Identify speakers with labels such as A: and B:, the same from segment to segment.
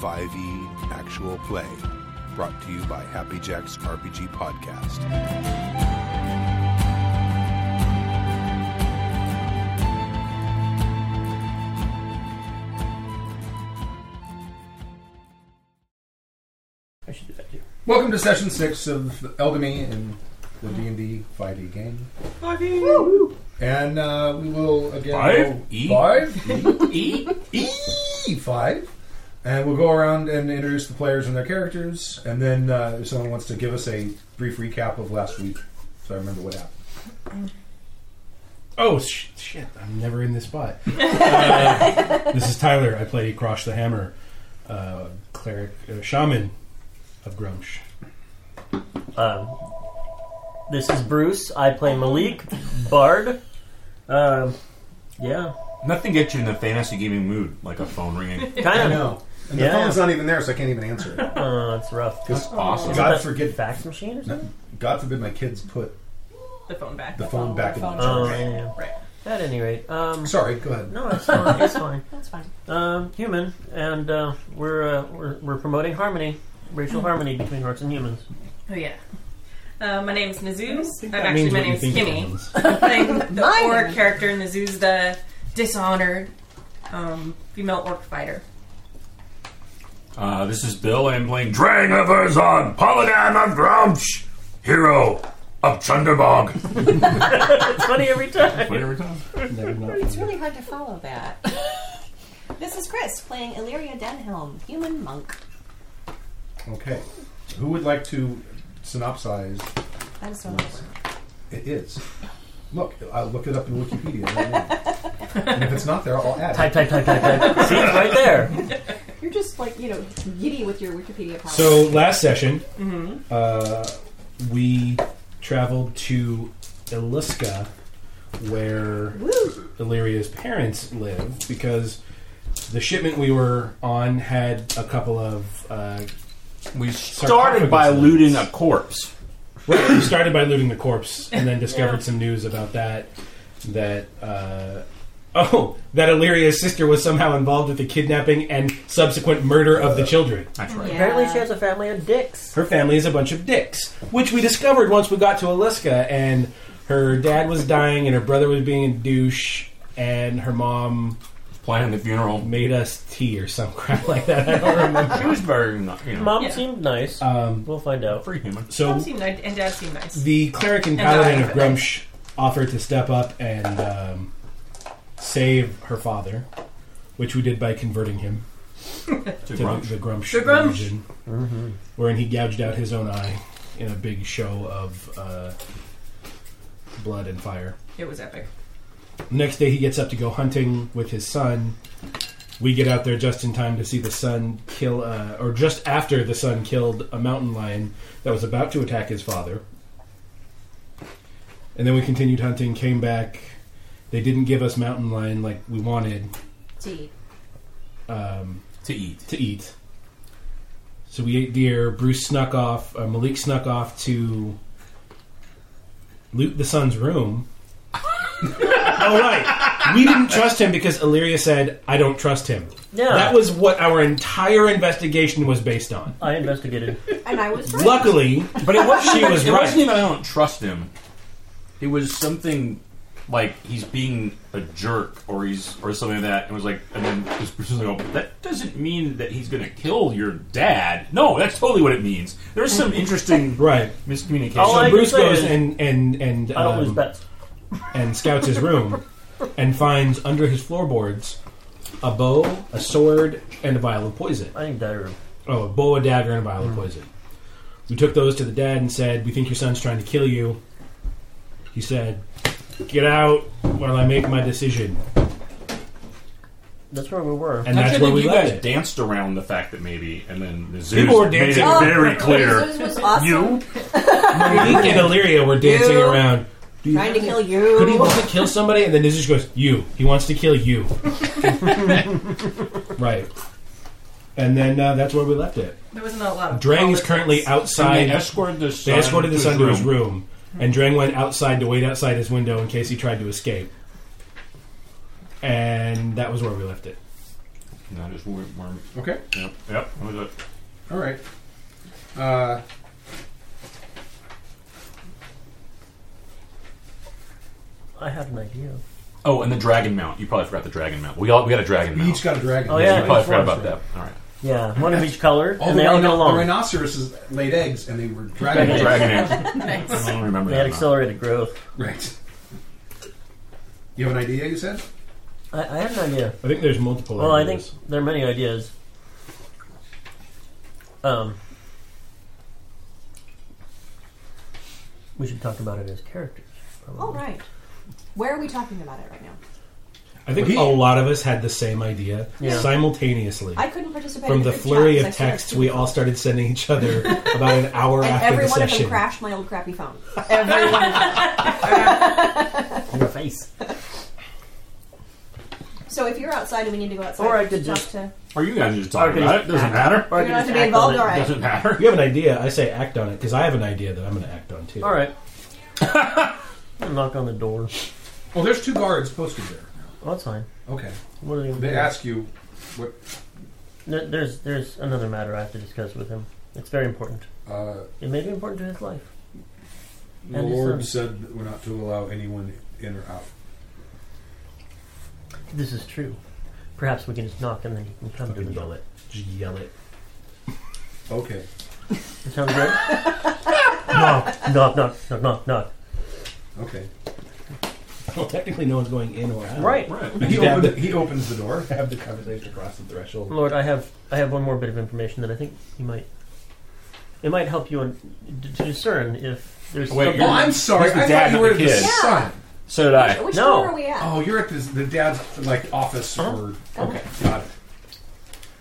A: 5e E Actual Play, brought to you by Happy Jack's RPG Podcast.
B: I should do that too.
A: Welcome to session six of Eldamy and the D and D five E game. Five E. And uh, we will again
B: Five
A: go-
B: E?
A: five E E E five, and we'll go around and introduce the players and their characters, and then uh, if someone wants to give us a brief recap of last week, so I remember what happened.
C: Oh sh- shit! I'm never in this spot. Uh, this is Tyler. I play Crosh the Hammer, uh, cleric uh, shaman of Grumsh.
B: Um, this is Bruce. I play Malik, Bard. Um, yeah,
D: Nothing gets you in the fantasy gaming mood like a phone ringing.
A: I
B: kind of.
A: know, and
B: Yeah.
A: the phone's not even there, so I can't even answer it.
B: Uh, it's rough.
A: 'Cause
D: awesome.
B: Isn't
A: God
B: that
A: forgive-
B: fax machine or something.
A: God forbid my kids put
E: the phone back.
A: the phone back in the
B: Oh,
A: charger.
B: yeah, yeah.
E: Right.
B: At any rate, um,
A: Sorry, go ahead.
B: no, it's fine. It's fine.
E: That's fine.
B: Um, human, and uh, we're, uh, we're we're promoting harmony, racial harmony between hearts and humans.
E: Oh yeah. Uh, my name's Nazuz. I'm
C: That
E: actually my
C: what you
E: name's
C: think it
E: Kimmy.
C: means.
E: I'm playing the orc character Nazuz, the dishonored um, female orc fighter.
D: Uh, this is Bill. I'm playing Drang of Erzon, Paladin of Grumsh, Hero of Chunderbog.
B: It's funny every time.
D: Whatever time.
C: Never not
F: It's really hard to follow that. this is Chris playing Illyria Denhelm, human monk.
A: Okay, who would like to synopsize
F: That is so much work.
A: It is. Look, I'll look it up in Wikipedia. right now. and if it's not there, I'll add
B: Type, type,
A: it.
B: type, type, type. See, it's right there.
F: You're just like, you know, giddy with your Wikipedia power.
C: So last session, uh, we traveled to Iliska, where Illyria's parents live, because the shipment we were on had a couple of. Uh,
D: We started by
C: Sarcophagus.
D: looting a corpse.
C: Well, we started by looting the corpse, and then discovered some news about that. That uh, oh, that Illyria's sister was somehow involved with the kidnapping and subsequent murder of the children.
D: That's right.
B: Apparently, she has a family of dicks.
C: Her family is a bunch of dicks, which we discovered once we got to Aliska, and her dad was dying, and her brother was being a douche, and her mom
D: Planning the funeral.
C: made us tea or some crap like that. I don't remember.
D: She was very, not- you know,
B: Mom
E: Yeah.
B: seemed nice.
C: Um,
B: we'll find out.
D: free human.
C: so
E: Mom seemed nice, and Dad seemed nice.
C: the cleric and
E: And I-
C: paladin of Grumsh offered to step up and um, save her father, which we did by converting him
D: To
C: to
D: Grumsh.
C: the, the Grumsh
E: The Grumsh.
C: religion, wherein he gouged out his own eye in a big show of uh, blood and fire.
E: It was epic.
C: Next day, he gets up to go hunting with his son. We get out there just in time to see the son kill, uh, or just after the son killed a mountain lion that was about to attack his father. And then we continued hunting, came back. They didn't give us mountain lion like we wanted
F: Gee.
C: um,
D: to eat.
C: to eat. So we ate deer. Bruce snuck off, uh, Malik snuck off to loot the son's room. oh, right. We didn't trust him because Illyria said, I don't trust him.
B: Yeah,
C: That was what our entire investigation was based on.
B: I investigated.
F: And I was right.
C: Luckily,
D: But it wasn't,
C: She
D: even-
C: was
D: it
C: right.
D: wasn't even I don't trust him. It was something like he's being a jerk or he's or something like that. It was like and then this person's like, oh, that doesn't mean that he's gonna kill your dad. No, that's totally what it means. There's some interesting
C: right.
D: miscommunication.
B: All
C: So
B: I can
C: Bruce
B: say
C: goes
B: is-
C: and and and
B: I don't
C: um,
B: lose bets.
C: and scouts his room and finds under his floorboards a bow, a sword, and a vial of poison.
B: I think diary room.
C: Oh, a bow, a dagger, and a vial of poison. We took those to the dad and said, "We think your son's trying to kill you." He said, "Get out, while I make my decision."
B: That's where we were.
C: And that's
D: Actually,
C: where we
D: you
C: left
D: guys
C: it.
D: danced around the fact that maybe, and then the Zeus
C: People were
D: made it
C: dancing. Oh.
D: very clear.
F: This was awesome.
D: You,
C: Malik and Illyria were dancing
F: You.
C: around. Do you
F: Trying to kill
C: Could he
F: you.
C: want to kill somebody? And then this just goes, "You." He wants to kill you. right. And then uh, that's where we left it.
E: There wasn't a lot of.
C: Drang is
E: politics.
C: currently outside.
D: they escorted the son.
C: They escorted the
D: to
C: son to his room, and Drang went outside to wait outside his window in case he tried to escape. And that was where we left it.
D: No, just worm. worm.
A: Okay.
D: Yep. Yep. I'll do it.
A: All right. Uh,
B: I had an idea.
D: Oh, and the dragon mount. You probably forgot the dragon mount. We all we got a dragon
A: we
D: mount.
A: each got a dragon.
B: Oh,
A: That's
B: yeah.
D: you
A: right.
D: probably forgot about that. All right.
B: Yeah, one of each color,
A: All
B: and
A: the,
B: they all
A: rhino-
B: go
A: the
B: along.
A: rhinoceroses laid eggs, and they were dragon eggs.
D: Dragon egg. I don't remember
B: They had
D: that. mount.
B: accelerated growth.
A: Right. You have an idea? You said.
B: I, I had an idea.
C: I think there's multiple.
B: Well, I think
C: ideas.
B: there are many ideas. Um, we should talk about it as characters. Probably.
F: All right. Where are we talking about it right now?
C: I think
A: He-
C: a lot of us had the same idea
B: Yeah.
C: simultaneously.
F: I couldn't participate
C: From
F: in
C: the
F: group
C: flurry
F: chats.
C: of
F: I swear it's
C: texts we all started sending each other about an hour
F: And
C: after
F: every
C: the
F: one of them
C: session.
F: crashed my old crappy phone.
E: Every one of them.
B: On your face.
F: So if you're outside and we need to go outside,
B: Or I
F: we
B: could
F: should
B: just-
F: talk to.
D: Or you guys are just talking
B: Okay.
D: about it. Doesn't matter.
B: Or I
F: You don't
B: could
F: have to
B: just act
F: be
B: on
F: involved,
B: it.
F: all right.
D: Doesn't matter.
C: You have an idea? I say act on it because I have an idea that I'm going to act on too.
B: All right. I'll knock on the door.
A: Well, Oh, there's two guards posted there.
B: Well, that's fine.
A: Okay.
B: What are they gonna
A: They
B: do?
A: ask you. What?
B: There- There's there's another matter I have to discuss with him. It's very important.
A: Uh,
B: It may be important to his life.
A: the
B: And his
A: Lord
B: son.
A: said that we're not to allow anyone in or out.
B: This is true. Perhaps we can just knock and then he can come to
C: Fucking
B: the
C: yell
B: door.
C: it. Just yell it.
A: Okay.
B: That sounds good. knock, knock, knock, knock, knock, knock.
A: Okay.
C: Well, technically, no one's going in or out.
B: Right.
D: Right.
A: He,
C: You have
A: opened, he opens the door.
C: Have the conversation across the threshold.
B: Lord, I have I have one more bit of information that I think you might. It might help you in, d- to discern if there's.
D: Wait,
B: something-
D: you're-
A: Oh, I'm sorry.
D: He's the
A: I
D: dad,
A: thought you
D: not
A: were
D: the
A: the
D: kid.
A: son.
D: So did I.
F: Which
B: No.
F: floor are we at?
A: Oh, you're at this, the dad's like office or okay, got it.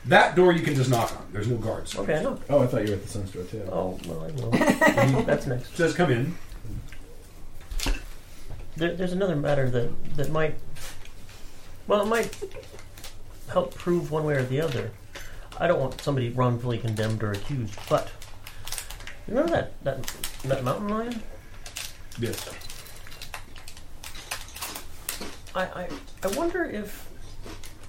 A: That door you can just knock on. There's no guards.
B: okay, I know.
C: Oh, I thought you were at the sun's door too.
B: Oh well, I will. That's next.
A: Says come in.
B: There, there's another matter that that might. Well, it might help prove one way or the other. I don't want somebody wrongfully condemned or accused, but you remember that that that mountain lion?
A: Yes.
B: I, I, I wonder if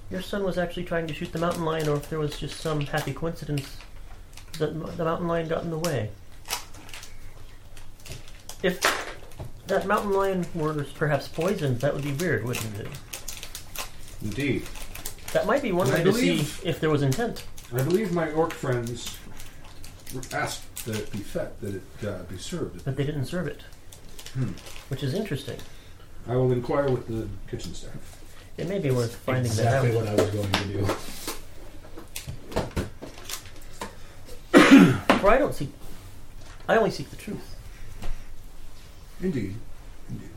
B: your son was actually trying to shoot the mountain lion or if there was just some happy coincidence that m- the mountain lion got in the way. If that mountain lion were perhaps poisoned, that would be weird, wouldn't it?
A: Indeed.
B: That might be one
A: I
B: way to see
A: believe-
B: if there was intent.
A: I believe my orc friends asked that it be fed, that it uh, be served.
B: but they didn't serve it,
A: Hmm.
B: which is interesting.
A: I will inquire with the kitchen staff.
B: It may be worth finding
C: exactly
B: that out.
C: what I was going to do.
B: For I don't seek, I only seek the truth.
A: Indeed. Indeed.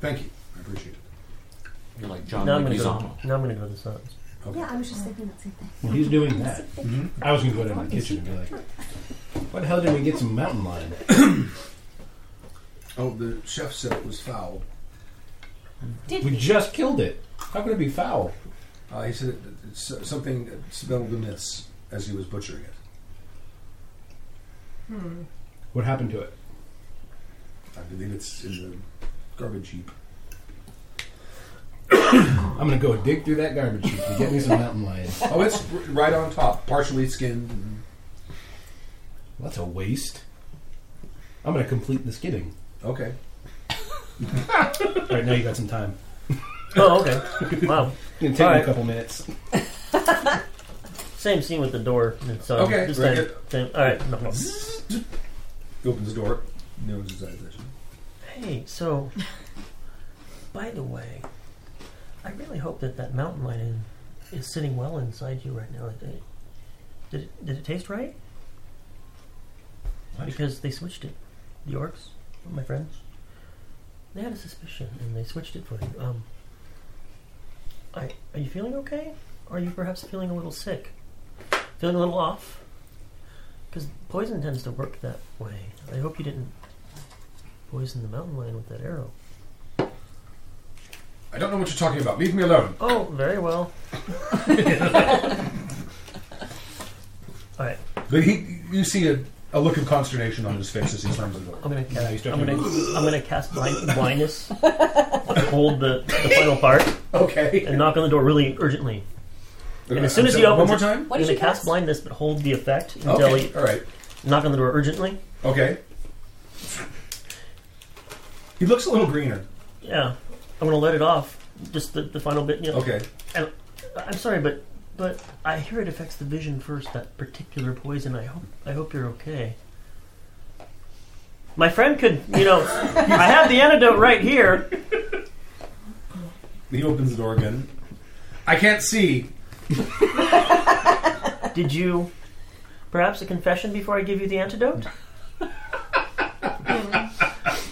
A: Thank you. I appreciate it.
D: You're like John
B: now I'm gonna
D: Leguizamo.
B: go. Now I'm gonna go to the suns.
A: Okay.
F: Yeah, I was just thinking that same thing.
C: Well, he's doing that. I was going to go down to the kitchen and be like, "What the hell did we get some mountain lion?"
A: Oh, the chef said it was foul.
F: Did
C: We
F: we?
C: just killed it. How could it be foul?
A: Uh, he said it, it's uh, something that smelled amiss as he was butchering it.
C: What happened to it?
A: I believe it's in the garbage heap.
C: I'm going to go dig through that garbage heap and get me some mountain lion. Well,
A: Oh, it's r- right on top, partially skinned. Mm-hmm. and-
C: that's a waste. I'm going to complete the skidding.
A: Okay.
C: All right, now you got some time.
B: Oh, okay. wow.
C: It's going to take
B: All
C: me a
B: right.
C: couple minutes.
B: Same scene with the door. And so
A: Okay,
B: This
A: very
B: time,
A: good.
B: same, all right. No, no.
A: He opens the door. No one's inside the kitchen.
B: Hey, so by the way, I really hope that that mountain lion is, is sitting well inside you right now. Did it, did it, did it taste right?
C: What?
B: Because they switched it. The orcs, my friends, they had a suspicion and they switched it for you. Um, I, are you feeling okay? Or are you perhaps feeling a little sick? Feeling a little off? Because poison tends to work that way. I hope you didn't poison the mountain lion with that arrow.
A: I don't know what you're talking about. Leave me alone.
B: Oh, very well. All right,
A: But he, you see a, a look of consternation on his face as he slams the door.
B: I'm gonna
C: Yeah, he's
B: cast. I'm
C: talking
B: gonna,
C: about-
B: I'm gonna cast blind, blindness. Hold the, the final part
A: Okay.
B: and knock on the door really urgently. And as soon as he
A: One
B: opens
A: more
B: it-
A: time?
F: What
B: You're
F: did you
B: gonna cast
F: cast?
B: blindness, but hold the effect until
A: Okay.
B: he
A: All right.
B: knock on the door urgently.
A: Okay. He looks a little greener.
B: Yeah, I'm gonna let it off. Just the, the final bit. You know.
A: Okay.
B: And uh, I'm sorry, but but I hear it affects the vision first. That particular poison. I hope I hope you're okay. My friend could, you know, I have the antidote right here.
A: He opens the door again. I can't see.
B: Did you, perhaps, a confession before I give you the antidote?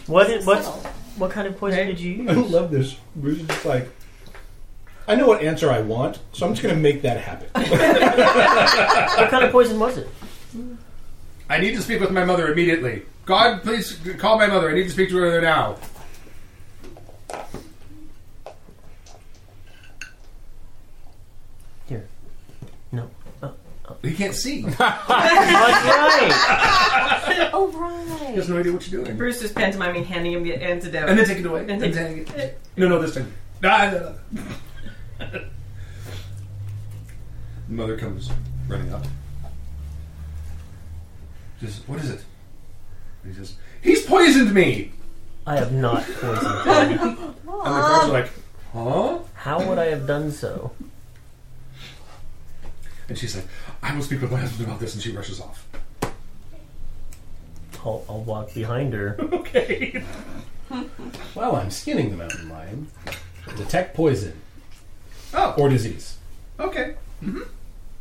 B: what is, what
F: Subtle.
B: what kind of poison
E: Okay.
B: did you
C: I
B: use?
C: love this. Bruce is just like, I know what answer I want, so I'm just going to make that happen.
B: What kind of poison was it?
A: I need to speak with my mother immediately. God, please call my mother. I need to speak to her now.
B: Here. No. Oh,
A: He can't see. He
B: that's right.
F: Oh, right.
A: has no idea what you're doing.
E: Bruce is pantomiming handing him the antidote.
A: And then take it away.
E: And take-
A: And take it. No, no, this time. Ah, no, no. mother comes running up. Just, what is it? He says, He's poisoned me!
B: I have not poisoned you.
A: And the guards are like, huh?
B: How would I have done so?
A: And she's like, I will speak with my husband about this. And she rushes off.
B: I'll, I'll walk behind her.
A: Okay.
C: While I'm skinning the mountain lion, detect poison
A: Oh,
C: or disease.
A: okay. Mm-hmm. Do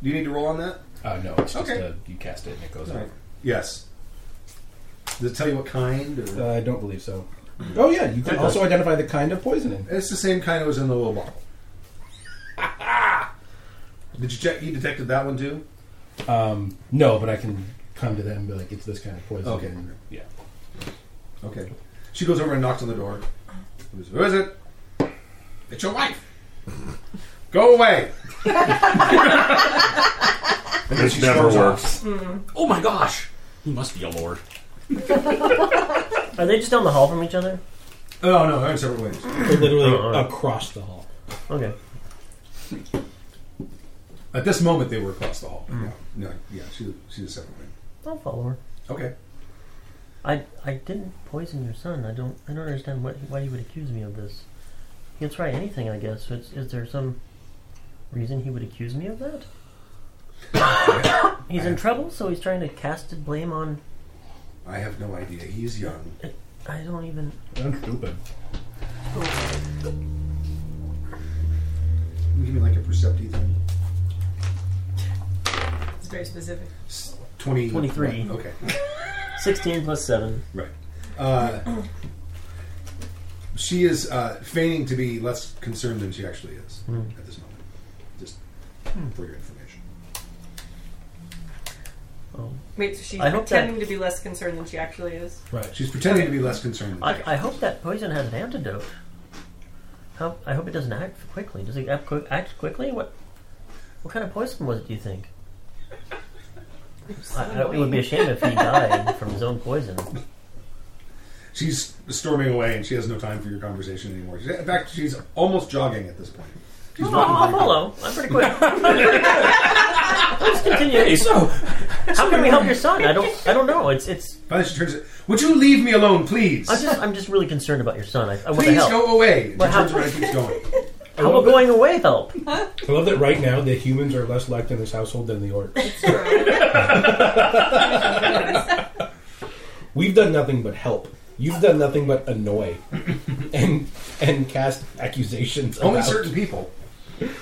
A: you need to roll on that?
C: Uh, no, it's just
A: Okay.
C: a, you cast it and it goes
A: All
C: out.
A: right. Yes. Does it tell you what kind? Or?
C: Uh, I don't believe so. Oh yeah, you can also identify the kind of poisoning.
A: It's the same kind that was in the little bottle. Did you check? You detected that one too.
C: Um, no, but I can come to them and be like, it's this kind of poison.
A: Okay.
C: And- yeah.
A: Okay. She goes over and knocks on the door. Who's- Who is it? It's your wife. Go away. and then
D: This
A: she
D: never
A: storms off.
D: works. Oh my gosh! He must be a lord.
B: Are they just down the hall from each other?
A: Oh no, they're in separate ways.
C: They're literally
B: Uh-uh.
C: across the hall.
B: Okay.
A: At this moment, they were across the hall. Yeah, no, yeah, she, she's a separate way.
B: I'll follow her.
A: Okay.
B: I I didn't poison your son. I don't I don't understand what, why he would accuse me of this. He'll try anything, I guess. Is, is there some reason he would accuse me of that? he's in trouble, so he's trying to cast the blame on.
A: I have no idea. He's young.
B: I don't even.
C: That's stupid.
A: Can you Give me like a perceptive thing.
E: It's very specific.
A: S- 20,
B: 23.
A: Okay.
B: 16 plus 7.
A: Right. Uh, she is uh, feigning to be less concerned than she actually is at this moment. Just for your information.
E: Wait, so she's
B: I hope
E: pretending to be less concerned than she actually is.
C: Right.
A: She's pretending to be less concerned. Than she
B: I,
A: actually
B: I hope that poison has an antidote. How, I hope it doesn't act quickly. Does it act, qui- act quickly? What what kind of poison was it? Do you think? I, I, it would be a shame if he died from his own poison.
A: is. She's storming away, and she has no time for your conversation anymore. She's, in fact, she's almost jogging at this point. She's running
B: I'll
A: very
B: follow. Oh, I'm pretty quick. I'm pretty quick. Let's continue.
D: so
B: How can we help your son? I don't. I don't know. It's. It's.
A: quick. Finally, she turns. it- Would you leave me alone, please?
B: I'm just. I'm just really concerned about your son. I, I want to
A: Please
B: help.
A: go away. And
B: What
A: she turns
B: happened?
A: around and keeps going.
C: I
B: How will
C: love,
B: going away help?
C: that, I love that right now the humans are less liked in this household than the orcs. We've done nothing but help. You've done nothing but annoy and and cast accusations.
A: Only
C: about-
A: certain people. Only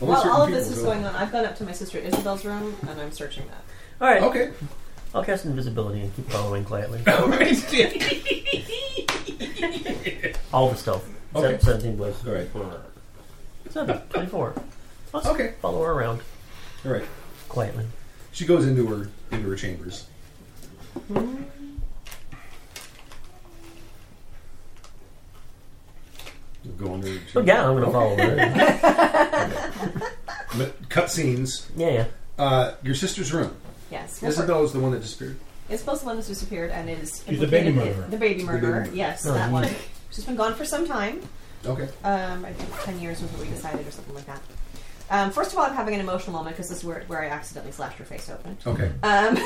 F: While
A: certain
F: all of
A: people
F: this is
A: go-
F: going on, I've gone up to my sister Isabel's room and I'm searching that.
B: All right.
A: Okay.
B: I'll cast invisibility and keep following quietly. All the stuff.
A: Okay.
B: Seventeen blows.
A: All right.
B: Seven. Twenty-four. I'll just
A: Okay.
B: Follow her around
A: All right.
B: quietly.
A: She goes into her into her chambers. You'll Go into her
B: Oh
A: chambers.
B: yeah, I'm gonna follow her.
A: But Cut scenes.
B: Yeah, yeah.
A: Uh, your sister's room.
F: Yes. Well,
A: Isabel is the one that disappeared.
F: It's both the one that's disappeared and it is.
C: She's the baby
F: implicated in-
C: murderer.
F: The baby
A: baby
F: murderer,
A: murderer.
F: yes.
B: Oh,
F: that
B: yeah.
F: one. She's been gone for some time.
A: Okay.
F: Um, I think 10 years was what we decided or something like that. Um, first of all, I'm having an emotional moment because this is where, where I accidentally slashed her face open.
A: Okay.
F: Um,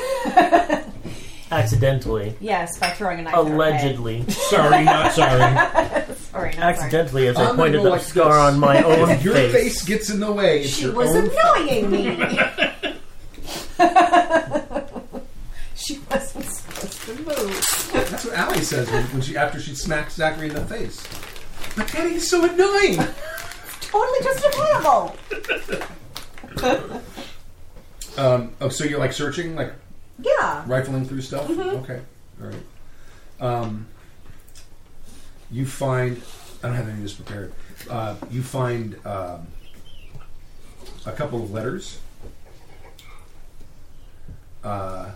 B: Accidentally.
F: yes, by throwing a knife. at her head.
B: Allegedly.
C: Sorry, not sorry.
F: Sorry, not sorry.
B: Accidentally, as
A: I'm
B: I
A: gonna
B: pointed
A: go
B: the
A: like
B: scar
A: this.
B: on my own
A: If your face.
B: face.
A: gets in the way, it's
F: She
A: your
F: was
A: own.
F: annoying me. she wasn't supposed to move.
A: That's what Allie says when, when she after she smacks Zachary in the face. But Daddy is so annoying.
F: Totally justifiable.
A: um, oh, so you're like searching, like
F: Yeah.
A: rifling through stuff. Okay, all right. Um, you find. I don't have any of this prepared. Uh, you find um, a couple of letters. Uh,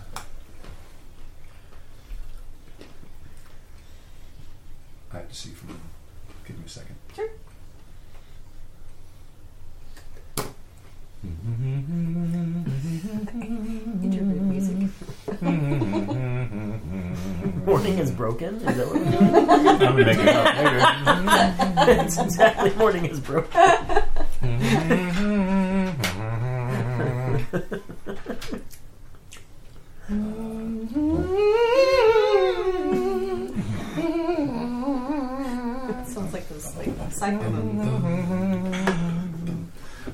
A: I have to see from. Give me a second.
F: Sure. Interlude music.
B: Morning is broken? Is that what we're doing?
D: I'm gonna make it up later.
B: That's exactly morning is broken.
F: Sounds like those like cyclone.
C: Mm-hmm.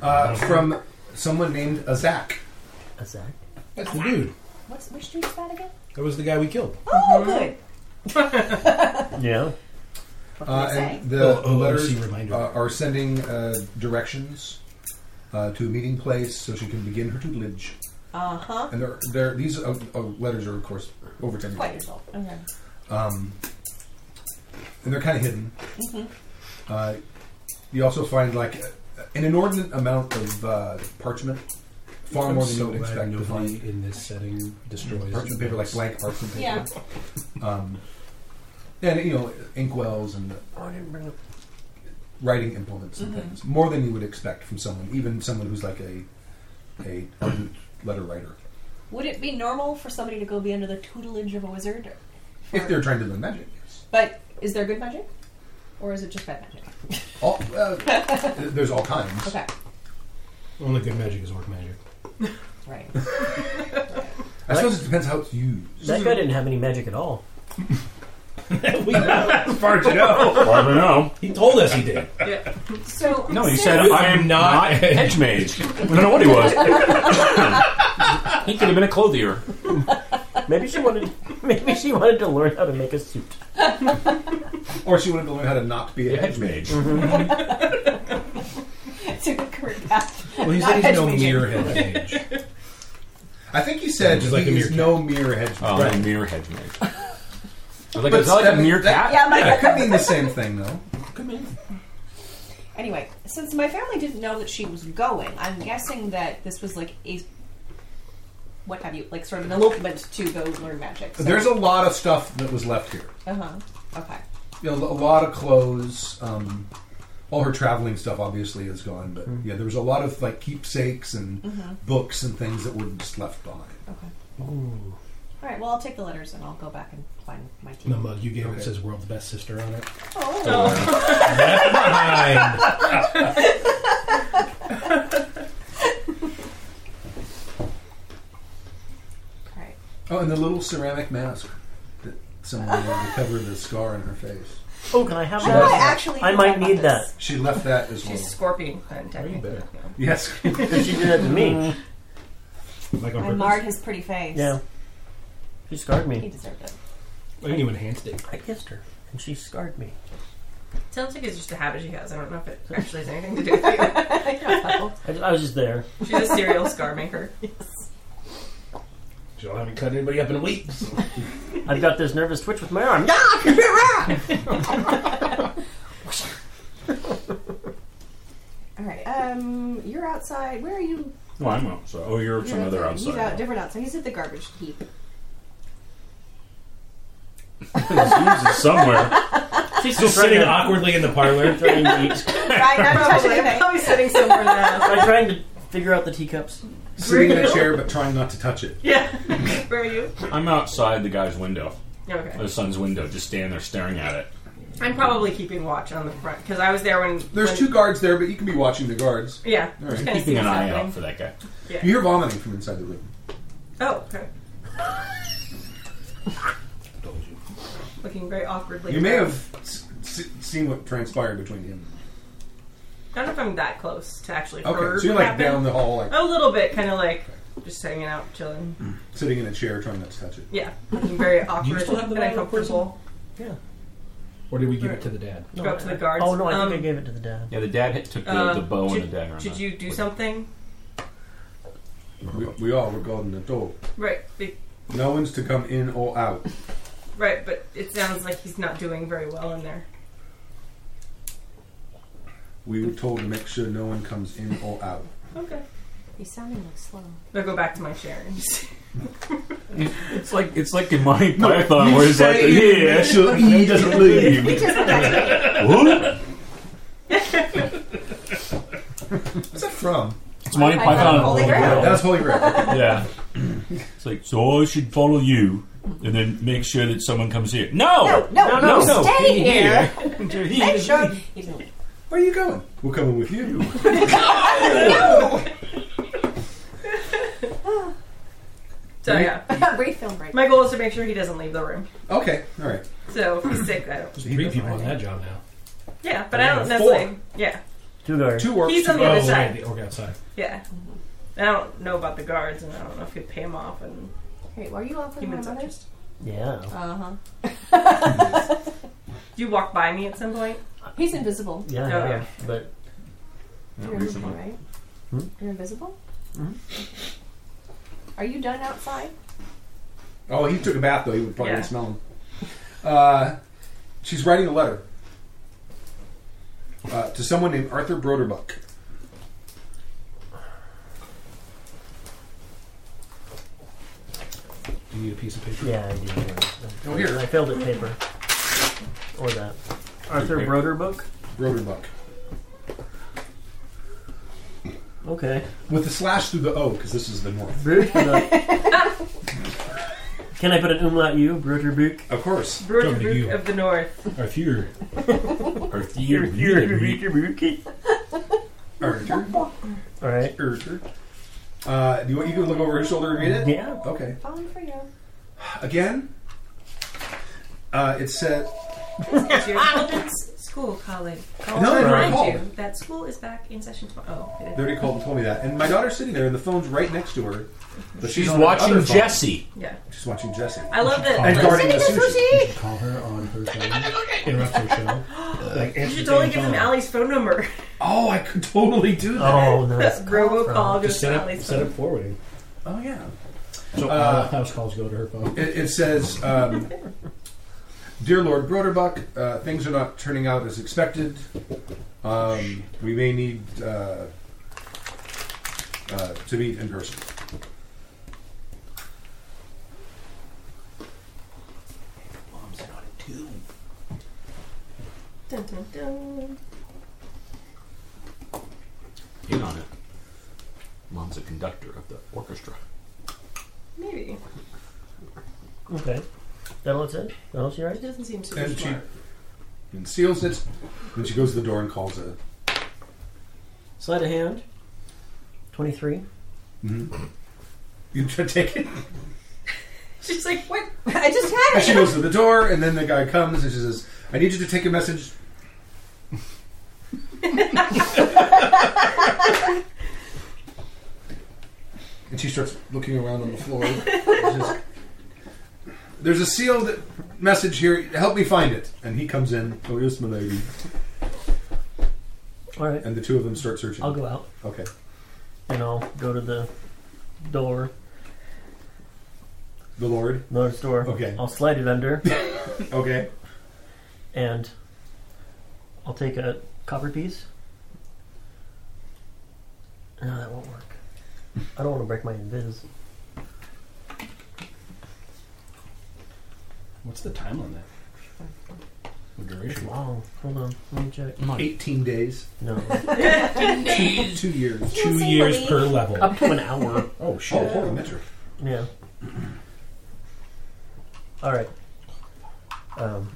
A: Uh, from someone named Azak.
B: A Zach?
C: That's the dude.
F: What's which dude's that again?
C: That was the guy we killed.
F: Oh, good.
B: Yeah.
F: What can
A: Uh,
F: I say?
A: and the
C: Oh, oh,
A: letters
C: OC reminder.
A: uh, are sending uh, directions uh, to a meeting place so she can begin her tutelage.
F: Uh huh.
A: And they're, they're, these uh, uh, letters are, of course, over 10
F: Quite
A: pages.
F: yourself.
E: Okay.
A: Um, and they're kind of hidden.
F: Mm-hmm.
A: Uh, you also find, like, an inordinate amount of uh, parchment, far
C: I'm
A: more than
C: so
A: you would
C: glad
A: expect to
C: nobody
A: find.
C: in this setting destroys
A: Parchment paper, like blank parchment paper.
F: Yeah.
A: Um, and, you know, inkwells and
B: Oh, I didn't bring up. Mm-hmm.
A: writing implements and things more than you would expect from someone, even someone who's like a a ardent letter writer,
F: Would it be normal for somebody to go be under the tutelage of a wizard?
A: if they're trying to learn magic. Yes.
F: But is there good magic, or is it just bad magic?
A: All, uh, th- there's all kinds.
F: Okay.
C: Only good magic is orc magic.
F: Right.
A: I suppose it depends how it's used.
B: That guy didn't have any magic at all.
C: we as far as you know.
D: Well, I don't know.
C: He told us he did.
F: So
D: No, he
F: so-
D: said, I am not
C: not
D: hedge mage. I don't know what he was. he could have been a clothier.
B: Maybe she wanted. Maybe she wanted to learn how to make a suit.
A: Or she wanted to learn how to not be a hedge mage.
F: it's a good career path.
C: Well, he
F: Not
C: said he's
F: hedge
C: no
F: magic.
C: mere hedge mage.
A: I think you said
C: Just like
A: he
C: a
A: is
C: meerkat.
A: no mere hedge mage.
D: Oh,
A: Right.
D: a mere hedge mage. I was like,
A: But
D: is that like
A: that
D: a
A: mean-
D: mere
A: that-
D: cat?
F: Yeah, my
A: That could mean the same thing, though.
F: Anyway, since my family didn't know that she was going, I'm guessing that this was like a what have you, like sort of an elopement to go learn magic. So.
A: There's a lot of stuff that was left here.
F: uh huh. Okay.
A: You know, a lot of clothes. Um, all her traveling stuff obviously is gone, but
E: Mm-hmm.
A: yeah, there was a lot of like keepsakes and books and things that were just left behind.
F: Okay.
B: Ooh.
F: All right. Well, I'll take the letters and I'll go back and find my team.
C: The mug you gave
A: Okay.
C: it says "World's Best Sister" on it.
F: Oh,
C: Left behind.
F: all right.
A: Oh, and the little ceramic mask that someone made to cover the scar on her face.
B: Oh, can I have
F: I
B: that?
F: might actually.
B: I might need that.
A: She left that as well.
E: She's scorpion. kind, technically.
A: better. Yes.
B: If she did that to me,
C: Like
F: I
C: on purpose.
F: marred his pretty face.
B: yeah. She scarred
F: He
B: me.
F: deserved it.
C: I think you enhanced it.
B: I kissed her, and she scarred me.
E: Sounds like it's just a habit she has. I don't know if it actually has anything to do with you.
B: I, I was just there.
E: She's a serial scar maker.
C: She don't haven't cut anybody up in weeks.
B: I've got this nervous twitch with my arm.
F: All right. Um, you're outside. Where are you?
D: Well, I'm outside. Oh, you're
F: You're
D: from other
F: outside. He's
D: outside.
F: out, different outside. He's at the garbage heap.
D: His shoes is somewhere.
B: She's
C: Still
B: just
C: sitting
B: trying
C: awkwardly in the parlor.
B: to, trying to eat.
F: Right. I'm touching anything.
E: Probably sitting somewhere now.
B: I'm trying to figure out the teacups.
A: Sitting in a chair but trying not to touch it.
E: Yeah. Where are you?
D: I'm outside the guy's window,
E: Okay.
D: the son's window, just standing there staring at it.
E: I'm probably keeping watch on the front because I was there when
A: There's
E: when-
A: two guards there, but you can be watching the guards.
E: Yeah,
A: All right.
E: just kinda see
D: Keeping an
E: what's
D: eye
E: happening.
D: out for that guy.
A: You hear vomiting from inside the room.
E: Oh, okay.
C: Told you.
E: Looking very awkwardly.
A: You may have s- s- seen what transpired between him.
E: I don't know if I'm that close to actually.
A: Okay,
E: heard
A: so you're
E: what
A: like
E: happened.
A: down the hall, like
E: A little bit, kind of like just hanging out, chilling.
A: Hmm. sitting in a chair, trying not to touch it.
E: Yeah, looking very awkward
C: still have the
E: and
C: vial of poison?
E: uncomfortable.
C: Or did we give it to the dad?
B: No,
E: Go up to the
B: I-
E: guards.
B: Oh no, I
E: Um,
B: think I gave it to the dad.
D: Yeah, the dad hit, took the,
E: Uh,
D: the bow
E: did,
D: and the dagger. on
E: Did
D: that.
E: you do something?
A: We, we all were guarding the door.
E: Right, be-
A: No one's to come in or out.
E: right, but it sounds like he's not doing very well in there.
A: We were told to make sure no one comes in or out.
E: Okay.
F: He's sounding like slow.
E: I'll go back to my chair. and just-
D: It's like it's like in Monty Python where it's like,
A: stay
D: yeah,
A: in.
D: sure, he doesn't leave. What?
A: What's that from?
D: It's Monty
F: Monty Python
D: Python.
F: and Holy Grail.
A: That's Holy Grail.
D: Yeah. It's like so I should follow you and then make sure that someone comes here. No,
F: No, no,
D: no,
F: no, stay
D: He
F: here.
D: here. He
F: Make
D: is-
F: sure. He's gonna-
A: Where are you going? We're coming with you.
E: So yeah,
F: Brief film break.
E: my goal is to make sure he doesn't leave the room.
A: Okay, all right.
E: So if he's sick, I don't.
C: There's three people on that job now.
E: Yeah, but I don't
C: Yeah, four.
E: necessarily. Yeah,
B: Two guards.
A: Two orcs.
E: He's
A: two
E: on the
A: guards.
E: other
C: oh,
E: side.
C: right, the orc outside.
E: yeah. I don't know about the guards, and I don't know if you pay him off. And
F: Wait, were you off with my
E: Humans are
F: mother?
E: just-
B: Yeah.
F: Uh huh.
E: do you walk by me at some point?
F: Uh, He's invisible.
B: Yeah,
E: Oh,
B: yeah, but
D: Yeah,
F: You're
D: reason
F: invisible,
D: why.
F: right?
B: Hmm?
F: You're invisible. Are you done outside?
A: Oh, he took a bath though. He would probably
E: Yeah.
A: smell him. Uh, she's writing a letter uh, to someone named Arthur Broderbuck.
C: Do you need a piece of paper?
B: yeah, I do. yeah.
A: Oh, here.
B: I failed at paper. Or that. Arthur
D: paper.
B: Broder book.
A: Broderbuck
B: Okay.
A: with a slash through the O because this is the north.
B: Brood for the. Can I put an umlaut U? Broder book.
A: Of course.
E: Brood
C: Come to you.
E: of the North.
C: Or if you're
D: Or if you- you- you-
A: Arthur.
B: All right.
A: Arthur. Uh, do you want you can look over his shoulder and read it?
B: Yeah.
A: Okay.
F: Falling for you.
A: Again. Uh, it said
E: Children's school college. Call to
A: No, they're
E: remind
A: called.
E: you that school is back in session tomorrow. Oh, it
A: they
E: is.
A: already called and told me that, and my daughter's sitting there, and the phone's right next to her. But
D: She's
A: on her other
D: watching
A: phone.
D: Jesse.
E: yeah.
A: She's watching Jesse.
E: I love that.
A: And
E: like,
A: guarding the sushi.
C: you should call her on her show, interrupt her show. Like,
E: you should totally give them Allie's phone number.
A: Oh, I could totally do that.
B: Oh, nice.
E: Robocall
C: Just
E: goes to
C: set up,
E: Allie's
C: set
E: phone.
C: up forwarding.
A: Oh yeah.
C: So
A: Uh,
C: all house calls go to her phone.
A: It, it says, um, "Dear Lord Broderbuck, uh, things are not turning out as expected. Um, we may need uh, uh, to meet in person."
E: Dun, dun, dun.
D: In on it. Mom's a conductor of the orchestra.
E: Maybe.
B: Okay. That all it's it? That all she
E: It
B: writes?
E: doesn't seem super
A: And she
E: smart.
A: and seals it. Then she goes to the door and calls a.
B: Sleight of hand. 23.
A: You try to take it.
E: She's like, what?
F: I just had
A: And
F: it.
A: she goes to the door, and then the guy comes and she says, "I need you to take a message." and she starts looking around on the floor. She says, There's a sealed message here. Help me find it. And he comes in. Oh, yes, my lady.
B: All right.
A: And the two of them start searching.
B: I'll go out
A: Okay.
B: and I'll go to the door,
A: The Lord.
B: notice door.
A: Okay.
B: I'll slide it under
A: Okay.
B: and I'll take a copper piece. No, that won't work. I don't want to break my invis.
C: What's the time on that? The duration?
B: Wow. Hold on. Let me check.
D: I'm like,
A: 18 days.
B: No.
A: Two, two years.
C: Two years per level.
B: Up to an hour.
C: Oh
A: Oh,
C: shit!
A: holy metric.
B: Yeah. All right. Um,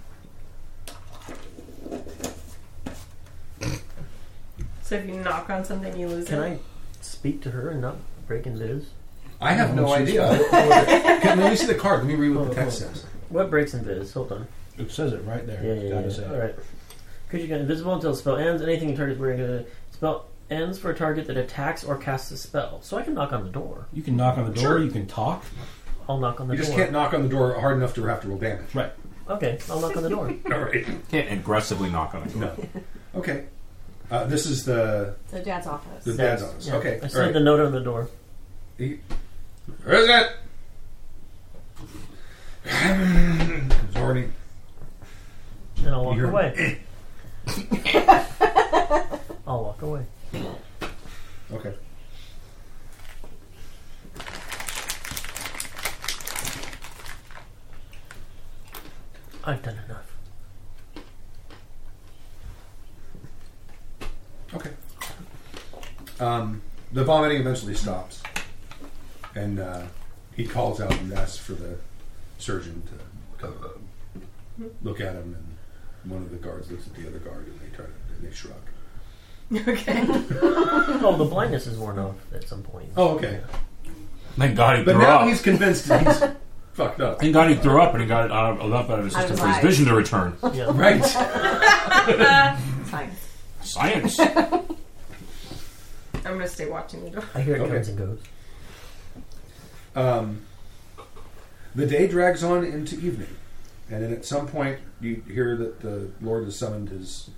E: So if you knock on something, you lose
B: Can
E: it.
B: I speak to her and not break into this?
A: I have no
C: Oh, she's
A: idea. I don't know what it- Can- Let me see the card. Let me read what the text says.
B: What breaks into this? Hold on.
C: It says it right there.
B: Yeah,
C: It's
B: yeah,
C: gotta
B: yeah.
C: say it.
B: All right. Creature can invisible until the spell ends. Anything the target is wearing a spell ends for a target that attacks or casts a spell. So I can knock on the door.
C: You can knock on the door.
A: Sure.
C: You can talk.
B: I'll knock on the
A: You just
B: door.
A: can't knock on the door hard enough to have to roll damage.
C: Right.
B: Okay, I'll knock on the door.
A: All right.
D: Can't aggressively knock on it.
A: No. Okay. Uh, this is the
F: So dad's office.
A: the dad's office.
B: Yeah.
A: Okay.
B: I
A: All
B: slid
A: right.
B: the note on the door.
A: He- Where is it? Zorny.
B: And I'll walk
A: You're-
B: away. I'll walk away.
A: Okay.
B: I've done enough.
A: Okay. Um, the vomiting eventually stops, and uh, he calls out and asks for the surgeon to come look at him. And one of the guards looks at the other guard, and they try to they shrug.
E: Okay.
B: Oh, the blindness is worn off at some point.
A: Oh, okay.
D: Thank God he
A: But
D: threw
A: now
D: up.
A: he's convinced that he's fucked up.
D: Thank God he threw up and he got it out of, enough out of his
F: Out
D: system
F: of his
D: for his
F: eyes.
D: vision to return.
B: Yeah.
A: Right.
F: Fine.
D: Science.
E: I'm gonna stay watching the door.
B: I hear it
A: Okay.
B: comes and goes.
A: Um, the day drags on into evening, and then at some point you hear that the Lord has summoned his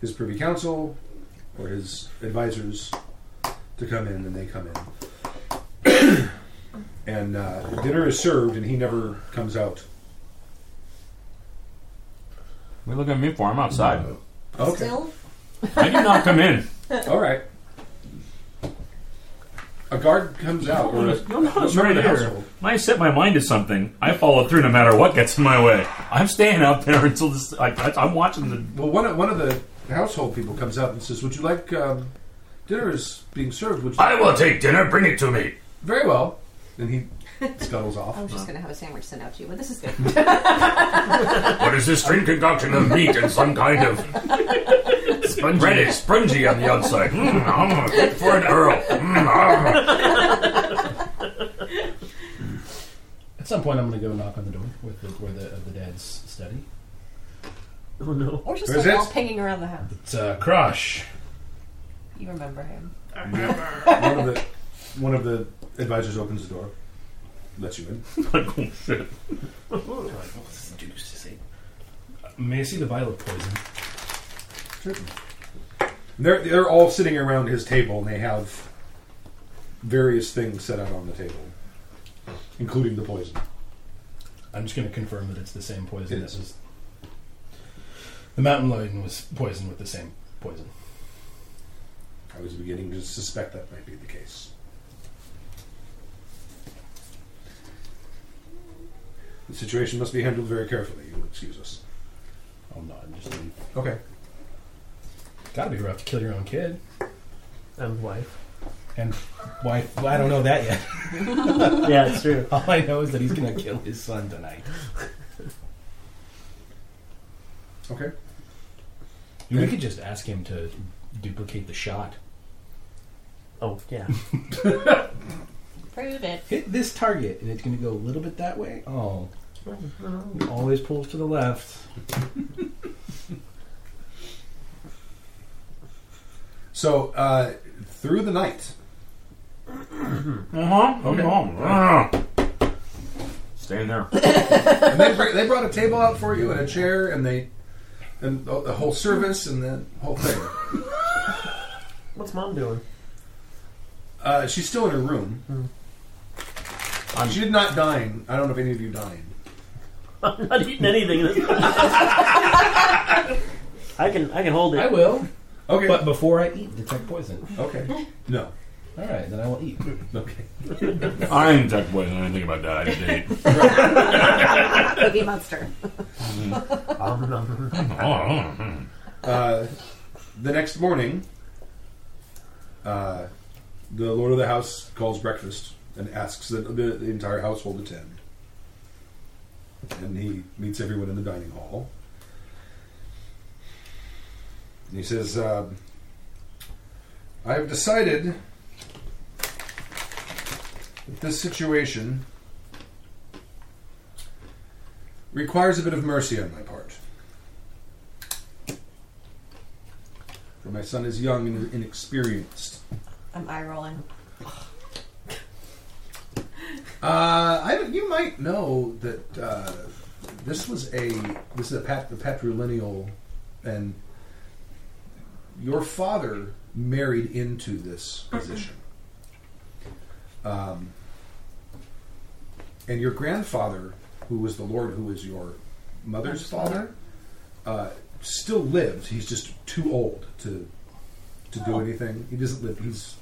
A: his privy council or his advisors to come in, and they come in. and uh, dinner is served, and he never comes out.
D: we look at me for. I'm outside.
A: Okay,
F: Still?
D: I did not come in.
A: all right. A guard comes out, or a,
D: No, no, it's
A: member
D: right
A: of the
D: here.
A: household.
D: When I set my mind to something, I follow through no matter what gets in my way. I'm staying out there until this. Like I, I'm watching the.
A: Well, one of, one of the household people comes up and says, "Would you like um, dinner is being served? Would you
D: I will take dinner. Bring it to me.
A: Very well. And he scuttles off.
F: I was
B: Uh.
F: just going to have a sandwich sent out to you, but this is good.
D: What is this strange concoction of meat and some kind of spongy. reddish, spongy on the outside? Mm, mm, good for an earl. Mm, mm.
C: At some point, I'm going to go knock on the door with the, where the, of the dad's study.
B: Oh no.
F: Or just
A: Where's
F: like all
A: it?
F: pinging around the house.
C: It's uh, Crush.
F: You remember him.
A: One of the one of the advisors opens the door, lets you in.
D: Like, oh, shit.
C: Like, what does the dude just say? Uh, May I see the violet poison?
A: They're they're all sitting around his table and they have various things set out on the table, including the poison.
C: I'm just going to confirm that it's the same poison
A: It
C: that
A: is.
C: was. The mountain lion was poisoned with the same poison.
A: I was beginning to suspect that might be the case. The situation must be handled very carefully. You'll excuse us.
C: Oh no, I'm just. leave.
A: Okay.
C: Gotta be rough to kill your own kid.
B: And wife.
C: And why? Well, I don't know that yet.
B: Yeah, it's true.
C: All I know is that he's going to kill his son tonight.
A: Okay.
C: We could just ask him to duplicate the shot.
B: Oh yeah.
F: Prove it.
C: Hit this target, and it's going to go a little bit that way. Oh, always pulls to the left.
A: So uh, through the night,
D: Uh-huh.
A: Okay.
D: Uh-huh. Staying there.
A: And they, br- they brought a table out for you and a chair and they and the the whole service and the whole thing.
B: What's mom doing?
A: Uh, she's still in her room. She did not dine. I don't know if any of you dined.
B: I'm not eating anything. This- I can I can hold
C: I
B: it.
C: will,
A: Okay.
C: but before I eat, detect poison.
A: okay. No.
C: All right, then I will eat.
A: Okay.
D: I didn't take away anything about that. I didn't eat.
F: Baby monster.
B: Um, um,
D: Oh,
A: Uh, the next morning, uh, the lord of the house calls breakfast and asks that the, the entire household attend. And he meets everyone in the dining hall. And he says, um, I've decided that this situation requires a bit of mercy on my part. For my son is young and inexperienced.
F: I'm eye rolling.
A: Uh, I don't- you might know that uh, this was a this is a pat, the patrilineal, and your father married into this position, um, and your grandfather, who was the lord, who was your mother's father, uh, still lives. He's just too old to to do anything. He doesn't live. He's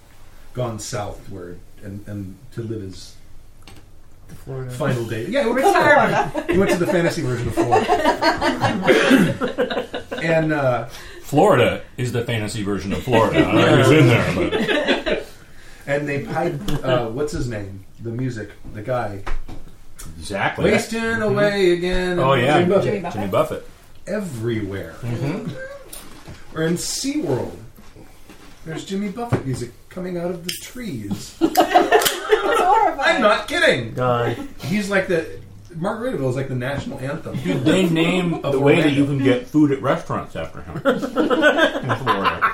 A: gone southward and and to live his
B: The Florida.
A: final day. Yeah, we went, to, we went to the fantasy version of Florida. and uh,
D: Florida is the fantasy version of Florida. I don't know who's in there, but
A: and they piped uh, what's his name? The music, the guy.
D: exactly.
A: Wasting away again.
D: Mm-hmm. Oh yeah, Mm-hmm.
A: Jimmy Buffett.
F: Jimmy Buffett.
D: Jimmy Buffett.
A: Everywhere. Or in SeaWorld. There's Jimmy Buffett music coming out of the trees. I'm not kidding.
B: God.
A: He's like the Margaritaville is like the national anthem.
D: Dude, they name the way that you can get food at restaurants after him in Florida.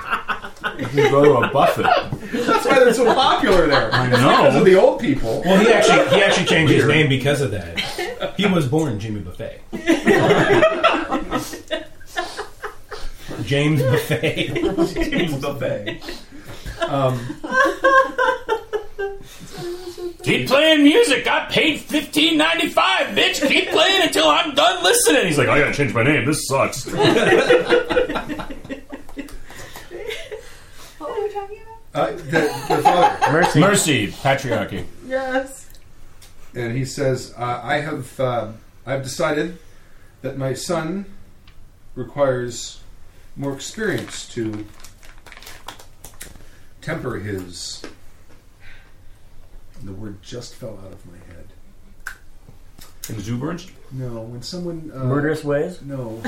D: You go to a buffet.
A: That's why they're so popular there.
D: I
A: Those are
D: know.
A: the old people.
C: Well, he actually he actually changed his name because of that. He was born Jimmy Buffet. James Buffet.
A: James Buffet. Um,
D: Keep playing music. I paid fifteen ninety five, bitch. Keep playing until I'm done listening. He's like, "Oh, I gotta change my name. This sucks.
F: What were we talking about?
A: uh, the, the father,
B: Mercy.
D: Mercy, patriarchy.
E: Yes.
A: and he says, uh, "I have, uh, I've decided that my son requires more experience to temper his." The word just fell out of my head.
D: Exuberance.
A: No, when someone uh,
B: Murderous ways.
A: No,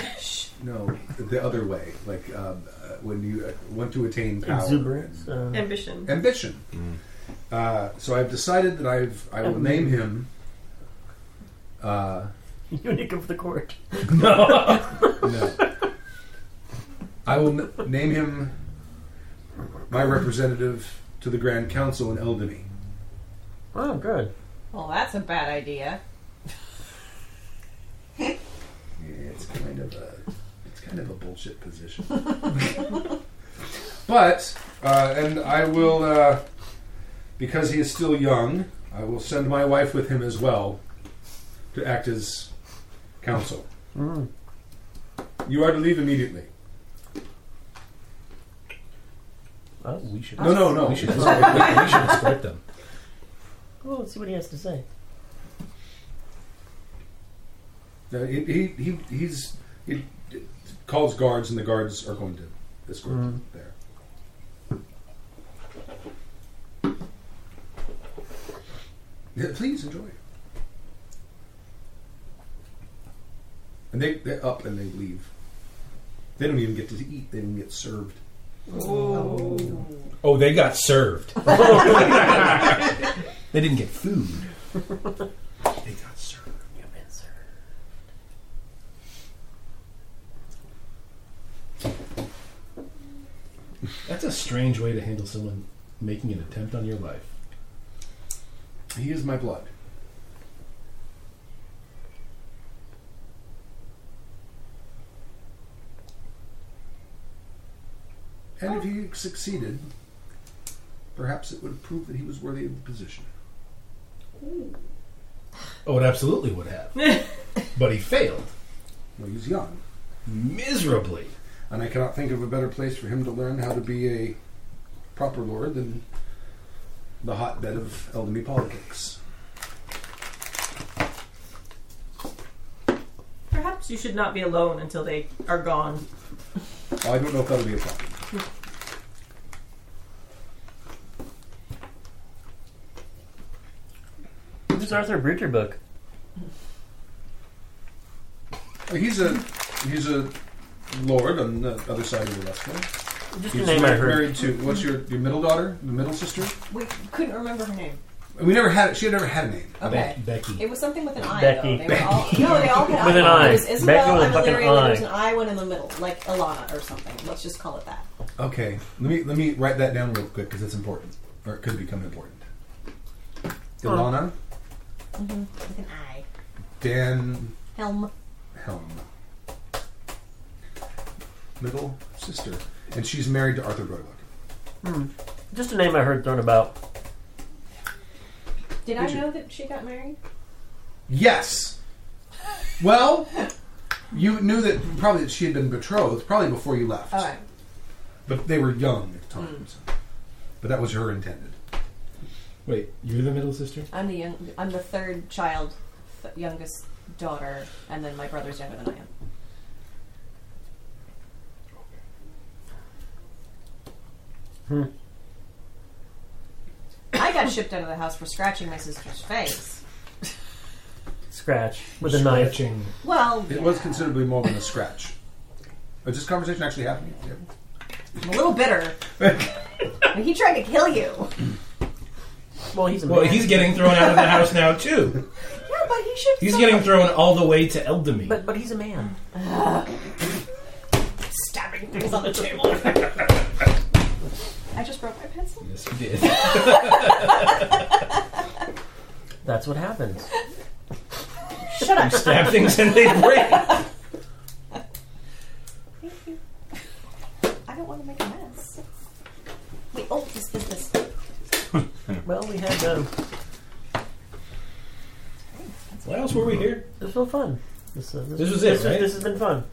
A: no, the other way, like um, uh, when you uh, want to attain power.
B: Exuberance.
C: Hmm.
B: Uh,
E: Ambition.
A: ambition. Uh, so I've decided that I've I will name him uh,
B: eunuch of the court.
A: no. I will n- name him my representative to the Grand Council in Eldeny.
B: Oh, good.
F: Well, that's a bad idea.
A: It's kind of a it's kind of a bullshit position. but uh, and I will uh, because he is still young. I will send my wife with him as well to act as counsel.
B: Mm.
A: You are to leave immediately.
B: Oh,
C: We should.
A: No, no, no.
C: We should escort, we, we should escort them.
B: well, let's see what he has to say.
A: No, he, he, he he's he calls guards, and the guards are going to escort
B: Mm.
A: him there. Yeah, please enjoy. And they they're up and they leave. They don't even get to eat. They don't get served.
C: Oh, they got served. they didn't get food. They got served.
B: You've been served.
C: That's a strange way to handle someone making an attempt on your life.
A: He is my blood. And if he succeeded, perhaps it would prove that he was worthy of the position.
C: Oh, it absolutely would have. but he failed
A: Well, he's young,
C: miserably.
A: and I cannot think of a better place for him to learn how to be a proper lord than the hotbed of Eldemy politics.
E: Perhaps you should not be alone until they are gone.
A: Well, I don't know if that'll be a problem.
B: Who's Arthur Bridger book?
A: He's a he's a lord on the other side of the Westland.
B: Just
A: You're
B: the name I heard.
A: married to what's your your middle daughter, the middle sister?
F: We couldn't remember her name.
A: We never had it. She had never had a name.
F: Okay.
C: Be- Becky.
F: It was something with an I.
B: Becky.
F: Though. They were all, no, they all had
B: With an
F: I.
B: I.
F: It was Isabel,
B: Becky with a
F: and
B: fucking
F: Illyria, and
B: I.
F: there was an I one in the middle, like Alana or something. Let's just call it that.
A: Okay, let me let me write that down real quick because it's important, or it could become important. Ilana
F: With an I.
A: Dan
F: Helm.
A: Helm, middle sister, and she's married to Arthur Broidock.
B: Just a name I heard thrown about.
F: Did
A: Did
F: I
A: you-
F: know that she got married?
A: Yes. Well, you knew that probably that she had been betrothed probably before you left,
F: All right. Hmm.
A: but they were young at the time. so- But that was her intended.
C: Wait, you're the middle sister?
F: I'm the young. I'm the third child, th- youngest daughter, and then my brother's younger than I am.
B: Hmm.
F: I got shipped out of the house for scratching my sister's face.
B: Scratch with a knife.
C: Scratching.
F: Well,
A: It was considerably more than a scratch. Is this conversation actually happening? Yeah.
F: I'm a little bitter. I mean, he tried to kill you.
B: Well, he's a
C: Well,
B: man.
C: he's getting thrown out of the house now, too.
F: Yeah, but he should.
C: He's
F: stop.
C: getting thrown all the way to Eldamy.
B: but but he's a man.
F: stabbing things on the table. I just broke my pencil.
C: yes, he did.
B: That's what happens.
F: Shut up.
C: Stab things and they break.
F: Thank you. I don't want to make a mess. Wait, oh, this, this, this.
B: Well, we had um,
C: Why else were we here?
B: it was real fun. This, uh, this,
C: This was it,
B: this,
C: right?
B: This has been fun.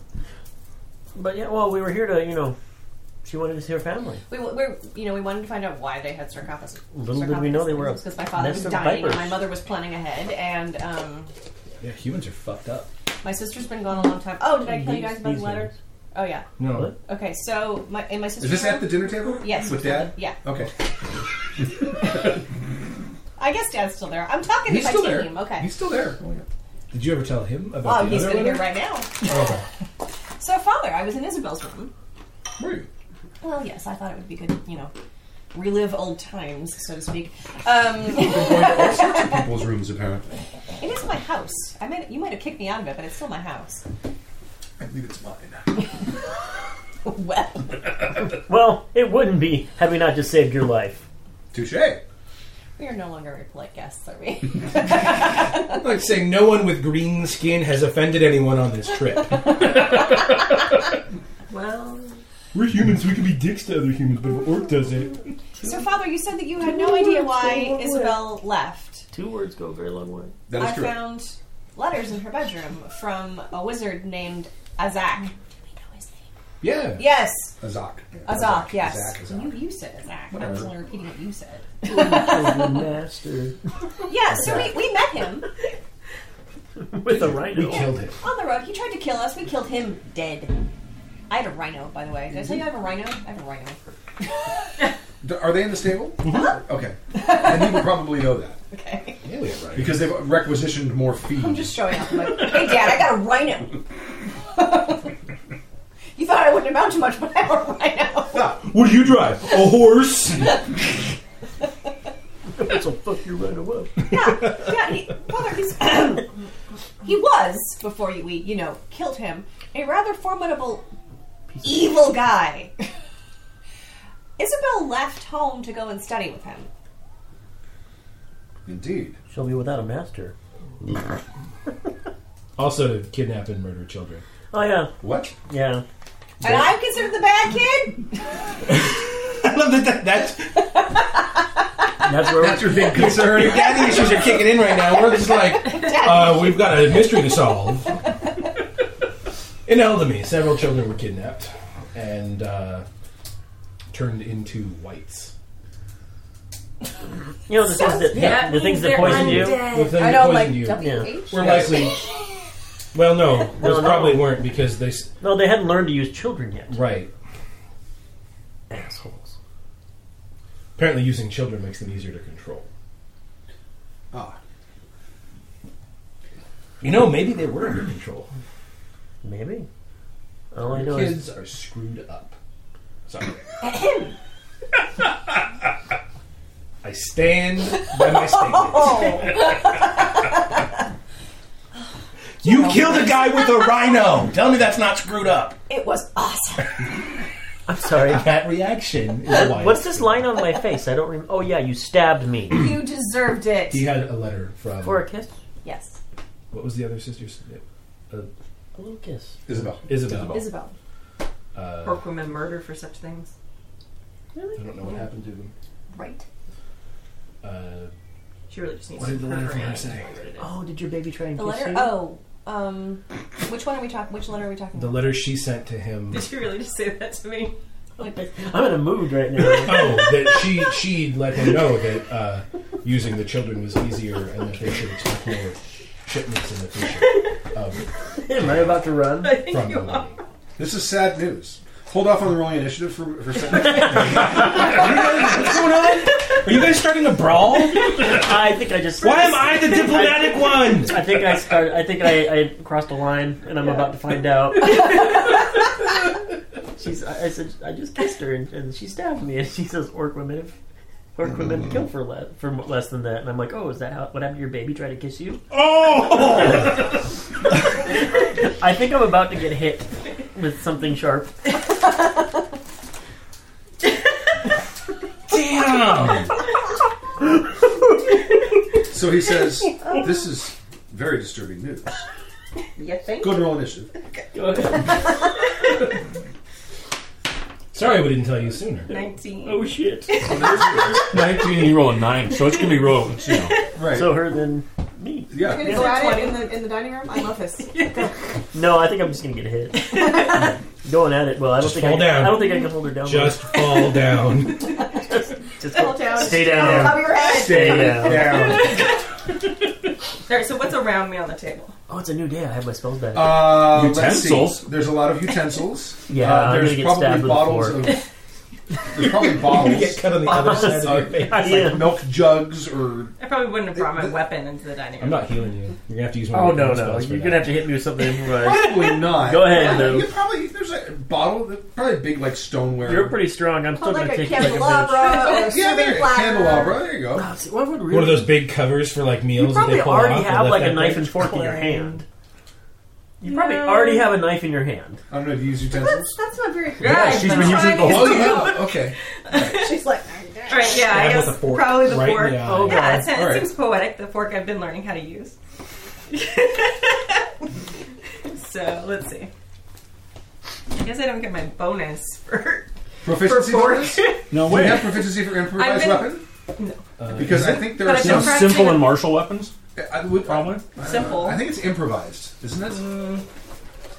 B: But yeah, well, we were here to you know, she wanted to see her family.
F: We, we're, you know, we wanted to find out why they had sarcophagus.
B: Little did we know they were a
F: because my father was
B: nest of
F: dying, and
B: vipers.
F: my mother was planning ahead, and um,
C: Yeah, humans are fucked up.
F: my sister's been gone a long time. Oh, did I tell you guys about
B: These
F: the letter?
B: ones.
F: Oh yeah.
C: No.
B: What?
F: Okay, so my and my sister.
A: Is this at the dinner table?
F: Yes.
A: With Dad?
F: Yeah.
A: Okay.
F: I guess Dad's still there. I'm talking
A: He's
F: to my
A: still
F: team.
A: there.
F: Okay.
A: He's still there. Oh, yeah.
C: Did you ever tell him about
F: oh,
C: the
F: he's
C: other
F: been here
C: letter?
F: right now.
C: Okay.
F: So, Father, I was in Isabel's room.
A: Where are you?
F: Well, yes, I thought it would be good, you know, relive old times, so to speak. Um,
A: Going to all sorts of people's rooms, apparently.
F: it is my house. I might, you might have kicked me out of it, but it's still my house.
A: I believe it's mine.
F: well,
B: Well, it wouldn't be had we not just saved your life.
A: Touche.
F: we are no longer very polite guests, are we?
C: Like saying no one with green skin has offended anyone on this trip.
F: well.
C: We're humans, we can be dicks to other humans, but if an orc does it.
F: So, Father, you said that you had no idea why Isabel left.
B: Two words go a very long way.
A: That is
F: I
A: true.
F: found letters in her bedroom from a wizard named Azak.
C: Yeah.
F: Yes,
A: Azak. Yeah,
F: Azak, yes.
A: Azak, Azak.
F: You, you said Azak. I was
A: Whatever.
F: only repeating what you said.
B: master
F: Yeah, so we, we met him.
B: with a rhino.
C: We killed him.
F: on the road. He tried to kill us. We killed him dead. I had a rhino, by the way. Did I tell you I have a rhino? I have a rhino.
A: D- Are they in the stable? Okay. And he would probably know that
F: Uh-huh. Okay.
C: Yeah, we have right.
A: because they've requisitioned more feed.
F: I'm just showing up. I'm like, hey, Dad, I got a rhino. you thought I wouldn't amount to much, but I have a rhino.
C: What do you drive? A horse?
B: That's a fuck your rhino up.
F: Yeah, yeah. He, father, he's he was before you eat. You know, killed him. A rather formidable, evil guy. Isabel left home to go and study with him.
A: Indeed.
B: She'll be without a master.
C: also to kidnap and murder children.
B: Oh yeah,
A: What?
B: yeah.
F: And I'm considered the bad kid.
C: I love that, that that's,
B: That's where
A: That's your big concern.
C: daddy issues are kicking in right now. We're just like, uh, we've got a mystery to solve. In Eldamy, several children were kidnapped and uh, turned into whites.
B: you know the things that
F: Yeah,
B: the things that poison you.
C: The thing
F: I
C: that
F: know, like
C: poisoned you.
F: WH.
C: We're likely. Well, no, those
B: No, no.
C: probably weren't because they. s-
B: No, they hadn't learned to use children yet.
C: Right.
B: Assholes.
C: Apparently, using children makes them easier to control.
A: Ah,
C: You know, maybe they were under control.
B: Maybe. All I
C: Your
B: know is
C: kids are screwed up. Sorry. I stand by my statement.
F: Oh,
C: You killed a guy with a rhino. Tell me that's not screwed up.
F: it was awesome.
B: I'm sorry.
C: That reaction is why.
B: What's this line on my face? I don't. Rem- oh yeah, you stabbed me
F: You deserved it.
C: He had a letter from.
B: for a kiss.
F: Yes,
C: What was the other sister's name?
B: A little kiss.
A: Isabel.
C: Isabel.
F: Isabel.
C: Uh,
E: Work women murder for such things.
C: I don't know what happened to them.
F: Right.
C: Uh,
E: She really just needs.
C: What did the
E: to
C: letter from her
E: her
C: say?
B: Oh, did your baby try and
F: The
B: kiss
F: letter.
B: you?
F: Oh, um, which one are we talking? Which letter are we talking
C: the
F: about?
C: letter she sent to him.
E: Did you really just say that to me?
B: I'm in a mood right now.
C: Oh, that she she let him know that uh, using the children was easier and that they should expect more shipments in the future um,
B: Am I about to run?
E: I think
C: from
E: you
C: the
E: are.
C: lady.
A: This is sad news. Hold off on the rolling initiative for, for a second. You guys- what's going on?
C: Are you guys starting a brawl?
B: I think I just.
C: I the diplomatic one?
B: I think I start. I think I, I crossed a line, and I'm about to find out. She's. I, I said I just kissed her, and, and she stabbed me, and she says orc women, if, orc
C: Mm.
B: women kill for less for mo- less than that, and I'm like, oh, is that how, what happened to your baby? Try to kiss you?
C: Oh!
B: I think I'm about to get hit with something sharp.
C: Damn!
A: So he says, This is very disturbing news.
E: You think?
A: Go and roll initiative.
B: Oh,
C: Sorry we didn't tell you sooner.
E: Nineteen.
B: Oh shit!
D: 19, you roll a 9, so it's going to be roll. You know.
A: Right.
B: So her then me.
A: yeah.
F: We're gonna go at it in the in the dining room. I love this.
B: No, I think I'm just gonna get hit. Going at it. Well, I don't
C: Just
B: think I,
C: fall
B: can-
C: down.
B: I don't think I can hold her down.
C: Just fall down.
B: just
F: Settle
B: go,
F: down.
B: stay down.
F: Cover your head.
B: Stay down.
E: All right. So what's around me on the table?
B: Oh, it's a new day. I have my spells back.
A: Uh, Let's
D: Utensils?
A: see. There's a lot of utensils.
B: Yeah,
A: Uh,
B: I'm
A: there's
B: gonna get
A: probably
B: stabbed with a
A: bottles
B: fork.
A: of. There's probably bottles.
C: cut on the other side of your face.
B: I
A: like
B: am.
A: milk jugs or
E: I probably wouldn't have brought my
A: Th- th-
E: weapon into the dining
C: I'm
E: room.
C: not healing you. You're gonna have to use one.
B: Oh
C: of your
B: no no!
C: spells for
B: You're
C: that.
B: gonna have to hit me with something improvised.
A: probably not.
B: Go ahead,
A: Yeah,
B: Lou.
A: You probably there's a bottle, that- probably a big like stoneware. Oh,
B: You're pretty strong. I'm still
F: Hold
B: gonna
F: like a
B: take you like a bitch.
F: candelabra or a
A: yeah, there,
F: serving
A: you go.
F: platter.
A: candelabra. There you go.
B: Oh, see, why would really-
C: One of those big covers for like meals
B: You
C: that
B: probably
C: they pull
B: already
C: off and
B: have
C: let
B: like
C: that
B: a knife
C: thing-
B: and fork in your
C: Clang.
B: hand. You probably
E: No.
B: already have a knife in your hand.
A: I don't know if you use
F: That's,
A: utensils.
F: that's not very good.
D: Yeah, she's been using it the whole
A: Oh, you have. Okay.
F: She's like,
E: All right. Yeah. I
C: Stab
E: guess
C: with a fork
E: probably the
C: right in
E: fork.
C: the eye.
B: Oh,
E: yeah. It, sounds,
A: All
E: it
A: right.
E: seems poetic. The fork I've been learning how to use. so let's see. I guess I don't get my bonus for for
A: Proficiency
E: fork.
A: bonus?
D: No
A: Do you
D: way.
A: have proficiency for improvised
E: I've
A: weapon? Uh, Because I think there
E: But
A: are
E: I've
A: some.
E: been
D: Some simple and martial weapons,
A: I would,
D: probably.
E: Simple.
A: I think it's improvised, isn't it?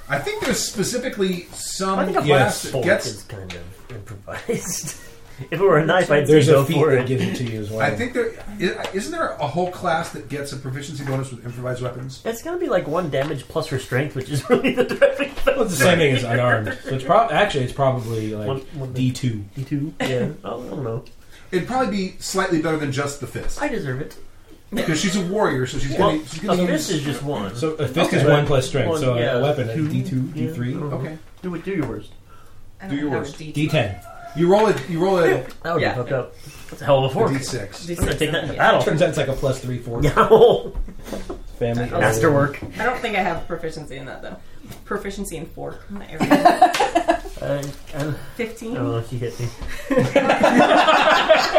A: I think there's specifically
B: Mm. I
A: some
B: think a
A: class
C: Yes.
A: that
B: Fork
A: gets.
B: is kind of improvised. if it were a knife, I'd
C: There's
B: say
C: a
B: go
C: feat
B: for
C: that
B: it.
C: gives it to you as well.
A: I think there i- isn't there a whole class that gets a proficiency bonus with improvised weapons.
B: It's gonna be like one damage plus her strength, which is really the driving
C: well, it's the same thing as unarmed. So it's prob- actually it's probably like
B: One- one-
C: D two.
B: two. Yeah. Oh, I don't know.
A: It'd probably be slightly better than just the fist
B: I deserve it.
A: because she's a warrior, so she's
B: Well,
A: gonna, she's gonna
B: a
A: use.
B: fist is just one.
C: So a fist is
A: Okay.
C: one plus strength.
B: One,
C: so
B: yeah.
C: a weapon
B: Two,
C: D two, D
B: yeah. Oh.
C: three, Oh,
A: okay,
B: do it. Do your worst.
E: I
A: Do
E: don't have
A: yours.
E: a D-
C: D ten.
A: you roll it. You roll a
B: That would
E: Yeah.
B: be fucked up. That's a hell of a fork.
A: D
B: I'm
A: six.
B: gonna take that in the
E: Yeah.
B: battle.
C: Turns out it's like a plus three four.
B: Yeah.
C: Family
B: Masterwork.
E: I don't think I have proficiency in that though. Proficiency in fork. I'm not everything.
B: Uh, I
E: Fifteen.
C: Oh.
B: don't know. She hit me.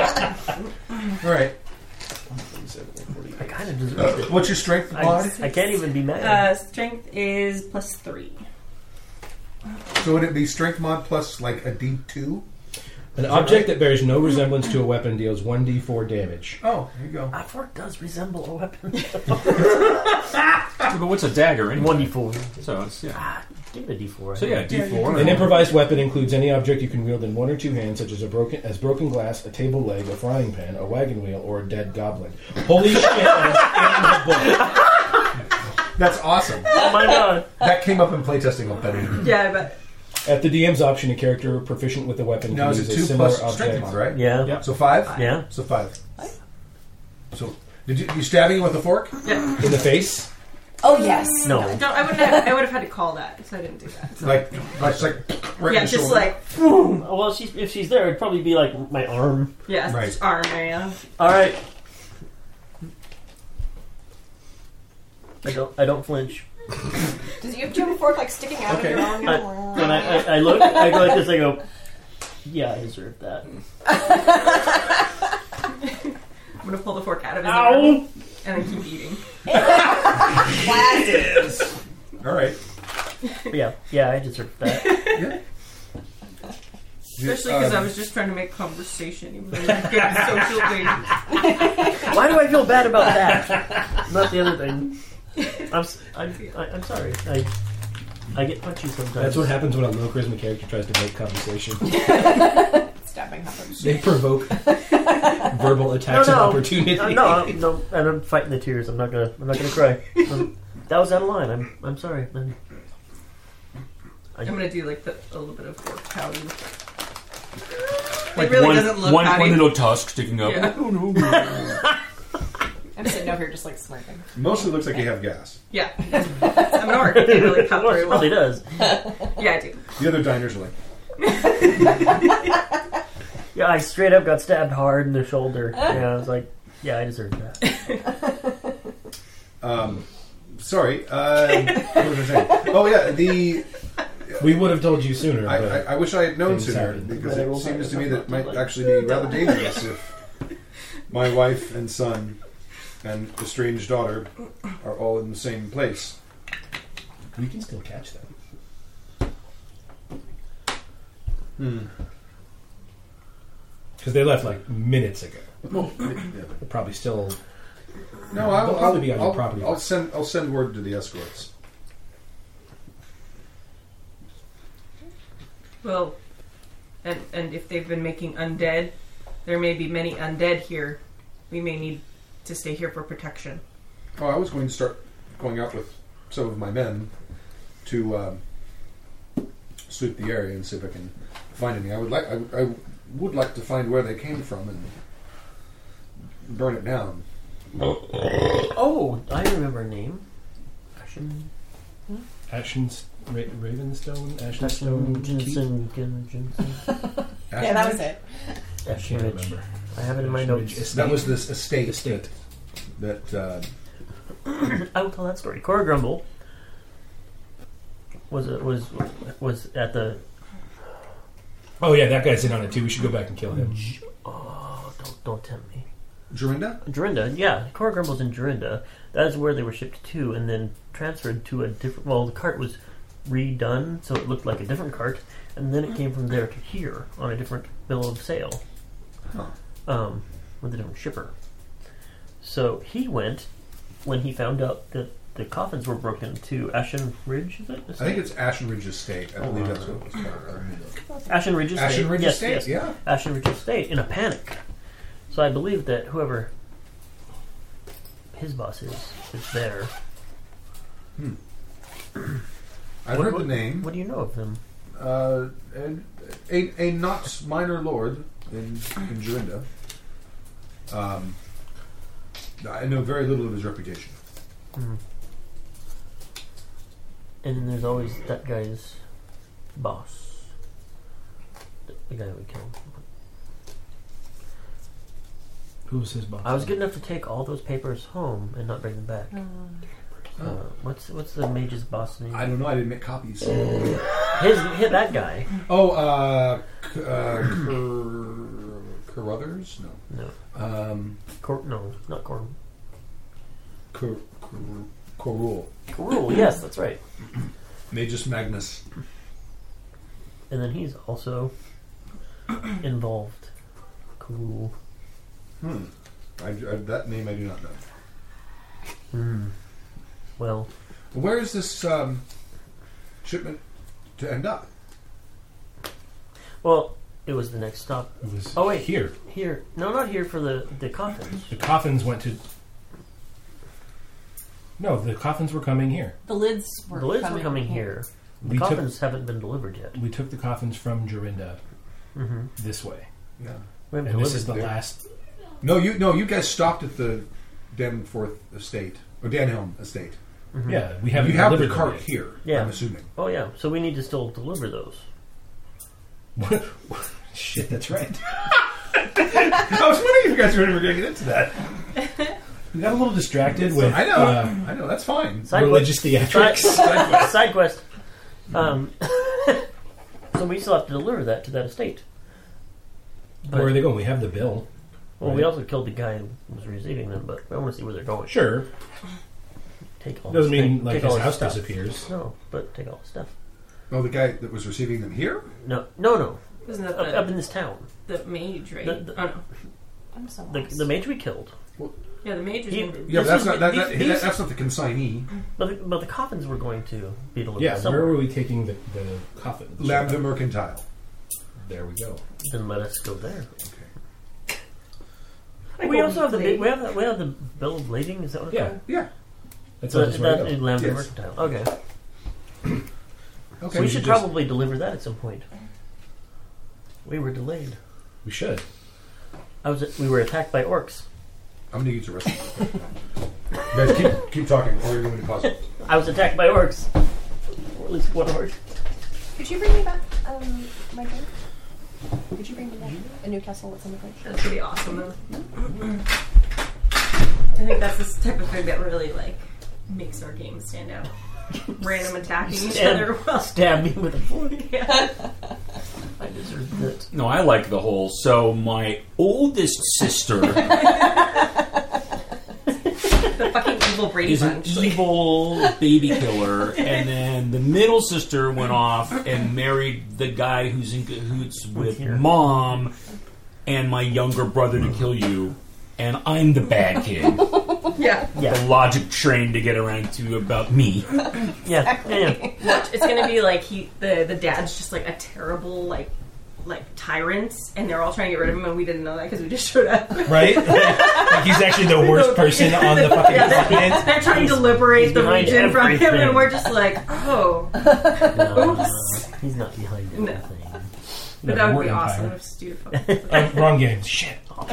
A: All right.
B: I kind of deserved it.
A: What's your strength mod?
B: I, I can't even be mad.
E: Uh, strength is plus three.
A: So would it be strength mod plus like a D two?
C: An object that bears no resemblance to a weapon deals one D four damage.
A: Oh, there you go.
B: a fork does resemble a weapon.
D: But what's a dagger? Anyway?
B: One d four.
D: So it's, yeah.
B: Ah, give it a d four.
D: So yeah, D4.
C: An improvised weapon includes any object you can wield in one or two hands, such as a broken as broken glass, a table leg, a frying pan, a wagon wheel, or a dead goblin. Holy shit! that is in the book.
A: That's awesome.
B: Oh my god.
A: That came up in playtesting. I'll bet. it.
E: Yeah, but
C: At the DM's option, a character proficient with a weapon
A: Now
C: can use
A: is it
C: a
A: two
C: similar
A: plus
C: object.
A: strength mod, right?
B: Yeah.
D: Yep.
A: So five.
B: Yeah.
A: So five. So did you, you stabbing him with a fork?
C: in the face.
F: oh yes.
B: No.
E: no, I wouldn't. Have, I would have had to call that, so I didn't do that.
A: Like, like, like Right
E: yeah,
A: in the
E: just
A: shoulder.
E: like
B: Well, she's, if she's there, it'd probably be like my arm.
E: yeah,
A: Right.
E: just arm man.
B: All right. I don't. I don't flinch.
F: Does you have two fork like sticking out
A: Okay.
F: of your own?
B: When I, I, I look, I go like this. I go. Yeah, I deserve that.
E: I'm gonna pull the fork out of his arm
D: Ow!
E: and I keep eating.
F: Classic.
A: All right.
B: But yeah, yeah, I deserve that.
E: Especially because I
A: Um,
E: was just trying to make conversation. Even though we're good social thing.
B: Why do I feel bad about that? Not the other thing. I'm. s- I'm, I, am sorry. I. I get punchy sometimes.
C: That's what happens when a low charisma character tries to make conversation.
F: Stabbing happens.
C: they provoke verbal attacks
B: No,
C: of
B: no.
C: opportunity.
B: No, no, I'm- no, and I'm fighting the tears. I'm not gonna. I'm not gonna cry. Um, that was out of line. I'm. I'm sorry. I'm, I,
E: I'm gonna do like the, a little bit of fork pouting.
D: Like
E: really
D: one,
E: doesn't look
D: one,
E: howdy.
D: one little tusk sticking up.
E: Yeah.
F: I'm sitting over here just like smirking.
A: Mostly looks like you have gas.
E: Yeah, I'm an orc. I can't really pout very well.
B: probably does.
E: Yeah, I do.
A: The other diners are like,
B: Yeah, I straight up got stabbed hard in the shoulder. Yeah, I was like, yeah, I deserve that.
A: um, sorry. Uh, what was I saying? Oh yeah, the
C: We would have told you sooner,
A: I,
C: but
A: I, I wish I had known
C: Things
A: sooner
C: happen.
A: because
B: But I
A: it
B: will find
A: seems to me
B: it.
A: that might actually be rather dangerous if my wife and son and estranged daughter are all in the same place.
C: we can still catch them.
A: Hmm.
C: Because they left like minutes ago.
A: Well, yeah.
C: They're probably still.
A: No, I'll,
C: They'll probably
A: I'll-
C: be on your
A: I'll-
C: property.
A: I'll send I'll send word to the escorts.
E: Well, and and if they've been making undead, there may be many undead here. We may need to stay here for protection.
A: Oh, I was going to start going out with some of my men to um, sweep the area and see if I can find any. I would like I, I would like to find where they came from and burn it down.
B: Oh, I remember a name. Ashen.
C: Ashen's Ra- Ravenstone? Ashenstone? Keep?
B: Jensen. Jen- Jensen.
F: Yeah, that was it.
C: I can't
B: Ashen Ridge.
C: remember.
B: I have it in my
C: Ashenridge
B: notes.
A: That was this estate,
C: Estate.
A: that uh,
B: I will tell that story. Cora Grumble was uh, was was at the.
C: Oh, yeah, that guy's in on it too. We should go back and kill him.
B: Oh, don't don't tempt me.
A: Jorinda.
B: Jorinda, yeah, Cora Grumble's in Jorinda. That is where they were shipped to, and then transferred to a different. Well, the cart was redone, so it looked like a different cart, and then it came from there to here on a different bill of sale,
A: Huh.
B: um, with a different shipper. So he went when he found out that the coffins were broken to Ashen Ridge. Is it?
A: I think it's Ashen Ridge Estate. I believe that's what it was called.
B: Ashen Ridge Estate.
A: Ashen Ridge
B: yes,
A: Estate.
B: yes.
A: Yeah.
B: Ashen Ridge Estate in a panic. So I believe that whoever his boss is is there.
A: I've
B: What-
A: heard
B: what-
A: the name.
B: What do you know of them?
A: Uh, and a, a not minor lord in, in Jorinda. Um, I know very little of his reputation.
B: And then there's always that guy's boss, the, the guy we killed.
C: Who was his boss?
B: I was good enough to take all those papers home and not bring them back. Uh, what's what's the mage's boss name?
A: Oh. I don't know. I didn't make copies.
B: His, his that guy.
A: Oh, uh, C- uh, Cur- Carruthers? No.
B: No,
A: Um,
B: Cor- no, not Corn.
A: Cor- Cor- Corul.
B: Rule. Yes, that's right.
A: Magus Magnus.
B: And then he's also involved. Cool.
A: Hmm. I, I- that name I do not know.
B: Well,
A: Where is this um, shipment to end up?
B: well, it was the next stop
C: It was
B: Oh, wait.
C: here.
B: here. No, not here for the the coffins.
C: The coffins went to. No, the coffins were coming here.
F: The lids were
B: The lids
F: coming
B: were coming here. The
C: We took-
B: coffins haven't been delivered yet.
C: We took the coffins from Jorinda
B: Mm-hmm.
C: this way.
A: Yeah.
B: We haven't
C: And this is the
B: delivered
C: last.
A: No, you no, you guys stopped at the Danforth Estate or Danhelm Estate.
B: Mhm.
C: Yeah, we haven't
A: you have the
C: delivered them
A: cart
C: yet.
A: here.
B: Yeah.
A: I'm assuming.
B: Oh yeah, so we need to still deliver those.
C: Shit, that's right.
A: I was wondering if you guys were ever going to get into that.
C: We got a little distracted with
A: I know.
C: uh,
A: I know. That's fine.
B: Side
C: religious theatrics.
B: quest. Side quest. Um, so we still have to deliver that to that estate. But,
C: Where are they going? We have the bill.
B: well, we also killed the guy who was receiving them, but I want to see where they're going.
C: Sure.
B: Take all.
C: Doesn't
B: his
C: mean
B: thing-
C: like
B: take
C: his
B: all
C: house
B: stuff.
C: disappears.
B: No, but take all his stuff.
A: Oh, the guy that was receiving them here.
B: No, no, no.
E: Wasn't
B: Up,
E: that
B: up
E: the,
B: in this town,
E: the mage, right?
B: The- the-
E: oh, no.
F: I'm so
B: the,
F: lost.
B: the mage we killed,
E: Yeah, the mage was
B: He-
E: in-
A: Yeah, but
B: This
A: that's not
B: is-
A: that,
B: these-
A: that,
B: these-
A: that's not the consignee.
B: but the, but the coffins were going to be delivered
C: Yeah, where
B: somewhere.
C: were we taking the, the coffin?
A: Lambda Mercantile.
C: There we go.
B: Then let us go there.
F: I
B: we
F: go
B: also have the
F: weekly.
B: big- we have the, we have the bill of lading. Is that what? it's
C: Yeah,
B: called?
A: Yeah.
C: that's
B: So
C: all
B: that,
C: just where
B: that
C: we
B: is
C: go.
B: Lambda
A: Yes.
B: Mercantile. Okay.
A: Okay.
B: we
C: you
B: should
C: just-
B: probably deliver that at some point. We were delayed.
C: We should.
B: I was. We were attacked by orcs.
A: I'm gonna use the rest. of it. You guys, keep keep talking, or you're going to cause. it.
B: I was attacked by orcs. Or at least one orc.
F: Could you bring me back um, my drink? Could you bring me back a Newcastle that's in the fridge?
E: That's pretty awesome, though. I think that's the type of thing that really like makes our game stand out. Random attacking each other. Well,
B: Stab me with a fork.
E: yeah.
B: I deserved it.
D: No, I like the whole. So my oldest sister
E: the fucking evil Brady
D: is an
E: Bunch. like-
D: evil baby killer, and then the middle sister went off and married the guy who's in cahoots with
B: Here.
D: mom and my younger brother to kill you, and I'm the bad kid.
E: yeah.
D: The logic train to get around to about me.
B: Yeah. yeah, yeah.
E: It's gonna be like he the the dad's just like a terrible like like tyrant, and they're all trying to get rid of him, and we didn't know that because we just showed up.
C: Right? like he's actually the worst person on the fucking
E: they're,
C: continent.
E: they're trying to liberate
B: he's
E: the
B: behind
E: region from him,
B: everything.
E: and we're just like, oh,
B: No, he's not behind
E: No.
B: anything.
E: but that would
C: we're
E: be awesome
C: Empire.
E: if Stu fucking-
C: Oh, wrong game. Shit.
D: I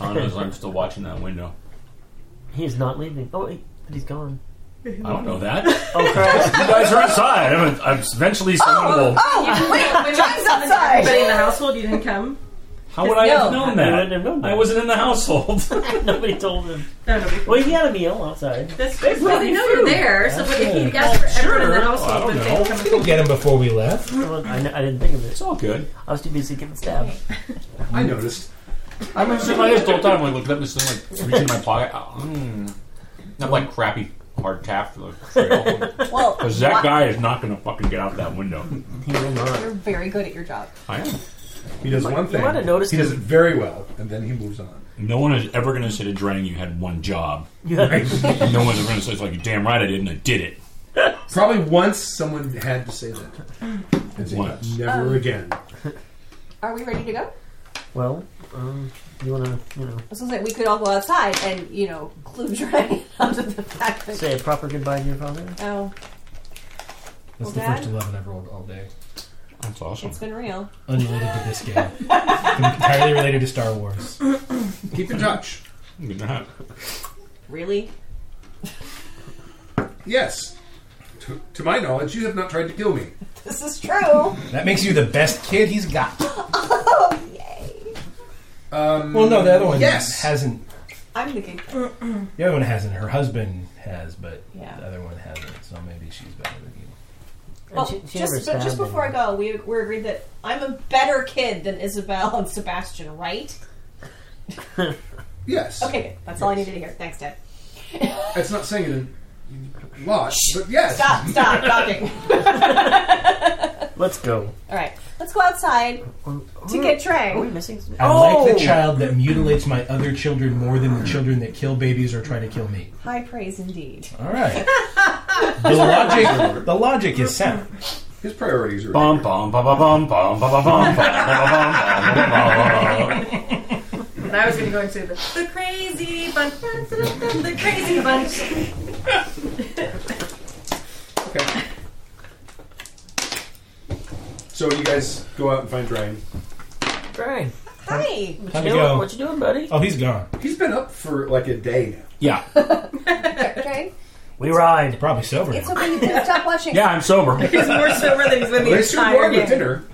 D: don't know, so I'm still watching that window.
B: He's not leaving. Oh, wait, but he's gone.
D: I don't know that.
B: Oh, Christ.
D: You guys are outside. I'm, I'm eventually someone will.
E: You- wait, when you
F: John's
E: summon
F: outside.
E: everybody in the household, you didn't come.
D: How would I have
B: I
D: known
B: wouldn't
D: that?
B: have known that.
D: I wasn't in the household.
B: Nobody told him.
E: No, no,
B: Well, he had a meal outside.
E: That's well, they know you're there, so but if you guess for everyone in the household,
D: Well,
E: but
D: sure.
E: they
D: I don't
E: come
C: We didn't get him before we left.
B: Well, I, kn- I didn't think of it.
D: It's all good.
B: I was too busy getting stabbed.
A: I noticed.
D: I remember sitting like this the whole time. Like looking up and just like reaching in my pocket. Oh, mm. Not like crappy hard tap for the trail.
F: Well,
D: Because that
F: wha-
D: guy is not going to fucking get out that window.
B: He will not.
F: You're very good at your job.
D: I am.
A: He does one thing.
B: might have noticed
A: he does it
B: him.
A: very well, and then he moves on.
D: No one is ever going to sit a drain. You had one job.
B: You had
D: No one's ever going to say it's like, "You're damn right, I did, and I did it."
A: Probably once someone had to say that. And say,
D: Once.
A: Never again.
F: Are we ready to go?
B: Well, um, you want to, you know,
F: I was gonna say we could all go outside and you know clue Dre onto the fact that
B: say a proper goodbye to your father?
F: oh,
C: That's
F: Well,
C: the
F: Dad?
C: first 11 I've rolled all day.
D: That's awesome.
F: it's been real.
C: Unrelated to this game. Entirely related to Star Wars.
A: Keep in touch.
D: Good night.
F: Really?
A: Yes. To, to my knowledge, you have not tried to kill me.
F: This is true.
C: That makes you the best kid he's got.
F: Oh,
A: Um,
C: Well, no, the other one
A: Yes.
C: hasn't.
F: I'm the good kid.
C: The other one hasn't. Her husband has, but
F: Yeah.
C: the other one hasn't. So maybe she's better than you.
B: And
F: Well,
B: she- she never
F: just but just
B: stabbed
F: before I
B: him.
F: go, we we're agreed that I'm a better kid than Isabel and Sebastian, right?
A: Yes.
F: Okay, good. that's all I needed to hear. Thanks, Dad.
A: It's not saying it a lot, but yes.
F: Stop, stop talking.
B: Let's go.
F: All right, let's go outside to get
B: Are we
F: Trey.
B: missing some-
C: I like the child that mutilates my other children more than the children that kill babies or try to kill me.
F: High praise indeed.
C: All right. the logic, the logic is sound.
A: His priorities are.
D: Bum bum bum bum bum bum bum bum bum bum bum bum bum bum.
E: And I was going to go into the, the crazy bunch, the crazy bunch.
A: Okay. So you guys go out and find Ryan.
B: Brian,
F: Hi.
B: what
C: Time
B: you
C: to
B: doing?
C: go.
B: What you doing, buddy?
C: Oh, he's gone.
A: He's been up for like a day now.
D: Yeah.
F: Trey.
B: We ride.
C: Probably sober.
F: It's
C: now.
F: okay. You can stop watching.
D: Yeah, I'm sober.
E: He's more sober than he's been the
A: They still
E: entire
A: were
E: game.
A: at dinner.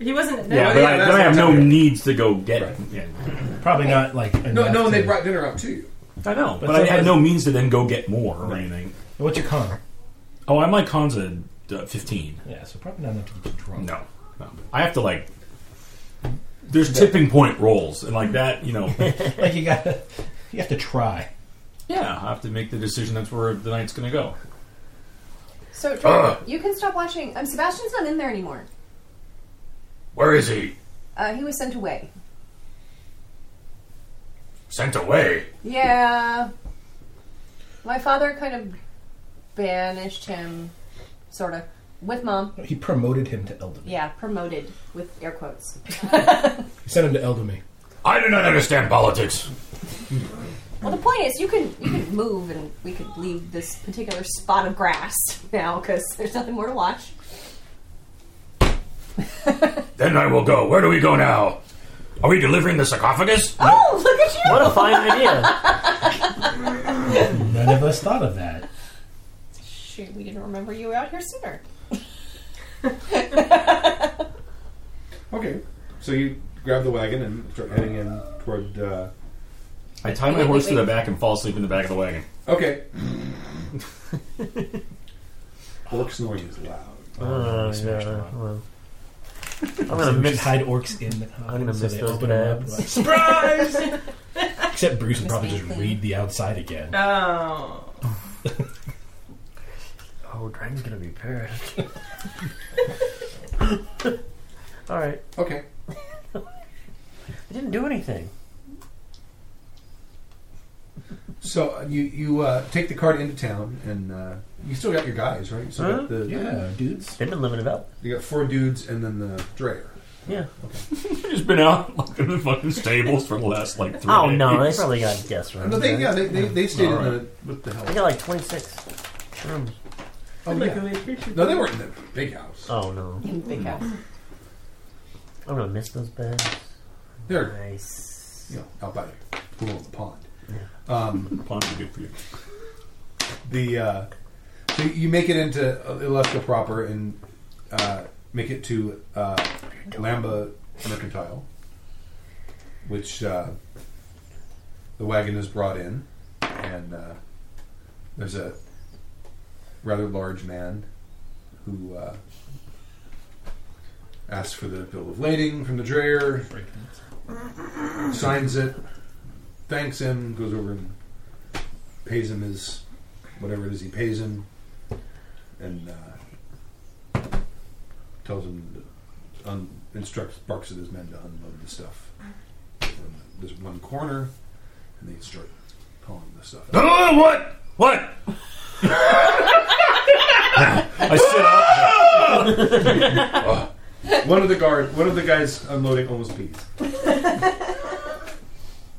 E: He wasn't. No,
D: Yeah,
E: they-
D: but I,
A: that's
D: but I
A: what
D: have
A: I'm
D: no
A: talking about.
D: needs to go get
A: Right.
D: it. Yeah.
C: Probably not like
A: No,
C: enough
A: no, and they
C: to-
A: brought dinner out to you.
D: I know, but,
C: But
D: I
C: so-
D: had no means to then go get more or
C: Right.
D: anything.
C: What's your con?
D: Oh, I'm like Khan's a uh, 15.
C: Yeah, so probably not enough to get you drunk.
D: No, no. I have to like. There's tipping point rolls and like that, you know.
C: Like you got, to you have to try.
D: yeah, I have to make the decision. That's where the night's gonna go.
F: So Jordan, you can stop watching. Um, Sebastian's not in there anymore.
D: Where is he?
F: Uh, he was sent away.
D: Sent away.
F: Yeah. My father kind of banished him, sort of, with mom.
C: He promoted him to elder.
F: Yeah, promoted with air quotes.
C: He sent him to elder me.
D: I do not understand politics.
F: Well, the point is, you can you can move, and we could leave this particular spot of grass now because there's nothing more to watch.
D: Then I will go. Where do we go now? Are we delivering the sarcophagus?
F: Oh, look at you!
B: What a fine idea.
C: None of us thought of that.
F: Shoot, we didn't remember you were out here sooner.
A: Okay, so you grab the wagon and start heading in toward. Uh,
D: I tie my
F: Wait,
D: horse
F: wait,
D: to the
F: wait.
D: back and fall asleep in the back of the wagon.
A: okay. Orc snoring is loud.
B: Oh,
C: He
B: yeah.
C: smashed him up.
B: well. I'm
C: So
B: gonna
C: we
B: miss.
C: just hide orcs in the coffin.
B: gonna
C: so
B: miss
C: they
B: those
C: open 'em up.
B: bads.
C: Surprise! Except Bruce would
F: Miss
C: probably just
F: Beasley.
C: read the outside again.
E: Oh.
B: Oh, Dragon's gonna be pissed. All right.
A: Okay,
B: I didn't do anything.
A: so uh, you you uh, take the cart into town and uh, you still got your guys right. You still got the,
C: Yeah, dudes.
B: They've been living it up.
A: You got four dudes and then the Dreyer.
B: Yeah.
D: He's been out looking at the fucking stables for the last like three.
B: Oh no, they
D: days.
B: probably got guests right.
A: No, they, yeah, they, they, they stayed
D: All
A: in the what the hell?
B: They got like 26 rooms.
A: Oh, yeah. No, they weren't in the big house.
B: Oh no,
F: In the big house.
B: I'm gonna miss those beds.
A: They're
B: Nice.
A: you know out by the pool and the pond.
D: The Pond would be good for you.
A: The uh, so you make it into Alaska proper and uh, make it to uh, Lamba Mercantile, which uh, the wagon is brought in, and uh, there's a rather large man who uh, asks for the bill of lading from the drayer, signs it, thanks him, goes over and pays him his whatever it is he pays him, and uh, tells him to un- instructs barks at his men to unload the stuff. And there's one corner, and they start pulling the stuff. out.
D: Oh, what? What? I sit up.
A: one of the guard, one of the guys unloading almost pees.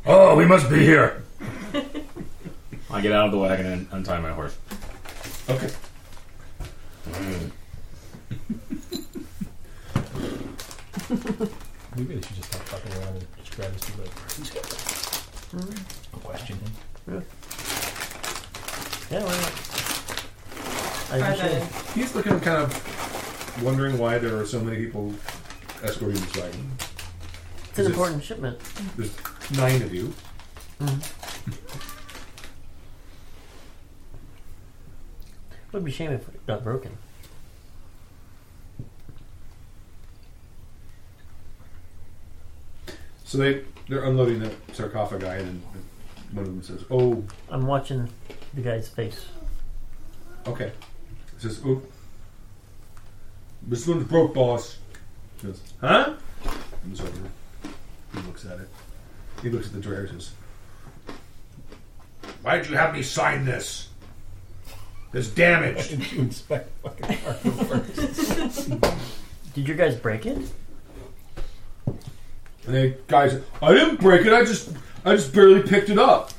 D: Oh, we must be here. I get out of the wagon and untie my horse.
A: Okay.
C: We really should just stop fucking around and just grab this dude. Like, who's got that? Question him.
B: Yeah, why not? I
E: Try
B: appreciate it.
E: that in.
A: He's looking kind of wondering why there are so many people escorting this wagon.
B: It's an important shipment.
A: There's nine of you.
B: It would be a shame if it got broken.
A: So they they're unloading the sarcophagi, and then one of them says, "Oh,
B: I'm watching the guy's face.
A: Okay. He says, oh, this one's broke, boss. He goes, huh? And it's over. He looks at it. He looks at the drawer and says, Why'd you have me sign this? There's damage.
C: Did you inspect fucking
B: Did your guys break it?
A: and the guy says, I didn't break it. I just, I just barely picked it up.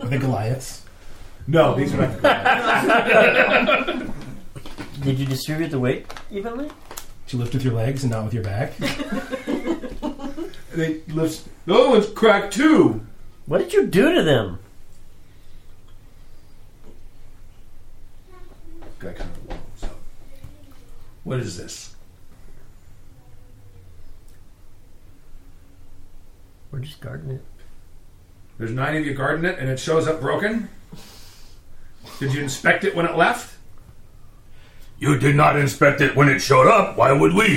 C: Are they Goliaths?
A: No, these are not.
B: Did you distribute the weight evenly?
C: Did you lift with your legs and not with your back?
A: They lifts. The other one's cracked too.
B: What did you do to them?
A: guy kind of walks up. What is this?
B: We're just guarding it.
A: There's nine of you guarding it, and it shows up broken. Did you inspect it when it left?
D: You did not inspect it when it showed up. Why would we?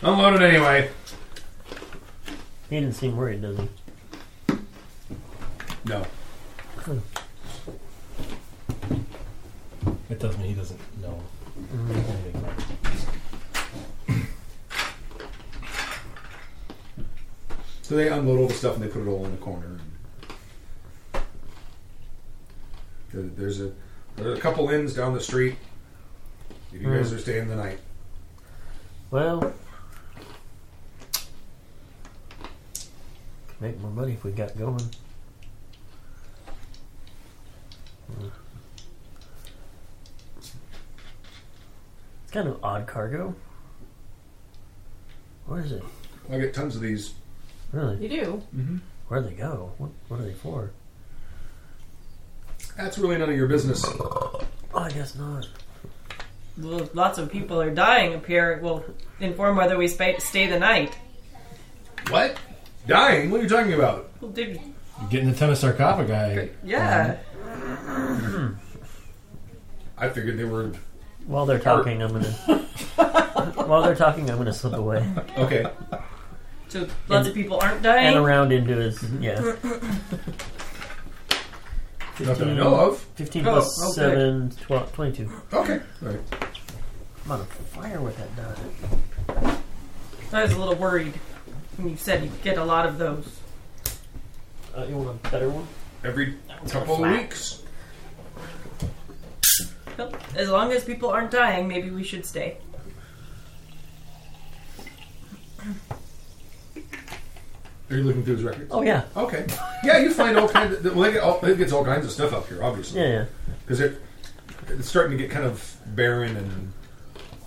A: Unload it anyway.
B: He didn't seem worried, does he?
A: No.
C: It tells me he doesn't know anything
B: Mm.
C: about it.
A: So they unload all the stuff and they put it all in the corner. There- There's a there's a couple inns down the street. If you guys are staying the night,
B: Well, could make more money if we got going. Mm. It's kind of odd cargo. Where is it?
A: I get tons of these.
B: Really?
E: You do.
B: Where do they go? What, what are they for?
A: That's really none of your business.
B: Oh, I guess not.
E: Well, lots of people are dying up here. We'll inform whether we spa stay the night.
A: What? Dying? What are you talking about?
E: Well, dude,
C: You're getting a ton of sarcophagi.
E: yeah.
A: I figured they were
B: While they're talking, I'm gonna. while they're talking, I'm gonna slip away
A: okay.
E: So lots of people aren't
B: and
E: dying.
B: around into his. Yeah,
A: Not that I know of.
B: fifteen
E: Oh,
B: plus
E: okay.
B: seven, 12, 22.
A: Okay. All right.
B: I'm on fire with that dot.
E: I was a little worried when you said you get a lot of those.
B: Uh, you want a better one?
A: Every couple of weeks.
E: Well, as long as people aren't dying, maybe we should stay.
A: Are you looking through his records?
B: Oh yeah,
A: Okay. Yeah, you find all kinds. Of, well, they get all, it gets all kinds of stuff up here, obviously.
B: yeah, yeah.
A: because it, it's starting to get kind of barren and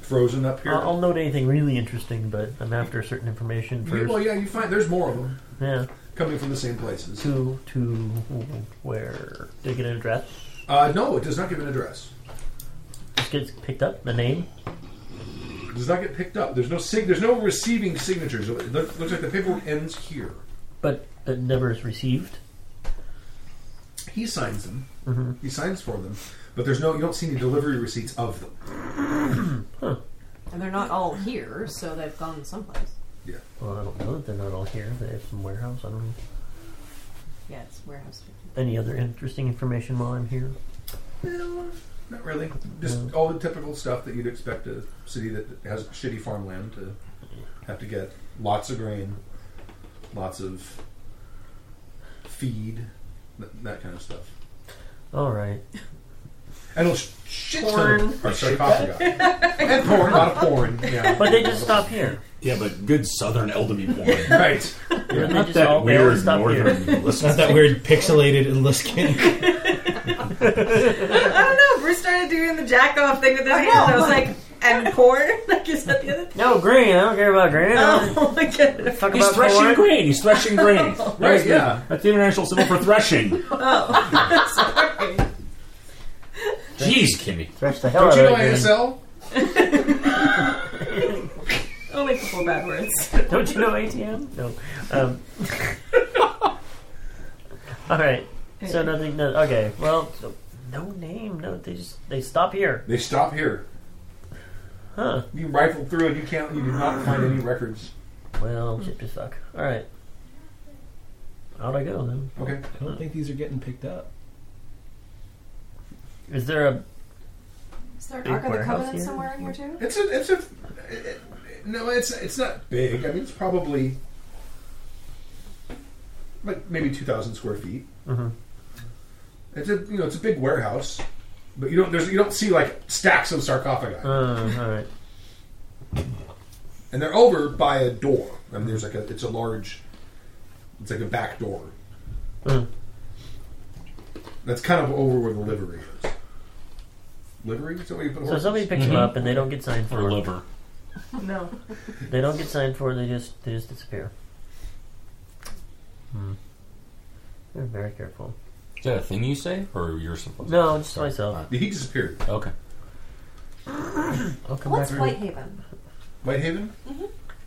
A: frozen up here.
B: I'll, I'll note anything really interesting, but I'm after certain information
A: You-
B: first.
A: well, yeah, you find there's more of them
B: yeah.
A: coming from the same places.
B: To to where? Did it get an address?
A: Uh, no, it does not give an address.
B: Just gets picked up. The name.
A: It does not get picked up. There's no sig- There's no receiving signatures. It loo- looks like the paperwork ends here.
B: But it never is received.
A: He signs them.
B: Mm-hmm.
A: He signs for them, but there's no. You don't see any delivery receipts of them.
F: And they're not all here, so they've gone someplace.
B: Well, I don't know that they're not all here. They have some warehouse. I don't know.
F: Yeah, it's warehouse.
B: Any other interesting information while I'm here?
A: No, not really. Just
B: Mm.
A: all the typical stuff that you'd expect a city that has shitty farmland to have to get. Lots of grain, lots of feed, th- that kind of stuff.
B: All right.
A: And a sh- shit ton of- of sarcophagi. and porn, a lot of porn. Yeah.
B: But they just stop here.
D: Yeah, but good southern elderly woman.
A: Right.
B: They
D: Not
B: just
D: that
B: all- they all
D: weird
B: stop here.
D: northern.
C: Not that weird pixelated Eliskin.
E: I don't know. Bruce started doing the jack off thing with his hand. I was like, and porn? Like, is that the other thing?
B: No green. I don't care about green. I
E: Oh my god.
B: don't Talk
D: He's
B: about
D: threshing
B: porn.
D: grain. He's threshing grain.
A: Right, yeah.
D: That's the international symbol for threshing.
E: Sorry.
D: Jeez, Kimmy.
B: Thresh the hell
A: Don't
B: out
A: you
B: of
A: know
B: that green.
A: ASL?
E: Only a couple bad words.
B: Don't you know ATM? No. Um, all right. So nothing. No, okay. Well, so no name. No. They just they stop here.
A: They stop here.
B: Huh.
A: You rifle through it, you can't, you do not find any records.
B: Well, shit to fuck. All right. How'd I go then?
A: Okay.
C: I don't think these are getting picked up.
B: Is there a?
F: Is there an
B: Big
F: Ark of the
B: warehouse
F: Covenant
B: here?
F: somewhere in here too?
A: It's a, it's a, it- it- no, it's it's not big. I mean, it's probably like maybe two thousand square feet.
B: Mhm.
A: It's a you know it's a big warehouse, but you don't there's you don't see like stacks of sarcophagi,
B: Uh, all right.
A: and they're over by a door. I mean, there's like a it's a large, it's like a back door.
B: Uh,
A: That's kind of over where the livery is. Livery? Is that where you put
B: so
A: horses?
B: somebody picks them up and they don't get signed
D: Or
B: for.
D: liver.
E: No.
B: They don't get signed for. They just they just disappear. Hmm. They're very careful.
D: that a thing you say, or you're supposed?
B: No,
D: to
B: just myself.
D: Alright.
A: He disappeared.
D: Okay.
B: I'll come
F: What's
B: back.
F: Whitehaven?
A: Whitehaven.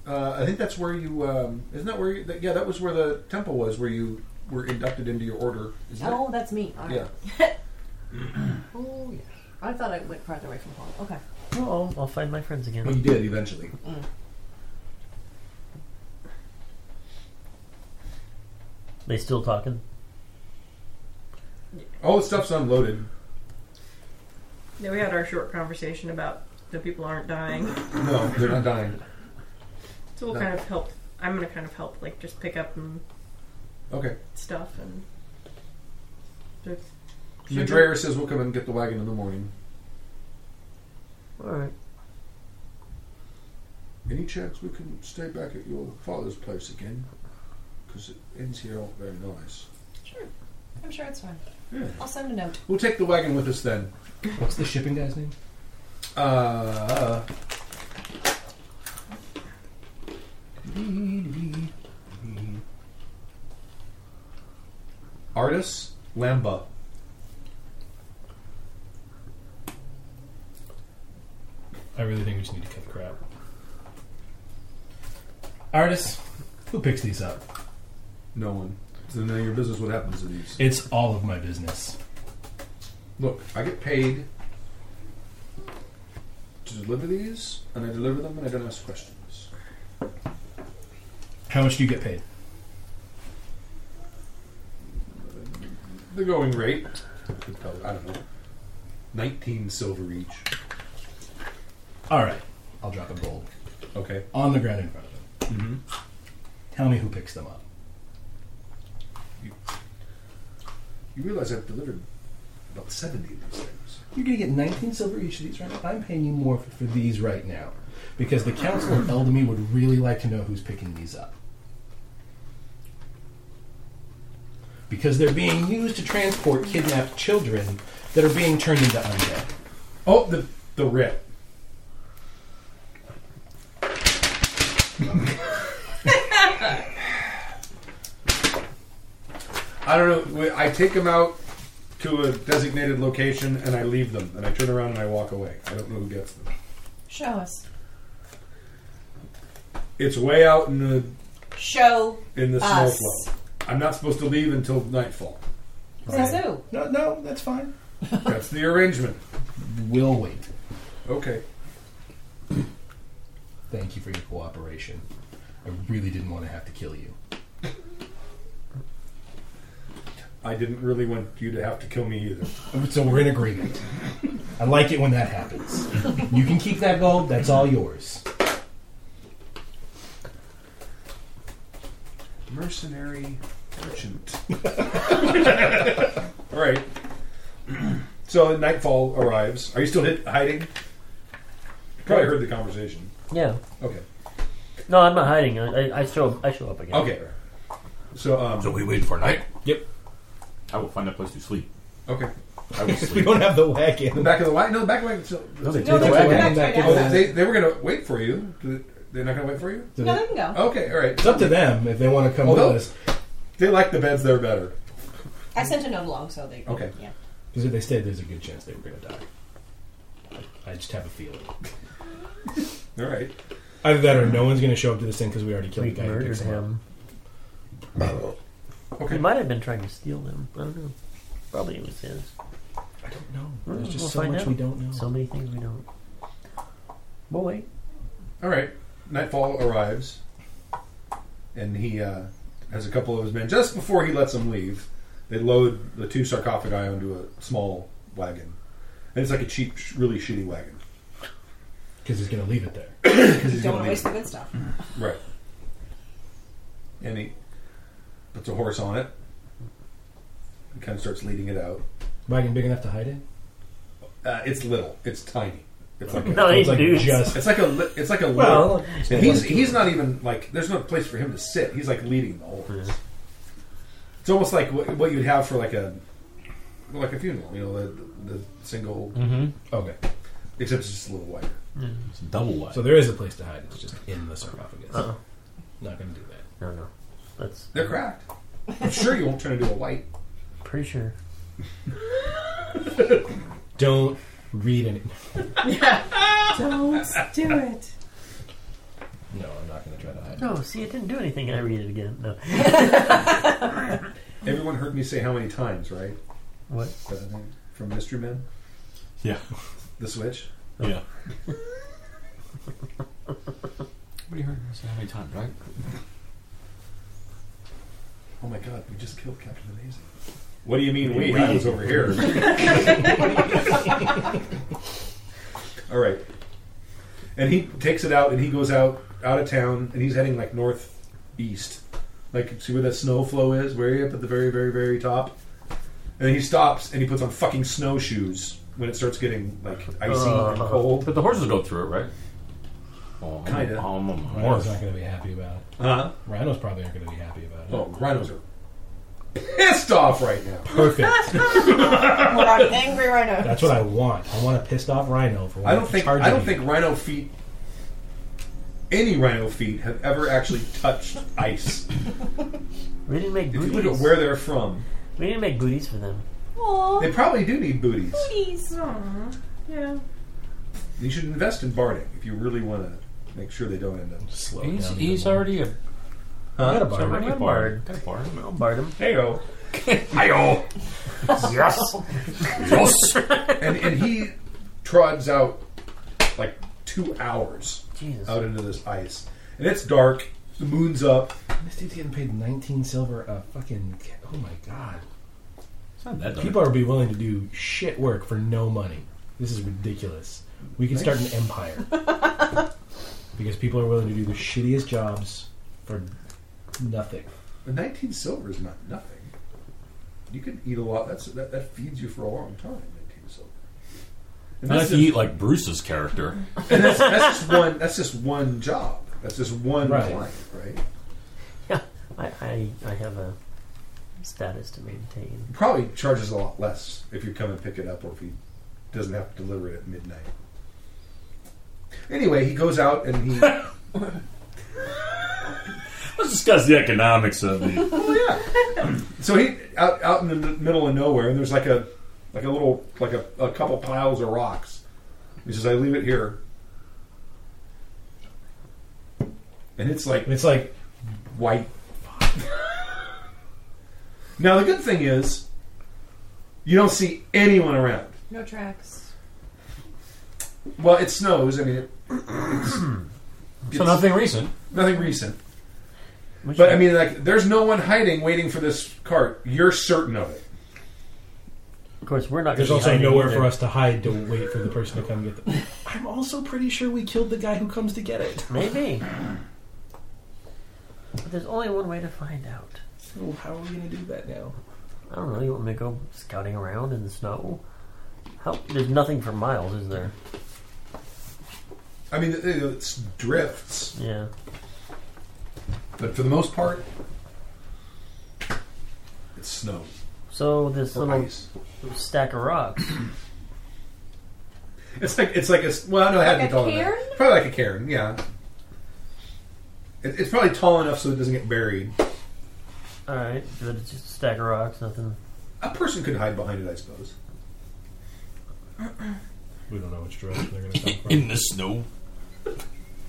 A: Uh, I think that's where you. Um, isn't that where? You, that, yeah, that was where the temple was, where you were inducted into your order. Isn't it?
F: Oh, that's me. All right.
A: Yeah.
F: Oh, yeah. I thought I went farther away from home. Okay.
B: Oh, I'll- I'll find my friends
A: Well,
B: again.
A: you did eventually.
B: They still talking?
A: All Oh, the stuff's unloaded.
E: Yeah, we had our short conversation about the people aren't dying.
A: No, they're not dying.
E: So we'll
A: No.
E: kind of help. I'm gonna kind of help, like just pick up and
A: Okay.
E: stuff and. Just-
A: Madreira says we'll come and get the wagon in the morning.
B: All right.
A: Any chance we can stay back at your father's place again? Because it ends here not very nice.
F: Sure. I'm sure it's fine.
A: Yeah.
F: I'll send a note.
A: We'll take the wagon with us then.
C: What's the shipping guy's name?
A: Uh, artist Lamba.
C: I really think we just need to cut the crap. Artists, who picks these up?
A: No one. So now your business. What happens to these?
C: It's all of my business.
A: Look, I get paid to deliver these, and I deliver them, and I don't ask questions.
C: How much do you get paid?
A: The going rate, is probably, I don't know, 19 silver each.
C: All right, I'll drop a gold
A: Okay.
C: on the ground in front of him.
A: Mm-hmm.
C: Tell me who picks them up.
A: You realize I've delivered about 70 of these things.
C: You're going to get 19 silver each of these, right? I'm paying you more for, for these right now because the council of Eldamy would really like to know who's picking these up. Because they're being used to transport kidnapped children that are being turned into undead.
A: Oh, the the rip. I don't know. I take them out to a designated location and I leave them, and I turn around and I walk away. I don't know who gets them.
F: Show us.
A: It's way out in the
F: Show
A: in the
F: us.
A: snow flow. I'm not supposed to leave until nightfall.
F: Says who?
C: No, no, that's fine.
A: That's the arrangement.
C: We'll wait.
A: Okay.
C: Thank you for your cooperation. I really didn't want to have to kill you.
A: I didn't really want you to have to kill me either.
C: So we're in agreement. I like it when that happens. You can keep that gold, that's all yours.
A: Mercenary merchant. All right. So nightfall arrives. Are you still hid- hiding? Probably heard the conversation.
B: Yeah.
A: Okay.
B: No, I'm not hiding. I, I, I show I show up again.
A: Okay. So um.
D: So we wait for night.
C: Yep.
D: I will find a place to sleep.
A: okay.
D: I will
C: We
D: sleep.
C: don't have the
A: The
C: wagon.
A: back of the wagon. No, the back of the wagon. So,
C: No, they take the
F: No, they're
C: wagon
F: going
C: back
F: back
C: to
F: right
A: oh,
F: now.
C: the.
A: they, they were gonna wait for you. Do they- They're not gonna wait for you.
C: do
F: No,
C: they-
F: they can go.
A: Okay. All right.
C: It's up to them if they want to come with
A: Although-
C: us.
A: They like the beds there better.
F: I sent a note along, so they.
A: Okay.
F: Yeah.
C: Because if they stayed, there's a good chance they were going to die. I just have a feeling.
A: All right.
C: Either that or no one's going to show up to this thing because we already killed
B: We
C: the guy who
B: murdered
C: picks him up.
B: him. He
A: Okay.
B: might have been trying to steal them. I don't know. Probably it was his.
C: I don't know.
B: Well,
C: There's just
B: we'll
C: so
B: find
C: much
B: out.
C: we don't know.
B: So many things we don't. We'll wait.
A: All right. Nightfall arrives, and he uh, has a couple of his men. Just before he lets them leave, they load the two sarcophagi onto a small wagon, and it's like a cheap, sh- really shitty wagon
C: Because he's going to leave it there.
A: because he's
F: Don't want
A: gonna
F: to waste
A: leave.
F: the good stuff.
A: Right. And he puts a horse on it and kind of starts leading it out.
C: Wagon big enough to hide in?
A: Uh, it's little. It's tiny. It's like a,
B: No,
C: It's
B: he's
C: like
B: Oh, dudes.
C: just
A: it's like a li- it's like a little.
C: Well,
A: And he's he's not even like there's no place for him to sit. He's like leading the horse. It's almost like what, what you'd have for like a well, like a funeral, you know, the, the single,
B: Mm-hmm.
C: okay.
A: except it's just a little wider.
D: It's double wide.
C: So there is a place to hide. It's just in the sarcophagus.
B: Uh-oh.
C: Not going to do that.
B: No, no. That's.
A: They're cracked. I'm sure you won't turn into a light.
B: Pretty sure.
C: Don't read any.
F: Don't do it.
C: No, I'm not going to try to hide.
B: No, see, it didn't do anything, and I read it again. No.
A: Everyone heard me say how many times, right?
B: What?
A: That thing From Mystery Men?
D: Yeah.
A: The Switch?
D: Yeah. What heard this how many times, right?
A: Oh my god, we just killed Captain Amazing. What do you mean we? I
D: We.
A: was over here. All right. And he takes it out and he goes out out of town and he's heading like northeast. Like see where that snow flow is, way up at the very, very, very top. And then he stops and he puts on fucking snowshoes when it starts getting like icy and
B: Uh.
A: cold.
D: But the horses go through it, right? Oh, I'm-
A: Kinda.
D: I'm a
C: Rhino's
D: horse.
C: not going to be happy about it.
A: Huh?
C: Rhino's probably not going to be happy about it.
A: Oh, rhinos are pissed off right now.
C: Perfect.
F: We're not angry right now.
C: That's what I want. I want a pissed off rhino for when
A: I don't
C: it's
A: think
C: charging
A: I don't
C: you.
A: think rhino feet any rhino feet have ever actually touched ice.
B: We didn't make
A: If you
B: booties.
A: look at where they're from,
B: we didn't make booties for them.
A: they probably do need booties.
E: Oh. Aw, yeah.
A: You should invest in barding if you really want to make sure they don't end up.
C: Slow
D: He's,
C: down
D: he's
C: even more.
D: already a
C: I got a
D: he's
C: bar.
D: already a
B: I'm
D: bard.
B: barred.
D: Got a bard.
B: I'll bard them.
A: Heyo.
D: Hi-yo. yes. yes.
A: And and he trods out like two hours
B: Jesus.
A: out into this ice, and it's dark. The moon's up.
C: This dude's getting paid 19 silver a fucking. ca- Oh my god.
D: It's not that dark.
C: People are be willing to do shit work for no money. This is ridiculous. We could start an empire because people are willing to do the shittiest jobs for nothing.
A: But 19 silver is not nothing. You can eat a lot. That's that, that feeds you for a long time. 19 silver. And
D: Not
A: that's
D: if you
A: just,
D: eat like Bruce's character.
A: and that's, that's just one. That's just one job. That's just one
C: Right.
A: client, right?
B: Yeah, I, I, I have a status to maintain.
A: Probably charges a lot less if you come and pick it up, or if he doesn't have to deliver it at midnight. Anyway, he goes out and he. oh
D: Let's discuss the economics of the.
A: yeah. So he out out in the n- middle of nowhere, and there's like a like a little like a, a couple piles of rocks. He says, "I leave it here," and it's like
C: And it's like
A: white. now the good thing is, you don't see anyone around.
F: No tracks.
A: Well, it snows. I mean, it, it's,
D: So
A: it's
D: nothing recent.
A: nothing recent.
B: Which
A: But I mean, like, there's no one hiding, waiting for this cart. You're certain of it.
B: of course, we're not.
C: there's
B: gonna be
C: also
B: hiding
C: nowhere
B: either.
C: for us to hide to wait for the person to come get the. I'm also pretty sure we killed the guy who comes to get it.
B: Maybe. But there's only one way to find out.
C: So how are we gonna do that now?
B: I don't know. You want me to go scouting around in the snow? How, there's nothing for miles, is there?
A: I mean, it- it's drifts,
B: Yeah.
A: but for the most part, it's snow
B: So this
A: or
B: little
A: ice.
B: stack of rocks.
A: It's like it's like a s- well, no, it had to be
F: Like a
A: taller. than that.
F: cairn?
A: Probably like a cairn, yeah. It, it's probably tall enough so it doesn't get buried.
B: All right, but it's just a stack of rocks. Nothing.
A: A person could hide behind it, I suppose.
C: We don't know which direction they're gonna come from.
D: In the snow.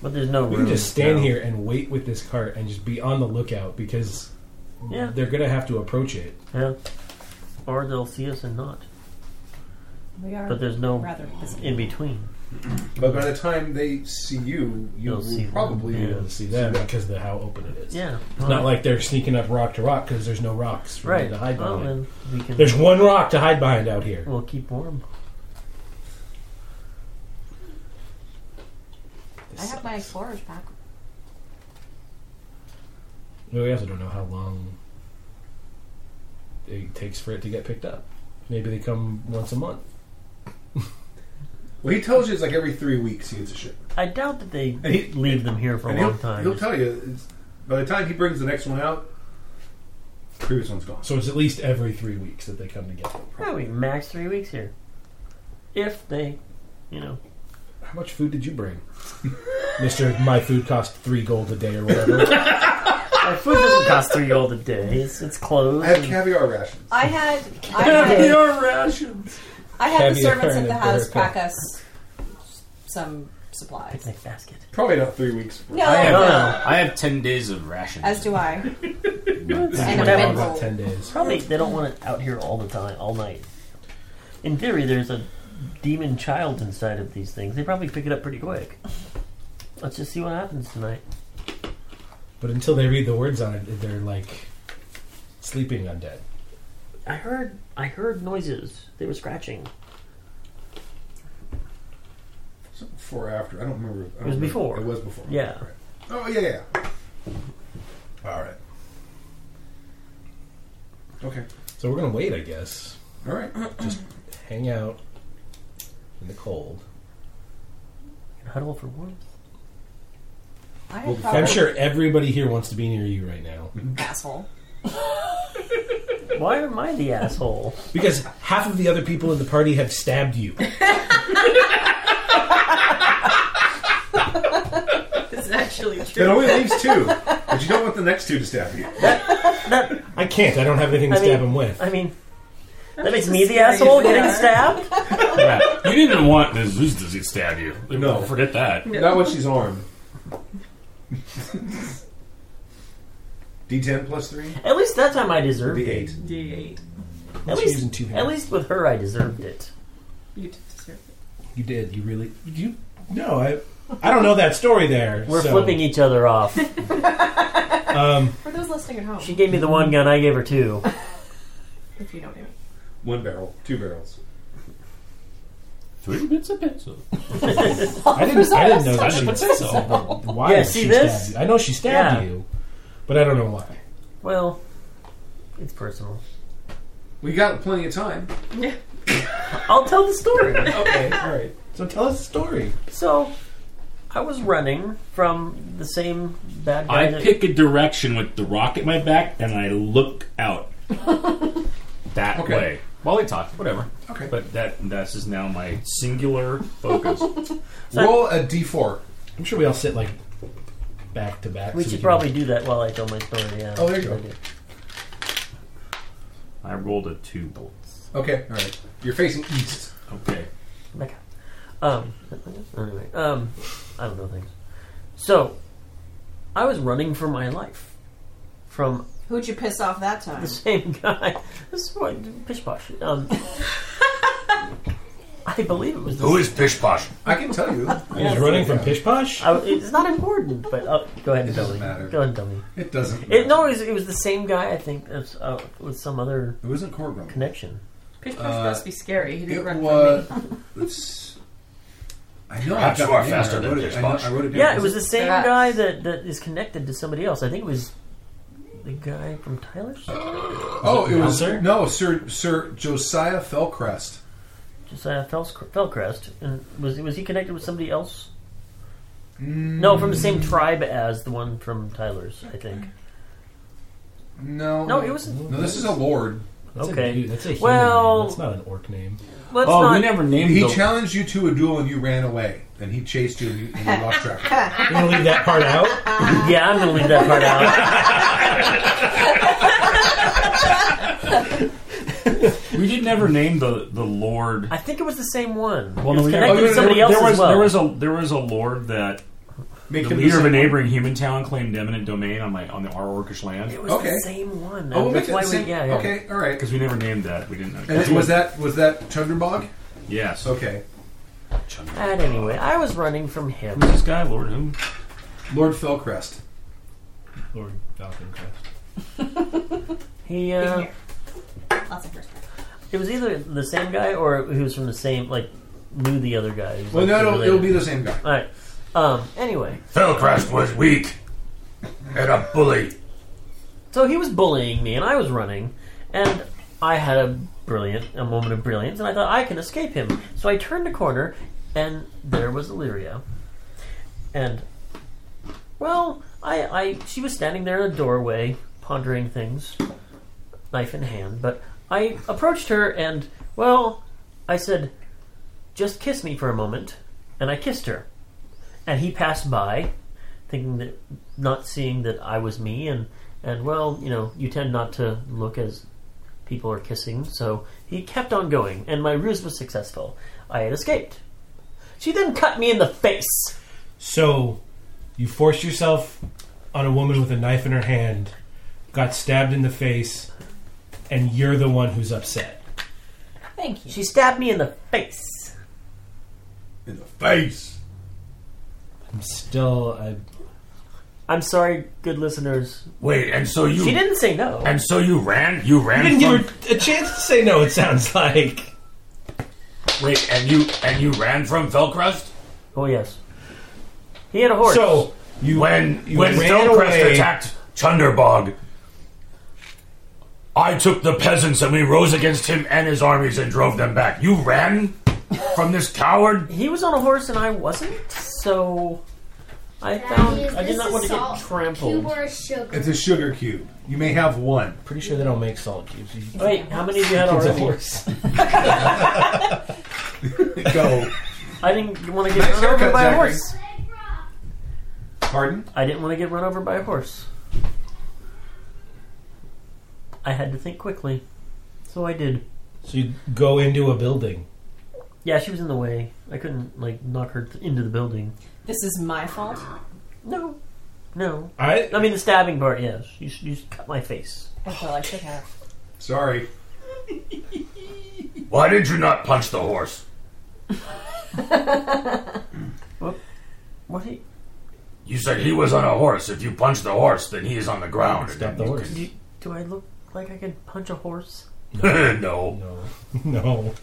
B: But there's no
C: We
B: room.
C: can just stand
B: No.
C: here and wait with this cart and just be on the lookout because
B: Yeah.
C: they're gonna have to approach it.
B: Yeah. Or they'll see us and not.
F: We are
B: But there's no
F: rather busy.
B: in between.
A: But by the time they see you, you
B: They'll
A: will
B: see them,
A: probably
B: yeah.
C: You'll see them because of how open it is.
B: Yeah.
C: It's not like they're sneaking up rock to rock because there's no rocks for them
B: right.
C: to hide
B: Well,
C: behind.
B: then we can.
C: There's one rock to hide behind out here.
B: We'll keep warm.
F: I have my explorer's pack.
C: We also don't know how long it takes for it to get picked up. Maybe they come once a month.
A: Well, he tells you it's like every three weeks he gets a shipment.
B: I doubt that they
A: And he-
B: leave them here for a
A: and
B: long
A: he'll,
B: time.
A: he'll tell you it's, by the time he brings the next one out, the previous one's gone.
C: So it's at least every three weeks that they come to get them.
B: Probably max three weeks here. If they, you know,
C: How much food did you bring? Mister, my food cost three gold a day or whatever.
B: my food doesn't costs three gold a day. It's, it's closed.
A: I have
B: and-
A: caviar rations.
F: I had I had
D: rations.
F: I had the
C: Caviar
F: servants at
C: and
F: the
C: a
F: house
C: burger.
F: pack us some supplies.
B: picnic basket.
A: Probably not three weeks.
F: No,
D: I have,
B: no,
F: no.
B: no.
D: I have ten days of rations.
F: As do I.
C: We're
F: and a
B: That
C: all
B: one.
C: about
F: bedroll.
C: ten days.
B: Probably they don't want it out here all the time, all night. In theory, there's a demon child inside of these things. They probably pick it up pretty quick. Let's just see what happens tonight.
C: But until they read the words on it, they're like sleeping undead.
B: I heard, I heard noises. They were scratching.
A: So Before or after? I don't remember. I don't
B: It was
A: remember.
B: before.
A: It was before.
B: Yeah.
A: Right. Oh yeah, yeah. All right. Okay.
C: So we're gonna wait, I guess.
A: All right.
C: Hang out in the cold.
B: Huddle for warmth.
F: I
A: Well,
F: had
A: I'm
F: probably
C: I'm sure everybody here wants to be near you right now
F: asshole.
B: Why am I the asshole?
C: because half of the other people in the party have stabbed you.
E: This is actually true.
A: It only leaves two, but you don't want the next two to stab you.
C: I can't. I don't have anything to
B: I mean-
C: stab him with.
B: I mean, that makes me the asshole getting stabbed.
D: Yeah. You didn't want the Zeus to stab you.
A: No.
D: forget that.
A: Not when she's armed. D10 plus three.
B: At least that time I deserved it.
A: The eight.
E: D8.
B: At
C: She's using
B: least,
C: two hands.
B: at least with her, I deserved it.
E: You did deserve it.
C: You did. You really. You. No, I. I don't know that story there.
B: We're
C: so,
B: flipping each other off.
C: Um,
F: For those listening at home,
B: she gave me the one gun. I gave her two.
F: if you know what I mean.
A: One barrel. Two barrels.
D: Three bits of pencil.
C: I didn't. I didn't know that.
D: I
C: She
D: didn't say so.
C: stabbed you. Why
B: Yeah,
C: did
B: see
C: she
B: this?
C: stab you? I know she stabbed
B: Yeah.
C: you, but I don't know why.
B: Well, it's personal.
A: We got plenty of time.
B: I'll tell the story.
C: Okay. All right. So tell us the story.
B: So, I was running from the same bad guy.
D: I
B: that-
D: pick a direction with the rock at my back and I look out that
A: Okay.
D: way. While we talk, whatever.
A: Okay.
D: But that that's just now my singular focus.
A: Roll a D4.
C: I'm sure we all sit like back to back.
B: We
C: so
B: should
C: can-
B: probably do that while I tell my story. Yeah.
A: Oh, there you go.
D: I rolled a two bolts.
A: Okay. All right. You're facing east.
D: Okay.
B: Mecca. Um. Anyway. Um. I don't know things. So, I was running for my life from
F: Who'd you piss off that time?
B: the same guy. This is what pish posh. Um. I believe it was the.
D: is Pish Posh?
A: I can tell you.
C: He's running from Pish Posh.
B: I, it's not important, but uh, go ahead and
A: It
B: tell
A: doesn't
B: me.
A: matter.
B: Go ahead and tell me.
A: It doesn't.
B: It, no, it was, it was the same guy. I think as, uh, with some other
A: It wasn't Corgrum.
B: connection.
E: Pitch Posh
A: Uh,
E: must be scary. He didn't
A: It
E: run
A: was. Let's, I know
D: Perhaps you
A: I've got
D: are
A: the name.
D: faster
A: I
D: than
A: wrote
D: Pish
A: it. I,
D: Posh.
A: know- I wrote it down.
B: Yeah, it was the same
E: Perhaps.
B: guy that, that is connected to somebody else. I think it was the guy from Tyler.
A: Oh, it was
C: Bouncer?
A: no Sir Sir Josiah Felcrest.
B: Josiah uh, Fels- Felcrest, and was was he connected with somebody else? No, from the same tribe as the one from Tyler's, I think.
A: No,
B: No, it was.
A: No, this is a lord.
C: That's a
B: Okay.
C: dude. that's a human
B: Well-
C: name. That's not an orc name.
B: Let's
D: oh,
B: not.
D: we never named
A: He
D: the-
A: challenged you to a duel and you ran away, and he chased you and you, and you lost track.
C: We're gonna leave that part out.
B: yeah, I'm gonna leave that part out.
D: We did never name the the Lord.
B: I think it was the same one.
D: Well,
B: It
D: no,
B: was
D: we
B: connected
A: oh,
B: to
A: no,
B: somebody
D: there,
B: else
D: there was
B: as well.
D: there was a there was a Lord that
A: Make
D: the
A: him
D: leader of a
A: same-
D: neighboring human town claimed eminent domain on my on the our orcish land
B: it was
A: okay.
B: the same one.
A: Oh, we'll make
B: That's
A: it
B: why
A: the same.
B: we. Yeah, yeah.
A: Okay, all right.
D: because we never named that. We didn't. know.
A: And it- was that was that Thunderbog?
D: Yes.
A: Okay,
B: And anyway, I was running from him.
D: Who's this guy, Lord? Who?
A: Lord Felcrest.
C: Lord Falcon Crest.
B: He
F: Big
B: uh,
F: hair. Lots of hair.
B: It was either the same guy or he was from the same, like, knew the other guy. He was,
A: Well,
B: like,
A: no, it'll,
B: related.
A: it'll be the same guy.
B: Alright. Um, anyway,
G: Felcrest was weak and a bully.
B: so he was bullying me and I was running, and I had a brilliant, a moment of brilliance, and I thought, I can escape him. So I turned a corner, and there was Illyria. And, well, I, I, she was standing there in a doorway, pondering things, knife in hand, but I approached her and, well, I said, just kiss me for a moment, and I kissed her. And he passed by, thinking that, not seeing that I was me, and And well, you know, you tend not to look as people are kissing, so he kept on going, and my ruse was successful. I had escaped. She then cut me in the face.
C: So, you forced yourself on a woman with a knife in her hand, got stabbed in the face, and you're the one who's upset.
F: Thank you.
B: She stabbed me in the face.
A: In the face.
C: I'm still. I,
B: I'm sorry, good listeners.
G: Wait, and so you
B: She didn't say no.
G: and so you ran, you
C: you
G: ran
C: didn't
G: from
C: give her a chance to say no. It sounds like
G: wait, and you and you ran from Velcrust
B: Oh yes, he had a horse.
C: so. You
G: when
C: you
G: when
C: ran
G: Velcrust
C: away.
G: attacked Chunderbog. I took the peasants and we rose against him and his armies and drove them back. You ran from this coward.
B: he was on a horse and I wasn't, so I found
H: is-
B: I did
H: this
B: not
H: is
B: want to
H: salt.
B: get trampled.
H: Cube or sugar?
A: It's a sugar cube. You may have one.
C: Pretty sure they don't make salt cubes. You-
B: Wait, how many of you had
C: It's a
B: already?
C: horse.
A: Go.
B: I didn't want to get
A: Nice
B: run over
A: haircut,
B: by a
A: Zachary.
B: horse.
A: Pardon?
B: I didn't want to get run over by a horse. I had to think quickly, so I did.
C: So you go into a building.
B: Yeah, she was in the way. I couldn't like knock her th- into the building.
F: This is my fault.
B: No, no.
C: I
B: I mean the stabbing part. Yes, you, s- you s- cut my face.
F: That's all I should have.
A: Sorry.
G: Why did you not punch the horse?
B: What? Did
G: You said he was on a horse. If you punch the horse, then he is on the ground.
C: stop the horse.
B: you, do I look like I could punch a horse?
G: no.
C: No, no.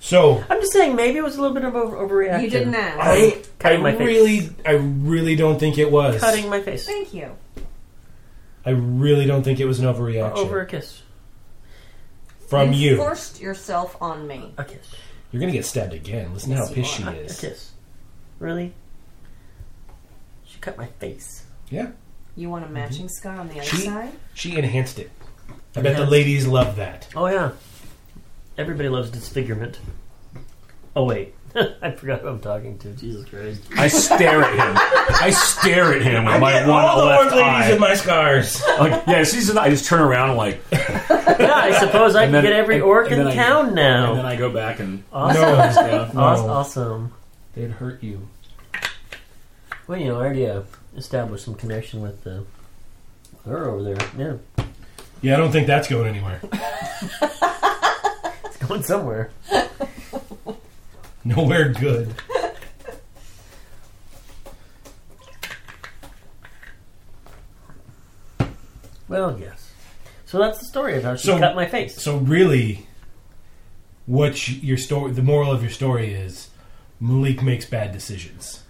C: So
B: I'm just saying, maybe it was a little bit of over- overreaction.
F: You didn't ask.
C: I, I
B: Cutting my face.
C: really, I really don't think it was.
B: Cutting my face
F: Thank you.
C: I really don't think it was an overreaction
B: over a kiss.
C: from you.
F: Forced yourself on me.
B: A kiss.
C: You're gonna get stabbed again. Listen to how
F: Yes, you
C: pissed she
F: are.
B: A, a
C: is.
B: kiss. Really? She cut my face.
C: Yeah,
F: You want a matching scar on the other
C: She-
F: side?
C: she enhanced it. I bet the
B: Enhanced.
C: ladies love that.
B: Oh yeah. Everybody loves disfigurement. Oh wait, I forgot who I'm talking to. Jesus Christ.
D: I stare at him. I stare at him with my
C: Get
D: one
C: all the
D: left
C: orange ladies
D: eye.
C: in my scars.
D: like, yeah, she's. I just turn around like,
B: Yeah, I suppose I
D: And
B: can
D: then-
B: get every
D: and-
B: orc
D: and
B: in
D: then I-
B: town
C: Oh.
B: now.
D: and then I go back and oh,
B: awesome.
C: no,
D: yeah.
B: Aw-
C: no.
B: Awesome.
C: they'd hurt you.
B: Well, you know, I already uh, established some connection with uh, her over there. Yeah,
C: Yeah, I don't think that's going anywhere.
B: it's going somewhere.
C: Nowhere good.
B: Well, yes. So that's the story of how she
C: So-
B: cut my face.
C: So really, what you- your story? The moral of your story is Malik makes bad decisions.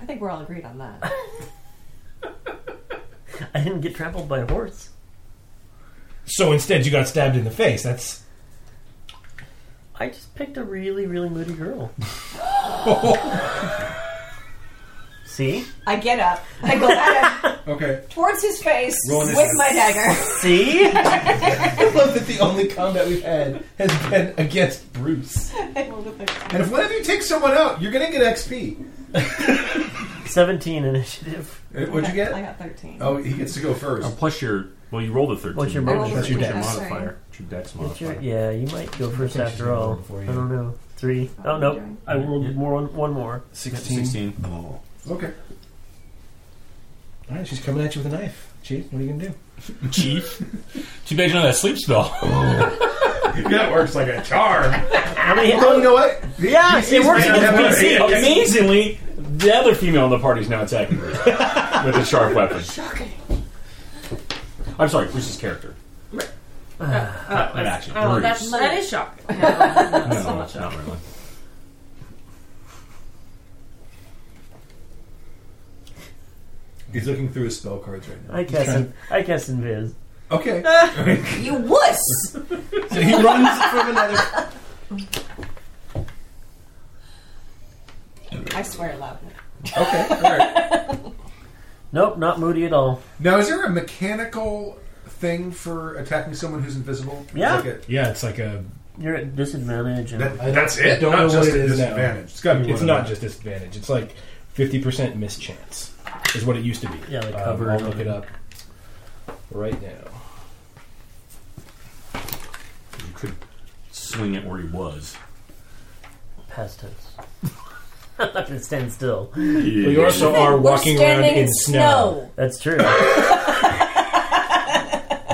F: I think we're all agreed on that.
B: I didn't get trampled by a horse.
C: So instead, you got stabbed in the face. That's
B: I just picked a really, really moody girl. See?
F: I get up. I go at him
A: Okay.
F: towards his face
A: Roll
F: with
A: initiative.
F: my dagger.
B: See?
C: I love that the only combat we've had has been against Bruce.
F: I rolled a fifteen.
A: And if one of you takes someone out, you're gonna get XP.
B: 17 initiative.
A: Eh, What'd you
F: I
A: get?
F: got 13.
A: Oh, he gets to go
D: oh,
A: first.
D: plus your. Well, you rolled a thirteen.
B: What's your
F: I rolled a
B: That's
C: your
F: 13,
C: dex.
F: I'm sorry.
D: modifier? What's your dex
B: What's
D: modifier.
B: your- yeah, you might go first
C: think I should
B: after
C: roll
B: all.
C: before
B: I
C: you-
B: don't know. Three. Oh, no. I rolled more on, one more.
C: Sixteen.
D: Sixteen.
A: Oh. Okay.
C: All right, she's coming at you with a knife. Chief, what are you gonna do?
D: Chief. Too bad you know that sleep spell.
A: That works like a charm.
B: How many hit
A: Well, you know what?
B: Yeah,
A: These-
B: it
A: these
B: works
A: might not
B: against PC.
A: have a-
D: Amazingly, the other female in the party is now attacking her with a sharp weapon. I'm sorry, Bruce's character. Uh,
E: Oh,
D: an
E: Uh, that's-
D: action.
E: Oh,
D: Bruce.
E: that's, that is shocking. No,
D: No,
E: not so much
D: not really.
A: He's looking through his spell cards right now.
B: I guess, in, I guess in Viz.
A: Okay.
F: You wuss!
C: So he runs from another.
F: I swear loudly.
A: Okay. All right.
B: Nope, not moody at all.
A: Now, is there a mechanical thing for attacking someone who's invisible?
B: Yeah.
A: Like a-
C: Yeah, it's like a.
B: You're at disadvantage. And
A: that-
C: I-
A: that's
C: I
A: it.
C: don't
A: not
C: know
A: just
C: what it
A: a
C: is now.
A: disadvantage. It's got to be.
C: It's
A: one
C: not
A: of
C: just disadvantage. It's like fifty percent mischance is what it used to be.
B: Yeah, like
C: Um,
B: cover
C: I'll
B: or-
C: look it up. right now.
D: You could swing it where he was.
B: Past tense. I'm not gonna stand still.
C: But you also are walking
F: We're
C: around
F: standing
C: in snow.
B: That's true.
C: It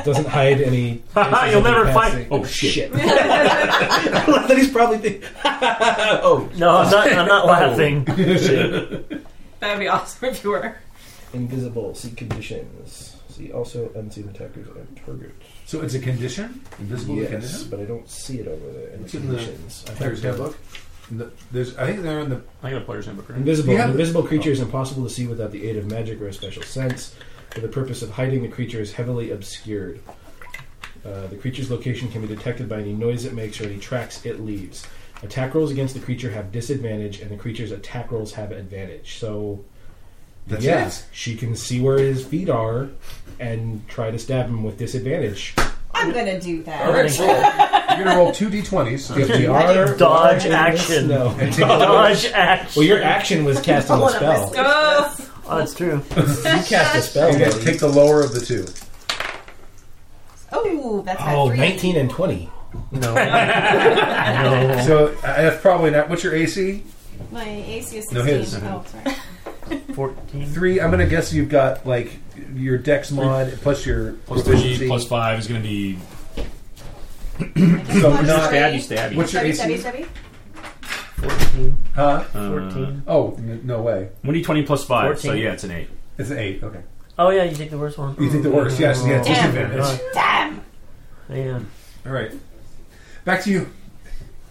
C: doesn't hide any. traces
D: You'll
C: of you
D: never
C: passing.
D: find. Oh shit!
C: that he's probably thinking. oh,
B: No, I'm not. I'm not laughing.
E: That'd be awesome if you were.
C: invisible. See conditions. See also unseen attackers and target.
A: So it's a condition? Invisible
C: yes,
A: condition?
C: but I don't see it over there in the
A: It's in the
C: conditions. I
A: Player's
C: have to-
A: handbook? And the- There's, I think they're in the.
D: I got a player's handbook. Right?
C: Invisible.
A: You have
C: An
A: the-
C: invisible creature is impossible to see without the aid of magic or a special sense. For the purpose of hiding, the creature is heavily obscured. Uh, the creature's location can be detected by any noise it makes or any tracks it leaves. Attack rolls against the creature have disadvantage, and the creature's attack rolls have advantage. So,
A: That's
C: yes, she can see where his feet are and try to stab him with disadvantage.
F: I'm gonna do that.
A: it. You're going to roll two d20s.
C: If we are
B: Dodge
C: in the
B: action.
C: snow-
A: and take a-
B: Dodge action.
C: Well, your action was casting a spell. You
E: Oh,
B: Oh, that's true.
C: cast a spell.
A: you guys
C: buddy.
A: take the lower of the two.
F: Oh, that's at
C: Oh,
F: three.
C: 19 and 20.
B: No. no.
A: So I- that's probably not. What's your AC?
F: My AC is 16.
A: No, his.
F: Oh, sorry.
B: Fourteen.
A: Three. I'm going to guess you've got like your dex mod plus your
D: Plus
A: proficiency.
D: three, plus five is going to be
A: So
F: Plus
A: not-
F: three.
D: stabby, stabby.
A: What's your
F: Stabby,
A: AC?
F: stabby, stabby.
B: Fourteen.
A: Huh?
B: Fourteen.
A: Oh n- no way!
D: One d Uh, twenty plus five. So
B: 14.
D: yeah, it's an eight.
A: It's an eight. Okay.
B: Oh yeah, you take the worst one.
A: You think the worst? Yes. Yeah.
B: Oh,
F: Damn.
A: Disadvantage.
F: Damn!
B: Yeah.
A: All right. Back to you.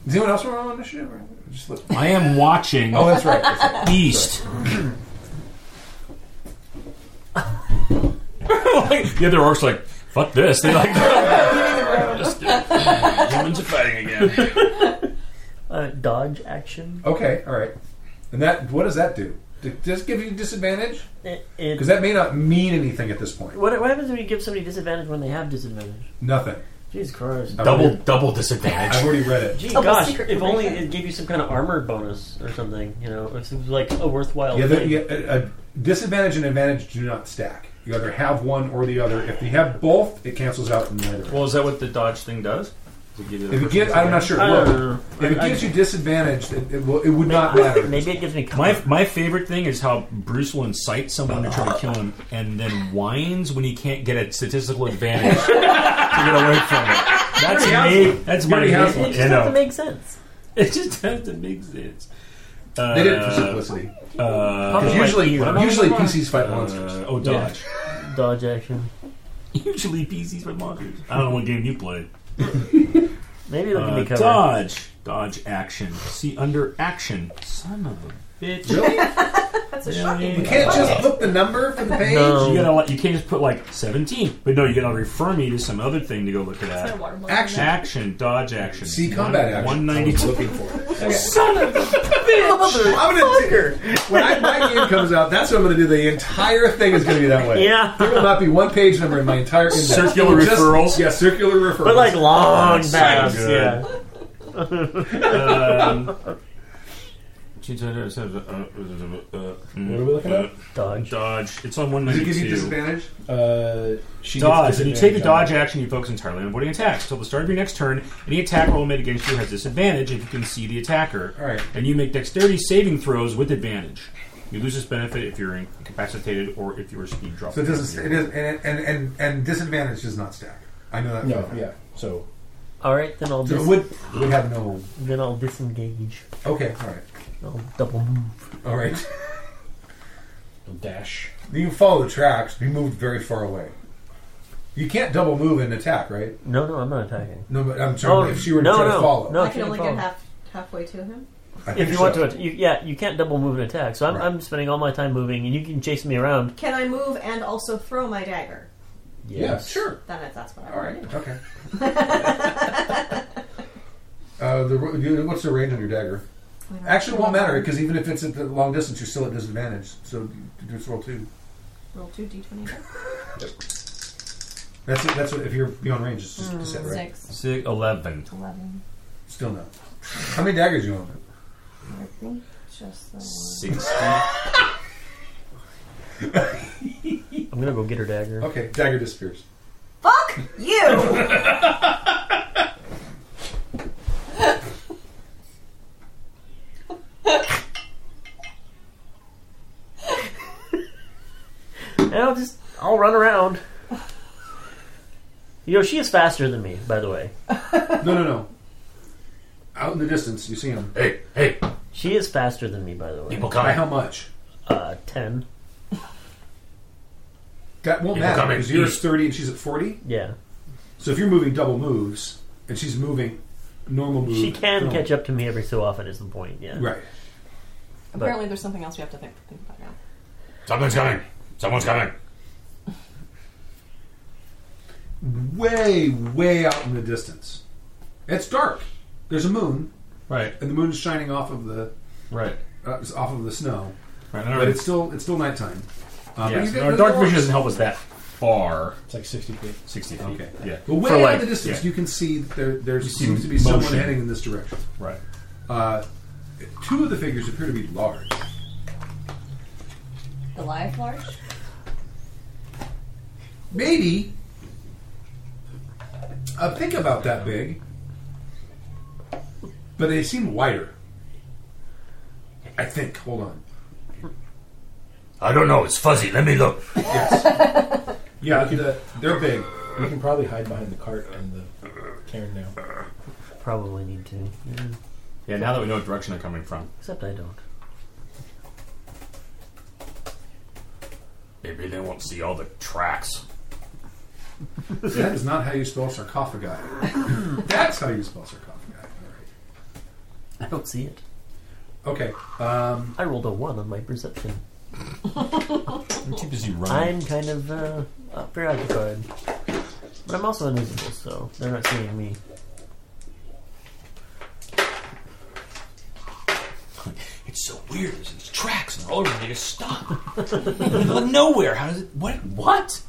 A: Does anyone else roll on initiative? Or Just look.
D: I am watching
A: Oh, that's right. That's right.
D: Beast. like, the other orcs like, fuck this. They like Just, uh, humans are fighting again.
B: Uh, dodge action.
A: Okay. All right. And that. What does that do? D- Does it give you disadvantage?
B: It, it,
A: Because that may not mean anything at this point.
B: what, what happens when you give somebody disadvantage when they have disadvantage?
A: Nothing.
B: Jesus Christ.
A: I've
D: Double
A: already-
D: double disadvantage.
A: I've already read it.
B: Gee,
F: Double
B: gosh,
F: Oh, secret
B: if only
F: promotion.
B: it gave you some kind of armor bonus or something, you know, if it was like a worthwhile
A: Yeah, the,
B: thing.
A: yeah, a, a disadvantage and advantage do not stack. You either have one or the other. If you have both, it cancels out neither.
D: Well, is that what the dodge thing does? Does it give you the
A: if it
D: first
A: gives, I'm not sure.
B: I
D: uh,
A: It
B: don't
A: will.
B: know.
A: If it
B: I-
A: gives you disadvantage, it, it, will, it would not matter.
B: Maybe it gives me cover.
D: My, my favorite thing is how Bruce will incite someone to try to kill him and then whines when he can't get a statistical advantage to get away from it. That's me. That's my
A: already has one.
B: it
D: You
B: just has to
D: know,
B: make sense.
D: it just doesn't make sense. Uh,
A: They did it for simplicity.
D: Uh,
B: Probably
A: Because usually,
B: you.
A: usually PCs fight
D: uh,
A: monsters.
D: oh, dodge.
B: Dodge action.
D: Usually PCs fight monsters. I don't know what game you play.
B: Maybe it'll give
D: Uh,
B: me cover.
D: dodge. Dodge action. See under action. Son of a bitch.
A: Really? You
F: That's a
D: Yeah,
F: shocking
D: yeah,
F: one.
D: yeah.
A: can't just look the number for the page.
B: No.
D: You gotta like, you can't just put like seventeen, but no, you gotta refer me to some other thing to go look at
F: It's
D: that.
F: not watermelon.
A: Action.
D: Action, dodge action.
A: See combat action.
D: One ninety two.
A: Looking for it.
D: Son of a bitch.
A: I'm gonna do, when I, my game comes out, that's what I'm gonna do. The entire thing is gonna be that way.
B: Yeah.
A: There will not be one page number in my entire index.
D: Circular
A: Just-
D: referrals.
A: Yeah, circular referrals.
B: But like long
D: so
B: pass,
D: good.
B: yeah.
D: Um,
C: What are we looking at?
B: Dodge.
D: Dodge. It's on one
A: Does
D: ninety
A: it give you
D: two.
A: disadvantage?
C: Uh, she
D: Dodge. When you take the dodge
C: out.
D: action, you focus entirely on avoiding attacks. Until the start of your next turn, any attack roll made against you has disadvantage if you can see the attacker.
A: All right.
D: And you make dexterity saving throws with advantage. You lose this benefit if you're incapacitated or if your speed drops.
A: So it doesn't. It is, and, and and and disadvantage does not stack. I know that. for a
C: No,
A: fact.
C: yeah. So
B: All right, then I'll
A: So
B: dis-
A: it would it would have no.
B: then I'll disengage.
A: Okay. All right.
B: I'll double move.
A: All right.
C: dash.
A: You can follow the tracks. You moved very far away. You can't double move and attack, right?
B: No, no, I'm not attacking.
A: No, but I'm sorry.
B: Oh,
A: if she were
B: no,
A: to try to
B: no,
A: follow,
B: no.
F: I can
B: Can't
F: only
B: follow.
F: get half halfway to him.
A: I
B: If
A: think
B: you
A: so.
B: want to, att- you, yeah, you can't double move and attack. So I'm,
A: Right.
B: I'm spending all my time moving, and you can chase me around.
F: Can I move and also throw my dagger?
A: yeah, sure.
F: Then it- that's what I
A: All
F: want
A: right,
F: to do.
A: okay. uh, the, you- what's the range on your dagger? Actually, it won't matter because even if it's at the long distance, you're still at disadvantage. So just roll two.
F: Roll two d20. again.
A: That's it, that's what if you're beyond range, it's just set right.
F: Six.
D: Six, 11.
F: Eleven.
A: Still no. How many daggers you own?
F: I think just the one.
D: 60.
B: I'm gonna go get her dagger.
A: Okay, dagger disappears.
E: You!
B: I'll just I'll run around. You know, she is faster than me, by the way.
A: No, no, no. Out in the distance, you see him.
G: Hey, hey,
B: She is faster than me, by the way.
G: people
A: By
G: coming.
A: how much?
B: Uh, ten.
A: That
G: People
A: won't matter
G: coming.
A: because yours thirty and she's at forty.
B: Yeah,
A: So if you're moving double moves and she's moving normal moves,
B: she can catch up to me every so often. Is the point? Yeah.
A: Mm. Right.
F: Apparently, there's something else we have to think, think about now.
G: Something's coming. Someone's coming.
A: Way, way out in the distance. It's dark. There's a moon,
D: Right,
A: and the moon is shining off of the
D: right.
A: uh, off of the snow,
D: right.
A: but it's still it's still nighttime. Uh,
D: yeah,
A: but you get
D: our
A: the
D: dark
A: doors.
D: vision doesn't help us that far.
C: It's like 60 feet.
D: 60 feet.
A: Okay.
D: Yeah.
A: But way
D: For
A: out
D: like-
A: in the distance,
D: yeah.
A: you can see that there there
D: see
A: seems to be someone
D: motion.
A: heading in this direction.
D: Right.
A: Uh, two of the figures appear to be large.
F: The live large?
A: Maybe a pig about that big, but they seem wider. I think. Hold on.
G: I don't know. It's fuzzy. Let me look.
A: Yes. yeah, the, they're big.
C: You can probably hide behind the cart and the cairn now.
B: Probably need to. Yeah.
D: Yeah, now that we know what direction they're coming from.
B: Except I don't.
G: Maybe they won't see all the tracks.
A: That is not how you spell sarcophagi. That's how you spell sarcophagi.
B: I don't see it.
A: All right. Okay. Um,
B: I rolled a one on my perception.
D: I'm too busy
A: Mm.
B: I'm kind of uh, uh, preoccupied, but I'm also invisible, so they're not seeing me.
G: It's so weird. There's these tracks and all over. They just stop. in the middle of nowhere. How does it? What? What?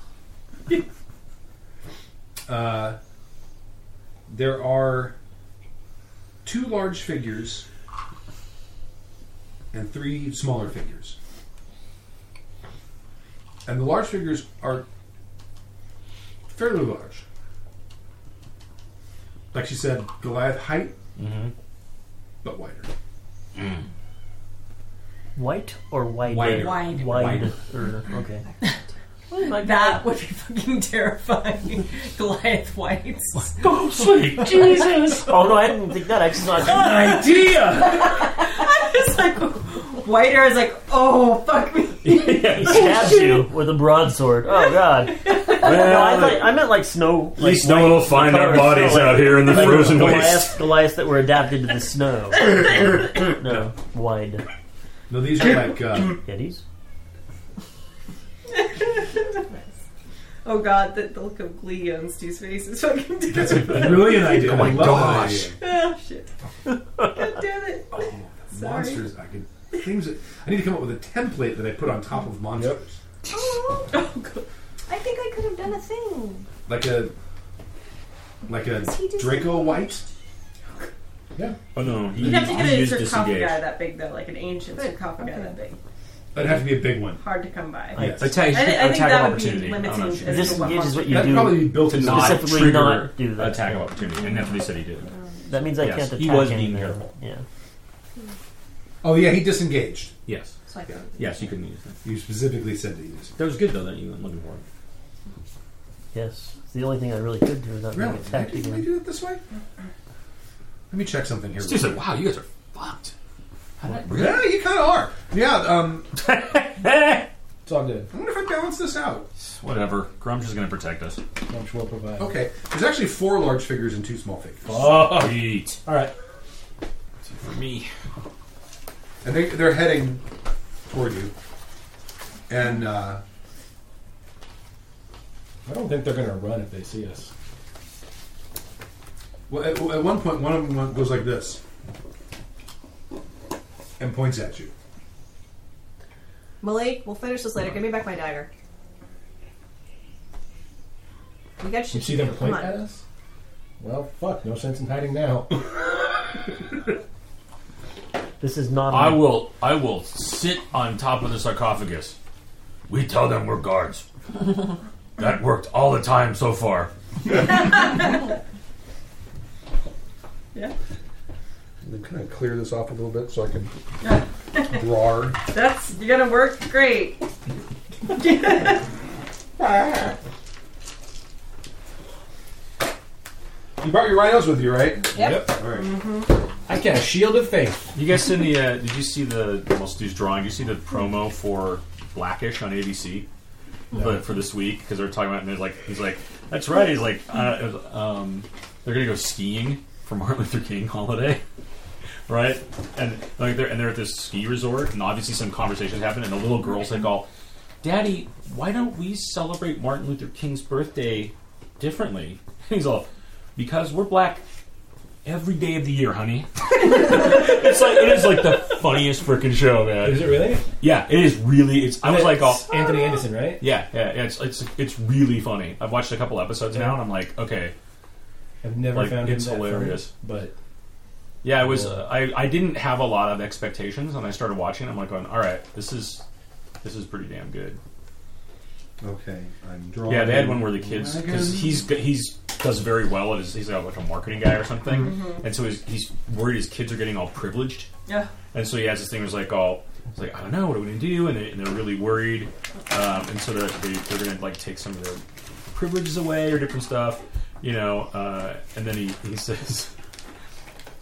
A: uh, there are two large figures and three smaller figures. And the large figures are fairly large. Like she said, Goliath height,
G: Mm-hmm.
A: but wider.
B: White or wide?
A: Wider.
F: Wide.
B: Wide. Okay. my
E: That would be fucking terrifying. Goliath whites.
G: Oh, sweet Jesus!
B: Oh no, I didn't think that. I just thought.
G: Idea.
E: it's like whiter is like, oh fuck me.
B: He stabs you with a broadsword. Oh god! No, I, thought, I meant like snow. Like white-
G: will find
B: our bodies out
G: here in the
B: like Goliaths, Goliaths that were adapted to the snow. no, wide
A: No, these are like uh,
B: Yetis.
E: Oh god, the, the look of glee on Stu's face is fucking terrifying.
A: brilliant idea.
G: Oh my
A: I love that
G: gosh.
A: idea.
E: oh shit. God damn it.
A: Oh,
E: Sorry.
A: monsters! I could things. That, I need to come up with a template that I put on top of monsters.
E: Oh god.
F: I think I could have done a thing.
A: like a like a
F: he just-
A: Draco white. Yeah,
D: Oh no, he,
E: You'd have to
D: he
E: get a
D: used
E: sarcophagi
D: disengage.
E: that big though, like an ancient sarcophagi that big.
A: that'd have to be a big one.
E: Hard to come by.
B: I-
A: Yes,
D: Attack,
E: I thi- I think
D: attack
E: that
D: of
E: would be
D: opportunity. I don't know. if
E: limiting as
D: she-
E: to what
B: Disengage is what you
A: that'd
B: do.
A: probably be built
D: To
A: into
D: not
A: the
B: specifically
D: trigger
B: not do that.
D: attack of opportunity, and that's what he said he did.
B: that means I
D: Yes,
B: can't attack
D: he was
B: anything.
D: being careful.
B: Yeah.
A: Oh yeah, he disengaged.
D: Yes,
F: So I
A: Yeah.
D: yes, you couldn't use that.
A: You specifically said that he dis-
D: That was good though. That you went looking for. it.
B: Yes. It's the only thing I really could do without
A: Really?
B: being
A: Did I
B: attacked
A: do- did I
B: again.
A: do it this way? Let me check something here.
G: Stu said, "Wow, you guys are fucked." How did I really?
A: Yeah, you kind of are. Yeah. Um,
C: It's all good.
A: I wonder if I balance this out.
D: Whatever. Grumsh is going to protect us.
C: Lunch will provide.
A: Okay, there's actually four large figures and two small figures,
D: Oh, eat
C: All right.
D: for me.
A: and they, they're heading toward you. And uh,
C: I don't think they're going to run if they see us.
A: well, at, at one point, one of them went- goes like this and points at you.
F: Malik, we'll finish this later. Give me back my dagger. We got
C: You
F: shit.
C: see them
F: to do. Come
C: point
F: on.
C: at us? Well, fuck. No sense in hiding now.
B: This is not.
D: I
B: my-
D: will. I will sit on top of the sarcophagus.
G: We tell them we're guards. that worked all the time so far.
A: Then kind of clear this off a little bit so I can draw.
E: That's gonna work great.
A: You brought your rhinos with you, right?
F: Yep.
A: All right.
C: I got a shield of faith.
D: You guys seen the? Uh, did you see the? Well, Stu's drawing. You see the promo for Blackish on ABC, but for this week because they're talking about it and they're like, he's like, that's right. He's like, uh, it was, um, they're gonna go skiing for Martin Luther King holiday, right? And like they're and they're at this ski resort, and obviously some conversations happen, and the little girls like all, Daddy, why don't we celebrate Martin Luther King's birthday differently? He's all, because we're black every day of the year, honey. It's like it is like the funniest freaking show,
C: Is
D: man.
C: it really?
D: Yeah, it is really. It's I was like, oh,
C: It's Anthony Anderson, right?
D: yeah, yeah, yeah, it's it's it's really funny. I've watched a couple episodes now, and I'm like, okay,
C: I've never
D: Like,
C: found him
D: it's
C: that funny,
D: hilarious.
C: but
D: yeah, it was. Uh, I I didn't have a lot of expectations, and I started watching. I'm like, going, all right, this is this is pretty damn good.
A: Okay. I'm drawing.
D: Yeah, they had one where the kids because he's g- he's does very well at his he's like a marketing guy or something, and so he's, he's worried his kids are getting all privileged.
E: Yeah.
D: And so he has this thing where he's like, all, he's like, I don't know, what are we going to do? And, they, and they're really worried. Um, and so they're, they, they're going to, like, take some of their privileges away or different stuff, you know. Uh, and then he, he says,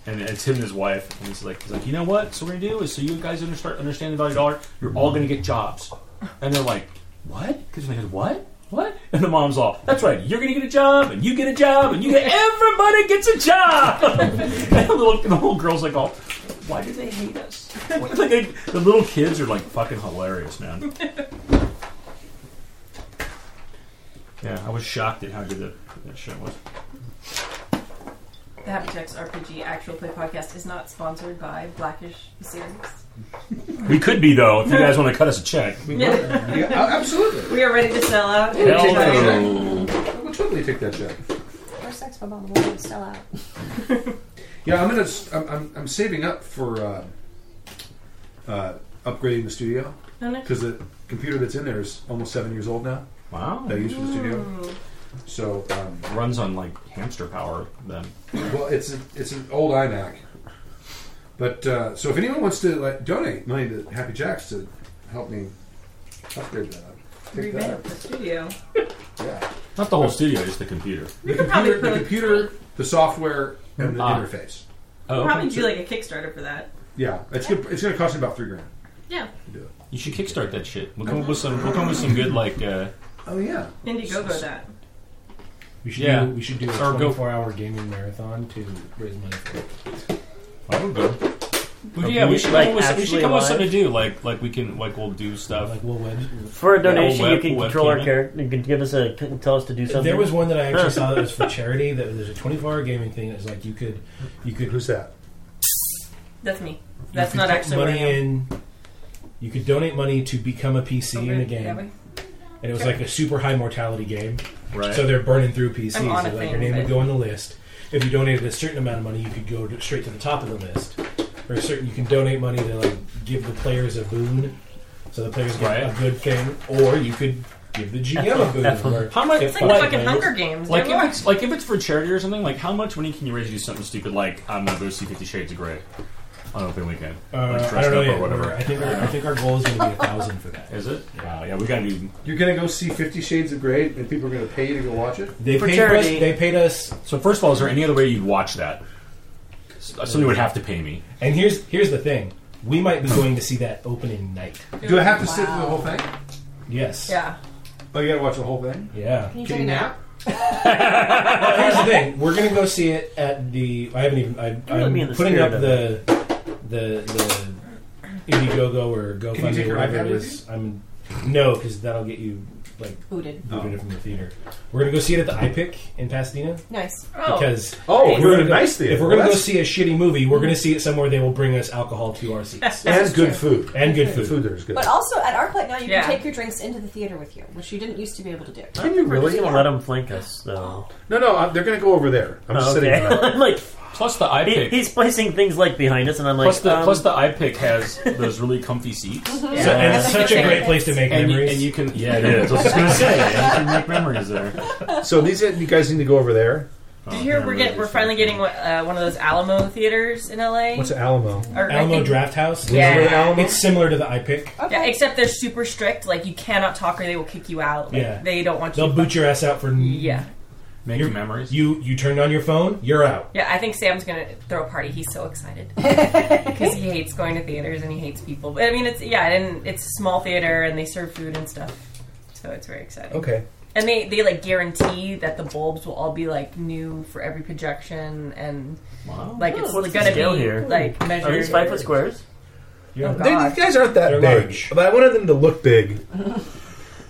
D: and it's him and his wife. And he's like, he's like, you know what? So what we're going to do is so you guys under, start understand the value of the dollar, you're all going to get jobs. And they're like, what? Because they said, what? What? And the mom's all, that's right, you're going to get a job, and you get a job, and you get, everybody gets a job! and the little, the little girl's like, all, why do they hate us? What- like, they- the little kids are like fucking hilarious, man. yeah, I was shocked at how good that, that show was.
E: The Happy Text RPG Actual Play Podcast is not sponsored by Blackish Series.
D: We could be though if you guys want to cut us a check.
A: Yeah, a- absolutely.
E: We are ready to sell out.
D: Hell
A: no.
D: no.
A: I would totally take that check.
F: Or sex bomb on the wall would sell out.
A: Yeah, I'm gonna. s- I'm, I'm, I'm saving up for uh, uh, upgrading the studio
E: No, no.
A: because the computer that's in there is almost seven years old now.
D: Wow,
A: That I use for the studio. So, um,
D: runs on like hamster power then.
A: well, it's a, it's an old iMac. But uh, so, if anyone wants to like, donate money to Happy Jacks to help me upgrade that, take that.
E: Revamp the studio.
A: Yeah,
D: Not the whole studio, just the computer.
A: the
E: could probably
A: computer,
E: put
A: the
E: a-
A: computer, the software, and the
D: Ah.
A: interface.
D: Oh,
E: Probably do like a Kickstarter for that.
A: Yeah, it's good, it's going to cost me about three grand.
E: Yeah.
A: to do it.
D: You should kickstart that shit. We'll come up with some. We'll come up with some good like. Uh,
A: Oh yeah,
E: Indiegogo that.
C: we should
D: Yeah.
C: do, we should do a
D: Or go-
C: 24 hour gaming marathon to raise money for it.
D: I would oh, go.
B: Are
D: yeah, we
B: we,
D: should
B: like,
D: come up with, we should
B: actually
D: come up
B: alive?
D: with something to do. Like like we can like we'll do stuff.
C: Like we'll web.
B: For a donation,
D: web-
B: you can
D: web
B: control our
D: gaming.
B: character. You can give us a can tell us to do something.
C: There was one that I
B: Huh.
C: actually saw that was for charity. That was a 24 hour gaming thing. It was like you could you could
A: who's that?
E: That's me.
C: you
E: That's
C: could
E: not
C: put
E: actually
C: money
E: where I am.
C: in. You could donate money to become a PC in
E: Over
C: a
E: that
C: game,
E: way.
C: and it was like a super high mortality game.
D: Right.
C: So they're burning through PCs.
E: I'm on
C: So,
E: a
C: like
E: thing,
C: your name would
E: but-
C: go on the list. If you donated a certain amount of money, you could go to, straight to the top of the list. Or a certain, you can donate money to like give the players a boon, so the players get
D: Right.
C: a good thing. Or you could give the GM a boon. or
D: how much?
C: It's
E: It's like the
C: Like-
E: fucking Hunger Games.
D: Like
E: Never
D: if
E: mind.
D: it's like if it's for charity or something, like how much money can you raise to do something stupid like I'm gonna go see Fifty Shades of Grey on open weekend,
C: uh,
D: like
C: I
D: dressed
C: don't know
D: up
C: yet.
D: or
C: We're- I
D: whatever?
C: think our, I think our goal is going to be a thousand for that.
D: Is it? Wow, yeah, we gotta do.
A: You're going to go see Fifty Shades of Grey, and people are going to pay you to go watch it.
C: They
B: For
C: paid
B: charity.
C: us. They paid us.
D: So first of all, is there any other way you'd watch that? S- uh, Somebody would have to pay me.
C: And here's here's the thing: we might be going to see that opening night.
A: Do I have to sit through
F: Wow.
A: the whole thing?
C: Yes.
E: Yeah.
A: Oh, you got to watch the whole thing.
C: Yeah.
F: Can you
A: Can
F: take
A: you
F: a nap?
A: nap?
C: Here's the thing: we're gonna go see it at the. I haven't even. I,
B: really
C: I'm
B: be in the
C: putting
B: spirit
C: up
B: of
C: the the the Indiegogo or
A: Can you take
C: GoFundMe or
A: your
C: whatever
A: iPad
C: it
A: with
C: is. I'm no, because that'll get you like
F: Booted.
A: Oh.
C: booted from the theater. We're gonna go see it at the IPIC in Pasadena
F: Nice.
E: Oh.
C: because
A: Oh,
C: if
A: we're
C: gonna
A: in a
C: go-
A: nice theater.
C: If we're gonna
A: Well,
C: go see a shitty movie, we're gonna see it somewhere they will bring us alcohol to our seats
A: And good food.
C: and good
A: The
C: food.
A: food there is good.
F: But also at our plate now, you
E: Yeah.
F: can take your drinks into the theater with you, which you didn't used to be able to do.
A: Can you
B: We're just
A: really?
B: gonna let them flank us, though.
A: No, no, uh, they're going to go over there. I'm just
B: Oh,
A: sitting.
B: okay.
A: there.
B: I'm like,
D: Plus the eye
B: He,
D: pick.
B: he's placing things like behind us, and I'm like,
D: plus the
B: um,
D: plus the eye pick has those really comfy seats.
C: So- and it's such a great place to make
D: And you,
C: memories.
D: and you can yeah, it is. I was just gonna say, and you can make memories there.
A: So these you guys need to go over there.
D: Oh,
E: Did you hear
D: yeah,
E: we're
D: really
E: getting we're
D: is.
E: finally getting uh, one of those Alamo theaters in LA?
A: What's Alamo?
E: Or, I
C: Alamo
E: think-
C: Draft House.
E: Yeah.
C: It's similar to- It's similar to the iPick.
E: Yeah, except they're super strict. Like you cannot talk or they will kick you out. Like,
C: Yeah.
E: they don't want you.
C: They'll
E: to-
C: boot your ass out for n-
E: Yeah,
D: Make
C: You're-
D: memories.
C: You you turned on your phone. You're out.
E: yeah. I think Sam's gonna throw a party. He's so excited because he hates going to theaters and he hates people. But I mean, it's yeah, and it's a small theater and they serve food and stuff, so it's very exciting.
A: Okay.
E: And they they like guarantee that the bulbs will all be like new for every projection and
D: wow.
E: like it's
B: Oh, What's the
E: gonna
B: scale
E: be
B: here?
E: like
B: um, Are
E: measured.
B: these five foot squares?
C: You're
E: Oh,
C: out.
E: God.
A: They, these guys aren't that
C: They're
A: big,
C: large.
A: but I wanted them to look big.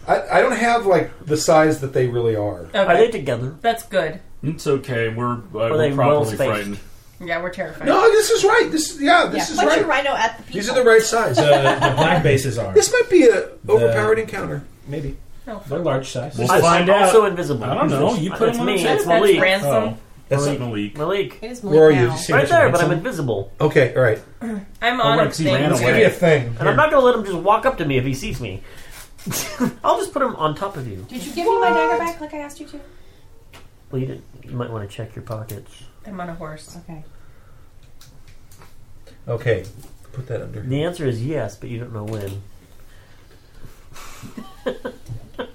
A: I, I don't have like the size that they really are.
E: Okay.
B: Are they together?
E: That's good.
D: It's okay. We're uh,
B: they well
D: we're properly
B: spaced?
D: frightened.
E: Yeah, we're terrified. Oh,
A: No, this is right. This is yeah, this
F: yeah.
A: is
F: Punch
A: right.
F: a rhino at the people.
A: These are the right size.
C: the, the black bases are
A: This might be a overpowered encounter.
C: maybe
E: No,
C: they're large size.
D: We'll
B: I'm
D: find out.
B: also invisible.
D: I don't know. You
B: That's
D: put 'em on
B: me.
D: the
B: That's Oh.
D: table.
E: that's
B: Malik.
E: ransom.
D: That's
A: That's
D: Malik.
B: Malik.
F: It is
A: Where are
F: Malik
A: you?
F: now.
C: See
B: Right
C: which
B: there,
C: one
B: but I'm
C: it's
B: invisible,
A: okay, all right.
B: Oh,
E: I'm on a
D: Rex, Oh, he ran
E: thing.
A: It's gonna be a thing.
B: and I'm not going to let him just walk up to me if he sees me. I'll just put him on top of you.
F: Did you give me my dagger back like I asked you to?
B: Well, you, didn't, you might want to check your pockets.
E: I'm on a horse.
F: Okay.
A: Okay, put that under.
B: The answer is yes, but you don't know when.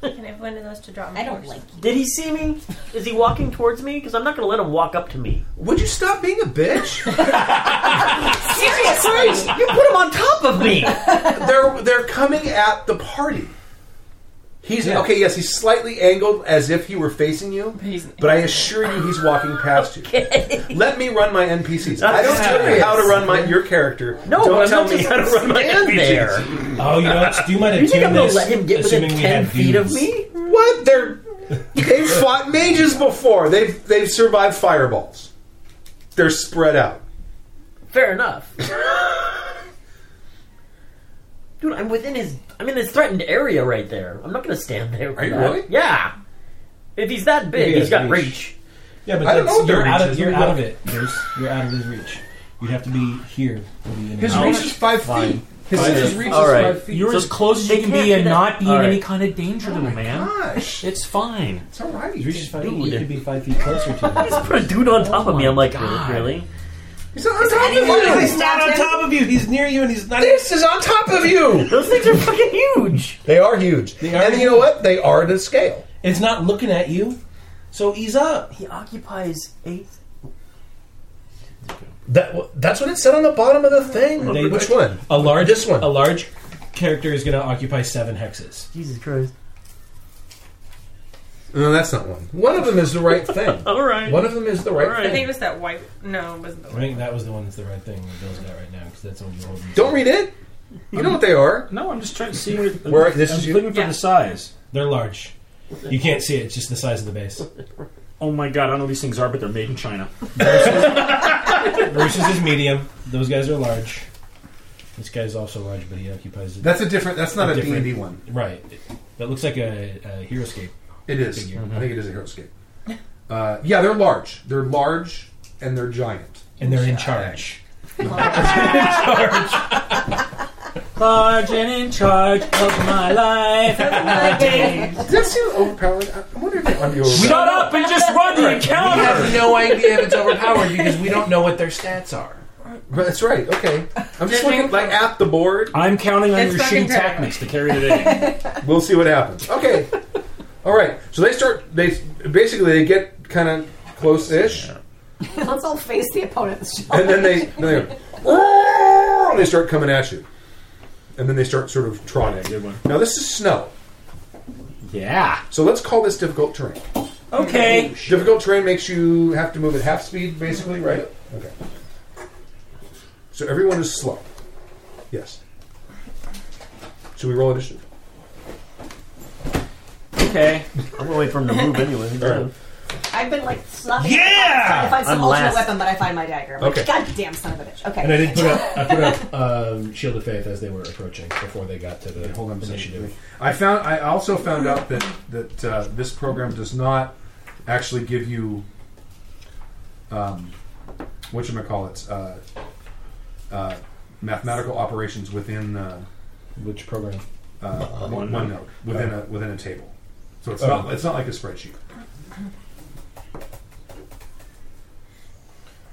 E: Can I have one of those to drop my
F: I don't
E: horse?
F: like you.
B: Did he see me? Is he walking towards me? Because I'm not going to let him walk up to me.
A: Would you stop being a bitch?
B: Seriously, you put him on top of me.
A: they're they're coming at the party. He's okay. Yes, he's slightly angled as if he were facing you.
E: He's-
A: But I assure you, he's walking past you. Let me run my NPCs. I don't tell you how to run my your character.
B: No,
A: don't
B: I'm
A: tell
B: not
A: me
B: just gonna run my
A: stand
B: NPCs.
A: there.
C: Oh, you know what? You might have
B: You think I'm going
C: tuned this.
B: to let him get within
C: assuming we
B: ten
C: had
B: feet of
C: dudes.
B: me?
A: What? They're they've fought mages before. They've they've survived fireballs. They're spread out.
B: Fair enough. Dude, I'm within his. I'm in his threatened area right there. I'm not going to stand there. for
A: Are you
B: that.
A: really?
B: Yeah. If he's that big,
A: He
B: he's
A: has
B: got
A: reach.
B: reach.
C: Yeah, but
A: I don't
C: that's,
A: know what their
C: you're
A: reach
C: out of
A: is.
C: you're
A: Let me
C: out of
A: look.
C: it. There's, you'd have to be reach. You'd have to be here. to be in
A: His
C: the-
A: reach is five feet. His,
D: Fine.
A: his reach
B: All
A: is
B: right.
A: five feet.
D: You're
B: So
D: as close as
B: they
D: you can
B: can't
D: be
B: do
D: and
B: that.
D: not be
B: Alright.
D: in any kind of danger, little man.
A: Gosh,
D: It's fine.
A: it's all right.
C: His reach is five feet.
B: Dude.
C: He could be five feet closer to you.
B: Put a dude on top of me. I'm like,
D: God.
B: really?
A: He's on top of you.
C: He's not on top of you. He's near you, and he's not.
A: This is on top of you.
B: Those things are fucking huge.
A: They are huge.
C: They are
A: and you know what? They are to scale.
C: It's not looking at you. So ease up.
B: He occupies eight.
A: That that's what it said on the bottom of the thing.
C: They-
A: Which one?
C: A large
A: This one.
C: A large character is going to occupy seven hexes.
B: Jesus Christ.
A: No, that's not one. One of them is the right thing.
B: All right.
A: One of them is the right,
B: All right.
E: I
A: thing.
E: think it was that white. No, it wasn't the
C: I
E: white.
C: think that was the one that's the right thing. That Bill's got right now because that's the one you're holding.
A: Don't read it. You know what they are.
D: No, I'm just trying to see where,
A: Where- this
D: I'm
A: is you?
D: looking for
E: Yeah.
D: the size.
C: They're large. You can't see it. It's just the size of the base.
D: Oh my god, I don't know what these things are, but they're made in China.
C: Bruce's is medium. Those guys are large. This guy's also large, but he occupies it.
A: That's a different. That's not
C: A
A: a D
C: different-
A: and D one.
C: right. That looks like a, a heroescape.
A: It is.
C: Figure.
A: I think it is a heroescape. Uh, yeah, they're large. They're large and they're giant.
C: And they're in charge.
D: Large and in charge of my life.
A: Does that seem overpowered? I I wonder if they might be overpowered.
D: Shut up and just run the encounter.
H: no idea if it's overpowered because we don't know what their stats are.
A: Right, That's right. Okay. I'm just
E: Just
A: looking
E: make-
A: like at the board.
D: I'm counting on
E: It's
D: your
E: fucking
D: shitty
E: terrible.
D: tactics to carry today.
A: We'll see what happens. Okay. All right. So they start. They basically they get kind of close-ish,
F: Let's all face the opponents.
A: and then they then they go, "Roar!" and they start coming at you, and then they start sort of trotting.
D: Good one.
A: Now this is snow,
D: Yeah. Oh,
A: so let's call this difficult terrain.
D: Okay.
A: Difficult terrain makes you have to move at half speed, basically, right? Okay. So everyone is slow. Yes. Should we roll initiative?
D: Okay.
B: I'm going to wait for him to move anyway.
A: All right.
F: I've been like slapping.
D: Yeah!
F: I find some
B: I'm
F: ultimate
B: last.
F: weapon, but I find my dagger. I'm
A: Okay.
F: like, God damn son of a bitch. Okay.
C: And I did put up. I put up um, Shield of Faith as they were approaching before they got to the
A: Hold on a second.
C: initiative.
A: I found. I also found out that that uh, this program does not actually give you um, what you call it? Uh, uh, mathematical operations within uh,
C: Which program?
A: uh,
D: OneNote.
A: OneNote within a within a table. So it's
C: Oh.
A: not it's not like a spreadsheet.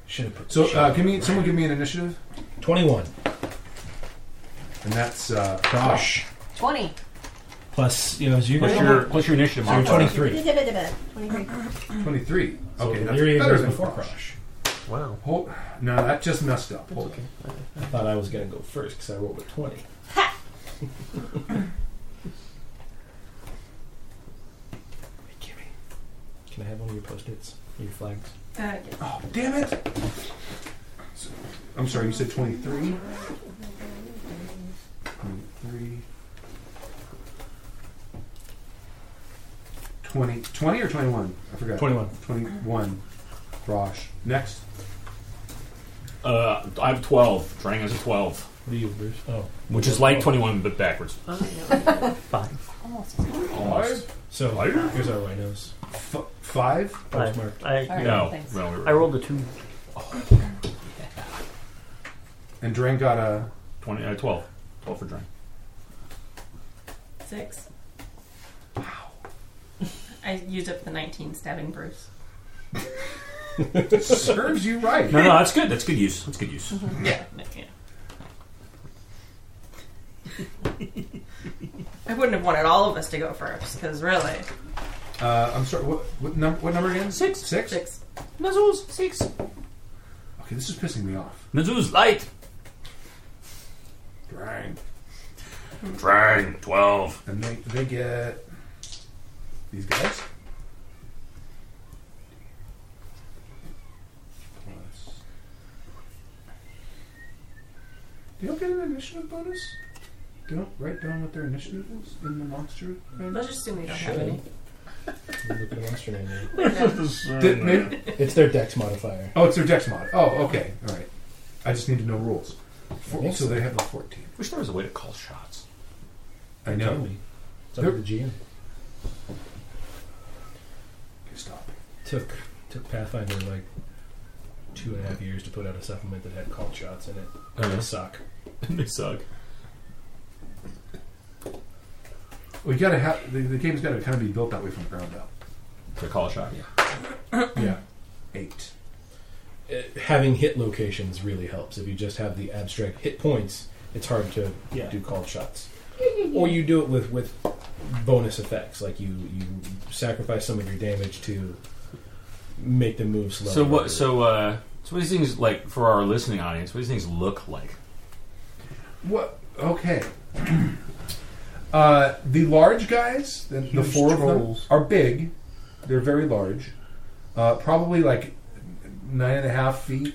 C: Should have put
A: So uh, give me someone give me an initiative,
C: 21.
A: and that's uh,
C: Gosh.
F: Twenty.
C: Plus, you know, so you're
D: Plus your plus your initiative
C: so you're
D: modifier.
C: 23.
F: Twenty-three.
A: twenty three.
C: So
A: okay, that's
C: Illyria
A: better
C: goes
A: than
C: before
A: Crush.
C: Crush.
B: Wow.
A: Hold, no, that just messed up. Hold
B: okay.
C: I thought I was going to go first because I rolled a 20. Hey, Kimmy, Can I have one of your post-its? Your flags?
E: Uh,
A: on. Oh, damn it! So- I'm sorry, you said 23? 23. 20, 20 or 21? I forgot.
C: 21.
A: 21. Rosh. Next.
D: Uh, I have twelve. Trying as a twelve,
C: What are you, Bruce? Oh.
D: which is like twenty-one but backwards.
B: Five.
D: Almost.
C: So,
D: Fire?
C: here's our rhinos.
A: F- five?
C: That was
B: Five.
C: marked.
B: I,
F: Alright,
D: No,
F: thanks.
D: no. We
B: I rolled a two.
A: And Dren got a.
D: twenty. Uh, twelve. Twelve for drawing.
E: Six. Wow. I used up the 19 stabbing Bruce.
A: serves you right.
D: No, no, that's good. That's good use. That's good use.
E: Yeah. yeah. I wouldn't have wanted all of us to go first, because really.
A: Uh, I'm sorry, what, what, num- what number again? Six. Six?
E: Six.
D: Nuzzles six.
A: Okay, this is pissing me off.
D: Nuzzles light.
A: Drang.
G: Drang, 12.
A: And they, they get these guys. Plus. They don't get an initiative bonus? They don't write down what their initiative is in the monster.
E: Let's just assume they don't have any.
C: Look at the monster name there.
A: Did- maybe-
C: It's their dex modifier.
A: oh, it's their dex mod. Oh, okay. All right. I just need to know rules. Four,
C: think
A: so
C: so.
A: they have a 14.
D: Wish there was a way to call shots.
A: I
C: Tell
A: know.
C: me. It's up to the GM.
A: Stop.
C: Took, took Pathfinder like two and a half years to put out a supplement that had called shots in it.
D: Uh-huh.
C: They suck.
D: they suck.
A: We gotta have the, the game's gotta kind of be built that way from the ground up.
D: To call a shot. Yeah.
C: yeah.
A: Eight.
C: it- having hit locations really helps. If you just have the abstract hit points, it's hard to
D: Yeah.
C: do called shots. Or you do it with, with bonus effects, like you, you sacrifice some of your damage to make them move slower.
D: So what? So uh, so what do these things like for our listening audience? What do these things look like?
A: What? Okay. uh, the large guys, the, the
C: Huge
A: four
C: trolls.
A: of them, are big. They're very large. Uh, probably like nine and a half feet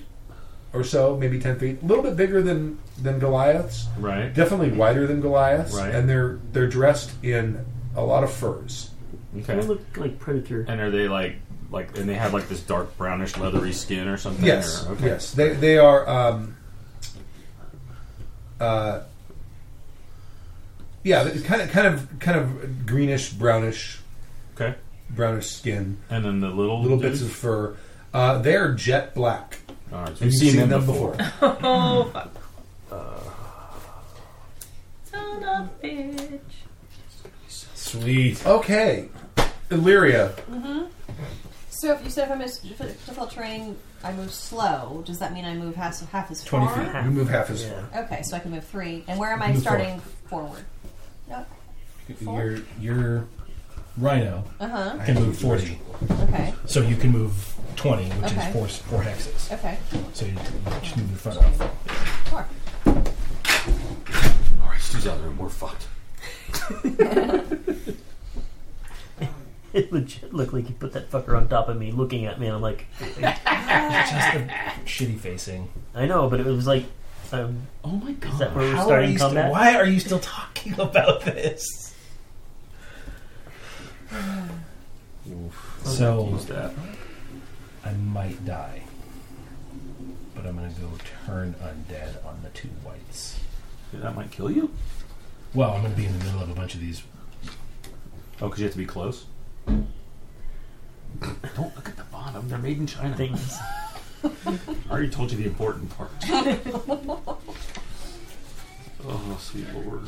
A: or so, maybe ten feet. A little bit bigger than than Goliaths.
D: Right.
A: Definitely wider than Goliaths.
D: Right.
A: And they're they're dressed in a lot of furs.
D: Okay.
B: They look like predator.
D: And are they like like and they have like this dark brownish leathery skin or something?
A: Yes.
D: Or, okay.
A: Yes. They they are. Um, uh, yeah, it's kind of kind of kind of greenish brownish
D: Okay.
A: brownish skin,
D: And then the little
A: little
D: dude?
A: bits of fur. Uh, they are jet black.
D: All right, so
A: You've seen, them, before.
E: Oh, fuck. Son of a bitch.
C: Sweet.
A: okay, Illyria.
F: So if you said if I move difficult terrain, I move slow. Does that mean I move half half as
C: 20
F: far?
A: You move half as far.
F: Okay, so I can move three. And where am I
C: Move
F: starting forward?
C: Your your rhino
F: Uh huh.
C: can move forty,
F: Okay.
C: so you can move twenty, which
F: Okay.
C: is four s- four hexes.
F: Okay.
C: So you, you just move the front off.
F: Four.
G: All right, Stu's out of the room. We're fucked.
B: It legit looked like you put that fucker on top of me, looking at me, and I'm like,
C: Just the shitty facing.
B: I know, but it was like, um,
D: Oh my
B: is
D: god!
B: that where we're
C: How are
B: starting
C: you still-
B: combat?
C: why are you still talking about this? So
D: Use Oh, that.
C: I might die, but I'm gonna go turn undead on the two whites.
D: Yeah, that might kill you.
C: Well, I'm gonna be in the middle of a bunch of these.
D: Oh, because you have to be close. Don't look at the bottom. They're made in China.
B: Things.
D: I already told you the important part. oh, sweet lord.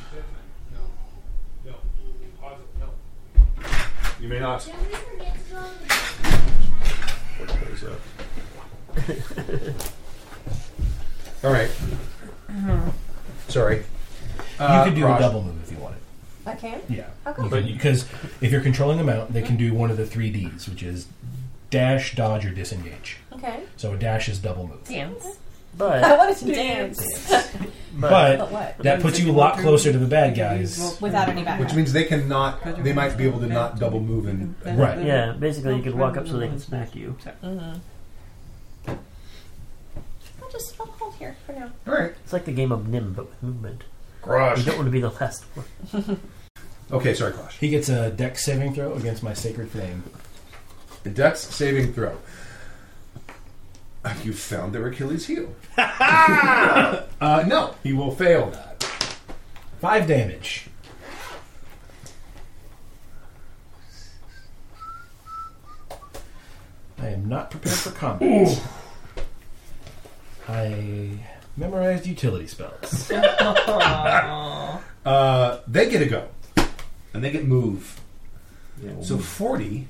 D: You may not. There's a-
A: All right. Sorry. Uh,
C: you could do
A: Raj,
C: a double move if you wanted.
F: I can.
C: Yeah.
F: Okay.
C: But because if you're controlling them out, they can do one of the three Ds, which is dash, dodge, or disengage.
F: Okay.
C: So a dash is double move.
E: Dance.
F: I
B: But,
F: wanted to dance,
C: But,
F: but what?
C: that puts you a lot closer to the bad guys.
F: Without any background.
A: Which means they cannot. They might be able to not double move and.
C: Right.
B: yeah, basically you could walk up so they can smack you.
F: I'll just I'll hold here for now.
A: All right.
B: It's like the game of Nim, but with movement. You
G: Crush.
B: don't want to be the last one.
A: Okay. Sorry, Clash.
C: He gets a deck saving throw against my sacred flame.
A: Dex saving throw. You found their Achilles heel. uh, no, he will fail that.
C: Five damage. I am not prepared for combat. I memorized utility spells.
A: Uh, they get a go, and they get move. So forty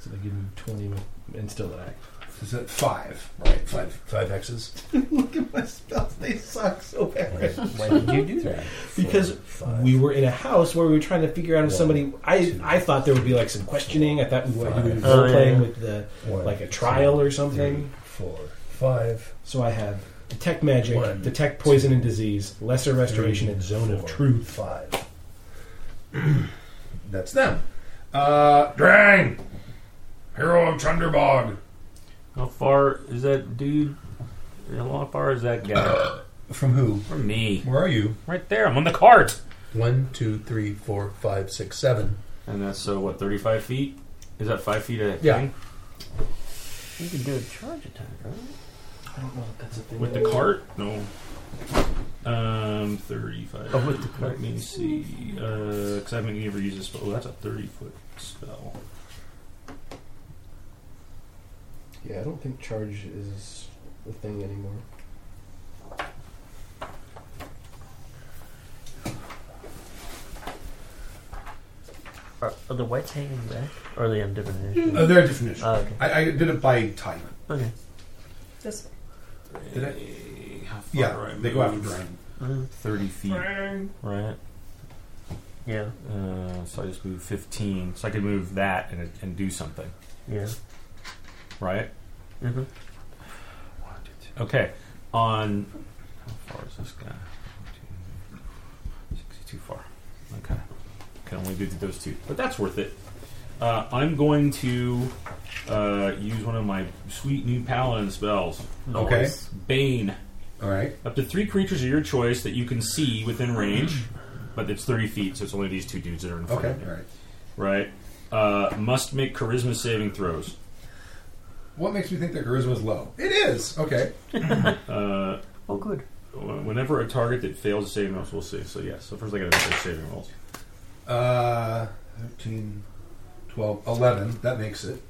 C: So they give him 20 wi- and still that act.
A: is at five. All right, five five X's.
C: Look at my spells, they suck so bad.
B: Why did you do that?
C: Because we were in a house where we were trying to figure out if somebody. I, I thought there would be like some questioning. I thought we were we were
B: Five. Oh,
C: playing
B: yeah.
C: with the
I: One,
C: like a trial or something.
I: three, four, five.
C: So I have detect magic,
I: One,
C: detect poison and disease, lesser restoration, and zone of
I: four,
C: truth.
I: Five.
A: That's them. Uh,
G: Drang! Hero of Thunderbog.
D: How far is that dude? How far is that guy?
A: from who?
D: From me.
A: Where are you?
D: Right there. I'm on the cart.
I: One, two, three, four, five, six, seven.
D: And that's so what, 35 feet? Is that five feet of
A: Yeah.
D: thing?
B: You can do a charge attack, right?
C: I don't know if that's a thing.
D: With the cart? No. Um, 35.
B: Oh, with the cart.
D: Let me see. Because I haven't ever used a spell. Oh, that's a 30 foot spell.
C: Yeah, I don't think charge is a thing anymore.
B: Are, are the whites hanging back? Or are they on different areas?
A: Uh, they're different.
B: Oh, okay.
A: I, I did it by time.
B: Okay.
F: This
A: Did I-
D: Eh, How far do
A: Yeah,
D: I
A: they go after
D: move?
A: Brian.
D: 30 feet, right?
B: Yeah.
D: Uh, so I just move 15. So I could move that and, and do something,
B: Yeah.
D: right?
B: hmm
D: Okay. On. How far is this guy? Sixty too far. Okay. Can only do those two, but that's worth it. Uh, I'm going to uh, use one of my sweet new paladin spells,
A: Okay.
D: Bane.
A: All right.
D: Up to three creatures of your choice that you can see within range, but it's 30 feet, so it's only these two dudes that are in front
A: Okay.
D: of me.
A: All right.
D: Right? Uh, must make charisma saving throws.
A: What makes me think their charisma is low? It is. Okay.
D: Uh,
B: Oh, good.
D: Whenever a target that fails a saving rolls, we'll see. So yeah, so first I got to make saving rolls.
A: Uh, 13, 12, 11. That makes it.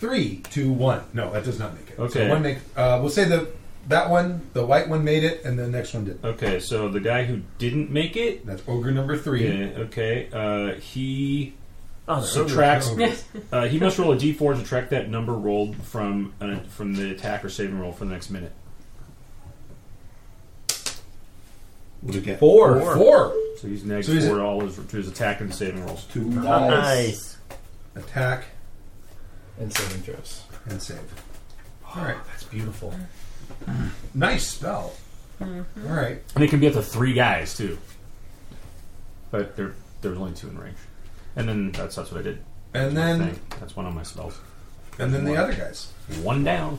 A: Three, two, one. No, that does not make it.
D: Okay.
A: So one make. Uh, we'll say the that one, the white one made it, and the next one didn't.
D: Okay, so the guy who didn't make it,
A: That's ogre number three.
D: yeah, okay, uh, he
B: Oh, they're over.
D: subtracts.
A: Ogre.
D: Uh, he must roll a d4 and subtract that number rolled from an, from the attack or saving roll for the next minute.
A: What did it get?
C: Four.
A: Four.
D: So he's negative
A: So he's-
D: four to all his, to his attack and saving rolls.
A: Two
B: Nice.
A: Attack
C: And saving throws.
A: and save. All right.
C: That's beautiful.
A: Nice spell. All right.
D: And it can be up to three guys too, but there there's only two in range. And then that's that's what I did.
A: And then
D: Thing. that's one of my spells.
A: and then the other guys.
D: One down.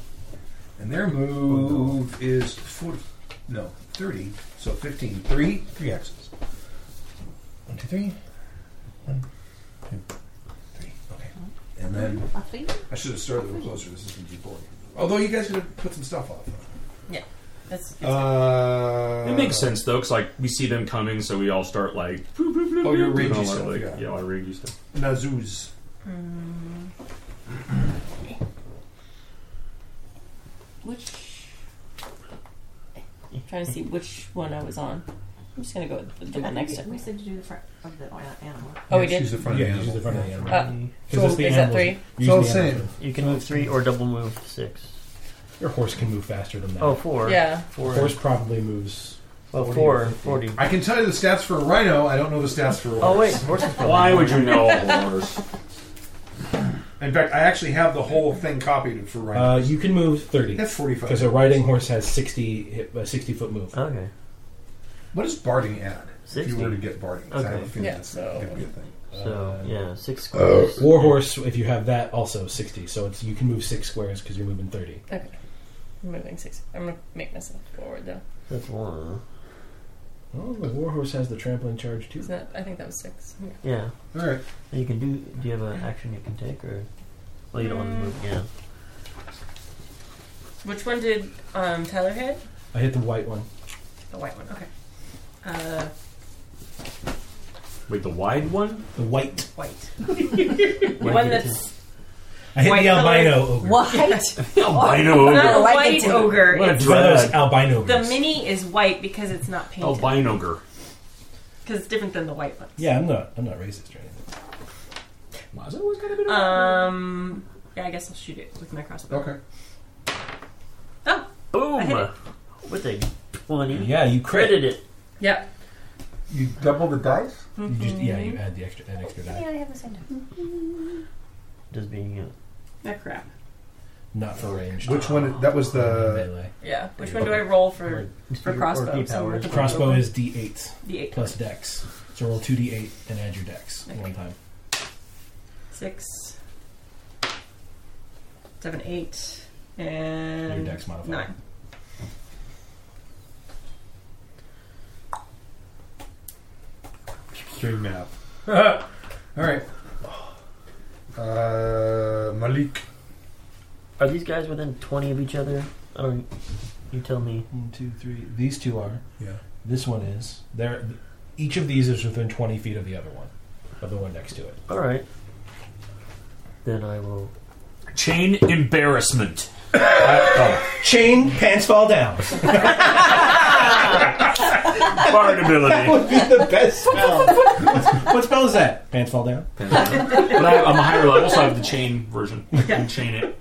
A: And their move is 40, no, 30, so 15. Three, three axes.
I: One, two, three.
A: Three, okay. And then,
F: buffy.
A: I should have started a little closer, this is going to be boring. Although you guys could have put some stuff off.
E: That's
A: Uh,
D: It makes sense though, 'cause like we see them coming, so we all start like
A: Oh,
D: you
A: your
D: know,
A: ragey
D: like,
A: stuff,
D: like,
A: yeah.
D: yeah, our ragey stuff.
A: Nazuz.
E: trying to see which one I was on. I'm just gonna go with the one next to
F: We
E: me.
F: said to do the front of the animal.
E: Oh, we
I: Yeah,
E: did.
I: She's the front of
C: yeah,
I: the
C: use
I: animal.
C: the front of the animal.
E: Uh,
C: 'Cause
E: so
C: it's the
E: is that
C: animal's-
E: three?
C: use
I: So
C: the
I: same.
C: animal's-
B: You can move three or double move six.
C: Your horse can move faster than that.
B: Oh, four.
E: Yeah.
B: Four.
C: horse probably moves.
B: Well,
C: 40
B: four.
C: or 50.
B: Forty.
A: I can tell you the stats for a rhino. I don't know the stats for a horse.
B: Oh wait, horse is probably.
D: Why would you know a horse?
A: In fact, I actually have the whole thing copied for rhino.
C: Uh, you can move thirty
A: That's
C: because
A: 45.
C: a riding horse has sixty hip- uh, sixty foot move.
B: Okay.
A: What does barding add? If
B: 60.
A: you were to get barding. 'Cause I have a
B: Okay.
A: feeling
E: Yeah,
A: that's
E: so-
A: gonna be a thing.
B: So
C: Uh,
B: yeah, six squares.
C: Warhorse, if you have that, also sixty. So it's you can move six squares because you're moving thirty.
E: Okay. I'm moving six. I'm gonna make myself forward though.
B: That's one.
C: Oh, the warhorse has the trampling charge too.
E: Isn't that? I think that was six. Yeah.
B: Yeah.
A: All right.
B: You can do. Do you have an action you can take, or? Well, you don't want to move. Yeah.
E: Which one did um, Tyler hit?
C: I hit the white one.
E: The white one. Okay. Uh,
D: Wait, the wide one?
C: The white.
E: white. the one that's
C: I hit
E: White
C: the
E: colored-
C: albino ogre.
F: What?
D: Albino
E: not a
D: ogre.
F: like
E: white
F: it.
E: ogre.
D: What a
E: It's-
C: It's one of those
D: dread.
C: albino
E: the
C: ogres.
E: mini is white because it's not painted. Because
D: Albino ogre.
E: it's different than the white ones.
C: yeah, I'm not. I'm not racist or anything.
D: Was it always gotta be
E: Um. Yeah, I guess I'll shoot it with my crossbow.
A: Okay.
E: Oh, I hit
B: Boom.
E: it.
B: With a twenty.
C: Yeah, you
B: Credit
C: credit.
B: it.
E: Yep.
A: You double the dice?
C: You just, yeah, you add the extra that extra die.
F: I have the same time.
B: Just being. Uh,
E: That crap.
C: Not for range. Uh,
A: Which one? That was the.
C: melee.
E: Yeah. Which one do I roll for? For crossbow,
B: Or key
E: so
B: powers.
E: with the-
C: Crossbow is D8
E: The eight.
C: plus Dex. So roll two D8 and add your Dex one time.
E: Six. Seven, eight,
C: your
E: and
C: Dex modifier.
E: nine.
A: Doing math. All right. Uh, Malik.
B: Are these guys within twenty of each other? Or you tell me.
C: One, two, three. These two are.
I: Yeah.
C: This one is. They're, each of these is within 20 feet of the other one, of the one next to it.
B: All right. Then I will.
D: Chain embarrassment.
C: Chain, pants fall down.
D: Bard ability.
C: be the best spell. what spell is that? Pants fall down.
D: but I, I'm a higher level, so I have the chain version. I can chain it.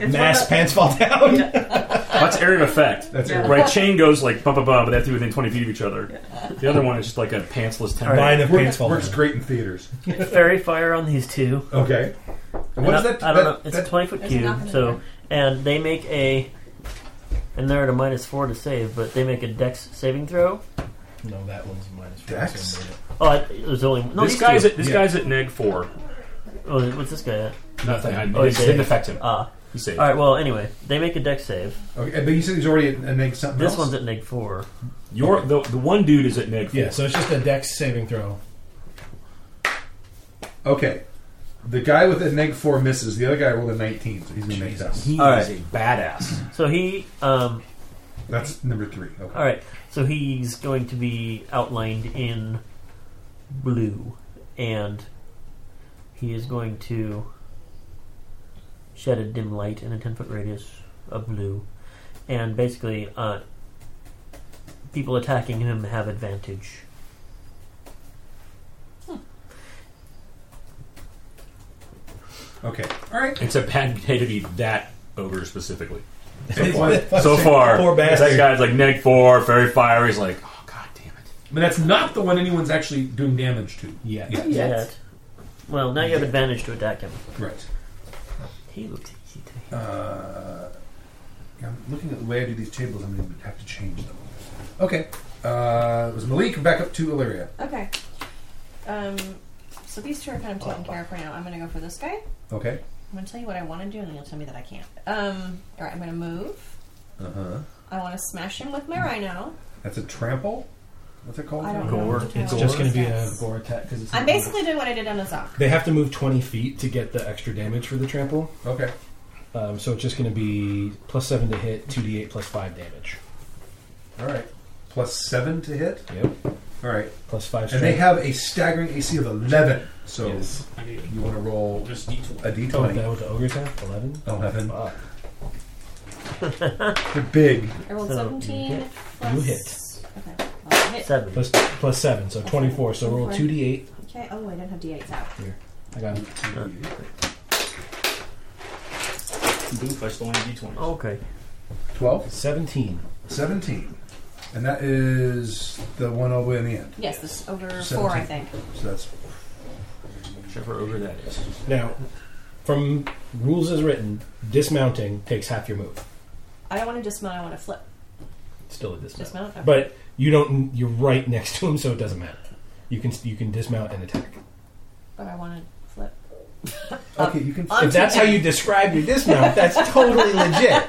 E: It's
C: Mass
E: one
C: pants fall down.
D: That's area of effect.
A: That's
E: Yeah.
A: it.
D: Right, chain goes like bum bum bum, but they have to be within 20 feet of each other. The other one is just like a pantsless temple.
C: Line of pants
A: Works,
C: fall
A: works
C: down.
A: great in theaters.
B: Fairy fire on these two.
A: Okay. And What is
B: And I-
A: that?
B: I don't know. It's
A: that-
B: a twenty foot
F: There's a knock on
B: cube.
F: the
B: So
F: door.
B: and they make a. And they're at a minus four to save, but they make a Dex saving throw.
C: No, that one's minus four.
A: Dex?
C: so I'm gonna-
B: Oh, I, there's only no.
D: this
B: these
D: guy's
B: two.
D: at, this
C: Yeah.
D: guy's at neg four.
B: Oh, what's this guy at?
D: Nothing. I,
B: Oh,
D: it
B: he
D: didn't
B: did.
D: affect him.
B: Ah,
D: He saved.
B: all right. Well, anyway, they make a Dex save.
A: okay, but you said he's already at, at neg something
B: This
A: else?
B: one's at neg four.
D: Your the, the one dude is at neg four.
C: Yeah, so it's just a Dex saving throw.
A: Okay. The guy with a neg four misses. The other guy rolled a 19, so he's going to make that.
D: He
B: All
D: is a badass.
B: So he, um,
A: That's number three. Okay.
B: all right. So he's going to be outlined in blue, and he is going to shed a dim light in a ten foot radius of blue, and basically, uh, people attacking him have advantage.
A: Okay. All right.
D: It's a bad day to be that ogre specifically.
A: So far-
D: So far,
C: Poor
D: that
C: bastard.
D: guy's like neg four, fairy fire. He's like, oh god damn it.
A: But that's not the one anyone's actually doing damage to.
C: Yeah.
B: Yet. Well, now you have advantage to attack him.
A: Right.
B: He looks easy to hit.
A: Uh, I'm looking at the way I do these tables. I'm going to have to change them. Okay. Uh, it was Malik back up to Illyria.
F: Okay. Um, so these two are kind of taken care of right now. I'm going to go for this guy.
A: Okay.
F: I'm going to tell you what I want to do, and then you'll tell me that I can't. Um, all right, I'm going to move.
A: Uh
C: Uh-huh.
A: huh.
F: I want to smash him with my rhino.
A: That's a trample. What's it called?
F: I don't
D: Gore.
F: know. what
C: It's
F: do.
C: just going to be a gore attack because it's.
F: I'm basically doing what I did on the sock.
C: They have to move 20 feet to get the extra damage for the trample.
A: Okay.
C: Um, so it's just going to be plus 7 to hit, 2d8 plus 5 damage.
A: All right. Plus seven to hit.
C: Yep.
A: All right.
C: Plus 5
A: And they
C: strength.
A: have a staggering AC of 11. So
C: Yes.
A: you want to roll
D: Just d
A: a
C: Oh, is
A: d20.
C: that what the ogres have? 11?
A: 11.
C: Fuck.
A: They're big.
F: I rolled
B: So,
F: 17
B: you hit.
F: plus.
C: You hit.
F: Okay. Well, I hit.
B: Seven.
C: Plus, plus 7, so 24. So roll 2d8.
F: Okay. Oh, I don't have d8s out.
C: I got
G: Boop, I stole my d20.
D: Oh,
B: Okay.
A: 12?
C: 17.
A: 17. And that is the one all the way in the end.
F: Yes, this is over four, I think.
A: So that's
G: Whichever ogre that is.
C: Now, from rules as written, dismounting takes half your move.
F: I don't want to dismount. I want to flip.
C: Still a dismount.
F: Dismount. Okay.
C: But you don't. You're right next to him, so it doesn't matter. You can you can dismount and attack.
F: But I want to flip.
A: okay. You can.
C: If that's how you describe your dismount, that's totally legit.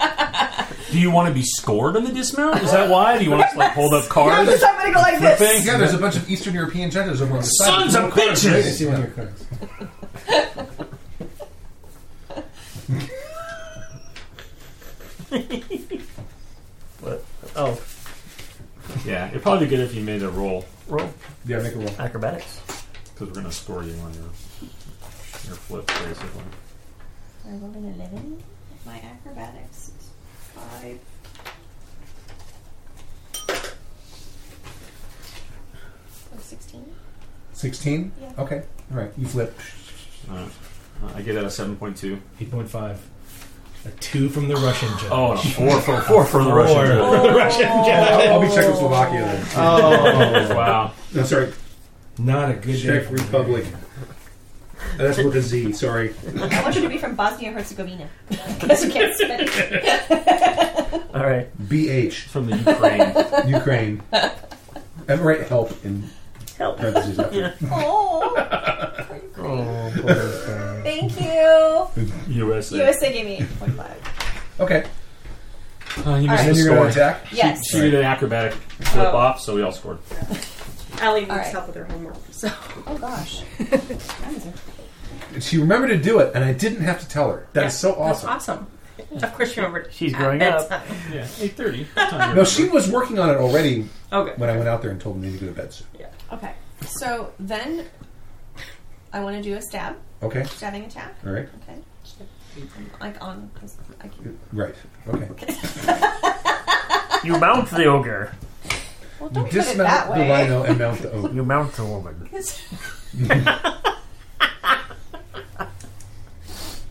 D: Do you want to be scored on the dismount? Is that why? Do you want us to like hold up cards?
F: I'm gonna go like this.
D: Flipping?
I: Yeah, there's a bunch of Eastern European judges over on the side.
D: Sons of
I: Wait to
D: bitches!
I: see one of your cards.
B: Oh,
D: Yeah, it'd probably be good if you made a roll
B: roll
A: Yeah, make a roll.
B: acrobatics.
D: because we're gonna score you on your your flip basically.
F: I rolled an 11. My acrobatics is 5. Or 16.
A: 16?
F: Yeah.
A: Okay. All right. You flip.
D: Uh, uh, I gave that a seven point two.
C: Eight point five. A two from the Russian judge.
D: Oh, and a four for four for the Russian.
C: Four.
D: judge.
C: The Russian judge.
A: I'll, I'll be Czechoslovakia then.
C: Oh,
D: Wow.
A: No, sorry.
C: not a good day
A: Czech
C: for me.
A: Republic. Uh, That's with a Z. Sorry.
F: I want you to be from Bosnia Herzegovina. Because you can't spit.
B: All right.
A: BH.
D: From the Ukraine.
A: Ukraine. And write help in
B: Help.
A: parentheses after.
F: Oh,
B: Oh, poor thing.
F: thank you.
D: USA.
F: USA gave me 8.5.
A: Okay.
D: Uh, you missed
A: And then
D: the
A: you're going
D: score.
A: to attack.
F: Yes.
D: She did an acrobatic flip
E: Oh.
D: off, so we all scored.
E: Allie needs
F: All right.
E: help with her homework. So
F: Oh, gosh.
A: She remembered to do it, and I didn't have to tell her. That is so
E: that's
A: awesome.
E: awesome. Of course, you remembered.
B: She's
E: at
B: growing up.
E: bedtime.
D: Yeah, eight thirty.
A: No, she was working on it already
E: Okay.
A: when I went out there and told them they need to go to bed soon.
F: Okay. So then I want to do a stab.
A: Okay.
F: Stabbing attack.
A: All right.
F: Okay. Like on. I can,
A: Right. Okay.
B: You mount the ogre.
F: well,
A: You
F: don't put it
A: dismount
F: that
A: the
F: way.
A: rhino and mount the oak.
B: You mount the woman.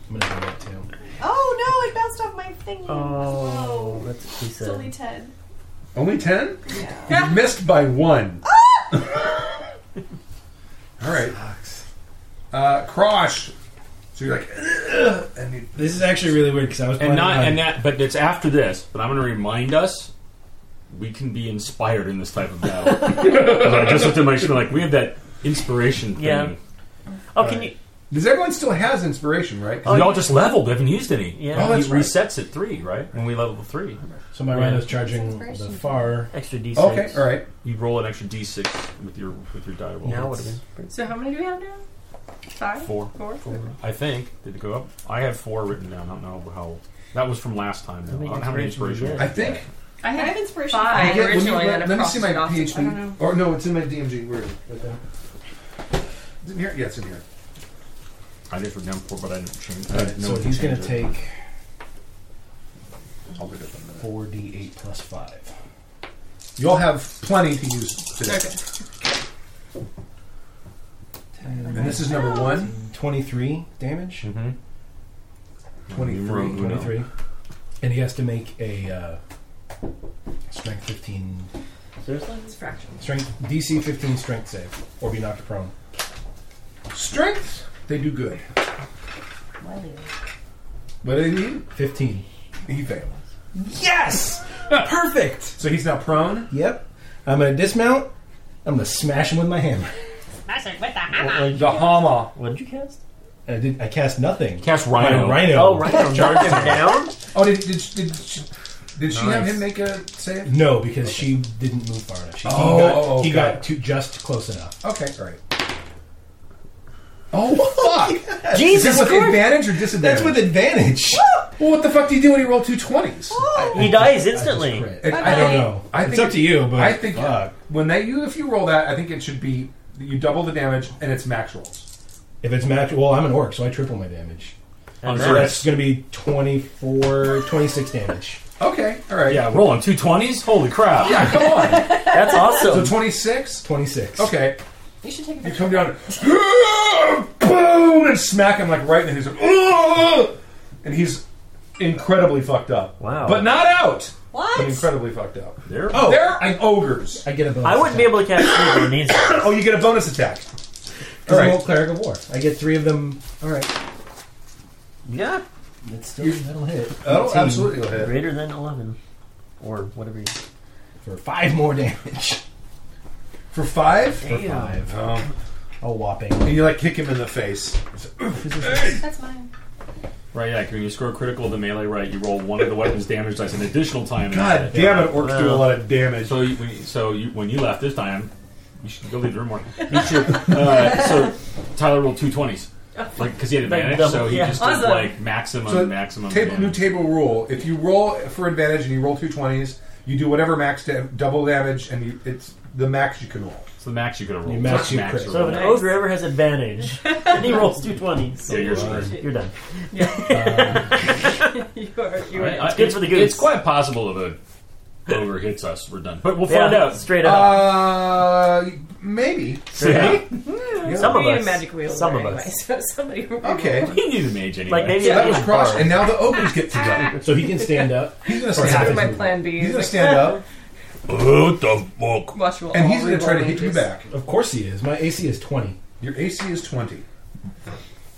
C: I'm gonna do that too.
F: Oh no, it bounced off my thingy.
B: Oh, that's what she
F: It's only
B: said.
F: 10.
A: Only ten? You missed by one.
F: Ah!
A: All right. Uh, Crosh. So you're like, "Eh." "Ugh," and you,
C: This is actually really weird because I was
D: And
C: planning
D: not
C: on-
D: and that, but it's after this. But I'm going to remind us we can be inspired in this type of battle. 'Cause I just looked at my screen like we have that inspiration thing.
B: Yeah. Oh, can you?
A: because everyone still has inspiration, right? 'Cause
D: we all just leveled. We haven't used any.
B: Yeah.
A: Oh, that's
D: He
A: right.
D: resets at three, right? When we level three,
C: So my rhino's charging the far.
B: Extra d6.
A: Okay, all right.
D: you roll an extra d6 with your with your die roll.
B: Now would have been.
E: So how many do we have now? Five.
D: Four.
E: Four.
D: I think did it go up? I have four written down. I don't know how. That was from last time. Though. I
B: think
D: don't know how many
B: inspiration
D: inspiration.
B: we
A: I think.
E: I
F: I have
E: had
F: inspiration.
E: five
A: Yeah, let me-
E: originally.
A: let,
E: then I
A: let me
E: crossed
A: see my
E: it off.
A: PhD.
F: I don't know.
A: Or no, it's in my DMG. Where? is it? Right there. Is it in here? Yeah, it's in here.
D: I just wrote down four, but I didn't change. I
C: Alright,
D: didn't know
C: so
D: if
C: he's
D: you
C: gonna
D: changed it.
C: take
A: I'll get it in a minute.
C: four d eight plus five.
A: You'll have plenty to use today.
E: Okay.
A: And this is number one.
C: Twenty three damage.
D: Mhm.
A: 23.
D: Uno.
C: Twenty three, and he has to make a uh, strength fifteen
B: Seriously?
E: It's fractional.
C: strength DC fifteen strength save or be knocked prone.
A: Strength. They do good.
F: Well, you-
A: What do they need?
C: Fifteen.
A: He failed.
C: Yes, perfect.
A: So he's now prone.
C: Yep. I'm gonna dismount. I'm gonna smash him with my hammer.
A: The Hama.
B: What did you cast?
C: I did. I cast nothing.
D: Cast
C: My
D: Rhino.
C: rhino.
B: Oh, right. Knocked him down?
A: Oh, did did did she, did she have him make a save?
C: No, because she didn't move far enough. She,
A: Oh,
C: he got,
A: oh,
C: he
A: got
C: got too, just close enough.
A: Okay, all right. Oh fuck! Is
B: Jesus
A: that with
B: Christ.
A: advantage or disadvantage?
C: That's with advantage.
A: well, what the fuck do you do when you roll two twenties?
B: He dies instantly.
C: I, Oh, I don't know.
A: I
C: it's
A: think-
C: up to you, but
A: I think
C: fuck.
A: when that you if you roll that, I think it should be you double the damage and it's max rolls.
C: if it's match, well, I'm an orc, so I triple my damage.
B: And
C: So
B: then-
C: that's going to be 24, 26 damage.
A: Okay, all right.
D: Yeah, rolling two twenties. Holy crap!
A: Yeah, come on.
B: That's
A: So
B: awesome.
A: 26?
C: 26.
A: Okay.
F: You should take a
A: You
F: picture.
A: come down, boom, and smack him like right in the he's like, "Ugh!" and he's incredibly fucked up.
B: Wow.
A: But not out. But
F: What?
A: incredibly fucked up.
D: There.
C: Oh,
A: They're like ogres.
C: I get a bonus.
B: I wouldn't be able to catch three of these.
A: Oh, you get a bonus attack.
C: All
A: All right.
C: I'm a cleric of war. I get three of them. All right.
B: Yeah.
C: That's still
A: You're-
C: that'll hit.
A: Oh,
C: 18
A: absolutely. You'll hit.
B: Greater than 11. Or whatever you.
C: for five more damage.
A: For five?
C: For five,
A: Oh.
C: a whopping.
A: And you like kick him in the face.
F: That's mine.
D: Right. Yeah. 'cause When you score critical of the melee, right, you roll one of the weapon's damage dice an additional time.
A: God damn it, orcs do a lot of damage.
D: So, you, when, you- so you, when you left this time, you should go leave the room more. You should- uh, so Tyler rolled two twenties, like because he had
B: Like
D: advantage,
B: double-
D: so he
B: yeah.
D: just took
E: Awesome.
D: like maximum,
A: So,
D: maximum.
A: Table, new
D: damage.
A: table rule. If you roll for advantage and you roll two 20s, you do whatever max da- double damage, and you, it's the max you can roll.
D: It's the max you could have rolled.
C: You max
D: It's
C: you
D: max
C: crit.
D: you
B: So if
D: rolled.
B: an ogre ever has advantage, and he rolls two 20s,
D: Yeah, you're screwed.
B: you're done.
E: you are, you
D: Right,
E: are.
D: I-
B: good for the goose.
D: It's quite possible if a ogre hits us, we're done. But we'll find
B: yeah,
D: out.
B: Straight up.
A: Uh, maybe.
D: See?
B: Yeah. Some of
E: We need a
B: us.
E: magic wielder
B: Some of
E: anyway,
B: us.
E: So somebody.
A: Okay.
D: He needs a mage anyway.
B: Like maybe
A: So that was
B: yeah.
A: crushed, and now the ogres get to go.
C: So he can stand up.
A: He's gonna
C: Or
A: stand
E: After
A: up.
E: my plan B,
A: He's
E: is
A: gonna
E: like,
A: stand up,
G: What the fuck?
E: Watch roll
A: and
E: all
A: he's gonna try to hit you
E: reroll
A: back.
C: Of course he is. My AC is twenty.
A: Your AC is twenty.
D: I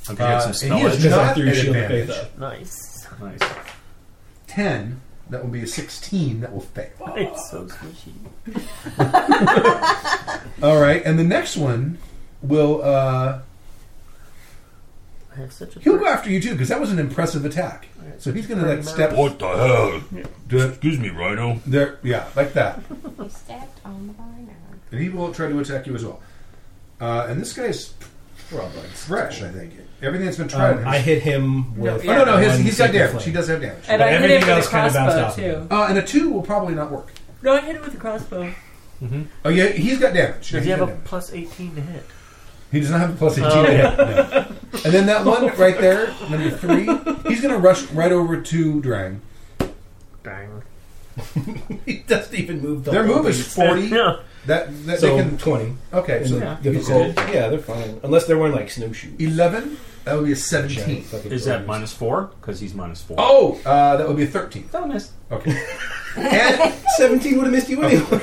D: could get
A: Uh,
D: some
A: and he
D: spell
A: is
C: Because I
A: not
C: threw
A: at
C: Shield of
A: advantage.
C: Faith up.
B: Nice.
D: Nice.
A: Ten. That will be a sixteen. That will fail.
B: It's so squishy.
A: All right, and the next one will uh,
B: I have such a.
A: he'll go after you too because that was an impressive attack. So he's gonna like step.
G: What the hell?
A: Do it
G: Excuse me, Rhino.
A: there, yeah, like that,
F: We stepped on the barn.
A: and he will try to attack you as well. Uh, and this guy's probably fresh. I think everything that's been tried.
C: Um,
A: on
C: I
A: him-
C: hit him
E: No,
C: with.
A: oh no, no, his,
C: one
A: he's got
C: sacred
A: damage.
C: flame.
A: He does have damage.
E: And I hit
C: everything
E: it with a
C: else kinda
E: crossbow
C: bounced off
E: too.
C: of
A: Uh, and a two will probably not work.
E: No, I hit it with a crossbow.
A: Oh yeah, he's got damage. Yeah,
B: Does
A: he's
B: he have
A: got
B: a
A: damage.
B: plus 18 to hit?
A: He does not have a plus 18 to hit. no. And then that one right there, number three, he's going to rush right over to Drang.
B: Dang.
C: He doesn't even move. The
A: Their
C: whole
A: move is
C: thing.
A: 40.
B: Yeah.
A: That, that
C: So
A: they can.
C: twenty.
A: Okay, so
C: yeah.
A: he's
C: Difficult.
A: good.
C: Yeah, they're fine. Unless they're wearing like snowshoes.
A: 11, that would be a
C: Yeah,
A: 17.
C: fucking
D: Is that
C: ogres.
D: minus four? Because he's minus four.
A: Oh, uh, that would be a 13.
D: bonus.
A: Okay. And,
C: Seventeen would have missed you anyway.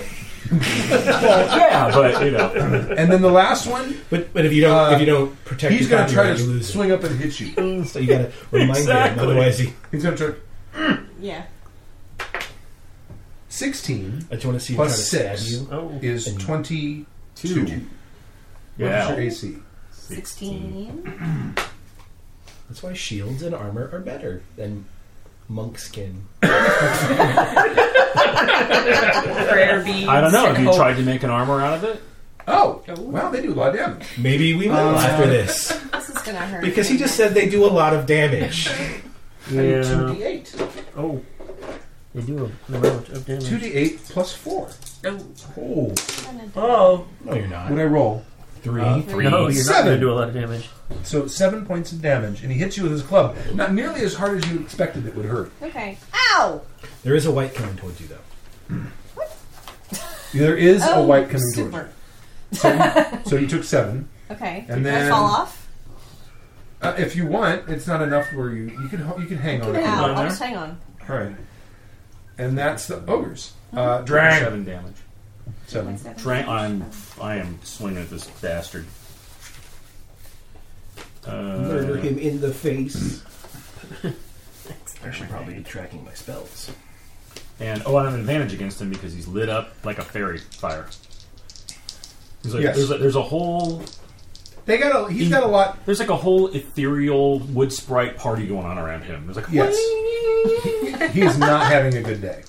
D: yeah, but you know,
A: and then the last one,
C: But but if you don't
A: Uh,
C: if you don't protect, your
A: he's going to try
C: copyright, you
A: to
C: lose it.
A: swing up and hit you.
C: So you gotta remind
D: Exactly.
C: him, otherwise he.
A: He's going to try.
F: Yeah.
A: 16
C: I just want to see him
A: Plus
C: try to
A: six.
C: stab you.
B: Oh.
A: is
C: And
A: 22.
D: two.
A: What's your
D: Yeah,
A: AC?
F: 16.
C: That's why shields and armor are better than monk skin.
E: Prayer beads.
D: I don't know. Have
E: and
D: you
E: hope.
D: tried to make an armor out of it?
A: Oh,
E: Oh.
A: wow, they do a lot of damage.
C: Maybe we will after this
F: This is gonna hurt.
C: because he just said they do a lot of damage.
B: Yeah.
A: 2d8.
B: Oh. They do a no amount of damage.
A: 2d8 plus 4.
E: Oh,
C: Oh
B: Oh.
C: no, you're not.
A: What I roll.
C: Three.
D: Three.
B: No, you're not going
A: Uh, Seven.
B: to do a lot of damage.
A: So seven points of damage, and he hits you with his club. Not nearly as hard as you expected it would hurt.
F: Okay. Ow!
C: there is a white coming towards you though.
A: There is a white coming
F: super.
A: towards you. So, you. so you took seven,
F: Okay.
A: and
F: Did I
A: then
F: fall off?
A: Uh, if you want, it's not enough where you you can ho- you can hang on. it.
F: Ow.
D: down
F: I'll
D: there.
F: just hang on.
A: All right, and that's the ogres. Uh, Drag
D: Seven damage.
A: seven.
D: Tra- I'm I am swinging at this bastard.
C: Murder
D: Uh,
C: him in the face. I should probably be tracking my spells.
D: and oh, I have an advantage against him because he's lit up like a fairy fire. He's like,
A: Yes.
D: there's, a, there's a whole
A: They got a. He's got a lot.
D: there's like a whole ethereal wood sprite party going on around him. There's like
A: Yes, he is not having a good day.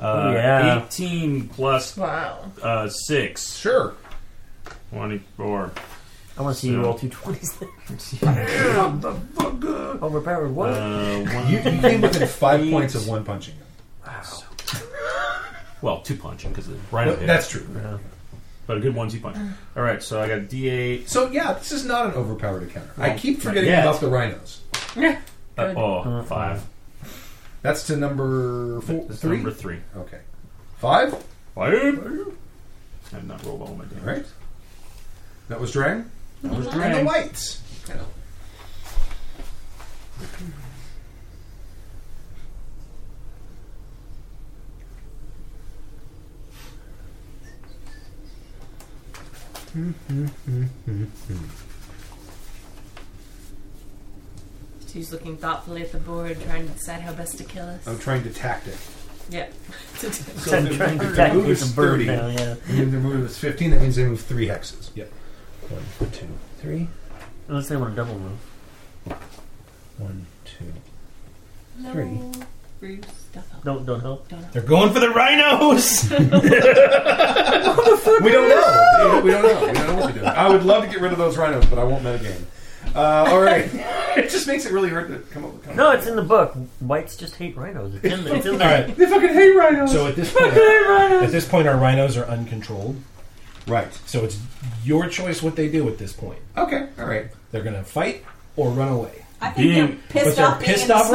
A: Oh,
D: uh,
B: Yeah.
D: 18 plus
E: wow.
D: uh, 6
A: Sure.
D: 24
B: I want to see you
D: So-
B: roll two 20s. Overpowered what?
D: uh, one,
A: You, you came within five
D: Eight.
A: points of one punching him.
D: well two punching because right
A: Well,
D: up hit,
A: that's true.
D: but a good one two punch
E: Uh.
D: all right so I got d8
A: So yeah, this is not an overpowered encounter. I keep forgetting
D: yet.
A: Uh-huh. about the rhinos.
D: uh, oh 5
A: That's to number four,
D: That's
A: three.
D: number three.
A: Okay, five.
D: Five. I've not rolled all my
A: All
D: damage.
A: right. That was Drang.
D: That was
A: And the
D: drag.
A: whites.
E: She's looking thoughtfully at the board, trying to decide how best to kill us.
A: I'm trying to tactic.
E: Yeah.
A: So
B: I'm
A: the-
B: trying
A: the
B: to tackle
A: move is
B: the bird
A: 30.
B: now, yeah.
A: And then the move is 15. That means they move three hexes.
C: Yep.
B: One, two, three. Unless they want to double move.
C: One, two.
B: Three.
F: Bruce, stuff up.
B: Don't don't help.
C: They're going for the rhinos.
A: We don't know. We don't know. We don't know what we're doing. I would love to get rid of those rhinos, but I won't metagame. Uh, all right. it just makes it really hard to come up with. Come
B: No,
A: up
B: it's in the book. Whites just hate rhinos. It's in the, it's in
C: All
B: the
C: right.
A: They fucking hate rhinos.
C: So at this point, at this point, our rhinos are uncontrolled.
A: right.
C: So it's your choice what they do at this point.
A: Okay. All right.
C: They're gonna fight or run away.
F: I think
D: Being-
F: they're
C: but
F: pissed
C: they're
F: off. being
C: pissed
F: in the
C: off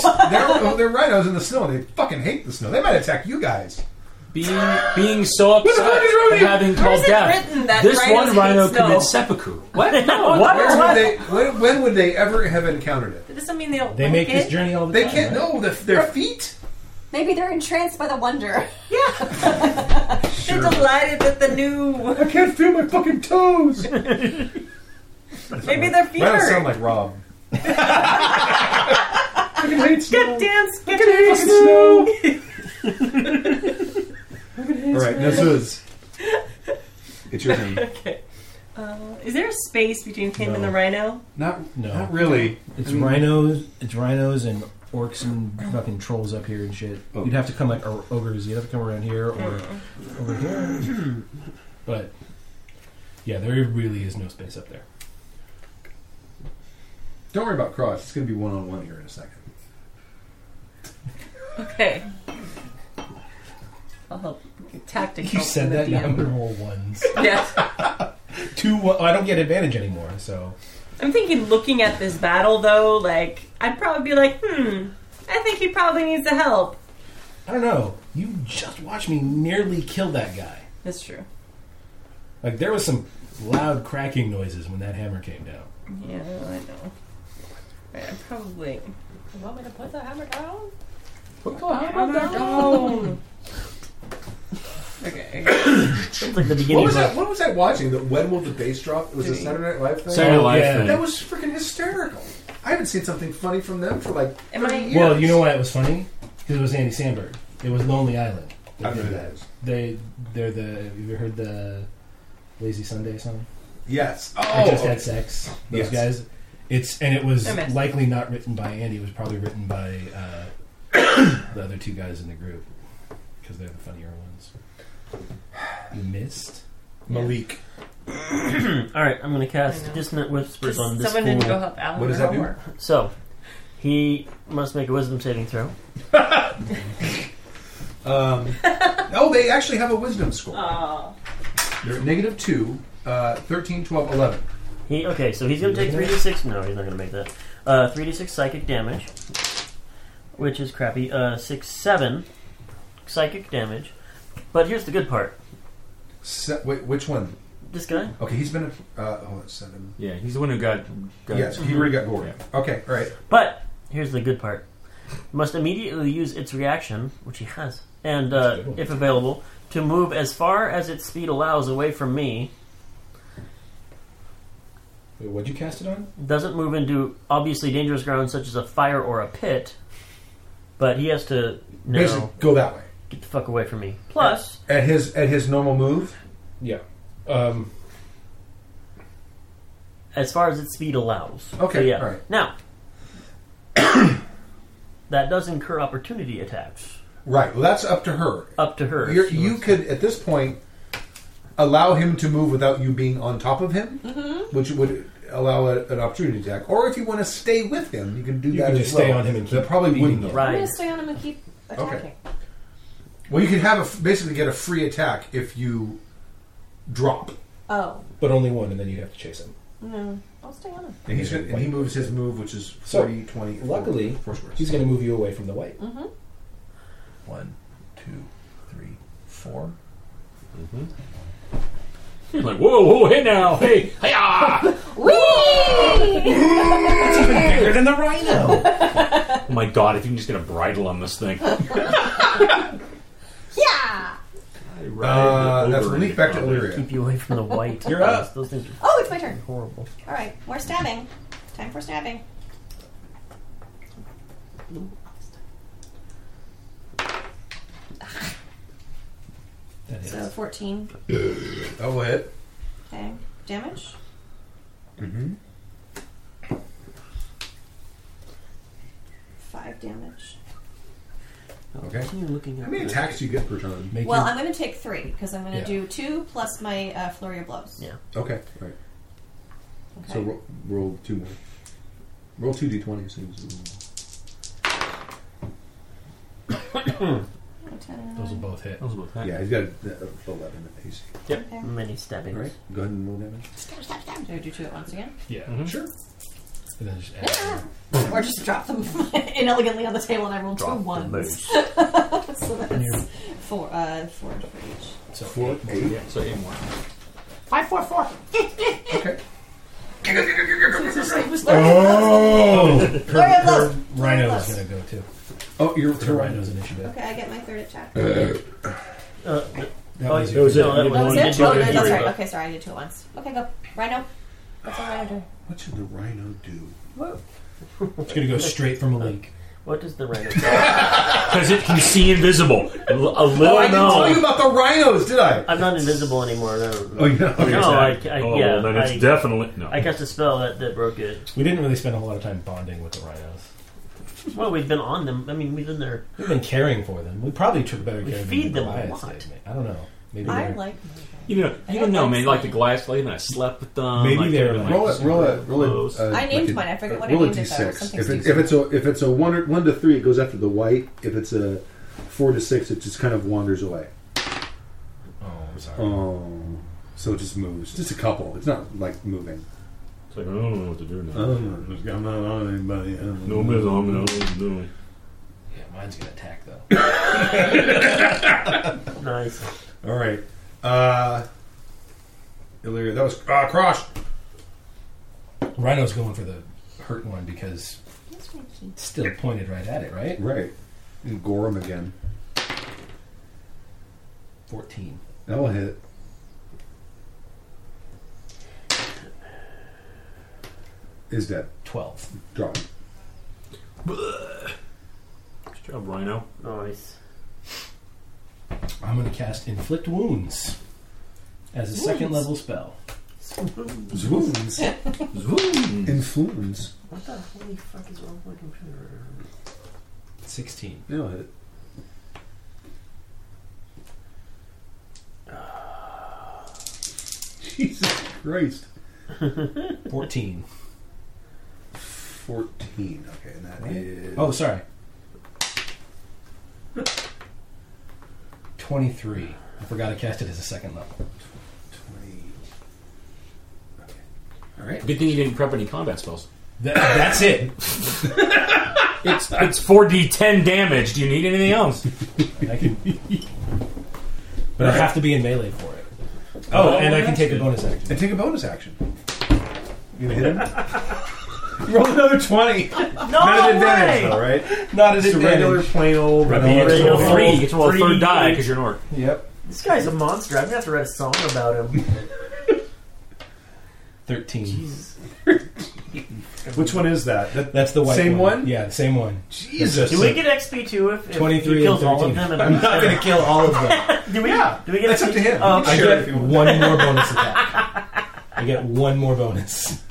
F: snow.
C: rhinos.
A: They're, oh, they're rhinos in the snow. They fucking hate the snow. They might attack you guys.
D: Being being so upset
A: fuck is wrong
D: for
A: with you?
D: having
E: Where
D: called
E: is it
D: death.
E: written that
D: This
E: rhinos
D: one
E: hate
D: rhino
E: snow?
D: commits seppuku. What? No,
B: What?
A: Where would they, when, when would they ever have encountered it?
E: That doesn't mean they don't
C: They
E: like
C: make
E: it.
C: this journey all the
A: They
C: time.
A: can't.
C: right?
A: No, the, their feet.
F: Maybe they're entranced by the wonder.
E: They're delighted that the new.
A: I can't feel my fucking toes. Rhinos
E: Maybe their feet
A: sound
E: are.
A: like Rob. fucking hate snow.
E: Good dance, good
A: Fucking
E: dance.
A: snow. All right, this is. It's your turn.
E: Okay. Uh, is there a space between him and the rhino?
A: Not
C: No.
A: Not really.
C: It's
A: I mean-
C: rhinos. It's rhinos and orcs and fucking trolls up here and shit.
A: Oh.
C: You'd have to come like or- ogres. You'd have to come around here or over here. but yeah, there really is no space up there.
A: Don't worry about cross. It's going to be one on one here in a second.
E: Okay. I'll help. Tactic.
C: You
E: helps
C: said
E: in the
C: that now. I'm
E: DM.
C: gonna roll ones.
E: Yes.
C: Two. One, oh, I don't get advantage anymore. So
E: I'm thinking looking at this battle though, like I'd probably be like, hmm, I think he probably needs the help.
C: I don't know. You just watched me nearly kill that guy.
E: That's true.
C: Like there was some loud cracking noises when that hammer came down.
E: Yeah, I know. Right, I'm probably
F: You want me to put the hammer down?
E: okay.
B: It's like the
A: What
B: beginning
A: was
B: of
A: that? What was I watching? The When Will the Bass Drop? It was a Saturday Night Live thing.
D: Saturday Night Live
C: yeah.
D: thing.
A: That was freaking hysterical. I haven't seen something funny from them for like.
E: Am I?
C: Well, you know why it was funny? Because it was Andy Samberg. It was Lonely Island. They
A: I don't know
C: did
A: who that is.
C: They, they're the. Have you heard the Lazy Sunday song?
A: Yes.
C: I
A: Oh.
C: just had sex. Those
A: Yes.
C: guys. It's and it was
E: I missed.
C: likely not written by Andy. It was probably written by uh, the other two guys in the group because they're the funnier ones. You missed.
A: Malik.
B: All right, I'm going to
E: I know.
B: cast Dissonant Whispers on this
E: Someone didn't go
B: fool.
E: help Alan.
A: What does that do?
E: Moore.
B: So, he must make a Wisdom saving throw.
A: Um, oh, they actually have a wisdom score.
E: Aw.
A: They're at negative two, uh, 13, 12, 11.
B: He okay, so he's going to take three d six. No, he's not going to make that. Uh, Three d six psychic damage, which is crappy. Uh, six seven psychic damage. But here's the good part.
A: Se- wait, which one?
B: This guy.
A: Okay, he's been. A, uh, oh, it's seven.
D: Yeah, he's the one who got. got
A: Yes, he already got gored. Okay, all right.
B: But here's the good part. Must immediately use its reaction, which he has, and uh, if available, to move as far as its speed allows away from me.
C: Wait, what'd you cast it on?
B: Doesn't move into obviously dangerous ground such as a fire or a pit. But he has to no,
A: Basically, go that way.
B: get the fuck away from me. Plus,
A: At his at his normal move.
C: Yeah. Um,
B: as far as its speed allows.
A: Okay,
B: So, yeah.
A: alright.
B: Now, that does incur opportunity attacks
A: Right. Well, that's up to her.
B: up to her.
A: You're, you could at this point allow him to move without you being on top of him, which would allow a, an opportunity attack. Or if you want to stay with him, you can do
C: You
A: that
C: can
A: as
C: just
A: well.
C: stay on him and
A: that
C: keep
A: probably
C: beating
A: wouldn't.
C: him.
F: I'm
B: right.
F: gonna stay on him and keep attacking.
A: Well, you could have a f basically get a free attack if you drop.
F: Oh,
E: Oh.
C: but only one, and then you have to chase him.
F: no. I'll stay on him.
A: And, he's gonna, and he moves his move, which is
C: So,
A: 40, 20,
C: luckily,
A: four squares.
C: He's going to move you away from the white.
F: Mm-hmm.
I: One, two, three, four.
D: He's like, whoa, whoa, hey now, hey, hey ah!
C: Bigger than the rhino. Uh,
D: oh my god, if you can just get a bridle on this thing.
F: Yeah.
A: Uh, that's Malik back to Illyria.
B: Keep you away from the white.
C: You're up.
B: Those things
F: Oh, it's my turn.
B: are horrible.
F: All right, more stabbing. Time for stabbing.
C: That is.
F: So 14
A: Oh,
I: That will hit.
F: okay. damage.
A: Mm-hmm.
F: Five damage.
A: Okay.
B: Continue looking
A: How
B: at
A: many
B: the-
A: attacks do you get per turn?
C: Make
F: Well,
C: your-
F: I'm going to take three because I'm going to
C: Yeah.
F: do two plus my uh, flurry of blows.
B: Yeah.
A: Okay. All right.
F: Okay.
A: So roll, roll two more. Roll two d20s.
C: those will both hit.
A: Yeah, he's got uh, 11 AC.
B: Many stabbings.
A: All right. Go ahead and roll damage.
F: Do I do two at once again?
C: Yeah,
D: Sure.
C: and then just add it.
F: or just drop them inelegantly on the table and I roll two ones. so that's four, uh, four for each.
C: So
A: Four,
C: eight more.
A: eight.
C: Yeah, so eight more.
A: Okay.
C: Oh,
F: Flurry of blows. Flurry of
C: rhino is
F: blows.
C: going to go too.
A: Oh, you're
C: The rhino's initiative.
F: Okay, I get my third attack.
B: Uh,
C: That
B: Oh,
C: was
B: that was
C: your
B: it.
C: turn.
F: Oh,
B: One,
F: that's it?
B: two,
F: Oh, no,
B: three.
F: that's right. Okay, sorry, I did two at once. Okay, go. Rhino. What's a rhino do?
A: What should the rhino do?
C: It's going to go straight from Malik.
B: What does the rhino say?
D: Because it can see invisible. A little
B: Oh,
A: I didn't
D: no.
A: tell you about the rhinos, did I?
B: I'm not invisible anymore. No.
A: Oh, yeah. Okay.
B: No, I, I,
D: oh,
B: yeah,
D: then it's
B: I,
D: definitely. No.
B: I cast a spell that, that broke it.
C: We didn't really spend a whole lot of time bonding with the rhinos.
B: Well, we've been on them. I mean, we've been there.
C: We've been caring for them. We probably took better
B: We
C: care of
B: feed
C: them. than
B: them a
C: Goliaths
B: lot.
C: did, ma- I don't know. Maybe
F: I
C: they're-
F: like.
D: you know, you don't know, man. Like the glass lady, and I slept with them.
C: Maybe
D: like,
C: they're
D: like,
C: like-
A: Roll it, roll it, roll
D: Close.
A: it. Uh,
F: I named
A: like a-
F: mine. I forget what I
A: roll
F: named
A: a
F: it, though.
A: d6.
F: Something
A: If, it,
F: stupid.
A: if it's a if it's a one or, one to three, it goes after the white. If it's a four to six, it just kind of wanders away.
C: Oh, I'm sorry.
A: Oh, so it just moves. Just a couple. It's not like moving.
D: It's like, I don't know what to do now.
C: Uh-huh.
A: Um, I'm not on anybody.
D: no, miss, I don't know what to do.
C: Yeah, mine's going to attack though.
B: Nice.
A: All right, uh, Illyria. That was uh, Crosh.
C: Rhino's going for the hurt one because it's still pointed right at it, right?
A: Right, and Gorham again.
C: 14.
A: That will hit. Is dead.
C: 12.
A: Drop.
D: Good job, Rhino.
B: Nice.
C: I'm going to cast Inflict Wounds as a second level spell.
A: Wounds.
D: Zoom.
A: Influence.
B: What the holy fuck is wrong with my computer?
C: 16.
A: That'll hit. Jesus Christ.
C: 14.
A: 14. Okay, and that
C: Right.
A: is.
C: Oh, sorry. 23. I forgot I cast it as a second level.
A: 20. Okay. All right.
D: Good thing you didn't prep any combat spells.
C: That, that's it.
D: It's it's 4d10 damage. Do you need anything else?
C: I can, but I have to be in melee for it. Oh, and I can take a bonus action.
A: And take a bonus action. You gonna hit him? Roll another 20. No! Not an advantage, though, right?
C: Not as
A: Just a regular plain old.
C: Right,
A: vanilla
C: but you
A: roll.
D: Roll three. You get to roll a
B: Three.
D: third die because you're an orc.
A: Yep.
B: This guy's a monster. I'm gonna have to write a song about him.
C: 13.
B: Jesus.
A: Which one is that? that
C: That's the white
A: Same one?
C: Yeah, the same one.
A: Jesus.
B: Do we get XP too if, if
C: 23
B: he kills
C: and
B: all of them?
C: 13.
B: And
A: I'm not going to kill all of them.
B: do we?
A: Yeah,
B: do we get
A: that's
B: XP?
A: up to him.
B: Oh,
A: Sure,
C: I
B: okay.
A: if
C: get
A: you want.
C: one more bonus attack. I get one more bonus.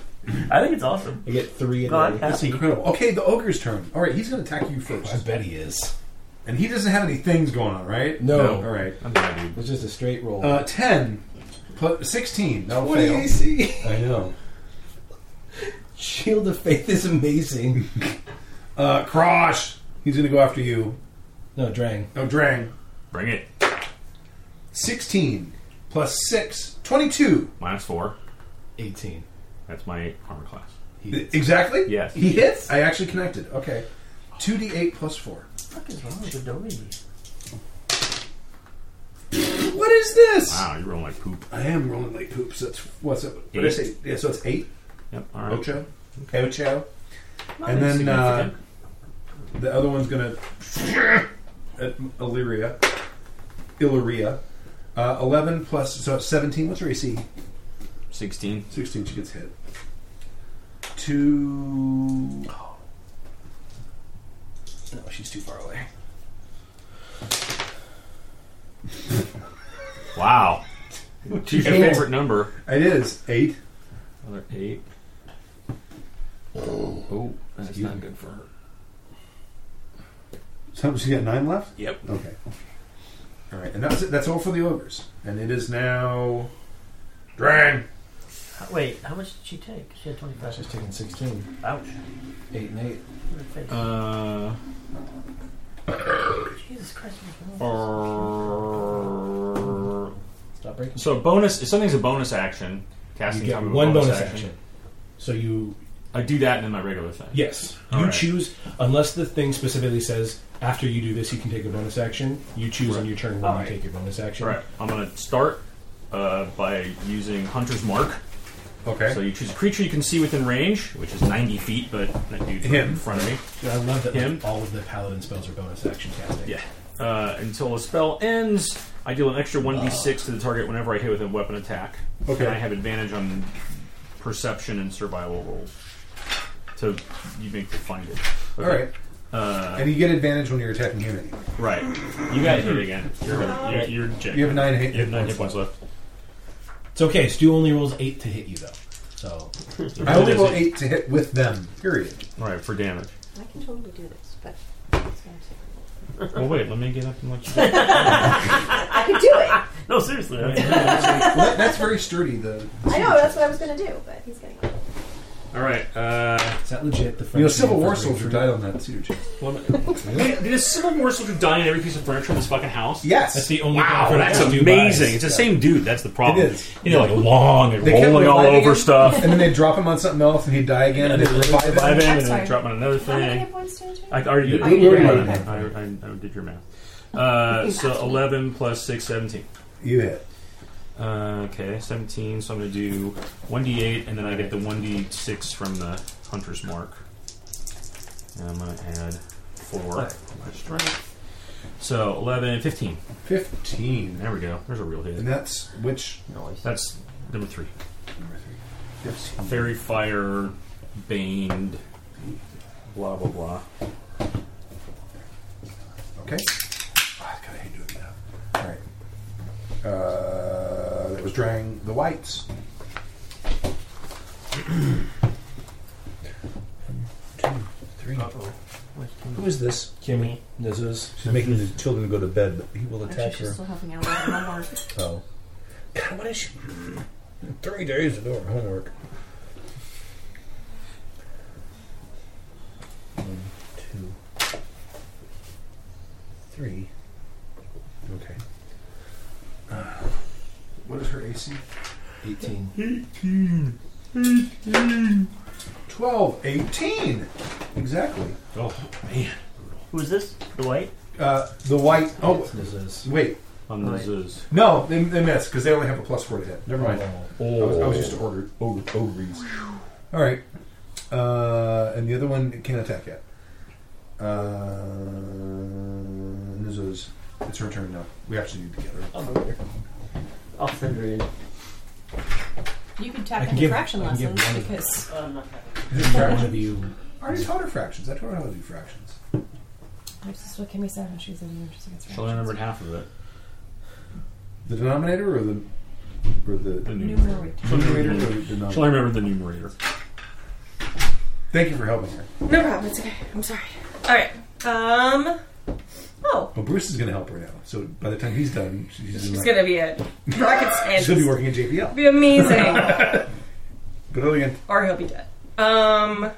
B: I think it's awesome.
C: I get three and
B: No, I'm
A: That's
B: happy.
A: incredible. Okay, the ogre's turn. All right, he's going to attack you first.
C: I bet he is.
A: And he doesn't have any things going on, right?
C: No.
A: All right.
D: I'm glad you-
C: It's just a straight roll.
A: Uh, 10 plus 16. That'll
C: What do
A: fail.
C: you see?
A: I know.
C: Shield of Faith is amazing.
A: Uh, Crosh. He's going to go after you.
C: No, Drang.
A: No, Drang.
D: Bring it.
A: 16 plus 6. 22.
D: Minus four.
C: 18.
D: That's my armor class.
A: Exactly?
D: Yes.
A: He hits? I actually connected. Okay. 2d8 plus 4.
B: What the fuck is wrong with the doughy?
A: What is this?
D: Wow, you're rolling like poop.
A: I am rolling like poop, so it's. What's it? What did I
D: Eight. Oh.
A: say? Yeah, so it's 8.
D: Yep. All right.
A: Ocho. Ocho.
D: Not
A: And then uh,
D: insignificant.
A: the other one's going to. At Illyria. Illyria. Uh, 11 plus. So it's 17. What's her AC?
D: sixteen.
A: 16. She gets hit. Two.
I: No, she's too far away.
D: Wow. What's your
A: Yeah.
D: favorite number?
A: It is 8.
D: Another eight. Oh, that's not good for her.
A: So she got 9 left?
D: Yep.
A: Okay. All right, and that's it. That's all for the ogres, and it is now.
I: Drain.
B: How- Wait, how much did she take? She had 25.
C: She's taking 16.
B: Ouch.
C: Eight and eight.
B: Her face.
D: Uh,
B: Jesus Christ. what was wrong
D: or-
C: Stop breaking.
D: er, so a bonus. If something's a bonus action, casting
C: you get
D: time of a
C: one bonus action. So you
D: I do that and then my regular thing.
C: yes,
D: All
C: you
D: right.
C: choose unless the thing specifically says after you do this you can take a bonus action. You choose on
D: Right.
C: your turn when
D: All right.
C: you take your bonus action.
D: All right. I'm gonna start uh, by using Hunter's Mark.
A: Okay.
D: So you choose a creature you can see within range, which is 90 feet, but that dude's right
A: Him.
D: in front of me.
C: Dude, I love that like,
D: Him?
C: all of the paladin spells are bonus action casting.
D: Yeah. Uh, until the spell ends, I deal an extra 1d6 to the target whenever I hit with a weapon attack.
A: Ah. Okay.
D: And I have advantage on perception and survival rolls. To you make to find it.
A: All right,
D: Uh,
A: and you get advantage when you're attacking him. Anyway.
D: right. You guys hit again. You're you're, you're Jake.
A: You have nine hit.
D: You have nine hit points left.
C: It's okay. Stu only rolls eight to hit you though. So
A: I only roll eight to hit with them. Period.
D: All right for damage.
J: I can totally do this, but
D: Well, wait. Let me get up and let you.
J: I could do it.
B: with- No, seriously. I mean,
A: Well, that, that's very sturdy. The, the
J: I know that's what I was gonna do, but he's getting.
D: All right. Uh,
C: is that legit? The French
A: you know, Civil
C: name for
A: War
C: grapefruit?
A: soldier died on that too. Jim.
D: let me- Wait, did a Civil War soldier die in every piece of furniture in this fucking house?
A: Yes.
C: That's the only.
D: Wow,
C: grapefruit
D: that's
C: that Stu
D: amazing.
C: buys.
D: It's the same dude. That's the problem.
A: It is.
D: You know, like long and
A: They kept
D: rolling all
A: reviving
D: over
A: him.
D: stuff.
A: and then they drop him on something else, and he'd die again, and they revive him.
D: Revive him and
J: Sorry.
D: then drop him on another
J: How many hit
D: thing.
J: points do I
C: Uh,
J: take?
D: I already did.
A: You- you already did that.
D: I, I, I did your math. Uh, so 11 plus 6, 17.
A: You hit.
D: Uh, okay, 17. So I'm going to do 1d8, and then I get the 1d6 from the Hunter's Mark. And I'm going to add 4 for my strength. So 11, 15.
A: Fifteen,
D: There we go. There's a real hit.
A: and that's which
B: noise.
D: That's number 3.
A: number three. Fifteen.
D: Fairy Fire, Baned, blah, blah, blah.
A: Okay. Ah, God, I hate doing that. All right. Uh, that was Drang the Whites.
I: Three.
A: Who is this?
B: Kimmy.
I: This is she's making the children go to bed, but he will attack
F: she's
I: her.
F: still helping out with her homework.
I: Oh. God, what is she? Three days of doing her homework. One, two, three.
A: Okay. What is her AC?
C: 18.
D: Hmm.
A: 12, 18. Exactly.
D: Oh, man.
B: Who is this? The white?
A: Uh, the white. Oh,
C: This is.
A: wait.
D: On the Zuz.
A: No, they, they missed because they only have a plus four to hit. Never mind.
C: Oh.
A: I, was, I was used to order ogre, ogres. All right. Uh, and the other one it can't attack yet. Uh, Nizo's. It's her turn now. We actually need to get her.
B: I'll go there. I'll send her in.
F: You could
C: I
F: tap
C: can
F: into
C: give-
F: fraction
C: I can give
F: lessons
C: one of
F: because
B: Oh, I'm not
A: Is it
C: One
A: fractions?
C: of you
A: I already taught her fractions. I taught her how to do fractions.
F: this is what Kimmy said when she was in interesting
D: She only remembered half of it.
A: The denominator or the or the
D: The numerator.
F: Numeric.
A: numerator or the
D: She only
A: denominator?
D: remembered the numerator.
A: Thank you for helping her.
E: No problem. It's okay. I'm sorry. All right. Um. Oh,
A: Well, Bruce is going to help her now. So by the time he's done, she's,
E: she's
A: gonna,
E: gonna be a rocket
A: she'll be
E: scientist.
A: working at JPL.
E: Be amazing,
A: But other hand,
E: or he'll be dead. Um.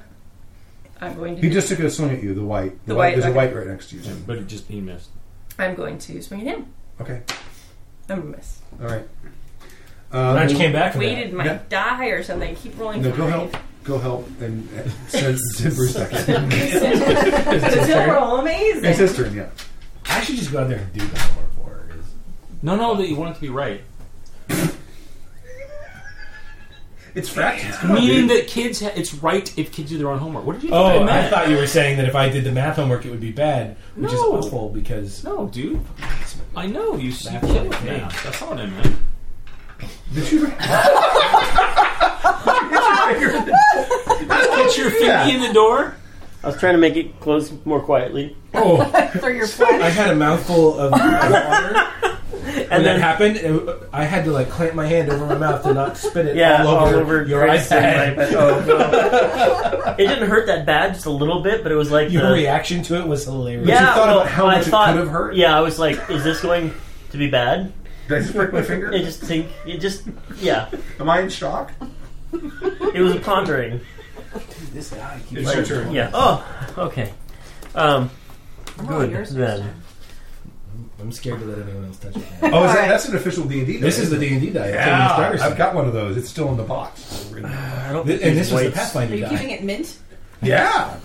E: I'm going to.
A: he just took a swing at you. The white, the,
E: The
A: white,
E: white,
A: There's a
E: okay.
A: white right next to you.
D: But it just, he missed.
E: I'm going to swing at him.
A: Okay.
E: I'm gonna miss.
A: All right. Um,
C: Nudge came back from
E: Waited
C: that.
E: might
A: Yeah.
E: die or something. Keep rolling.
A: No, go
E: five.
A: help. Go help and and send send Bruce back in.
E: But still roll amazing.
A: It's his turn, yeah.
C: I should just go out there and do the homework for her. 'cause-
D: No, no, that you want it to be right.
A: It's fractions. Come on,
D: Meaning
A: dude.
D: that kids, ha- it's right if kids do their own homework. What did you think
C: Oh,
D: I
C: I
D: meant?
C: thought you were saying that if I did the math homework, it would be bad, which
D: No.
C: is awful because
D: no, dude. I know you. s- you
C: That's
D: killed
C: what I
D: me.
C: meant.
D: That's not what I meant.
A: Did you?
D: Get your
A: Yeah.
D: fingy in the door.
B: I was trying to make it close more quietly.
C: oh,
F: Through your flesh.
C: I had a mouthful of, of water.
B: And
C: And that
B: then
C: happened, and I had to like clamp my hand over my mouth to not spit it
B: yeah,
C: all over, your
B: Grace's
C: iPad.
B: iPad. Oh, no. it didn't hurt that bad, just a little bit, but it was like
C: Your
B: the,
C: reaction to it was hilarious.
B: yeah,
A: thought
B: well,
A: about how
B: I
A: much it
B: thought,
A: could have hurt?
B: Yeah, I was like, is this going to be bad?
A: Did I just break my
B: I
A: finger?
B: just think it just yeah.
A: Am I in shock?
B: It was pondering.
C: This guy keeps
A: It's your turn.
B: Yeah. Oh, okay. Um,
F: I'm rolling
B: good
F: yours first.
B: then.
C: I'm scared to let anyone else touch it.
A: Oh, is that, that's an official D and D.
C: this is the D and D die. It's in the starter
A: Yeah, I've
C: set.
A: got one of those. It's still in the box.
B: I don't.
C: Th-
B: think
C: and this was the
B: whites-
F: Are
C: Pathfinder
F: you
C: die.
F: keeping it mint?
A: Yeah,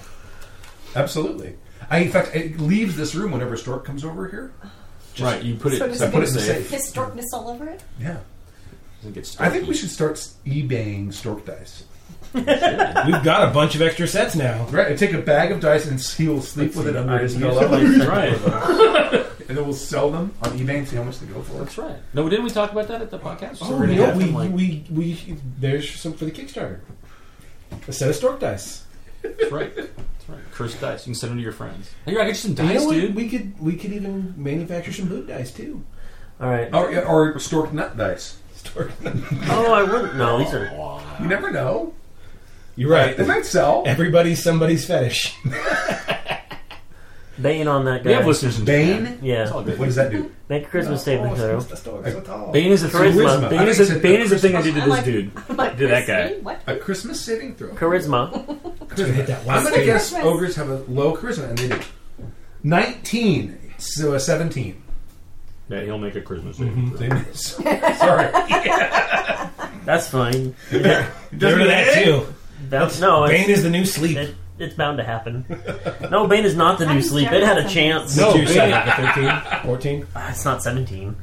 A: absolutely. I, in fact, it leaves this room whenever Stork comes over here.
D: right, you put it.
F: so does
A: I put it in the
D: Oh, safe.
A: safe.
F: His darkness all over it?
A: Yeah,
D: Doesn't get
A: I think we
D: started.
A: should start s- eBaying Stork dice.
C: We've got a bunch of extra sets now.
A: Right, I take a bag of dice and he will sleep with it under his pillow,
D: That's right.
A: and then we'll sell them on eBay and see how much they go for.
D: That's right. No, didn't we talk about that at the podcast? So
C: Oh,
D: we're gonna
C: no,
D: have
C: we,
D: them, like-
C: we, we, there's some for the Kickstarter. A set of stork dice.
D: That's right. That's right. Cursed dice. You can send them to your friends. Hey, I got you some
C: You know
D: dice,
C: what?
D: dude.
C: We could, we could even manufacture some boot dice too.
B: All right.
A: Or, or Stork nut dice.
C: Stork.
B: Oh, I wouldn't. No, these are.
A: You never know.
C: You're right.
A: They might sell.
C: Everybody's somebody's fetish.
B: Bane on that guy.
D: We have listeners in Japan.
A: Bane?
D: It's all
B: Yeah.
D: good.
A: What does that do?
B: Make a Christmas saving throw.
D: Bane is a thing.
B: Charisma.
D: Bane is a, Bane is a thing I did to
F: I'm
D: this
F: like-
D: dude.
F: I'm like,
D: Did that
F: Chris,
D: guy.
F: me? What?
A: A Christmas saving throw.
B: Charisma.
A: I'm going to
F: Christmas.
A: guess ogres have a low charisma, and they do. 19. So a 17.
D: Yeah, he'll make a Christmas.
A: They miss. Sorry.
B: That's fine.
C: Get rid of that too.
B: That's no. It's,
C: Bane is the new sleep.
B: it, it's bound to happen. No, Bane is not the new
F: I'm
B: sleep. It had a chance.
F: jealous of
C: Did you
D: Bane-
C: say that, the 13, 14?
B: Ah, It's not 17.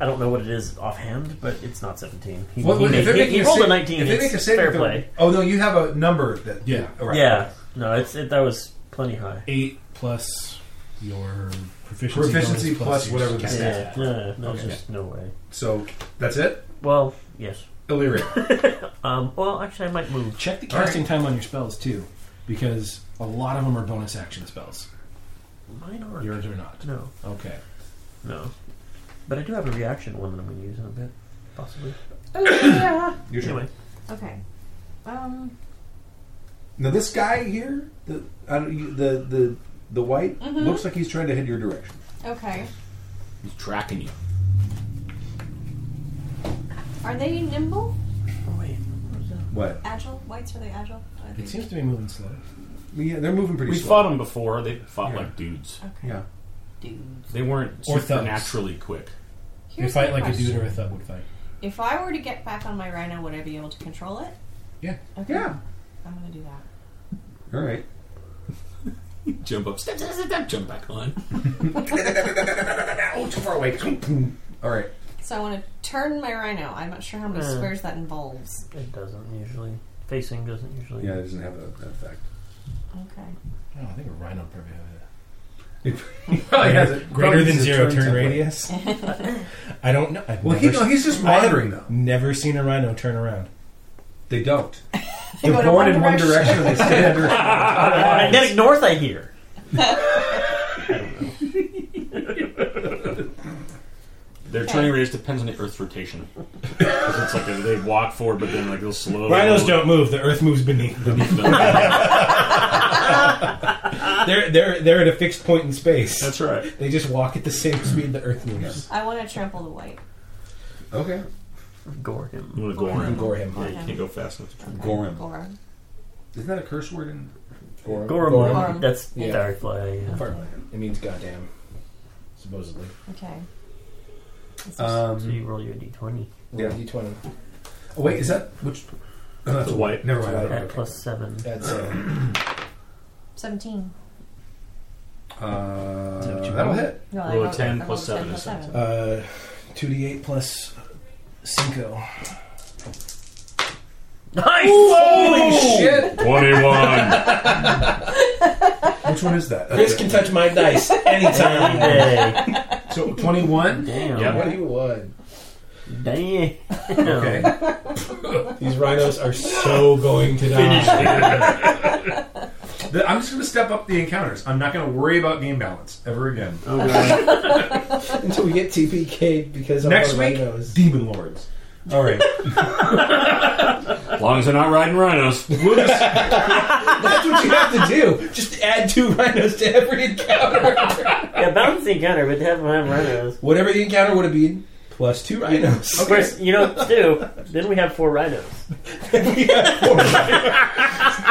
B: I don't know what it is offhand, but it's not 17. He,
A: Well,
B: he,
A: if
B: made,
A: they're
B: he,
A: making
B: he
A: a
B: rolled
A: sa-
B: a 19.
A: if they
B: It's
A: make a saving
B: fair
A: throw-
B: play.
A: Oh, no, you have a number that.
C: Yeah.
A: all right.
B: Yeah. No, it's it, that was plenty high.
C: 8 plus your proficiency.
A: Proficiency
C: bonus
A: plus
C: your
A: whatever the
C: stat.
B: Yeah.
A: stat.
B: No, no,
A: Okay.
B: just no way.
A: So that's it?
B: Well, yes.
A: Illyria.
B: Um, well, actually, I might move.
C: Check the
A: All right.
C: casting time on your spells too, because a lot of them are bonus action spells.
B: Mine aren't.
C: Yours are not.
B: No,
C: Okay.
B: no. But I do have a reaction one that I'm going to use in a bit, possibly.
F: Oh, yeah.
A: Your turn.
B: Anyway,
F: Okay. Um,
A: Now, this guy here, the, I don't, you- the, the, the white, looks like he's trying to head your direction.
F: okay.
D: He's tracking you.
F: Are they nimble?
A: What?
F: Agile? Whites, are they agile? Are they-
C: It seems to be moving slow.
A: Yeah, they're moving pretty
D: We
A: slow.
D: fought them before. They fought
A: Yeah.
D: like dudes.
F: Okay.
A: Yeah.
F: Dudes.
D: They weren't
C: Or thugs.
D: supernaturally quick.
C: They
F: Here's
C: fight
F: my
C: like a dude
F: question.
C: or a thug would fight.
F: If I were to get back on my rhino, would I be able to control it?
C: Yeah.
F: Okay.
A: Yeah.
F: I'm gonna do that.
A: All right.
D: Jump up, step, step, step, step, jump back on.
A: Oh, too far away. All right.
F: So I want to turn my rhino. I'm not sure how many
B: Uh.
F: squares that involves.
B: it doesn't usually. Facing doesn't usually.
A: Yeah, it doesn't have a, an effect.
F: Okay.
C: Oh, I think a rhino probably have it.
A: He
C: Oh,
A: probably has it.
C: Greater
A: probably
C: than
A: has a
C: zero turn,
A: template.
C: radius. I don't know. I've
A: Well, he,
C: never
A: no,
C: s-
A: he's just
C: I have
A: wandering though.
C: Never seen a rhino turn around.
A: They don't.
F: go
A: They're
F: to
A: born
F: one
A: in one direction.
F: direction.
A: and they stay under.
B: Magnetic Ah, North, I hear.
D: Their turning radius depends on the Earth's rotation. 'Cause it's like a, they walk forward, but then like they'll slow.
C: Rhinos don't move. The earth moves beneath them. they're they're they're at a fixed point in space.
D: That's right.
C: They just walk at the same speed the earth moves.
F: I want to trample the white.
A: Okay.
B: Gore him.
D: You want to go
C: You can
D: around?
C: gore him.
D: Yeah, you can't go fast enough. to-
A: Gorham.
F: Gorum.
A: Isn't that a curse word in
C: Gore him.
B: Gorm.
C: Gore him.
F: Gorm.
B: That's
C: Yeah.
B: Firefly. Yeah.
C: Firefly. It means goddamn, supposedly.
F: Okay.
B: So
A: um,
B: you roll your d20.
C: Roll
A: Yeah.
C: d20.
A: Oh, wait, is that which? Oh, that's
D: It's white.
A: Never mind.
C: It's
A: okay,
B: At
A: okay.
B: plus seven.
C: That's uh,
F: 17.
A: Uh,
C: that what you
A: that'll
C: roll?
A: hit.
F: No, I
D: Roll a
F: rolled-
D: 10
F: I
D: plus
F: rolled
D: 7 is 17.
C: uh, 2d8 plus Cinco.
B: Nice!
C: Holy shit!
G: 21.
A: Which one is that?
C: Chris can touch my dice anytime.
B: Hey,
A: So twenty-one.
B: damn.
D: Yep.
C: what do you want?
B: Damn.
A: Okay.
C: These rhinos are so going to die.
A: The- I'm just going to step up the encounters. I'm not going to worry about game balance ever again.
C: Oh, Until we get TPK because of
A: Next
C: our
A: week,
C: rhinos.
A: demon lords. All right.
G: As long as they're not riding rhinos.
A: We'll just,
C: That's what you have to do. Just add two rhinos to every encounter.
B: Yeah, balance the encounter, but have my rhinos.
C: Whatever the encounter would have been, plus two rhinos.
B: Of course, you know, too, then we have four rhinos.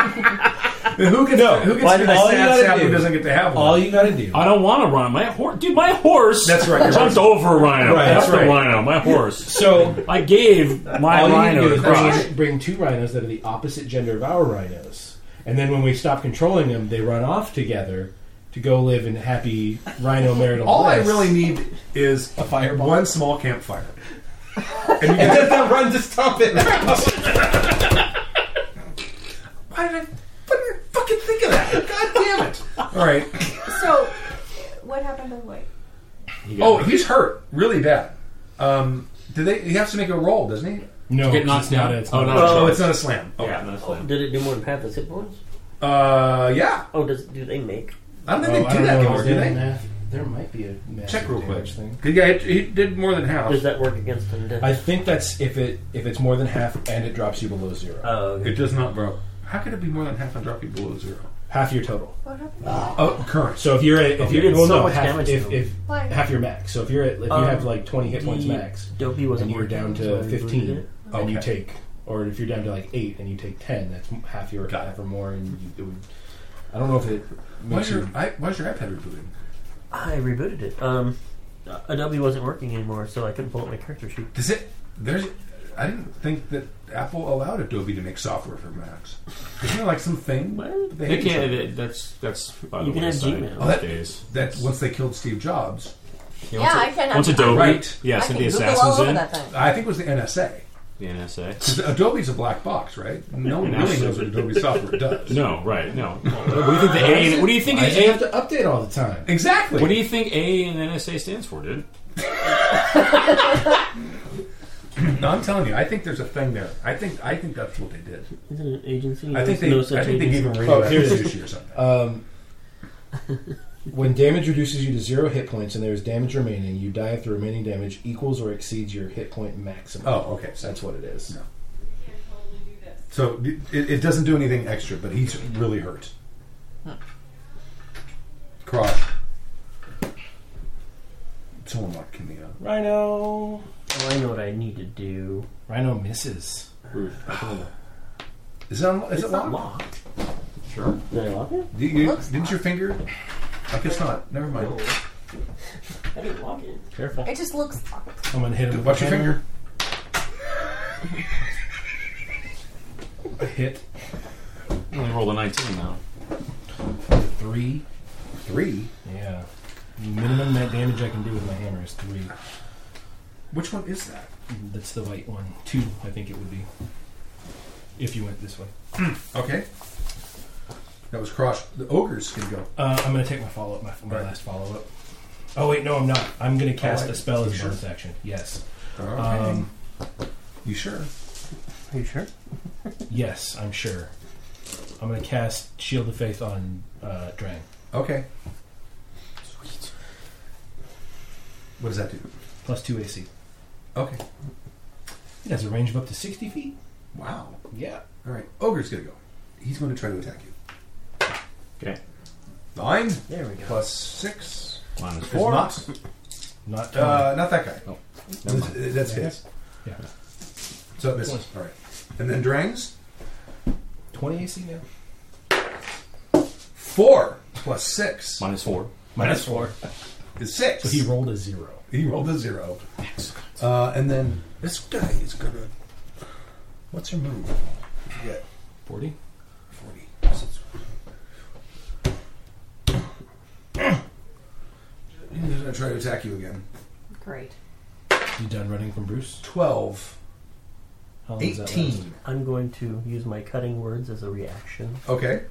A: who gets,
C: No,
A: who gets
C: why
A: to
C: did
A: be
C: I- all you
A: sad
C: gotta
A: sap who
C: do-
A: doesn't get to have one?
C: All you gotta do.
G: I don't want to run. My horse. Dude, my horse.
A: That's right, you're
G: Jumped over a rhino.
C: Right, that's
G: After
C: right.
G: rhino. My horse.
C: So
G: I gave my
C: all you need
G: rhino
C: to do
G: to
C: is
G: crush.
C: bring, bring two rhinos that are the opposite gender of our rhinos, and then when we stop controlling them, they run off together to go live in happy rhino marital
A: All I
C: bliss.
A: really need is
C: a fireball.
A: one small campfire. And you
C: and
A: guys,
C: then they'll run to stop it.
A: why did I, why did I fucking think of that? God damn it! All right.
J: So, what happened to Lloyd?
A: Oh, he's hurt really bad. Um, do they? He has to make a roll, doesn't he?
C: no,
G: Get knocked
C: it's not
G: down.
C: a- it's
G: Oh,
C: not
G: no.
C: a-
A: Oh, it's not a slam. Okay.
D: Yeah, that's fine.
B: Oh, Did it do more than half his hit points?
A: Uh, yeah.
B: Oh, does do they make?
A: I don't
C: Oh,
A: think
C: I
A: they do
C: don't
A: that
C: know
A: anymore,
C: if
A: do
C: they're
A: they?
C: doing that. There might be a massive
A: Check real quick.
C: damage thing.
A: Yeah, he did more than half.
B: Does that work against him? Did
C: I think that's if it if it's more than half and it drops you below zero.
B: Oh, okay.
A: It does not, bro. How could it be more than half and drop you below zero?
C: half your total.
J: What happened?
A: Oh, current.
C: So if you're at, if
B: Okay.
C: you're
B: You did
C: well,
B: so
C: no,
B: much
C: half,
B: damage
C: if,
B: to
C: if
J: Why?
C: half your max. So if you're at, if you
B: Um,
C: have like 20 hit points
B: the
C: max,
B: Dopey wasn't
C: and you're
B: working,
C: down
B: so I
C: to
B: rebooted
C: 15,
B: it.
C: and you
A: Okay.
C: take, or if you're down to like eight and you take 10, that's m- half your
A: Got it.
C: half or more, and you, it would. I don't know if it
A: Why's
C: makes
A: your
C: you.
A: I, why's your iPad rebooting?
B: I rebooted it. Um, Adobe wasn't working anymore, so I couldn't pull up my character sheet.
A: Does it? There's. I didn't think that Apple allowed Adobe to make software for Macs. Isn't there like some thing?
B: Well,
A: that
D: They
A: hate
D: can't.
A: something?
D: They, that's that's. By
B: You
D: the
B: can have
D: wayside
B: Gmail.
D: these
A: Oh, that-
D: days.
A: That once they killed Steve Jobs,
J: Yeah,
D: once
J: I
D: it-
J: can.
D: Once
J: I
D: Adobe,
A: Right.
D: yeah, sent the
J: can Google all
D: assassins
J: over
D: in.
J: that thing.
A: I think it was the NSA.
D: The NSA.
A: 'Cause Adobe's a black box, right? No one
D: And
A: really
D: that's-
A: knows what Adobe software does.
D: No, right? No. what do you think the A? And, what do you think
C: I
D: the A?
C: have to update all the time.
A: Exactly.
D: What do you think A and NSA stands for, dude?
A: No, I'm telling you, I think there's a thing there. I think I think that's what they did.
B: Isn't it an agency?
A: I think
B: There's
A: they
B: no
A: I
B: such
A: think they
B: agency.
A: gave him radioactive
C: here's-
A: sushi or something.
C: Um, when damage reduces you to zero hit points and there is damage remaining, you die if the remaining damage equals or exceeds your hit point maximum.
A: Oh, okay. So,
C: That's what it is.
A: No. so it, it doesn't do anything extra, but he's really hurt. Cross. Someone lock me up.
C: Rhino.
B: Oh, I know what I need to do.
C: Rhino misses.
A: Is it, unlo- is
B: it's
A: it
B: not
A: locked?
B: locked.
D: Sure.
B: Did I lock it?
A: Did, you,
J: looks
A: didn't your finger? I guess not. Never mind.
B: I didn't lock it.
C: Careful.
J: It just looks.
C: I'm gonna hit him. with
A: Watch
C: the
A: your
C: hammer.
A: finger.
C: A hit
D: I only rolled a 19 now.
C: three.
A: Three.
C: Yeah. Minimum net damage I can do with my hammer is three.
A: Which one is that?
C: That's the white one. Two, I think it would be. If you went this way,
A: Okay. That was cross. The ogres can go.
C: uh, I'm gonna take my follow up. My, my
A: Right. Oh,
C: last follow up. Oh wait, no, I'm not. I'm gonna cast
A: right.
C: a spell as a
A: You sure?
C: bonus action. Yes.
A: Okay.
C: Um,
A: you sure?
B: Are you sure?
C: yes, I'm sure. I'm gonna cast Shield of Faith on uh, Drang.
A: Okay. What does that do?
C: Plus two AC.
A: Okay.
C: It has a range of up to 60 feet.
A: Wow.
C: Yeah.
A: All right. Ogre's gonna go. He's going to try to attack you.
D: Okay.
A: Nine
B: There we go.
A: plus six.
D: Minus
A: is
D: four.
A: Not,
C: Not.
A: uh, not that guy.
D: Oh, never
A: that's, that's his.
C: Yeah.
A: So it misses. All right. And then Drangs.
C: 20 AC now.
A: Four plus six
D: Minus four.
C: Minus four.
A: is six.
C: So he rolled a zero.
A: He rolled a zero. Uh, and then this guy is gonna. What's your move? Yeah,
C: 40?
A: forty. So it's- He's gonna try to attack you again.
F: Great.
C: You done running from Bruce?
A: Twelve.
C: How long does that last?
A: Eighteen.
B: I'm going to use my cutting words as a reaction.
A: Okay.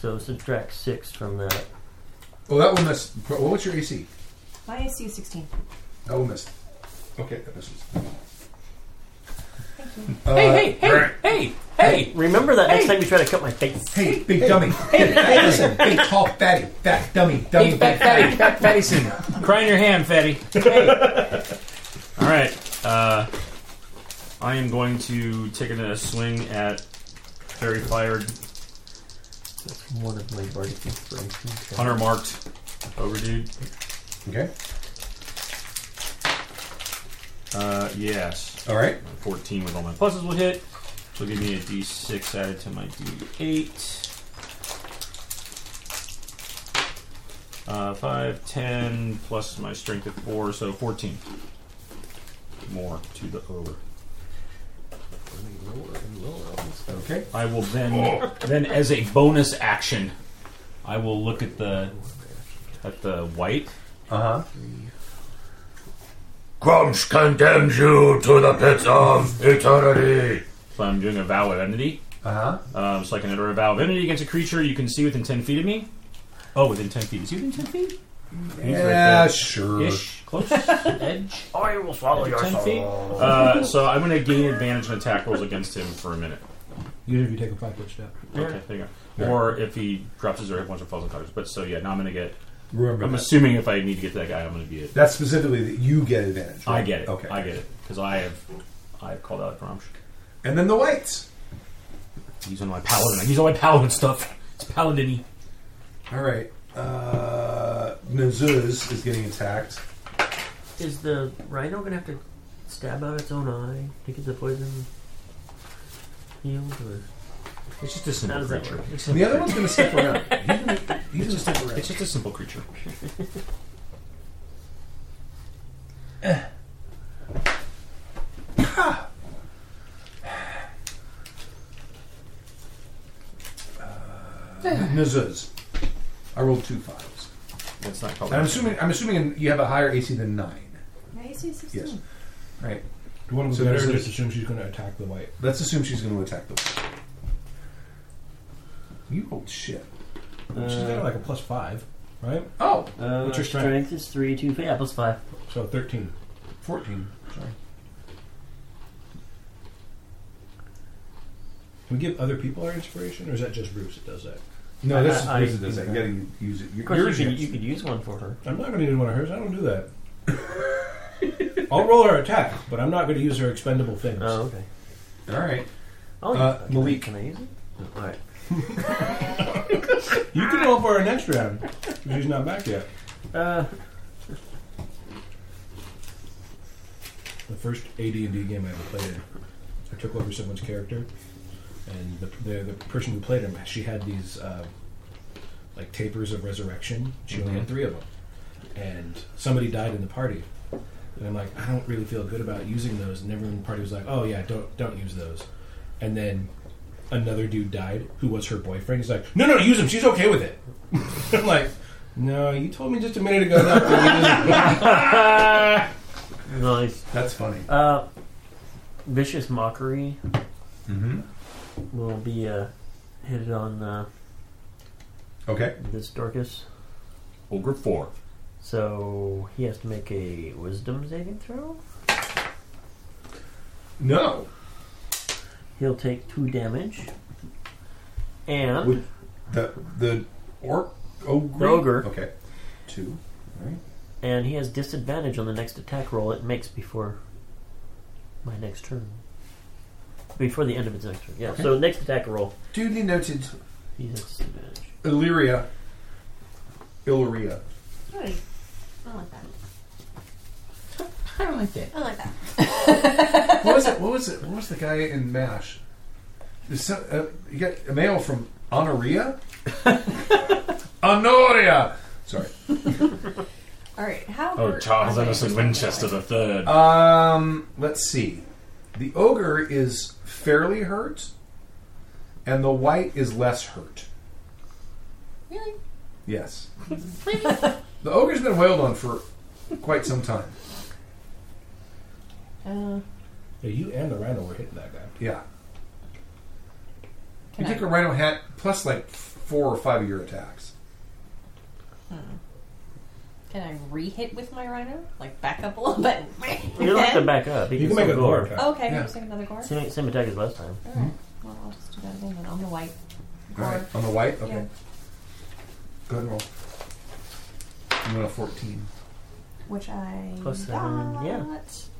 B: So subtract six from that.
A: Well, that one missed. Well, what's your AC?
F: My AC is 16.
A: That one missed. Okay, that misses.
B: hey, hey, hey,
D: hey, hey!
B: Remember that next time you try to cut my face.
A: Hey, big dummy. Hey, listen, big tall fatty, fat dummy, dummy,
D: Hey, fat fatty, fat fatty scene. Cry in your hand, fatty. All right. Uh, I am going to take a swing at Fairy Fired,
B: That's one of my bardic inspiration.
D: Hunter Marked over dude.
A: Okay.
D: Uh, yes.
A: All right.
D: 14 with all my pluses will hit. So give me a d6 added to my d8. Uh, 5, 10, plus my strength at 4, so 14. More to the over.
A: Okay.
D: I will then, then as a bonus action, I will look at the at the white.
A: Uh huh.
G: Grumsh condemns you to the pits of eternity.
D: So I'm doing a vow of enmity.
A: Uh huh.
D: Um, so I can enter a vow of enmity against a creature you can see within 10 feet of me. Oh, within 10 feet. Is he within 10 feet? He's right
A: Yeah,
D: there.
A: sure.
D: Ish. Close. Edge.
G: I will swallow your
D: 10 feet. Uh, so I'm going to gain advantage on attack rolls against him for a minute.
C: Usually if you take a five foot step.
D: Okay, there you go. Or if he drops his or hit once or falls on colors. But so yeah, now I'm going to get.
A: Remember
D: I'm
A: that.
D: assuming if I need to get to that guy, I'm going to be it.
A: That's specifically that you get advantage.
D: I
A: right?
D: get it.
A: Okay.
D: I get it because I have I have called out Gromsh.
A: And then the whites.
D: He's on my paladin. He's on my paladin stuff. It's paladin-y.
A: All right. Uh, Nazuz is getting attacked.
B: Is the rhino gonna have to stab out its own eye to get the poison healed? Or
D: It's just a
B: How
D: simple
B: does that
D: creature.
B: work?
D: It's,
A: The other one's going to stick around. He's gonna- He's going to stick around.
D: it's just a simple creature.
A: Nazuz. I rolled two fives.
D: That's not called.
A: And I'm assuming I'm assuming you have a higher AC than nine.
J: My AC is 16.
A: Yes. Right.
C: Do one of
A: So
C: them
A: there's
C: better
A: a-
C: just assume she's going to attack the white?
A: Let's assume she's going to attack the. white. You rolled shit.
C: she's got
B: Uh,
C: like a plus five, right?
A: Oh,
B: uh,
C: What's your strength?
B: is three, two, yeah, plus five.
C: So 13.
A: 14. Sorry.
C: Can we give other people our inspiration, or is that just Bruce that does that?
A: No, this
B: I- I-
A: is this is You got to use it.
B: Of course,
A: Yours
B: you, could,
A: gets-
B: you could use one for her.
C: I'm not going to do one of hers. I don't do that. I'll roll her attack, but I'm not going to use her expendable things.
B: Oh, okay.
A: All right.
B: Oh,
A: Uh,
B: can, I,
A: Malik.
B: can I use it? Oh, All right.
C: You can roll for her next round. 'cause She's not back yet.
B: Uh,
C: The first AD&D game I ever played in, I took over someone's character, and the, the, the person who played him, she had these uh, like tapers of resurrection. She only
A: Mm-hmm.
C: had three of them, and somebody died in the party. And I'm like, I don't really feel good about using those. And everyone in the party was like, Oh yeah, don't don't use those. And then another dude died who was her boyfriend. He's like, No, no, use them. She's okay with it. I'm like, No, you told me just a minute ago not to use 'em."
B: nice.
A: That's funny.
B: Uh, vicious mockery
A: Mm-hmm.
B: will be uh, hit on uh,
A: Okay.
B: this Dorcas.
D: Ogre four.
B: So he has to make a wisdom saving throw.
A: No.
B: He'll take two damage. And
A: Would- The the orc ogre.
B: The ogre.
A: Okay. Two. All right.
B: and he has disadvantage on the next attack roll it makes before my next turn. Before the end of his next turn. Yeah.
A: Okay.
B: So next attack roll,
A: Duly noted.
B: he has disadvantage.
A: Illyria. Illyria.
J: Sorry. I don't like that.
D: I don't like that.
J: I don't like that.
A: what was it? What was it? What was the guy in Mash? There's some- uh, you got a mail from Honoria. Honoria. Sorry.
J: All right. How?
D: Oh,
J: were-
D: Charles Emerson Winchester the third.
A: Um, let's see. The ogre is fairly hurt, and the white is less hurt.
J: Really?
A: Yes. the ogre's been wailed on for quite some time.
J: Uh,
C: Yeah, you and the rhino were hitting that guy.
A: Yeah.
J: Can
A: you
J: I-
A: take a rhino hat plus like four or five of your attacks.
J: can I re-hit with my rhino? Like back up a little bit.
B: You don't have to back up. You,
C: You can
B: still
C: make a
B: go.
C: gore attack.
J: Okay,
A: Yeah.
J: just take another gore.
B: Same, same attack as last time.
J: All right. Well, I'll just do that again then on the white. Gore.
A: Alright. On the white? Okay.
J: Yeah.
A: Go ahead and roll. You want a 14.
J: Which I
B: Plus seven,
J: got.
B: yeah.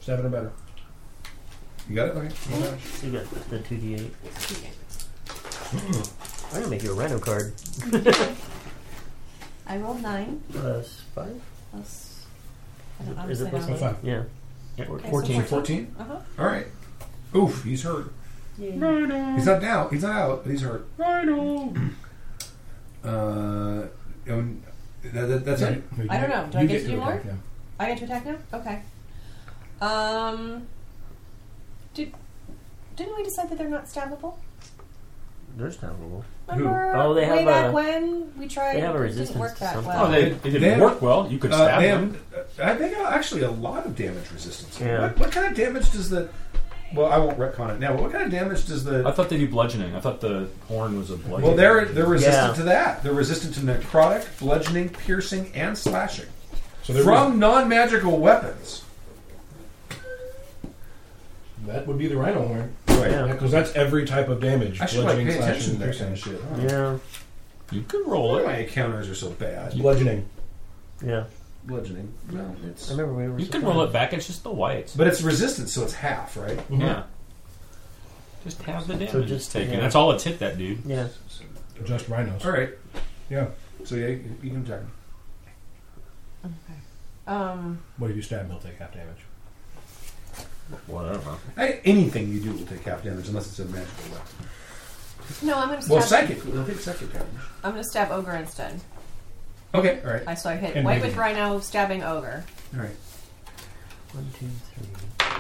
C: Seven or better.
A: You got it? Okay. Roll damage.
B: You got the 2d8.
J: Yeah.
C: Hmm.
B: I'm gonna make you a rhino card.
J: I rolled nine
B: Plus 5?
J: plus. I don't
B: Is
J: honestly
B: it plus
J: know.
C: Plus five.
B: Yeah. yeah.
J: Okay, so
A: 14. 14?
J: Uh-huh.
A: All right. Oof, he's hurt. He's not down. He's not out. but He's hurt. Uh, and that, that, that's it.
J: I don't know. Do I
C: You
J: get to
C: to
J: do more?
C: attack now.
J: I get to attack now? Okay. Um. Did, didn't we decide that they're not stabbable?
B: They're stabbable.
J: Remember
B: Oh, they
J: way
B: have
J: back
B: a-
J: when we tried?
B: they have a
J: it didn't
B: resistance
J: work
B: to
J: that
B: something.
J: well.
D: Oh, they, it
A: They
D: didn't
A: have-
D: work well. You could
A: Uh,
D: stab
A: they
D: them.
A: have, uh, they got actually a lot of damage resistance.
B: Yeah.
A: What, what kind of damage does the? Well, I won't retcon it now. But what kind of damage does
D: I
A: the?
D: thought they do bludgeoning. I thought the horn was a bludgeon.
A: Well, they're they're resistant
B: Yeah.
A: to that. They're resistant to necrotic, bludgeoning, piercing, and slashing
C: So there
A: from non-magical weapons.
C: was- that would be the rhino horn.
A: Right.
B: Yeah.
C: Because that's every type of damage.
A: I should like
C: bludgeoning,
A: pay
C: slashing,
A: attention to that kind
C: piercing.
A: of shit.
B: Oh, Yeah.
D: You could
A: Why
D: roll
A: do
D: it.
A: my encounters are so bad.
C: Bludgeoning.
B: Yeah.
A: Bludgeoning. No, it's.
B: I remember we were.
D: You can roll it back. It's just the whites.
A: But it's resistance, so it's half, right?
D: Yeah. Just have the damage
B: So just-
D: taken.
B: yeah.
D: That's all it's hit that dude.
B: Yeah.
C: Just rhinos.
A: All right.
C: Yeah.
A: So yeah, you you can attack him.
J: Um,
C: What if you stab him? He'll take half damage.
D: Whatever.
A: I, anything you do will take half damage unless it's a magical weapon.
J: no, I'm gonna stab.
A: Well, psychic. They'll take psychic damage.
J: I'm gonna stab ogre instead.
A: Okay. All right.
J: I so I hit
C: And
J: white
C: radiant.
J: with rhino, stabbing ogre.
A: All right.
B: One, two, three.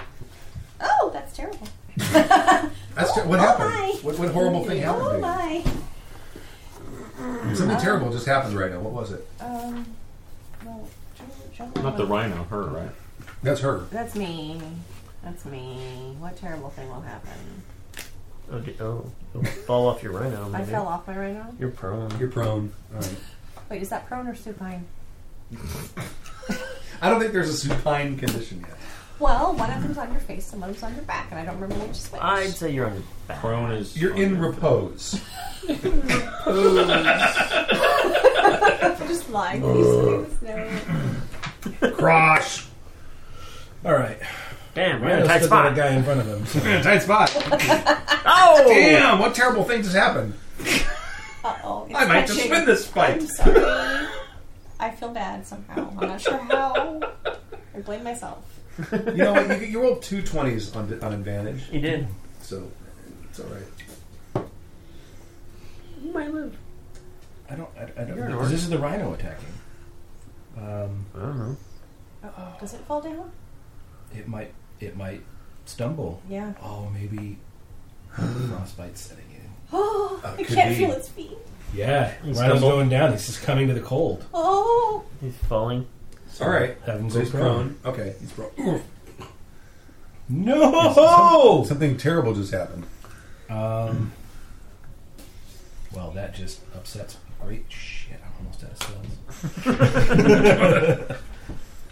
J: Oh, that's terrible.
A: That's what happened. What, what horrible thing
J: Oh
A: happened? To
J: my.
A: you? Something terrible just happened right now. What was it?
J: Um. Well, Jumbo- Jumbo-
D: Not the rhino, her, right?
A: That's her.
J: That's me. That's me. What terrible thing will happen?
B: Oh, di- oh. You'll fall off your rhino.
J: I
B: Maybe.
J: fell off my rhino.
B: You're prone.
A: You're prone. All right.
J: Wait, is that prone or supine?
A: I don't think there's a supine condition yet.
J: Well, one of them's on your face and one of them's on your back, and I don't remember which is which.
B: I'd say you're on your back.
D: Prone is.
A: You're in repose.
J: just lying peacefully in the snow.
A: Cross.
C: All right.
B: Damn, we're in a
C: Rhino
B: tight
C: stood on a
B: spot.
C: guy in front of him. so-
A: In a tight spot.
B: Oh!
A: Damn! What terrible thing just happened?
J: Uh-oh. it's
A: I might just
J: catching.
A: win this fight.
J: I'm sorry. I feel bad somehow. I'm not sure how. I blame myself.
A: You know what? You, you rolled two twenties on on advantage,
B: You did.
A: so it's all right.
B: You might live.
C: I don't. I, I don't.
B: You're an
C: Because this is the rhino attacking. Um,
B: I don't know.
J: Uh-oh. Does it fall down?
C: it might. It might stumble.
J: Yeah.
C: Oh, maybe frostbite setting in.
J: Oh,
A: Uh,
J: I
A: could
J: can't
A: be.
J: feel its feet.
C: Yeah,
B: He
C: Rhino's
B: stumbled.
C: going down. He's just coming to the cold.
J: Oh.
B: He's falling.
A: All right.
C: Have him
A: So
C: go
A: he's
C: prone.
A: prone. Okay. He's prone. Oof.
C: No.
A: Something terrible just happened.
C: Um. Well, that just upsets. me. Great shit! I'm almost out of spells.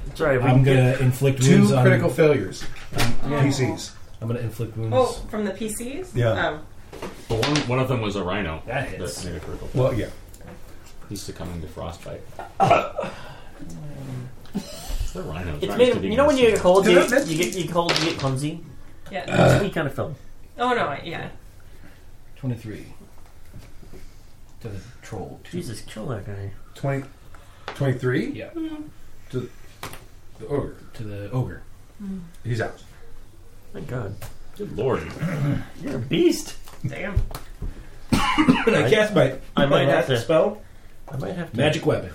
B: It's alright. We
C: I'm gonna inflict
A: Two
C: wounds on.
A: critical failures.
J: Yeah.
A: PCs.
C: I'm gonna inflict wounds.
E: Oh, from the PCs?
A: Yeah.
E: Oh.
D: Well, one, one of them was a rhino.
C: That hits.
D: made a critical.
A: Well, yeah.
D: He's succumbing to frostbite. it's the rhino.
B: It's made of, you know when you get cold,
A: Is
B: you,
A: that meant
B: you get you cold, you get clumsy.
E: Yeah.
C: Uh.
B: we kind of fell.
E: oh, no. I- Yeah.
C: Twenty-three. To the troll. Two.
B: Jesus, kill that guy.
A: 20, 23
C: Yeah.
A: The ogre.
C: To the ogre.
A: He's out.
B: Thank God,
D: Good lord.
B: you're a beast.
E: Damn.
C: I cast my.
B: I might have to.
C: spell.
B: I might have to.
C: Magic weapon.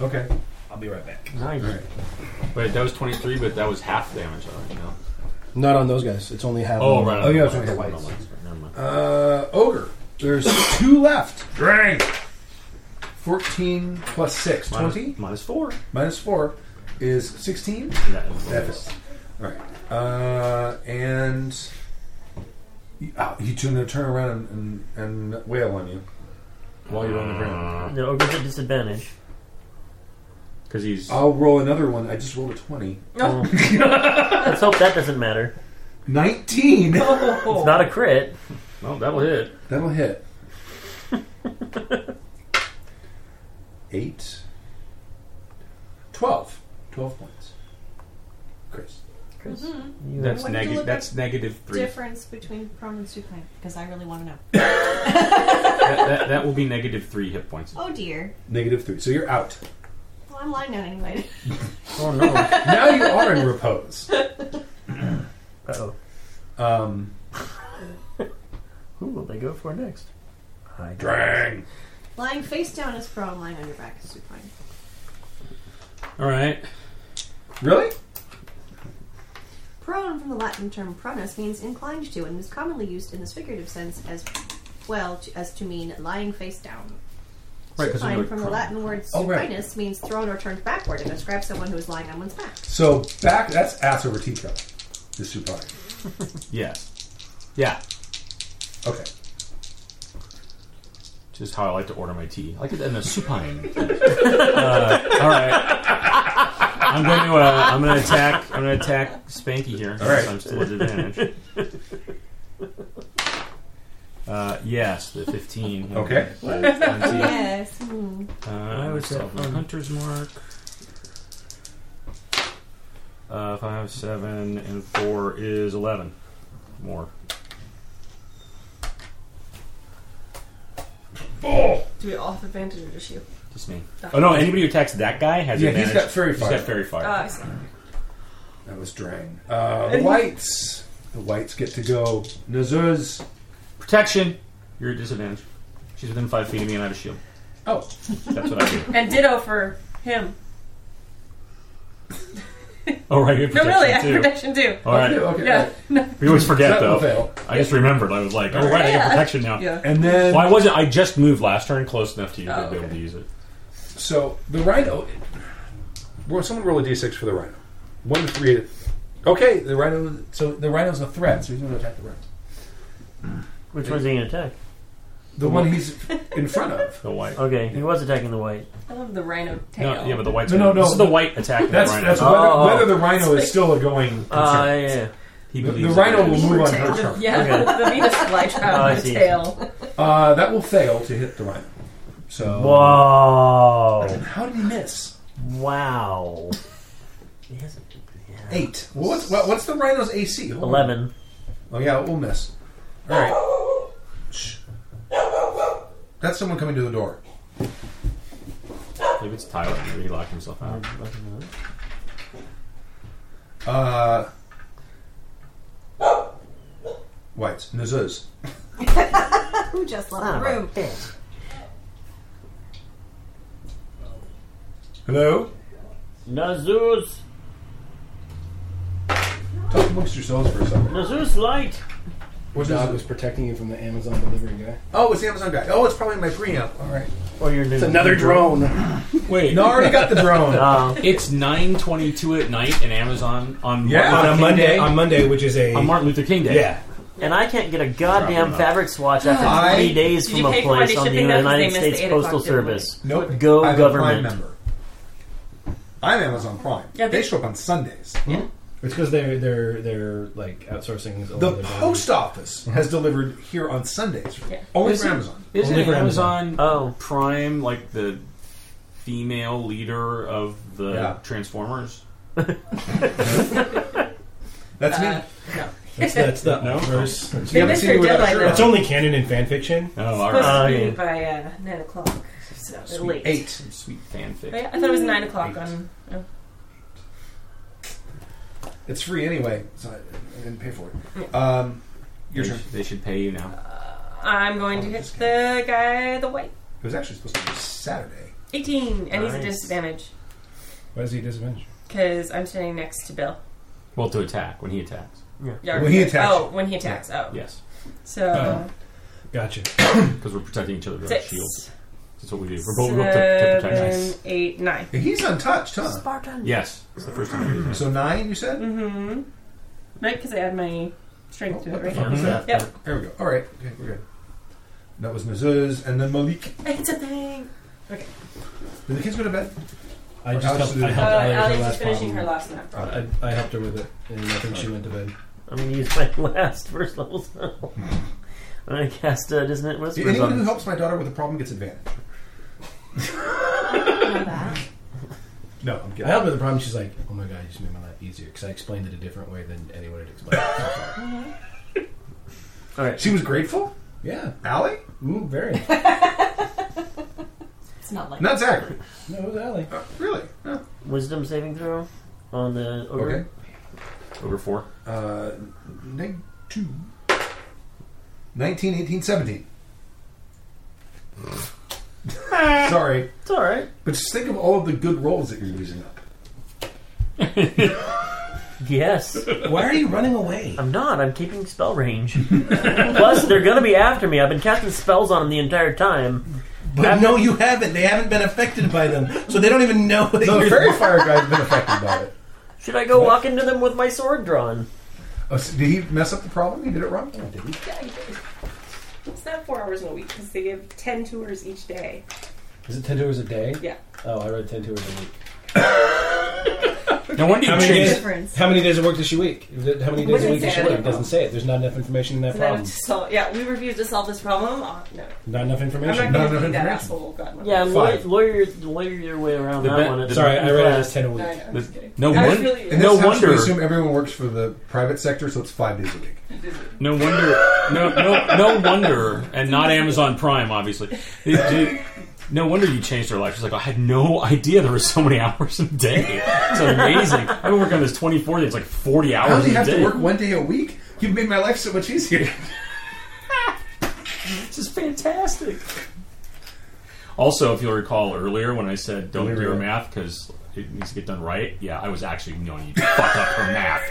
A: Okay.
C: I'll be right back.
B: Nice.
D: Wait, that was 23, but that was half damage already, no?
C: Not on those guys. It's only half.
D: Oh, right.
A: Oh, yeah,
D: it's
A: it's only half.
D: Never mind.
A: Uh, ogre. There's two left. Drink. 14 plus 6,
D: Minus-
A: 20.
D: minus 4.
A: Minus 4 is 16.
D: That is-
A: That is. Alright. Uh, and. You, oh, you two are going to turn around and, and, and wail on you while you're on the
D: Uh,
A: ground.
B: The ogre's at disadvantage.
D: Because he's.
A: I'll roll another one. I just rolled a 20.
B: Oh. Let's hope that doesn't matter.
A: 19!
B: It's not a crit.
D: Well, that'll hit.
A: That'll hit. Eight. Twelve. Twelve points. Chris.
B: Chris, you
D: That's,
F: What did you
D: neg-
F: look
D: that's negative 3.
F: Difference between prone and supine because I really want to know.
D: that, that, that will be negative 3 hit points.
F: Oh dear.
A: Negative three. So you're out.
F: Well, I'm lying down anyway.
B: Oh no. Uh
A: Now you are in repose.
B: oh.
A: Um,
B: Who will they go for next? I
A: drang.
F: lying face down is prone. Lying on your back is supine.
D: Alright.
A: Really?
F: Prone from the Latin term pronus means inclined to, and is commonly used in this figurative sense as well to, as to mean lying face down.
D: Right, 'cause
F: supine
D: you're like
F: from the
D: prone.
F: Latin word supinus
A: Oh, right.
F: means thrown or turned backward, and describes someone who is lying on one's back.
A: So back. That's ass over teacup. The supine.
D: Yes. Yeah.
A: Okay.
D: Just how I like to order my tea. I like it in a supine. uh, all right. I'm going to. Uh, I'm going to attack. I'm going to attack Spanky here. All
A: right.
D: I'm still at advantage. Uh, yes, the 15.
A: Okay.
D: Uh,
F: Yes. Hmm.
D: myself a hunter's mark. Uh, five, seven, and four is eleven. More.
E: Do we all have advantage or just you?
D: Just me. Oh no! Anybody who attacks that guy has
A: Yeah,
D: advantage.
A: he's got fairy fire.
D: He's got fairy fire.
E: Oh, I see.
A: That was drang. Uh, the whites. The whites get to go. Nazur's.
D: Protection. You're at disadvantage. She's within five feet of me, and I have a shield.
A: Oh.
D: That's what I do.
E: And ditto for him.
D: Oh right, you have
E: No,
D: protection
E: really, I have
D: too.
E: protection too.
D: All right.
A: Okay. Oh, okay.
E: Yeah.
D: We always
A: That
D: forget
A: will
D: though.
A: fail.
D: I just remembered. I was like, oh right, I
E: Yeah.
D: have protection now.
E: Yeah.
A: And then.
D: Well, I wasn't. I just moved last turn close enough to you to
E: Oh,
D: be able
E: okay.
D: to use it.
A: So the rhino. Well, someone roll a d6 for the rhino. One three. Okay, the rhino. So the rhino's a threat, so he's going to attack the rhino.
B: Which one's he gonna attack?
A: The one he's in front of.
D: The white.
B: Okay, he was attacking the white.
E: I love the rhino tail.
D: No, yeah, but the white's
A: No, no,
D: gonna-
A: no.
D: This is the white attacking
A: That's
D: the rhino.
A: that's
B: Oh,
A: whether,
B: oh.
A: whether the rhino is still a going. Concern.
B: Ah, yeah, yeah.
D: he
A: the, the
D: believes
A: rhino
D: it
A: will
D: is.
A: move on her turn.
E: uh, yeah,
B: Okay.
E: the Venus flytrap
B: Oh, I
E: on the
B: see.
E: tail.
A: Uh, that will fail to hit the rhino. So
B: Whoa!
A: how did he miss?
B: Wow. He has yeah.
A: Eight. Well, what's what, what's the rhino's AC? Hold on.
B: eleven.
A: Oh yeah, we'll miss. All right. Shh. That's someone coming to the door.
D: I believe it's Tyler. Maybe he locked himself out.
A: Uh, whites. Nazuz.
F: Who just left
B: Son of
F: the
B: a
F: room?
B: bitch.
A: Hello.
B: Nazuz,
A: Talk amongst yourselves for a second.
B: Nazuz light.
A: What's
C: Dog
A: this?
C: was protecting you from the Amazon delivery guy.
A: Oh, it's the Amazon guy. Oh, it's probably my preamp. All right.
B: Or your new
C: It's another drone.
D: Wait,
A: No, I already got the drone.
B: Uh,
D: it's nine twenty-two at night in Amazon on Martin
A: Yeah.
C: on a
D: Luther King
C: Monday.
D: Day.
C: On Monday, which is a
D: on Martin Luther King Day.
C: yeah.
B: and I can't get a goddamn
D: Probably not.
B: fabric swatch after
A: I-
B: 20 days
E: Did
B: from
E: you
B: a
E: pay for my
B: place on the
E: shipping though? 'Cause they
B: United
E: missed
B: States
E: the eight
B: Postal
E: o'clock delivery.
B: Service.
A: Nope.
B: Go
A: I'm A Prime
B: government.
A: member. I'm Amazon Prime.
E: Yeah,
A: they
E: they-
A: show up on Sundays.
C: It's because they're they're they're like outsourcing all
A: The
C: their
A: post office has delivered here on Sundays.
E: Yeah.
A: Only
D: Is
A: for
D: it-
A: Amazon.
D: Isn't
C: Only for
D: Amazon
B: Oh.
D: Prime like the female leader of the
A: Yeah.
D: Transformers?
A: That's
E: Uh,
A: me.
C: That's, that's the
D: No?
C: verse.
A: You
E: They
A: haven't
E: missed
A: seen me
E: their
A: without a
E: deadline
A: shirt
E: though.
A: on.
C: That's only canon in fan fiction.
D: Oh, all
E: Supposed
D: right.
B: Uh,
E: to be
B: yeah.
E: by uh, nine o'clock. So they're late.
A: Eight.
D: Sweet fanfic.
E: But yeah, I thought it was nine o'clock on. Oh.
A: It's free anyway, so I, I didn't pay for it. Um, your
D: they,
A: turn.
D: sh- they should pay you now.
E: I'm going to hit
A: Just
E: the guy, the white.
A: It was actually supposed to be Saturday.
E: Eighteen, and he's
B: Nice.
E: at disadvantage.
C: Why is he disadvantage?
E: because I'm standing next to Bill.
D: Well, to attack when he attacks.
E: Yeah,
A: When he attacks. Uh,
E: Oh, when he attacks. Oh,
D: Yes,
E: So
C: Oh. Gotcha.
D: because we're protecting each other with our
E: six,
D: shields.
E: seven,
D: That's what we do. We're both we're up to, to protect.
C: Nice.
E: eight, nine.
A: He's untouched, huh?
D: Yes, it's the first time. I did that.
A: So nine, you said?
E: Mm-hmm. Right, because I add my strength to it,
A: What the
E: right?
A: fuck was
D: Oh.
A: that?
E: Yep.
A: There we go. All right. Okay, we're good. That was Mazuz, and then Malik.
E: It's a thing.
A: Did the kids go to bed?
C: I
A: Or
C: just
A: Alex
C: helped,
A: did
C: I
A: it.
E: Uh,
C: helped
E: Allie's
C: Allie
E: just
C: with her last
E: finishing her
C: problem.
E: last nap.
C: I, I helped her with it, and I think she went to bed.
B: I'm gonna use my last first level spell. I'm gonna cast uh, Dissonant Whispers
A: Anyone who
B: on.
A: helps my daughter with a problem gets advantage. No, I'm
C: I
A: kidding.
C: helped her with the problem. She's like, "Oh my god, you just made my life easier because I explained it a different way than anyone had explained." it."
B: All right,
A: She was grateful?
C: yeah,
A: Allie?
C: Ooh, very.
F: It's not like
A: Not Zachary.
C: No, it was Allie.
A: Uh, really? No.
B: Wisdom saving throw on the ogre.
A: Okay.
D: Over four.
A: Uh, neg- two. 19, 18, 17. Sorry.
B: It's all right.
A: But just think of all of the good rolls that you're using up.
B: Yes,
H: Why are you running away?
B: I'm not. I'm keeping spell range. Plus, they're gonna be after me. I've been casting spells on them the entire time.
H: But no, you haven't. They haven't been affected by them, so they don't even know that
A: No, the
H: you're
A: fairy fire guy's been affected by it.
B: Should I go walk into them with my sword drawn?
A: Oh, so did he mess up the problem? He did it wrong? Oh, did he?
E: Yeah, you did. It's not four hours in a week because they give ten tours each day.
C: Is it ten tours a day?
E: Yeah.
C: Oh, I read ten tours a week.
D: No wonder you
C: How many
D: changed.
C: days?
E: Difference.
C: How many days of work does she week? How many days
E: Wouldn't
C: a week does
E: say
C: she work?
E: that.
C: Doesn't say it. There's not enough information in that
E: So now
C: problem.
E: to solve, yeah, we refuse to solve this problem. Uh, no,
C: Not enough
E: I'm
C: information.
E: not
A: No,
E: going
A: no,
E: to be that
A: no.
E: asshole. God, no.
B: Yeah, lawyer,
A: Five.
B: lawyer, lawyer your way around
D: The
B: that
D: bet-
B: one.
D: the-
C: Sorry, I read it as
B: class.
C: ten a
E: No, I
C: week.
E: know, I'm just kidding.
D: No,
E: I was
D: won-
E: really
A: In this
D: No
A: house,
D: wonder-
A: We assume everyone works for the private sector, so it's five days a week.
D: No wonder. No, no, no wonder. And not Amazon Prime, obviously. They- they- no wonder you changed her life. She's like, I had no idea there were so many hours a day. It's amazing. I've been working on this 24 days, like 40
A: I
D: hours
A: only
D: a
A: have
D: day.
A: to work one day a week. You've made my life so much easier.
D: This is fantastic. Also, if you'll recall earlier when I said don't do your
A: Delirium.
D: math because it needs to get done right, yeah, I was actually knowing you fuck up her math.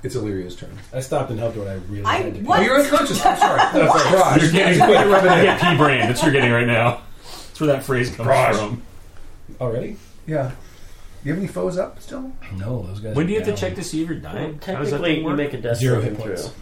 A: It's Illyria's turn.
C: I stopped and helped her when I really
F: I
C: had to.
A: Oh,
F: what?
A: you're unconscious. I'm sorry.
C: What?
D: You're getting quite a yeah, pea brain. That's what you're getting right now. That's where that phrase comes
A: Gosh.
D: from.
C: Already?
A: Yeah. You have any foes up still?
C: No, those guys.
D: When
C: are
D: do you have to
C: down.
D: check to see if you're dying?
B: Well,
D: How does that
B: technically,
D: thing
B: you
D: work?
B: make a death
C: Zero
B: saving
C: hit points?
B: throw.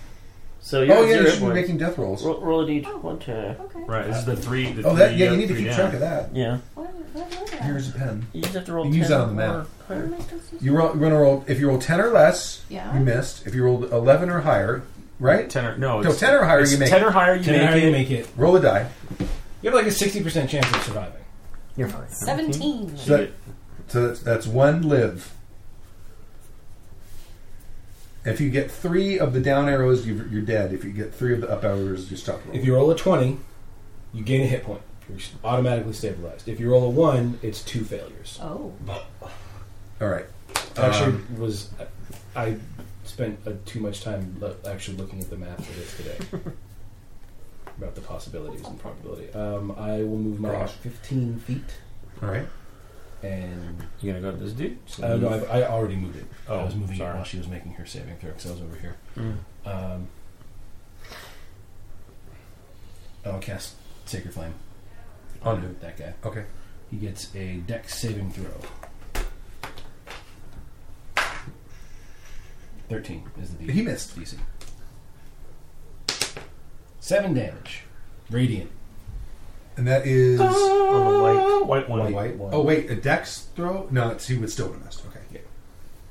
B: So you're at
A: Oh yeah, you
B: zero
A: should be
B: points.
A: making death rolls.
B: Roll, roll a d20. to-
J: Okay.
D: Right, this is the three. The
A: Oh,
D: three,
A: that yeah,
D: uh,
A: you need to
D: three
A: keep
D: down.
A: track of that.
B: Yeah,
J: What, what, what, what,
A: Here's a pen.
B: you just have to roll.
A: You can use
B: 10
A: that on the
B: or
A: map.
J: am
B: higher.
J: I supposed to do?
A: You roll, you're gonna roll. If you roll ten or less, you
J: Yeah.
A: missed. If you rolled eleven or higher, right?
D: Ten or no?
A: No,
D: it's-
A: ten or higher,
D: it's
A: you make.
D: Ten or higher, you
C: Ten
D: make
C: how
D: it.
C: you make it.
A: Roll a die.
C: You have like a sixty percent chance of surviving.
B: You're fine.
F: seventeen.
A: So, that- so that's, that's one live. If you get three of the down arrows, you're, you're dead. If you get three of the up arrows, you stop rolling.
C: If you roll a twenty, you gain a hit point. You're automatically stabilized. If you roll a one, it's two failures.
F: Oh,
A: All right.
C: Actually,
A: Um,
C: was I I spent uh, too much time lo- actually looking at the math for this today about the possibilities and probability. Um, I will move my
A: Gosh.
C: fifteen feet,
A: All right.
C: and
D: You gonna go to this dude?
C: I
A: Uh,
C: don't know. Uh, I've, I already moved it.
D: Oh,
C: I was moving
D: sorry.
C: it while she was making her saving throw because I was over here.
B: Mm.
C: Um, I'll oh, cast Sacred Flame
A: On who?
C: that guy.
A: Okay.
C: He gets a Dex saving throw. Thirteen is the DC.
A: He missed.
C: DC. Seven damage, radiant.
A: And that is
B: On the white.
D: White one.
A: a white.
C: one.
A: Oh wait, a dex throw? No, it's, he would still have missed. Okay.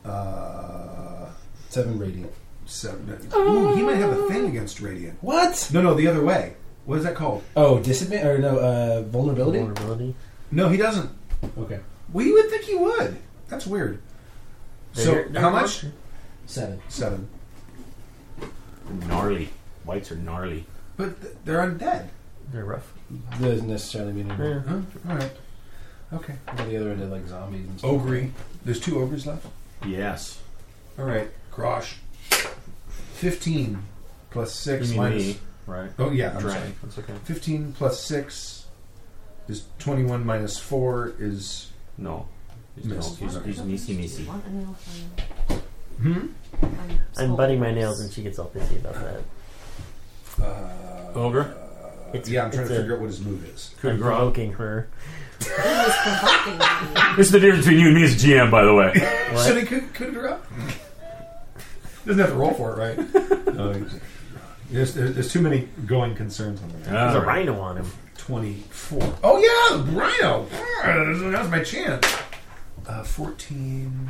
A: Uh,
C: Seven radiant.
A: seven. Ooh, he might have a thing against radiant.
C: What?
A: No, no, the other way. What is that called?
C: Oh, disadvantage or no? Uh, vulnerability.
B: Vulnerability.
A: No, he doesn't.
C: Okay.
A: Well, you would think he would. That's weird. So
B: They're- they're
A: how much?
C: Seven.
A: Seven.
D: Gnarly. Whites are gnarly.
A: But th- they're undead.
B: They're rough.
C: That doesn't necessarily mean
B: Yeah.
C: anything.
A: Huh? All right. Okay.
C: Well, the other end are like zombies and stuff.
A: Ogre. There's two ogres left.
D: Yes.
A: All right. Grosh. Fifteen plus
D: You
A: six
D: mean
A: minus.
D: me, right?
A: Oh yeah, I'm
D: Dragon.
A: sorry.
D: That's okay.
A: Fifteen plus six Is 21 minus 4 is.
D: No. He's,
A: Missed.
D: no, he's, he's missy missy.
A: Hmm?
B: I'm biting my nails, and she gets all pissy about that.
A: Uh,
D: Ogre?
B: It's,
A: yeah, I'm trying
B: it's
A: to
B: a-
A: figure out what his move is.
D: Coup de
B: I'm
D: grace.
B: provoking her.
D: This is the difference between you and me as GM, by the way.
B: What?
A: Should he coup, coup de grace? Doesn't have to roll for it, right? No, there's, there's, there's too many going concerns on there.
B: There's a rhino on him.
A: 24. Oh, yeah, the Rhino. Ah, That was my chance. Uh, 14.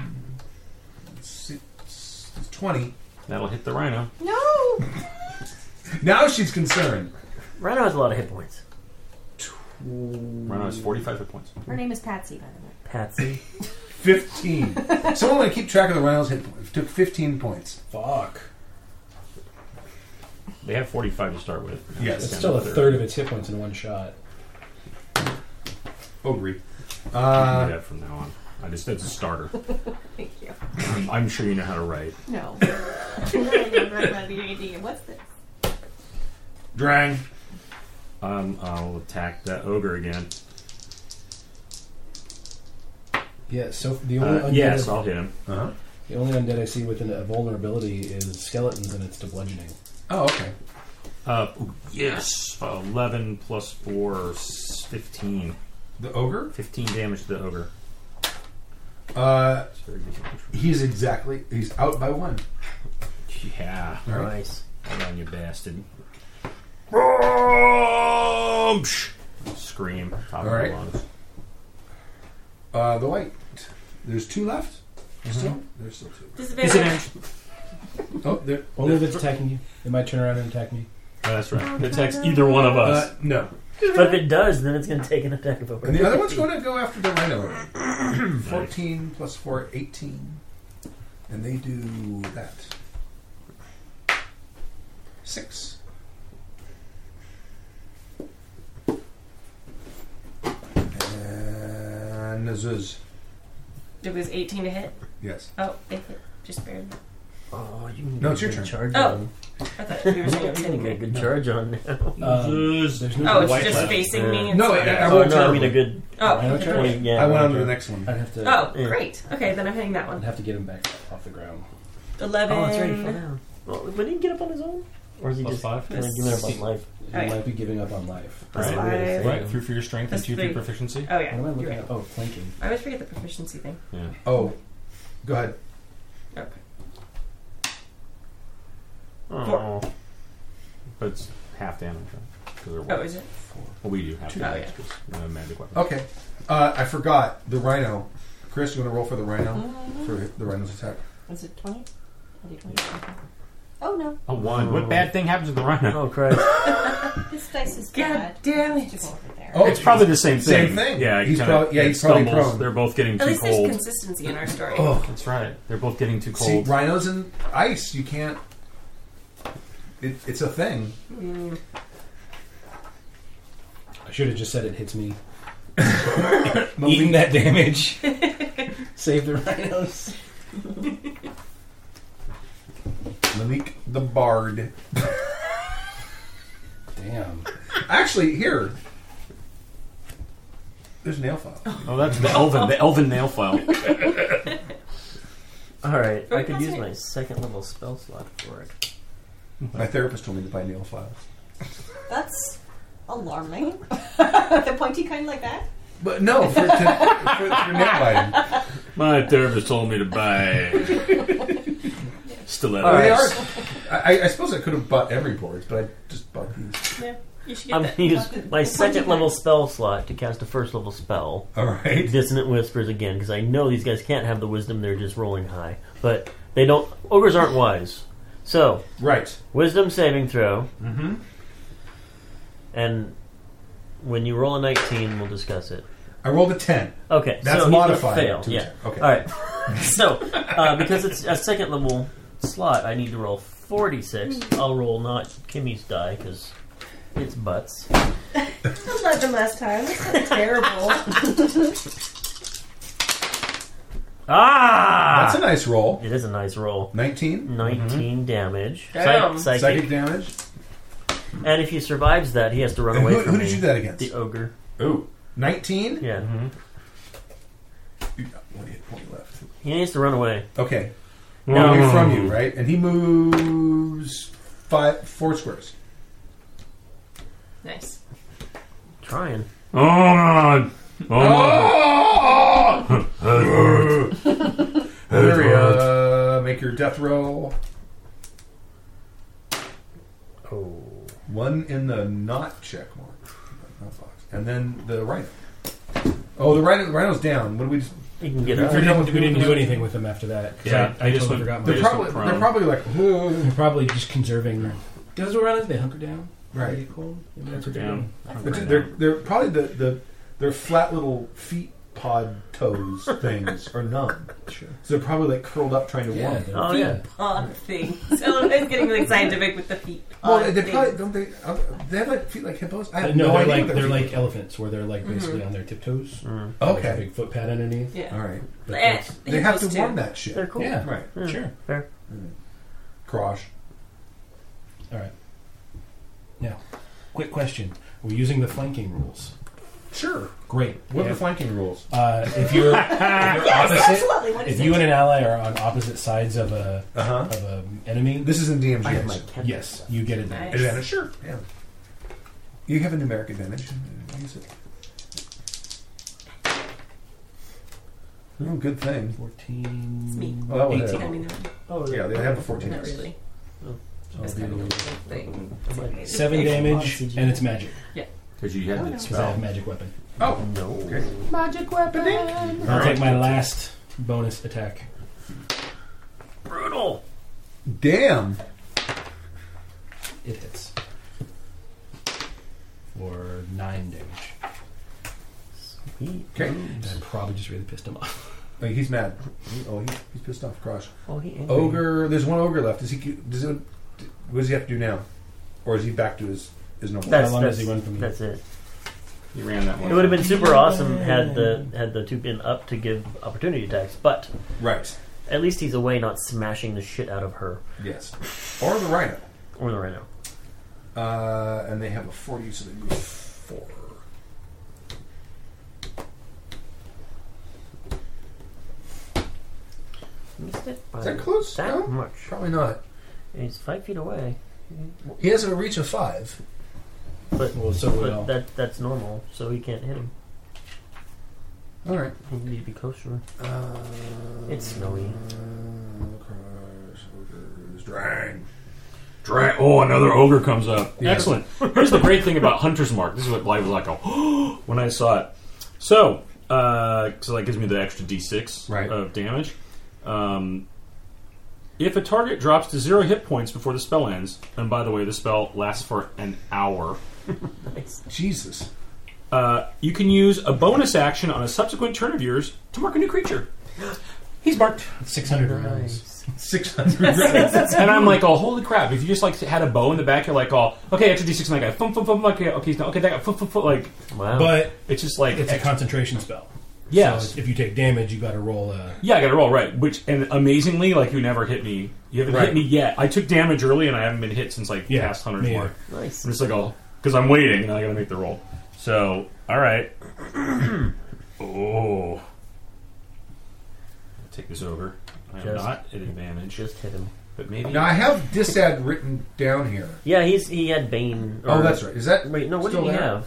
A: Six, 20.
D: That'll hit the rhino.
F: No!
A: Now she's concerned.
B: Rhino has a lot of hit points.
D: Rhino has 45 hit points.
J: Her name is Patsy, by the way.
B: Patsy.
A: 15. Someone want to keep track of the Rhino's hit points. Took 15 points.
C: Fuck.
D: They have 45 to start with.
A: Yes.
D: It's
C: That's still a third of its hit points in one shot.
A: Ogre.
D: Uh,
A: Uh,
D: that from now on. I just, that's a starter.
F: Thank you.
D: I'm, I'm sure you know how to write.
F: No. What's this?
A: Drang.
D: Um, I'll attack that ogre again.
C: Yeah, so the only
D: Uh,
C: undead
D: yes, I'll hit him.
A: Uh-huh.
C: the only undead I see with an- a vulnerability is skeletons, and it's to bludgeoning.
A: Oh, okay.
D: Uh, ooh, yes, 11 plus 4, is 15.
A: The Ogre?
D: 15 damage to the ogre.
A: Uh,
D: It's very good damage from-
A: he's exactly. He's out by one.
D: Yeah,
A: All right.
B: Nice.
D: hold on, you bastard. Rumpsh! Scream. Top
A: All
D: of
A: right.
D: my lungs. Oh,
A: Uh, the white. There's two left. Still? There's still two.
E: Disadvantage.
A: Oh, there.
C: Only if it's attacking you. It might turn around and attack me.
D: Oh, that's right. It attacks either one of us.
A: Uh, no.
B: But if it does, then it's going to take an attack of over.
A: And the other one's going to go after the rhino. 14 plus 4, 18. And they do that. 6. And Azuz.
E: It was 18 to hit.
A: Yes.
E: Oh, it hit. Just barely.
B: Oh, you
A: No, it's your
B: can Charge
A: turn.
E: Oh.
B: on.
E: I thought you were saying it was
B: You
E: hitting
B: can get a
E: good.
B: good charge on now.
C: Um, there's no
E: Oh, it's
C: white
E: just
C: left.
E: facing me.
B: Yeah.
E: and
A: No,
E: so-
A: I, I
B: oh,
A: rolled
B: no, I mean
A: terrible.
B: a good.
E: Oh,
C: Rhino charge?
B: Yeah,
A: I went on to the
B: okay.
A: next one.
C: I'd have to.
E: oh,
B: Yeah.
E: great. Okay, then I'm hitting that
C: I'd
E: one.
C: have to get him back off the ground.
E: 11.
B: Oh, it's ready for now. Well, but he can get up on his own, or is he
D: Plus
B: just
D: five?
B: kind of giving up on life?
C: He
E: Alright.
C: might be giving up on life.
E: Plus
D: Right.
E: five.
D: Right, three for your strength
E: That's
D: and two for your
E: three.
D: proficiency.
E: Oh,
C: What
E: yeah.
C: am I
E: You're
C: looking
E: right.
C: at? Oh, flanking.
E: I always forget the proficiency thing.
D: Yeah.
A: Oh. Go ahead.
B: Oh,
D: But it's half damage, right? Because they're
E: Oh,
D: white.
E: is it?
D: Well, we do half damage
E: yeah.
D: because uh, magic weapon.
A: Okay. Uh, I forgot the rhino. Chris, you want to roll for the rhino? For the rhino's attack.
F: Is it 20? I'll do 20. Okay. Oh no.
D: A one. What bad thing happens to the rhino?
B: oh Christ!
F: This dice is
E: God
F: bad.
E: damn
F: Just
E: it.
F: go over there.
A: Oh,
D: It's probably the same thing.
A: Same thing.
D: Yeah, he
A: He's
D: kinda-
A: prob- yeah,
D: it
A: he's probably
D: stumbles.
A: prone.
D: They're both getting
E: At
D: too
E: least there's
D: cold.
E: consistency in our story.
A: Oh.
D: That's right. They're both getting too
A: See,
D: cold.
A: rhinos and ice, you can't. It, it's a thing.
C: I should have just said it hits me.
A: Moving-
H: Eating that damage.
C: Save the rhinos.
A: Malik the Bard.
C: Damn.
A: Actually, here. There's nail file.
D: Oh, that's the elven, the elven nail file.
B: All right,
E: Oh,
B: I could
E: that's
B: use
E: right.
B: my second level spell slot for it.
A: My therapist told me to buy nail files.
F: That's alarming. the pointy kind like that?
A: But no, for, to, for, for nail biting.
D: My therapist told me to buy stilettos.
B: All
A: They
B: right.
A: are, I, I suppose I could have bought every boards, but I just bought these.
E: Yeah. You should get
B: I'm
E: that.
B: gonna use my second level spell slot to cast a first level spell.
A: All right.
B: Dissonant Whispers again, because I know these guys can't have the wisdom; they're just rolling high. But they don't. Ogres aren't wise, so
A: Right.
B: Wisdom saving throw. Mm-hmm. And when you roll a 19, we'll discuss it.
A: I rolled a 10.
B: Okay,
A: That's
B: so he's gonna
A: modified
B: Fail.
A: to a
B: yeah.
A: 10. Okay.
B: All right. so uh, because it's a second level slot, I need to roll 46. I'll roll not Kimmy's die because it's butts.
E: I led them last time. That's terrible.
B: Ah,
A: That's a nice roll.
B: it is a nice roll.
A: 19.
B: 19 damage.
E: Damn.
B: Psych- psychic.
A: Psychic damage.
B: And if he survives that, he has to run
A: And
B: away
A: who
B: from
A: who
B: me.
A: did you do that against?
B: The ogre.
A: Ooh. 19?
B: Yeah.
A: You've got one hit point left.
B: He needs to run away.
A: Okay.
C: Mm.
B: No.
A: Away from you, right? And he moves five, four squares.
E: Nice.
B: Trying.
G: Oh, my. Oh, my.
A: Lyria, make your death roll.
B: Oh.
A: One in the not check mark. Not box. And then the rhino. Oh, the rhino, the rhino's down. What do we just.
B: He can get
A: We
B: up.
C: We
A: figured out
C: didn't,
A: what
C: we didn't
A: was-
C: do anything with them after that. 'cause
D: Yeah,
C: I, I
D: they
C: totally
D: just
C: forgot.
D: went- they
A: They're
C: They're,
D: just
A: probably,
D: went
A: they're probably like, "Whoa."
C: probably just conserving. Does what runners they hunker down?
A: Right.
C: They cool. Maybe that's what they're
D: Down.
C: doing.
A: They're, they're, they're probably the, the their flat little feet pod toes things are numb.
C: Sure.
A: So they're probably like curled up trying to
C: Yeah.
A: warm.
C: they're-
B: Oh, yeah.
E: Pod thing. So it's getting really scientific with the feet.
A: Well,
E: pod
A: they
E: thing.
A: probably don't they. Uh, they have like feet like hippos. I
C: Uh,
A: have
C: no,
A: no,
C: they're
A: idea.
C: like
A: what
C: they're
A: feet
C: like elephants, where they're like basically on their tiptoes.
D: Mm-hmm.
B: Mm.
A: look
C: There's
A: like.
C: a
A: Okay,
C: big foot pad underneath.
E: Yeah.
A: all right.
C: But
E: Eh,
C: that's-
A: They have to
E: hippos
A: warm
E: too.
A: that
B: They're
A: shit.
B: cool.
C: yeah,
A: Right,
B: Yeah.
C: sure.
B: Fair.
A: Crosh.
C: All right. Now, quick question: We're using the flanking rules.
A: Sure.
C: Great.
A: What are
C: Yeah.
A: the flanking rules?
C: Uh, if you're, if you're opposite,
F: Absolutely. What is
C: if
F: it?
C: you and an ally are on opposite sides of a
A: Uh huh.
C: of an enemy,
A: This is in DMG.
B: I have my
A: so-
B: cat.
C: yes, you get it.
E: Nice.
A: advantage. Sure. Yeah. You have a numeric advantage. Use it. Oh, good thing.
C: Fourteen.
E: It's me.
A: Well, that was
E: 18. I
A: it.
E: mean,
B: Oh,
A: Yeah, they have a 14.
E: not really.
A: Oh,
E: Just
A: dude.
E: kind of a little thing. It's like- it's
C: Seven
E: big.
C: damage, and it's magic
D: Because you had the
C: because I have
D: spell.
C: magic weapon.
A: Oh,
B: No.
A: okay.
F: Magic weapon.
C: I'll take my last bonus attack.
B: Brutal.
A: Damn.
C: It hits for nine damage.
B: He,
A: Okay.
C: And I probably just really pissed him off.
A: Like, he's mad. He- oh, he, he's pissed off. Crosh.
B: oh, he angry.
A: Ogre. There's one ogre left. Does he? Does it, what does he have to do now? Or is he back to his his normal?
B: That's,
C: How long
B: that's,
C: does he run from here?
B: that's it.
D: You ran that one.
B: It would have been super awesome had the had the two been up to give opportunity attacks, but
A: Right.
B: at least he's away, not smashing the shit out of her
A: Yes. Or the rhino.
B: or the rhino.
A: Uh, and they have a forty, so they move four.
B: Missed it by
A: Is that close?
B: that
A: No?
B: much.
A: Probably not.
B: And he's five feet away,
A: He has a reach of five.
B: but
C: Well, so would
B: but
C: all.
B: that that's normal, so he can't hit him.
A: All right.
B: He needs to be closer.
A: Uh,
B: It's snowy.
A: Crosh, ogres, drang.
D: Dra- oh, another ogre comes up.
A: Yeah.
D: Excellent. Here's the great thing about Hunter's Mark. This is what Blythe was like oh, when I saw it. So, uh, so that gives me the extra d6
A: Right.
D: of damage. Um, if a target drops to zero hit points before the spell ends, and by the way, the spell lasts for an hour,
A: Jesus.
D: uh, you can use a bonus action on a subsequent turn of yours to mark a new creature. He's marked.
C: Six hundred rounds.
A: Six hundred.
D: and I'm like, oh, holy crap! If you just like had a bow in the back, you're like, oh, okay, extra d6 and I got fum fum fum. Okay, okay, he's not- okay, that got fum fum fum. Like,
B: Wow.
C: But
D: it's just like
C: it's a concentration spell.
D: Yes.
C: So if you take damage, you got to roll uh, a.
D: yeah, I got to roll right. Which and amazingly, like you never hit me. You haven't
A: Right.
D: hit me yet. I took damage early, and I haven't been hit since like
C: Yeah,
D: past hundred
C: me
D: mark.
B: nice.
D: I'm just like, oh, because I'm waiting, and I got to make the roll. So, all right. oh, I'll take this over. I am
B: Just-
D: not at advantage,
B: Just hit him.
D: but maybe
A: now I have disad written down here.
B: Yeah, he's he had Bane.
A: Oh,
B: or-
A: that's right. Is that
B: Wait, no, what
A: still
B: did he
A: there?
B: have?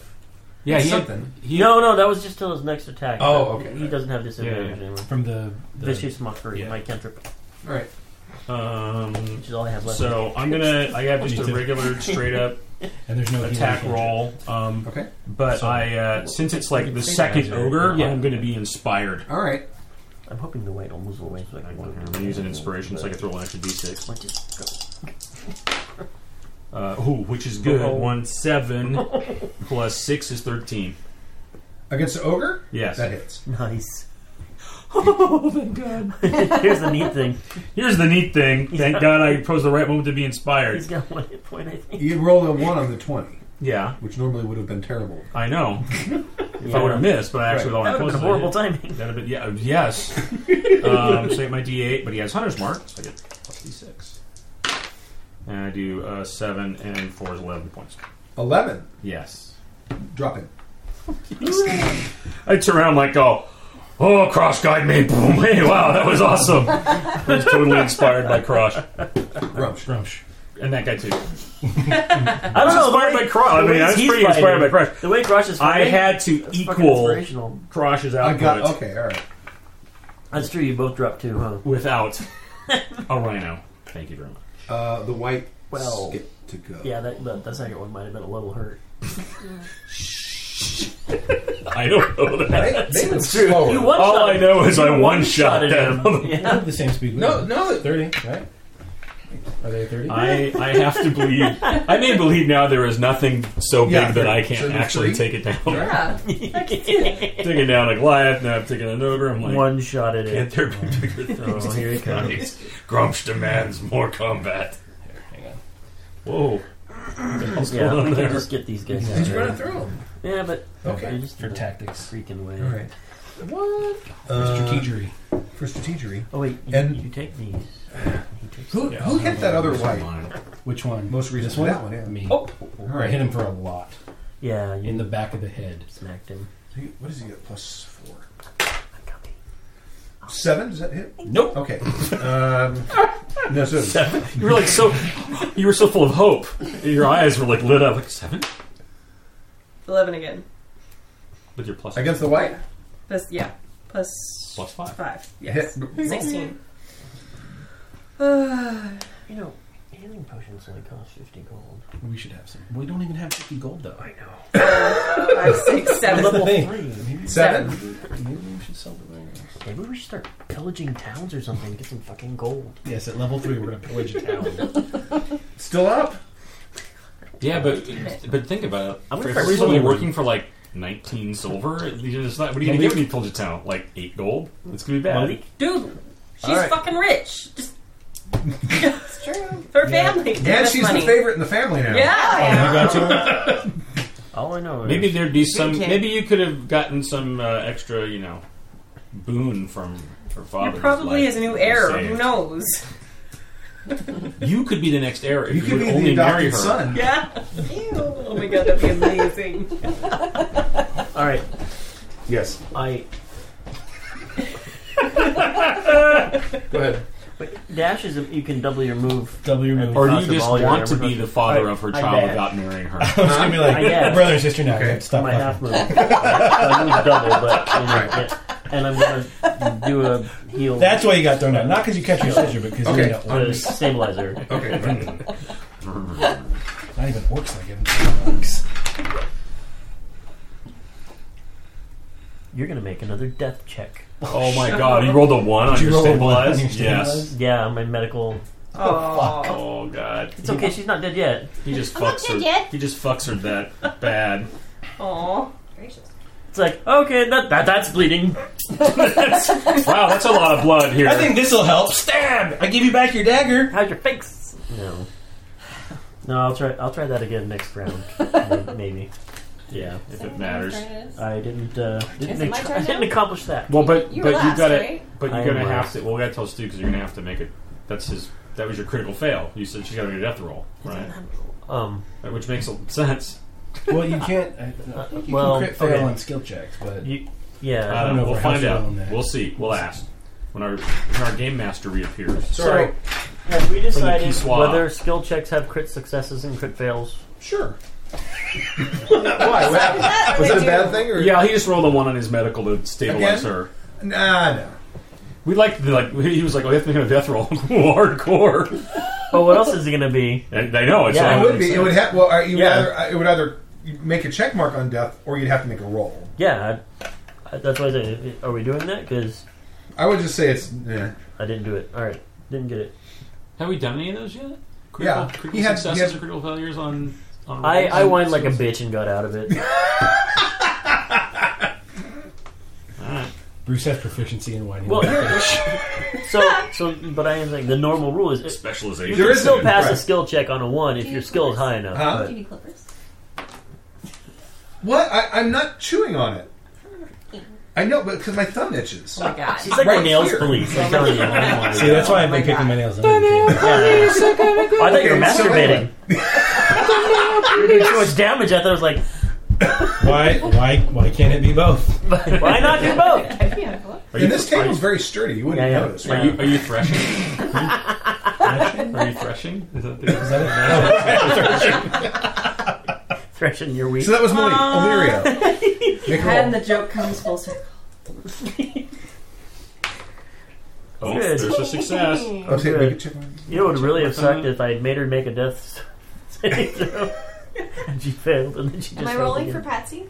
D: yeah, he had-
A: something.
D: he-
B: no, no, that was just till his next attack.
A: Oh,
B: That-
A: okay.
B: He doesn't have disadvantage
D: Yeah, yeah.
B: anymore.
C: From the, the
B: Vicious mockery,
C: Yeah.
B: my cantrip,
A: All right.
D: Um,
B: which is all I have left.
D: so I'm gonna. I have just
C: Me
D: a
C: too.
D: regular straight up
C: and there's no healing
D: attack
C: feature.
D: roll. Um,
A: Okay.
D: But
C: So-
D: I, uh, since it's like the
C: say
D: second
C: that.
D: ogre,
C: Yeah.
D: I'm going to be inspired.
A: All right.
B: I'm hoping the weight will move away so I
D: I'm
B: can
D: going to use an inspiration so I can throw an extra d6.
B: Let's just go.
D: Uh, ooh, which is good.
B: Oh.
D: One seven plus six is thirteen.
A: Against the ogre,
D: Yes.
A: that hits.
B: Nice.
D: Oh, thank God.
B: Here's the neat thing.
D: Here's the neat thing. Thank God I chose the right moment to be inspired.
B: He's got one hit point, I think.
A: You roll a one on the twenty,
D: Yeah,
A: which normally would have been terrible.
D: I know. If I would have missed, but I actually
B: That
D: right.
B: would have
D: was
B: been horrible timing.
D: That'd have been, yeah, uh, yes. um, so I get my D8, but he has Hunter's Mark, so I get plus D6. And I do uh, 7 and 4 is 11 points.
A: Eleven.
D: Yes.
A: Drop it.
D: I turn around like, oh, oh, Crosh guide me. Boom. Hey, wow, that was awesome. I was totally inspired by Crosh.
A: Grumsh.
C: Grumsh.
D: And that guy too.
B: I don't know.
D: Inspired by Crosh. I
B: the
D: mean,
B: way
D: I was
B: he's
D: pretty inspired by
B: fighting.
D: Crosh.
B: The way Crush is
D: I
B: fighting,
D: had to
B: that's fucking
D: equal
B: inspirational.
D: Crosh's
A: I
D: output
A: got okay. All right.
B: That's true. You both dropped two, huh?
D: without a rhino. Thank you very much.
A: Uh, the white
B: Well,
A: skip to go.
B: Yeah, that, that that second one might have been a little hurt.
D: I don't know that.
I: They, they've been slower.
B: You one
D: All I know is I one shot
B: shotted
D: that
B: him. Yeah.
C: They're the same speed. we
I: no,
C: are.
I: no.
C: thirty, right? Are they thirty?
D: I, I have to believe. I may believe now there is nothing so big
A: Yeah,
D: that I
A: so
D: can't
A: you're
D: actually
A: free?
D: take it down.
E: Yeah.
D: taking down a Goliath, now I'm taking an ogre. I'm like,
B: One shot at
D: can't
B: it.
D: there be bigger things?
B: Oh, here he comes.
G: Grumsh demands more combat.
C: Hang on.
D: Whoa. What's
B: Yeah,
D: going on
B: we can
D: there?
B: just get these guys.
I: Did you run it through them?
B: Yeah, but
I: Okay.
B: you're just
C: For
B: in a
C: tactics.
B: freaking way.
A: All right.
I: What?
A: Uh,
C: Strategery.
A: for strategery.
B: Oh wait, you,
A: And-
B: you take these. He takes
A: Who, who hit that other white?
C: Which one?
A: Most recent
C: This one?
A: that one, yeah.
C: Me.
A: Oh.
C: I hit him for a lot.
B: Yeah, you
C: In the back of the head.
B: smacked him.
A: He- What does he get? Plus four.
B: I got the-
A: Seven? Does that hit?
C: Nope.
A: Okay. Um, no, so
D: Seven? You were like so. You were so full of hope. Your eyes were like lit up. Like seven
E: Eleven again.
D: with your plus.
A: against the white?
E: Plus yeah. Plus
D: Plus five.
E: Five. Yes.
A: Hit.
E: Sixteen. Uh,
B: You know, healing potions only cost fifty gold.
C: We should have some. We don't even have 50 gold, though. I know.
E: five, six, seven.
B: Level
C: thing.
B: three.
A: Seven?
C: Maybe we should sell the rings.
B: Maybe we should start pillaging towns or something to get some fucking gold.
C: Yes, at level 3, we're going to pillage a town.
A: Still up?
D: Yeah, but but think about it.
B: I'm
D: I'm
B: gonna
D: if
B: start
D: everybody's only
B: slowly.
D: working for like 19 silver, it's not, what are you going to
C: Malik-
D: give me? Told you town like eight gold. It's going to be bad.
B: Malik,
E: Dude, she's
B: Alright.
E: fucking rich. Just
F: It's true.
E: her family.
A: And she's
E: money.
A: the favorite in the family now.
E: Yeah.
B: all I know is
D: Maybe there'd be some.
E: can't-
D: Maybe you could have gotten some uh, extra, you know, boon from her father.
E: You're probably his new heir. Who
D: Saved.
E: knows?
D: You could be the next heir if
A: You
D: you,
A: could
D: would
A: be the
D: only marry her.
A: adopted son.
E: Yeah. Oh my god, that'd be amazing.
B: all right.
A: Yes.
B: I
I: Go ahead.
B: dash is a, you can double your move.
C: W
B: And
C: move.
D: Or do
B: Cost
D: you
B: of
D: just
B: all your
D: want to
B: armor
D: be the
B: cost-
D: father
B: I-
D: of her
B: I
D: child
B: bet.
D: without marrying her?
C: I was going to be
B: I
C: like,
B: guess.
C: brother and sister now.
A: Okay.
C: Stop
B: my
C: fucking.
B: half move. I moved double, but you know, yeah. and I'm gonna do a heal.
C: That's why you got thrown out. Not because you catch your sister, but because
A: Okay.
C: you're an orc.
B: the stabilizer.
A: Okay.
C: Not even orcs like him. Orcs.
B: You're gonna make another death check.
D: oh my god! You rolled a one on
C: Did you
D: your
C: roll a one on
D: stabilize.
C: your
D: Yes.
C: stabilize?
B: Yeah, my medical.
E: Oh,
D: Oh god.
B: It's okay. She's not dead yet.
D: He just
J: not
D: fucks
J: dead
D: her.
J: yet.
D: He just fucks her that bad.
E: Aw.
J: Gracious.
B: It's like okay, that, that that's bleeding.
D: Wow, that's a lot of blood here.
C: I think this will help. Stab! I give you back your dagger.
B: How's your face? No. No, I'll try. I'll try that again next round. May- Maybe. Yeah,
D: if it matters.
B: I didn't. Uh, didn't,
F: Is it my
B: ac-
F: turn
B: I didn't
F: now?
B: accomplish that.
D: Well, but
F: You were
D: but
F: last,
D: you gotta
F: right?
D: but
B: I
D: you're
B: am
D: gonna have
B: last.
D: to. Well, we gotta tell Stu because you're gonna have to make it. That's his. That was your critical fail. You said she's gotta make a death roll, right?
B: Um.
D: Which makes sense.
C: Well, you can't. I, I think you
B: Well,
C: can crit fail
B: okay.
C: on skill checks, but
B: You. Yeah.
D: I
C: don't know
D: don't know.
C: if
D: We'll
C: we're
D: find
C: house
D: out.
C: rolling that.
D: We'll see. We'll ask when our when our game master reappears.
A: Sorry.
B: Have we decided
D: Kiswa.
B: whether skill checks have crit successes and crit fails?
A: Sure. Why? What happened? Was that a bad thing? Or?
D: Yeah, he just rolled a one on his medical to stabilize
A: Again?
D: her.
A: Nah, no.
D: We liked the, like he was like, "Oh, you have to make a death roll, hardcore."
B: Oh, what else is it gonna be?
D: And I know it's
B: Yeah,
D: all
A: It would be. It would have. Well, uh, you would
B: Yeah.
A: either, uh, it would either you'd make a check mark on death, or you'd have to make a roll.
B: Yeah. I, I, that's why I said, are we doing that? Because
A: I would just say it's. Yeah.
B: I didn't do it. All right, didn't get it.
D: Have we done any of those yet?
A: Critical- Yeah. critical He had- he successes had- or
D: critical failures on. on
B: I, I whined like a bitch and got out of it.
C: Bruce has proficiency in whining.
B: Well, so so, but I am saying the normal rule is it,
D: specialization.
A: There
B: you
A: is
B: still
A: no
B: pass a
A: right.
B: skill check on a one if your skill is high enough.
A: Huh?
B: but-
J: Give me clippers.
A: What? I, I'm not chewing on it. I know, but because my thumb itches.
E: Oh my god.
B: She's like
A: Right
B: the nails
A: here.
B: police. I'm telling you. I
C: see, that's why I've been
E: my
C: picking Oh
E: God.
C: my nails. Up.
B: thought you were
A: Okay, so
B: masturbating. You're doing too much damage. I thought it was like
C: why? Why? Why can't it be both?
B: Why not do both?
D: Are you-
A: and this
D: are
A: table's
D: you-
A: very sturdy. You wouldn't
B: Yeah, yeah.
A: notice.
D: Are
A: right?
D: you are you threshing? are you threshing? Is that the is
B: Threshing your wheat.
A: So that was Monique. Illyria. Make a roll.
E: And the joke comes full circle.
D: Oh,
B: Good.
D: there's a success.
A: Oh, so
B: good.
A: make a check on-
B: You know, it would really have sucked if I had made her make a death saving throw. and she failed, and then she just.
J: Am I
B: rolled
J: rolling for
B: again.
J: Patsy?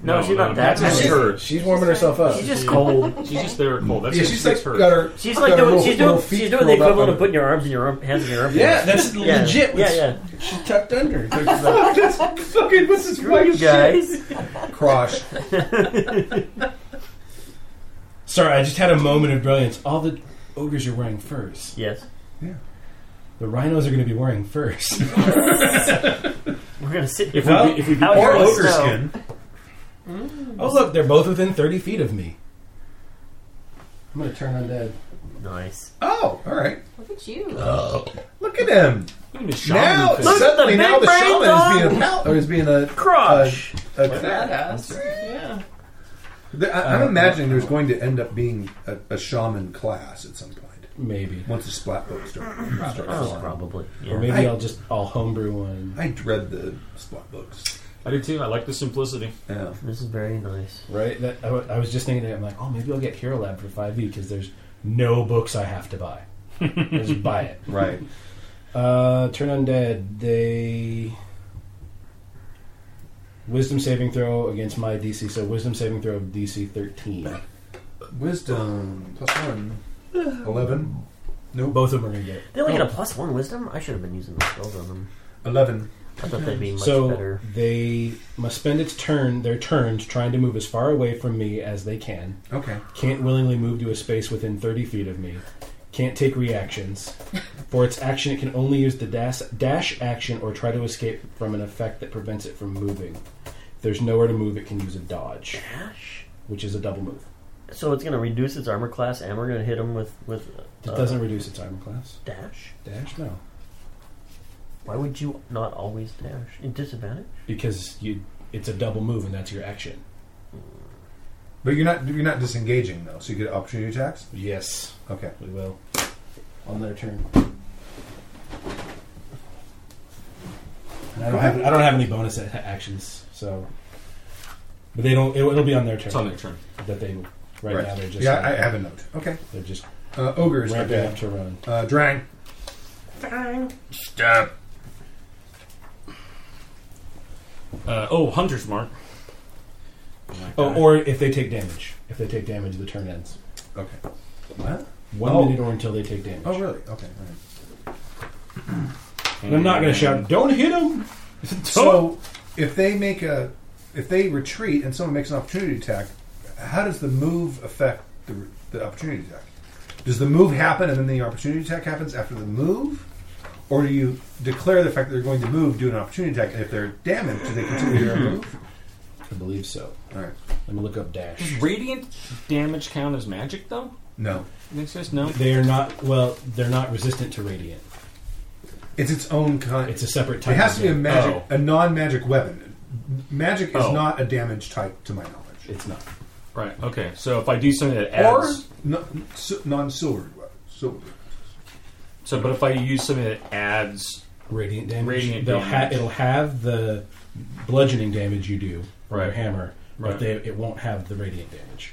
B: No, she's not that
D: That's just
B: bad.
D: her.
C: She's warming herself up.
B: She's just cold.
D: She's just there cold. That's
A: Yeah,
D: just
A: she's like
D: her.
A: got her.
B: She's like
A: got her
B: doing.
A: little-
B: she's doing.
A: little feet
B: She's doing the
A: rolled up
B: equivalent of
A: under.
B: putting your arms in your arm, hands in your arm.
C: Yeah, that's
B: Yeah.
C: legit.
B: Yeah,
C: what's
B: yeah.
C: tucked under.
A: Fucking what's this
B: Screw you guys.
A: Crosh.
C: Sorry, I just had a moment of brilliance. All the ogres are wearing furs.
B: Yes,
C: The rhinos are going to be wearing furs.
B: we're gonna sit.
D: If we
C: Well,
D: be- if we be
B: out
C: or
B: here in the
C: ogre
B: snow.
C: skin. Oh look, they're both within thirty feet of me. I'm going to turn undead.
B: Nice.
A: Oh, all right. Oh.
J: Look at you.
A: Look at him. Now
B: Look at
A: suddenly,
B: the
A: now the
B: big brain dog.
A: shaman is being a pal- or is Oh, being a
B: Crush.
A: a, a-
H: Yeah.
A: There- I, I'm imagining there's going to end up being a, a shaman class at some point
C: Maybe,
A: once the splat books start.
J: Mm-hmm.
A: start
B: oh,
A: flying.
B: probably. Yeah.
C: or maybe
A: I-
C: I'll just I'll homebrew one.
A: I dread the splat books.
D: I do too. I like the simplicity.
A: Yeah.
B: This is very nice.
C: Right? That I, wa- I was just thinking that I'm like, oh, maybe I'll get Hero Lab for five e because there's no books I have to buy. I just buy it.
A: Right.
C: Uh, turn undead. They wisdom saving throw against my DC. So wisdom saving throw of DC thirteen.
A: Wisdom plus one. Eleven.
C: Both of them are gonna get. It.
B: They only get a plus one wisdom. I should have been using the spells on them.
A: Eleven.
B: I thought that'd be much
C: so
B: better.
C: they must spend its turn, their turns, trying to move as far away from me as they can.
A: Okay.
C: Can't willingly move to a space within thirty feet of me. Can't take reactions. For its action, it can only use the dash, dash action or try to escape from an effect that prevents it from moving. If there's nowhere to move, it can use a dodge,
B: Gosh.
C: which is a double move.
B: So it's gonna reduce its armor class, and we're gonna hit him with with.
C: It
B: uh,
C: doesn't reduce its armor class.
B: dash.
C: Dash, no.
B: Why would you not always dash? In disadvantage.
C: Because you it's a double move and that's your action.
A: But you're not you're not disengaging though, so you get opportunity attacks.
C: Yes.
A: Okay.
C: We will. On their turn. And I don't have I don't have any bonus a- actions, so but they don't it'll, it'll be on their turn
D: It's on their turn.
C: that they right, now they're just
A: yeah, I, I have a note. Okay.
C: they're just
A: Uh, ogres.
C: ramping
A: Okay.
C: up to run.
A: Uh, Drang.
G: Stop.
D: Uh, oh, hunter's mark. my
C: Oh,
D: God.
C: or if they take damage. If they take damage the turn ends.
A: Okay. What?
C: One
A: Oh.
C: minute or until they take damage.
A: Oh, really? Okay. all right.
C: And I'm not going to shout, "Don't hit him!"
A: So, if they make a, if they retreat and someone makes an opportunity attack, how does the move affect the, the opportunity attack? Does the move happen and then the opportunity attack happens after the move, or do you declare the fact that they're going to move, do an opportunity attack, and if they're damaged, do they continue their move?
C: I believe so.
A: All right.
C: Let me look up dash.
D: Does radiant damage count as magic though?
A: No,
D: Makes sense. No.
C: They are not. Well, they're not resistant to radiant.
A: it's its own kind.
C: It's a separate type.
A: it has to
C: of
A: be a
C: damage.
A: magic,
D: Oh.
A: a non-magic weapon. Magic is
D: Oh.
A: not a damage type, to my knowledge,
C: It's not.
D: Right. Okay. So if I do something that
A: or
D: adds,
A: non- su- non-silvered weapon. Silver.
D: so but if I use something that adds,
C: Radiant damage.
D: Radiant
C: They'll
D: damage.
C: Ha- it'll have the bludgeoning damage you do from your
D: Right.
C: hammer,
D: Right.
C: but they, it won't have the radiant damage.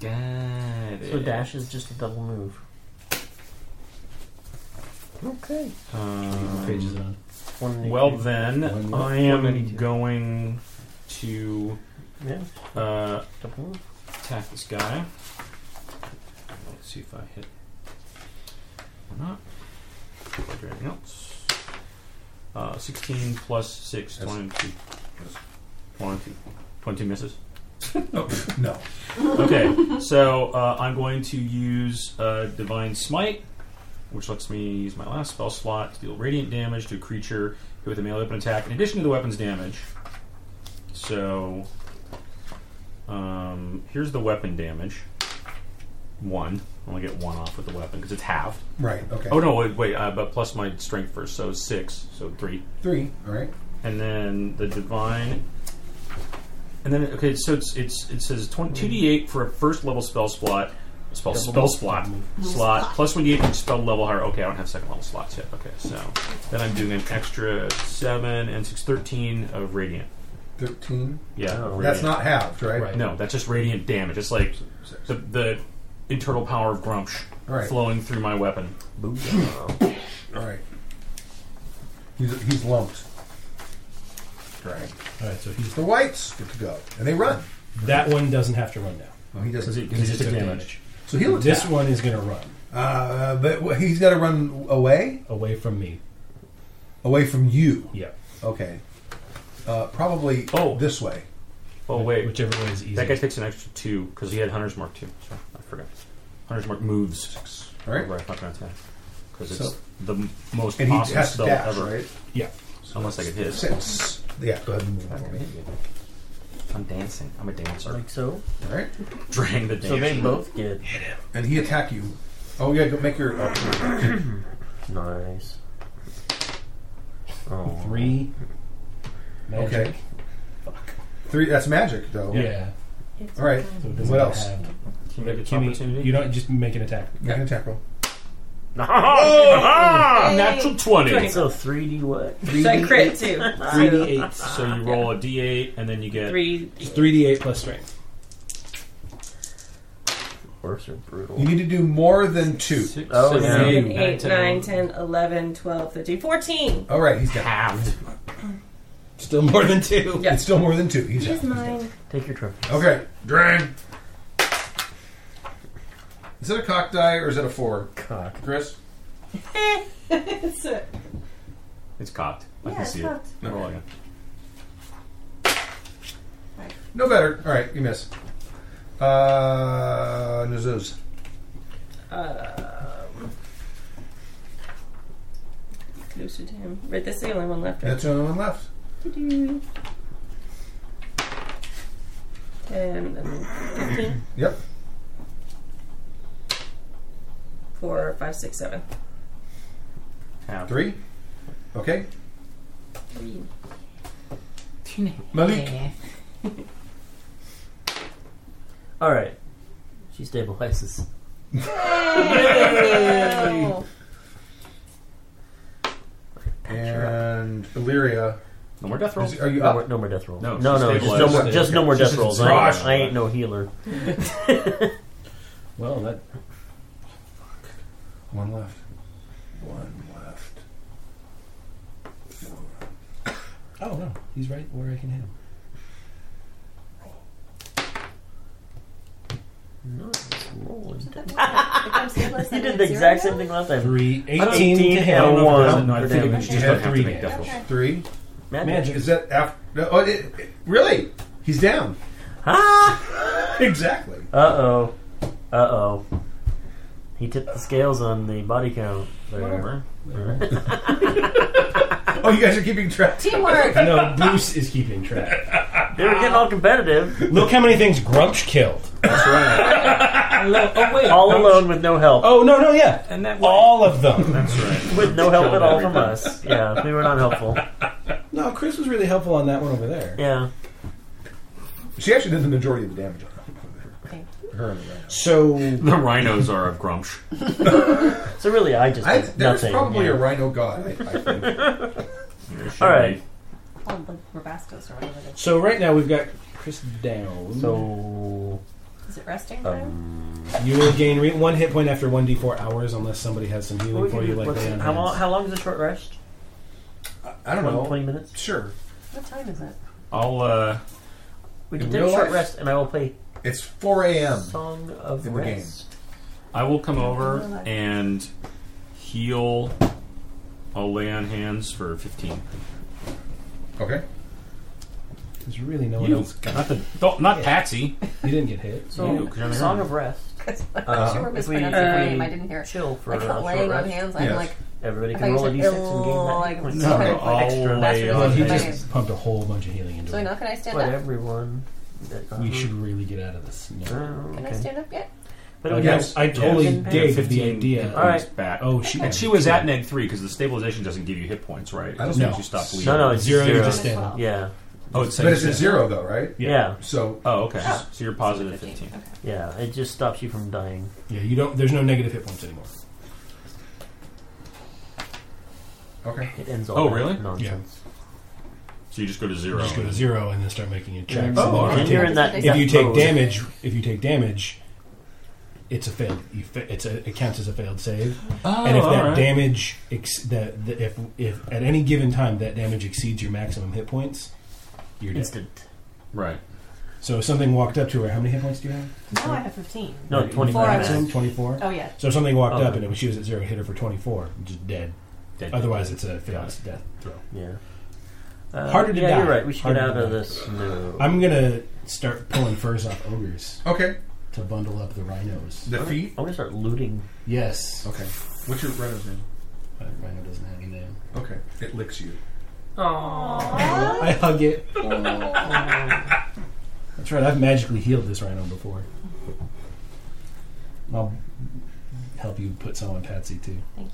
D: God,
B: So dash is just a double move. Okay.
A: Um,
C: What page is it on?
B: One
D: Um, Well
B: eighty-
D: then,
C: One-
D: I am going to
B: yeah,
D: uh,
B: double move.
D: attack this guy. Let's see if I hit or not. Do I do anything else? Uh, 16 plus 6,
A: That's-
D: 22. 22. 22 misses.
A: No.
D: Okay, so uh, I'm going to use uh, Divine Smite, which lets me use my last spell slot to deal radiant damage to a creature hit with a melee weapon attack in addition to the weapon's damage. So um, here's the weapon damage. One. I only get one off with the weapon because it's halved.
A: Right. Okay.
D: Oh no! Wait, wait. Uh, but plus my strength first, so six, so three.
A: Three. All right.
D: and then the divine, and then okay. So it's it's it says two d eight for a first level spell slot, spell
C: Double
D: spell
C: move.
D: slot
C: Double move.
D: slot plus one d eight from spell level higher. Okay, I don't have second level slots yet. Okay, so then I'm doing an extra seven and six thirteen of radiant.
A: 13?
D: Yeah, of
A: That's
D: radiant.
A: not halved, right?
C: Right.
D: No, that's just radiant damage. It's like the, the internal power of Grumsh
A: All right.
D: flowing through my weapon.
A: All right. He's, he's lumped. All right.
C: All right, so he's
A: The whites get to go. And they run.
C: that one doesn't have to run now.
A: No, he doesn't.
D: Because he, 'cause
C: He
D: he
C: just
D: took
C: took
D: damage.
A: so he'll attack.
C: This one is going to run
A: Uh, but wh- he's got to run away?
C: away from me.
A: Away from you.
C: Yeah,
A: Okay. Uh, probably
D: Oh.
A: this way.
D: Oh, wait.
C: whichever one is easy.
D: That guy takes an extra two because he had Hunter's Mark too. Sorry, I forgot. Hunter's Mark moves.
A: All right.
D: Right, not going to attack. Because it's
A: So-
D: the m- most
A: And he
D: awesome
A: has to
D: spell
A: dash,
D: ever.
A: right?
C: yeah,
D: Unless I get hit.
A: Six. Yeah, go ahead and move
D: I
A: for
D: can
A: me.
D: hit you. I'm dancing. I'm a dancer.
B: Like so.
A: All right.
D: Drang the dance.
B: So they both get
A: And he attack you. Oh, yeah, go make your. oh,
B: nice. Oh,
C: three. Magic.
A: okay. Three. That's magic, though.
C: Yeah.
A: All right.
C: So it doesn't
A: What else?
C: have-
D: Can you make an
C: Kimmy,
D: opportunity?
C: You don't just make an attack.
A: Make an attack roll.
D: Ah, Natural 20.
B: So three D what?
E: So I crit too.
D: Three D eight. So
A: Ah,
D: you roll a D eight, and then you get
E: Three.
C: Three d eight plus strength.
B: Worse or brutal.
A: You need to do more than two.
D: six,
B: Oh,
D: seven,
B: yeah.
D: eight,
E: Eight,
D: nine, ten,
E: nine, 10, 11, 12, 13, 14.
A: All right, he's down.
D: halved.
C: Still more than two.
E: Yeah.
A: It's still more than two. He's
J: Here's
A: down.
J: mine.
B: Take your trophy.
A: Okay, drain. Is it a cock die or is it a four?
B: Cock.
A: Chris?
F: It's a-
D: It's cocked. I
J: Yeah,
D: can
J: it's
D: see
J: not.
D: it. Roll again.
A: No better. All right, you miss. Uh, Nuzuz.
E: Lucid him. Right, this is the only one left. Right?
A: That's the only one left.
E: 10, um, 15,
A: Yep.
E: 4, 5, 6, 7.
D: Halved.
A: Three. Okay.
E: Three.
A: Malik.
B: All right. She stabilizes.
E: Oh.
A: And Illyria.
D: No more death rolls.
A: Is- are you
B: No more,
A: up?
B: no more death rolls.
D: No,
B: no,
D: she
B: no, just no
D: stabilized.
B: more, just no more death rolls. I,
A: crushed.
B: I ain't no healer.
C: Well, that
A: One left. One left.
C: Oh no, he's right where I can hit him.
J: I'm still less
B: You did
J: than a
B: the exact
J: zero
B: same thing last time.
C: Three,
B: I don't-
C: 18 to
D: I
C: hit.
D: don't know if it doesn't-
B: One
D: No, I
B: for
D: think
B: damage.
D: you just don't have to
C: Three
D: make death
J: now?
D: rolls.
J: Okay.
A: Three.
B: Magic.
C: Magic.
A: Is that after? Oh, it, it- really? He's down.
B: Ah!
A: Exactly.
B: Uh oh. Uh oh. He tipped the scales on the body count. There.
A: Oh, you guys are keeping track.
J: Teamwork.
C: No, Bruce is keeping track.
B: They were getting all competitive,
C: Look how many things Grumsh killed.
B: oh, wait, all alone with no help,
C: Oh no, no, yeah,
D: And that
C: all of them.
D: That's right.
B: with no help
D: Killed
B: at all from
D: everybody.
B: us. Yeah, we were not helpful.
C: No, Chris was really helpful on that one over there.
B: Yeah,
A: She actually did the majority of the damage. on her. Her and the rhino.
C: So
D: The rhinos are of Grumsh.
B: so really, I just
A: I,
B: did
A: there's
B: nothing.
A: probably
B: yeah.
A: a rhino god. I, I think.
B: All right.
F: called Oh, the Robascos or whatever. it is.
C: so right now we've got Chris down.
B: So
F: Is it resting time?
B: um,
C: you will gain re- one hit point after one d4 hours, unless somebody has some healing for you, like
B: what's-
C: lay on
B: how long?
C: hands.
B: How long is a short rest?
A: I don't know.
B: Twenty minutes.
A: Sure.
F: What time is it?
D: I'll uh,
B: We
A: In
B: can take
A: real
B: a short
A: life?
B: rest, and I will play
A: It's 4 a.m.
B: Song of
A: In the game.
B: Rest.
D: I will come over
F: alive.
D: and heal. I'll lay on hands for fifteen.
A: Okay.
C: There's really
A: Oh,
C: no one
D: You,
C: else.
D: not the, don't- not Patsy.
C: You didn't get hit.
B: So,
D: You, 'cause you're on the
B: Song
D: ground.
B: of Rest.
F: you
B: Uh,
F: were
B: if we,
F: mispronouncing
B: if
F: her
B: we
F: name, I didn't hear it.
B: chill for
F: Like
B: a
F: not
B: short
F: laying on
B: rest,
F: hands.
A: Yes.
F: I'm like,
B: everybody
F: I
B: can roll a
F: thought you
B: d6
F: said
B: and gain
F: ill, like,
B: that.
D: No,
F: Okay,
D: I'll
F: extra
D: lay
F: master
C: Well,
D: on
C: he
F: plan.
D: hands.
C: just pumped a whole bunch of healing into
F: so
C: it.
F: now can I stand
B: But
F: up?
B: everyone. that-
C: We should really get out of this.
B: Uh,
C: No.
F: Can I
B: okay.
F: stand up yet?
B: But
C: I,
B: it
C: guess
B: was-
C: I totally
B: Yeah.
C: dig the
D: 15
C: idea.
D: hit
B: All right.
D: points back.
C: Oh, she
D: And she was at neg three because the stabilization doesn't give you hit points, right?
A: I don't
D: It
A: know.
D: makes you stop bleeding.
B: No, no, it's
C: zero.
B: zero.
C: You just stand up.
B: Yeah,
D: Oh, it's
A: But it's
D: same.
A: at zero though, right?
B: yeah,
C: Yeah.
B: yeah,
A: So
D: Oh, okay. So you're positive 15.
B: It just stops you from dying.
C: Yeah, you don't. There's no negative hit points anymore.
A: okay,
B: It ends all.
D: Oh,
B: that
D: really?
B: Nonsense.
D: So you just go to
C: You
D: zero.
C: just go to zero and then start making your checks.
D: Oh,
C: and
D: all
C: then
D: right.
B: And you're in that.
C: if
B: that
C: you take
B: mode.
C: damage, if you take damage, it's a failed. You fa- it's a, it counts as a failed save.
D: Oh,
C: and if
D: all
C: that
D: right.
C: damage, ex- that the, if if at any given time that damage exceeds your maximum hit points, you're dead.
B: instant.
D: Right.
C: So if something walked up to her, how many hit points do you have?
F: Now Oh, I have 15.
B: No, twenty
F: Four
B: five.
F: hours.
B: minutes.
C: Twenty-four.
F: Oh, yeah.
C: So if something walked
B: Oh.
C: up and it was she was at zero, hit her for twenty-four, just dead.
D: Dead.
C: Otherwise, it's a failed death throw.
B: Yeah. Uh,
C: Harder to
B: yeah,
C: die.
B: you're right. We should get out
C: Harder to
B: of
C: die.
B: this. No.
C: I'm gonna start pulling furs off ogres
A: okay.
C: to bundle up the rhinos.
A: The feet.
B: I'm gonna start looting.
C: Yes,
A: Okay. What's your rhino's name?
C: Uh, rhino doesn't have a name.
A: Okay, it licks you.
E: Aww.
C: I hug it. That's right. I've magically healed this rhino before. And I'll help you put some on Patsy too,
F: Thank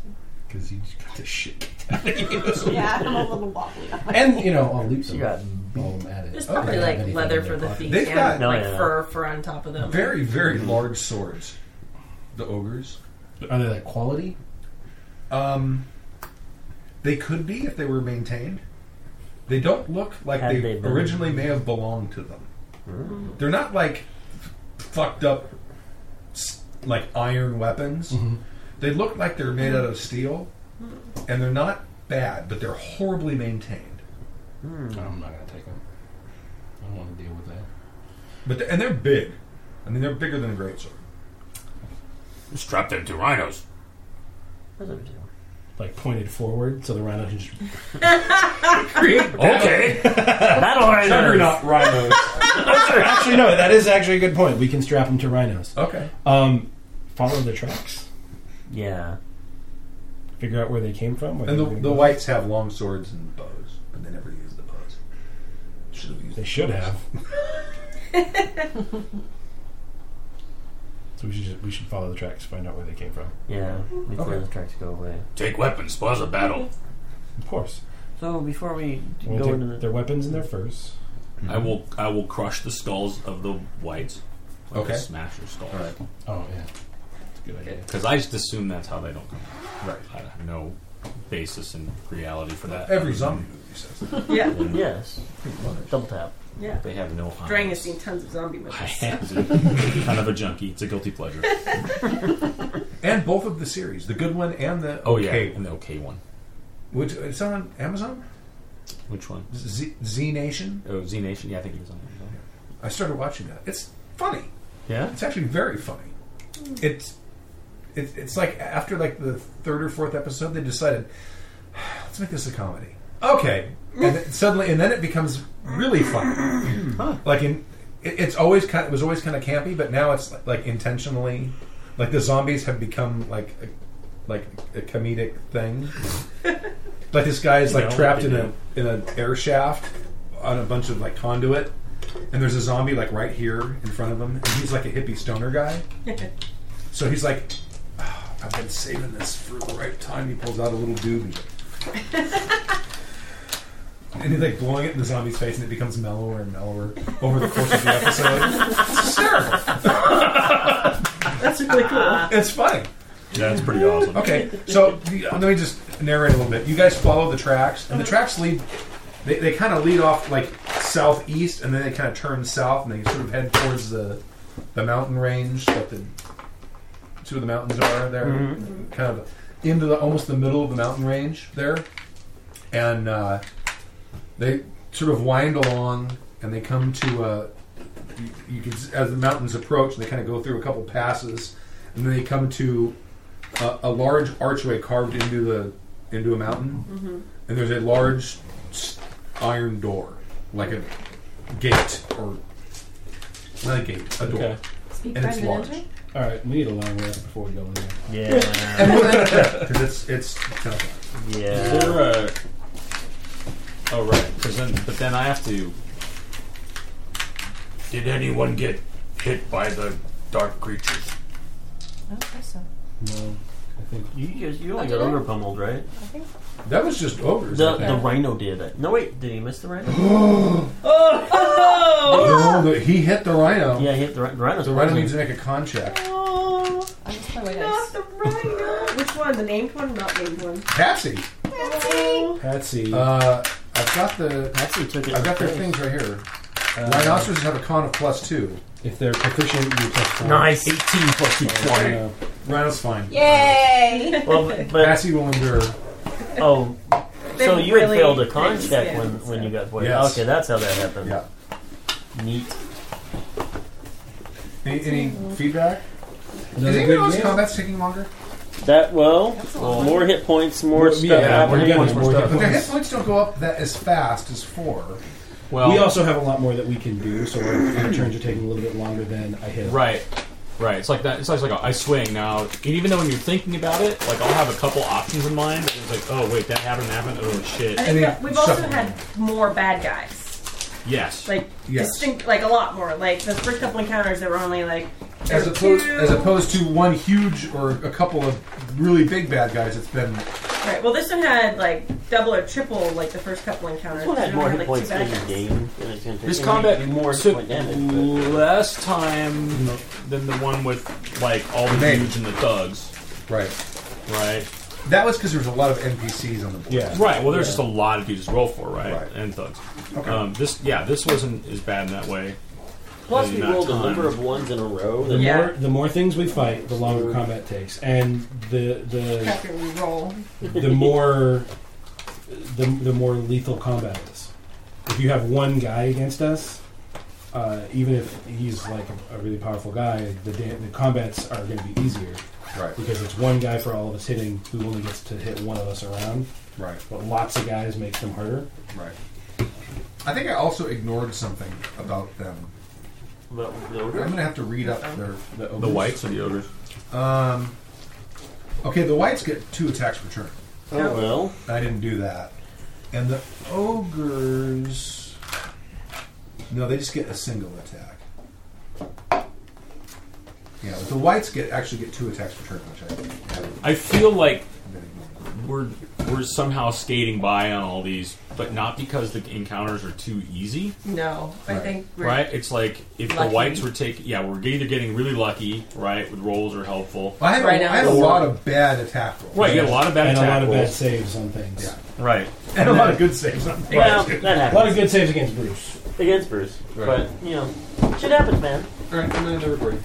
C: because you just got the shit. kicked
F: you. yeah, I'm a little wobbly. on
C: out.
F: my-
C: And you know, I'll loot
B: She
C: them.
B: got
C: while I'm at it.
E: There's
C: If I
E: probably
C: have
E: like
C: anything
E: leather
C: in
E: for
C: their
E: the
C: pocket.
E: feet
A: They've
E: and
A: got-
B: No,
E: like
B: yeah.
E: fur for on top of them.
A: Very, very large swords. The ogres.
C: Are they like quality?
A: Um, they could be if they were maintained. They don't look like
B: Had
A: they,
B: they been- Hmm.
A: originally may have belonged to them. They're not like f- fucked up, s- like iron weapons. They look like they're made
B: Hmm.
A: out of steel, and they're not bad, but they're horribly maintained.
C: I'm not gonna take them. I don't want to deal with that.
A: But th- and they're big. I mean, they're bigger than a greatsword.
G: Strap them to rhinos.
B: That's what we do.
C: Like pointed forward, so the rhino can just
G: Okay.
B: Battle rhinos.
A: Juggernaut rhinos.
C: actually no. That is actually a good point. We can strap them to rhinos.
A: okay.
C: Um, follow the tracks.
B: Yeah.
C: Figure out where they came from. where
A: And
C: they
A: the,
C: were
A: the
C: going.
A: whites have long swords and bows, but they never use the bows. Should have used.
C: They
A: the
C: should
A: bows.
C: have. so we should just, we should follow the tracks, find out where they came from.
B: Yeah. Before
A: Okay.
B: the tracks go away.
G: Take weapons. Pause a battle.
C: Of course,
B: So before we
C: we'll
B: go
C: take
B: into the
C: their weapons and their furs.
A: Mm-hmm.
D: I will. I will crush the skulls of the whites. Like
A: Okay.
D: I Smash their skulls.
A: All right.
C: Oh yeah, That's a good idea.
D: Because I just assume that's how they don't come.
A: Right.
D: I have no basis in reality for that.
A: Every zombie movie says that.
E: Yeah.
B: yes. Double tap.
E: Yeah.
D: They have no. eyes.
E: Drang has seen tons of zombie movies.
D: I am kind of a junkie. It's a guilty pleasure.
A: And both of the series, the good one and the
D: Oh yeah,
A: okay,
D: and the okay one.
A: which it's on Amazon,
D: Which one?
A: Z, Z Nation.
D: Oh, Z Nation. Yeah, I think it was on. Amazon.
A: I started watching that. It's funny.
D: Yeah.
A: It's actually very funny. It's it, it's like after like the third or fourth episode, they decided let's make this a comedy. Okay, and then suddenly, and then it becomes really funny. Like in, it, it's always kind. It was always kind of campy, but now it's like, intentionally, like the zombies have become like a, like a comedic thing. like this guy is like
D: know,
A: trapped
D: they
A: in
D: do.
A: a in an air shaft on a bunch of like conduit, and there's a zombie like right here in front of him, and he's like a hippie stoner guy. So he's like, "Ah, I've been saving this for the right time. He pulls out a little doobie. And he's like blowing it in the zombie's face, and it becomes mellower and mellower over the course of the episode. It's hysterical.
B: That's really cool.
A: It's funny.
D: Yeah, that's pretty awesome.
A: Okay, so the, let me just narrate a little bit. You guys follow the tracks, and the tracks lead. They, they kind of lead off like southeast, and then they kind of turn south, and they sort of head towards the the mountain range that the two of the mountains are there, kind of into the almost the middle of the mountain range there, and uh, they sort of wind along, and they come to a. You, you can s- as the mountains approach, they kind of go through a couple passes, and then they come to a, a large archway carved into the into a mountain,
E: Mm-hmm.
A: and there's a large s- iron door, like a gate or not a gate, a door.
C: Okay.
J: Speak
A: And it's
J: Brendan,
A: large.
J: isn't it?
C: All right, we need a long rest before we go in there.
B: Yeah.
A: And we'll end it there, 'cause it's it's kind of
D: Is
B: Yeah.
D: there a? Oh right, 'cause then but then I have to.
G: Did anyone get hit by the dark creatures?
E: I don't think so.
C: No, I think
B: You just you only
E: Oh,
B: got
E: did I?
B: ogre pummeled, right?
E: I think
A: That was just ogres.
B: The
A: I
B: the
A: think.
B: rhino did it. No wait, did he miss the rhino?
E: Oh,
A: He rolled it. He hit the rhino.
B: yeah, he hit the, rhi- the rhino's
A: The rhino
B: poisoned.
A: needs to make a con check.
E: Oh,
F: I missed my white
E: not the
F: dice.
E: rhino.
J: Which one? The named one? Not named one.
A: Patsy.
E: Oh,
C: Patsy.
A: Uh, I've got the.
B: That's who took it.
A: I've got
B: in
A: their
B: the face.
A: things right here.
C: uh,
A: Rhinoceroses have a con of plus two.
C: If they're proficient, you plus five.
B: Nice. 18 plus
C: Uh,
A: Rhino's fine.
F: Yay!
B: Well, but, but
A: Patsy will endure.
B: oh, so
E: They
B: you had
E: really
B: failed a con
E: fixed
B: check
E: it,
B: when, when
E: so.
B: you got poisoned.
A: Yes.
B: Okay, that's how that happened.
A: Yeah.
B: Neat.
A: Any, any feedback?
C: another
A: Is
C: good
A: anyone else
C: game.
A: combat's taking longer?
B: That well,
A: lot.
B: more hit points, more
C: Well,
B: stuff
C: yeah,
A: we're
B: happening.
A: getting
C: more stuff.
A: But their hit points don't go up that as fast as four.
D: Well,
C: we also have a lot more that we can do, so our, our turns are taking a little bit longer than I hit.
D: Right. Right. It's like that. It's like, like a, I swing now, and even though when you're thinking about it, like I'll have a couple options in mind. But it's like, oh wait, that happened, that happened. Oh shit.
E: I think
A: And
E: that-
A: they
E: we've also
A: shuffle
E: had more bad guys.
D: Yes.
E: Like
A: Yes.
E: distinct, like a lot more. Like the first couple encounters, there were only like there
A: As
E: were
A: opposed,
E: two.
A: as opposed to one huge or a couple of really big bad guys, it's been
E: Right. Well, this one had like double or triple like the first couple encounters.
B: This one had
E: It
B: more
E: only
B: hit
E: like, two
B: points in the
E: bad guys.
B: game. than it's gonna take.
D: This
B: It
D: combat
B: might be more hit
D: took
B: point damage.
D: less time than the one with like all the
A: Maybe.
D: dudes and the thugs,
A: right.
D: right?
A: That was because there was a lot of NPCs on the board.
C: Yeah.
D: Right. Well, there's just a lot of dudes to roll for, right?
A: Right.
D: And thugs.
A: Okay.
D: Um, this, yeah, this wasn't as bad in that way.
B: Plus, we
D: Not
B: rolled a
D: time.
B: number of ones in a row.
C: The
B: That
E: Yeah.
C: more the more things we fight, the longer combat takes, and the the
F: After we roll.
C: the more the, the more lethal combat is. If you have one guy against us, uh, even if he's like a, a really powerful guy, the da- the combats are going to be easier
A: Right.
C: because it's one guy for all of us hitting who only gets to hit one of us around.
A: Right.
C: But lots of guys makes them harder.
A: Right. I think I also ignored something about them.
B: But the
A: I'm
B: ogre-
A: gonna have to read up their the,
D: The
A: ogres.
D: whites or the ogres?
A: Um. Okay, the whites get two attacks per turn.
B: Oh well.
A: I didn't do that. And the ogres. No, they just get a single attack. Yeah, but the whites get actually get two attacks per turn, which I haven't
D: I feel like
A: been ignoring.
D: we're we're somehow skating by on all these, but not because the encounters are too easy,
E: No, I
A: Right.
E: think we're
D: right? It's like if
E: Lucky.
D: the whites were taking, yeah, we're either getting really lucky, right, with rolls are helpful,
A: I had,
E: Right
A: a,
E: now.
A: I had a lot of bad attack rolls.
D: right? You get a lot of bad
C: and a
D: attack
C: lot of bad
D: rolls,
C: saves on things.
A: Yeah.
D: right?
A: And a lot of good saves.
B: Well, that
C: A lot
B: happened
C: of good saves against Bruce.
B: against Bruce,
A: Right.
B: but you know, shit happens, man.
A: Alright, I'm going to recording.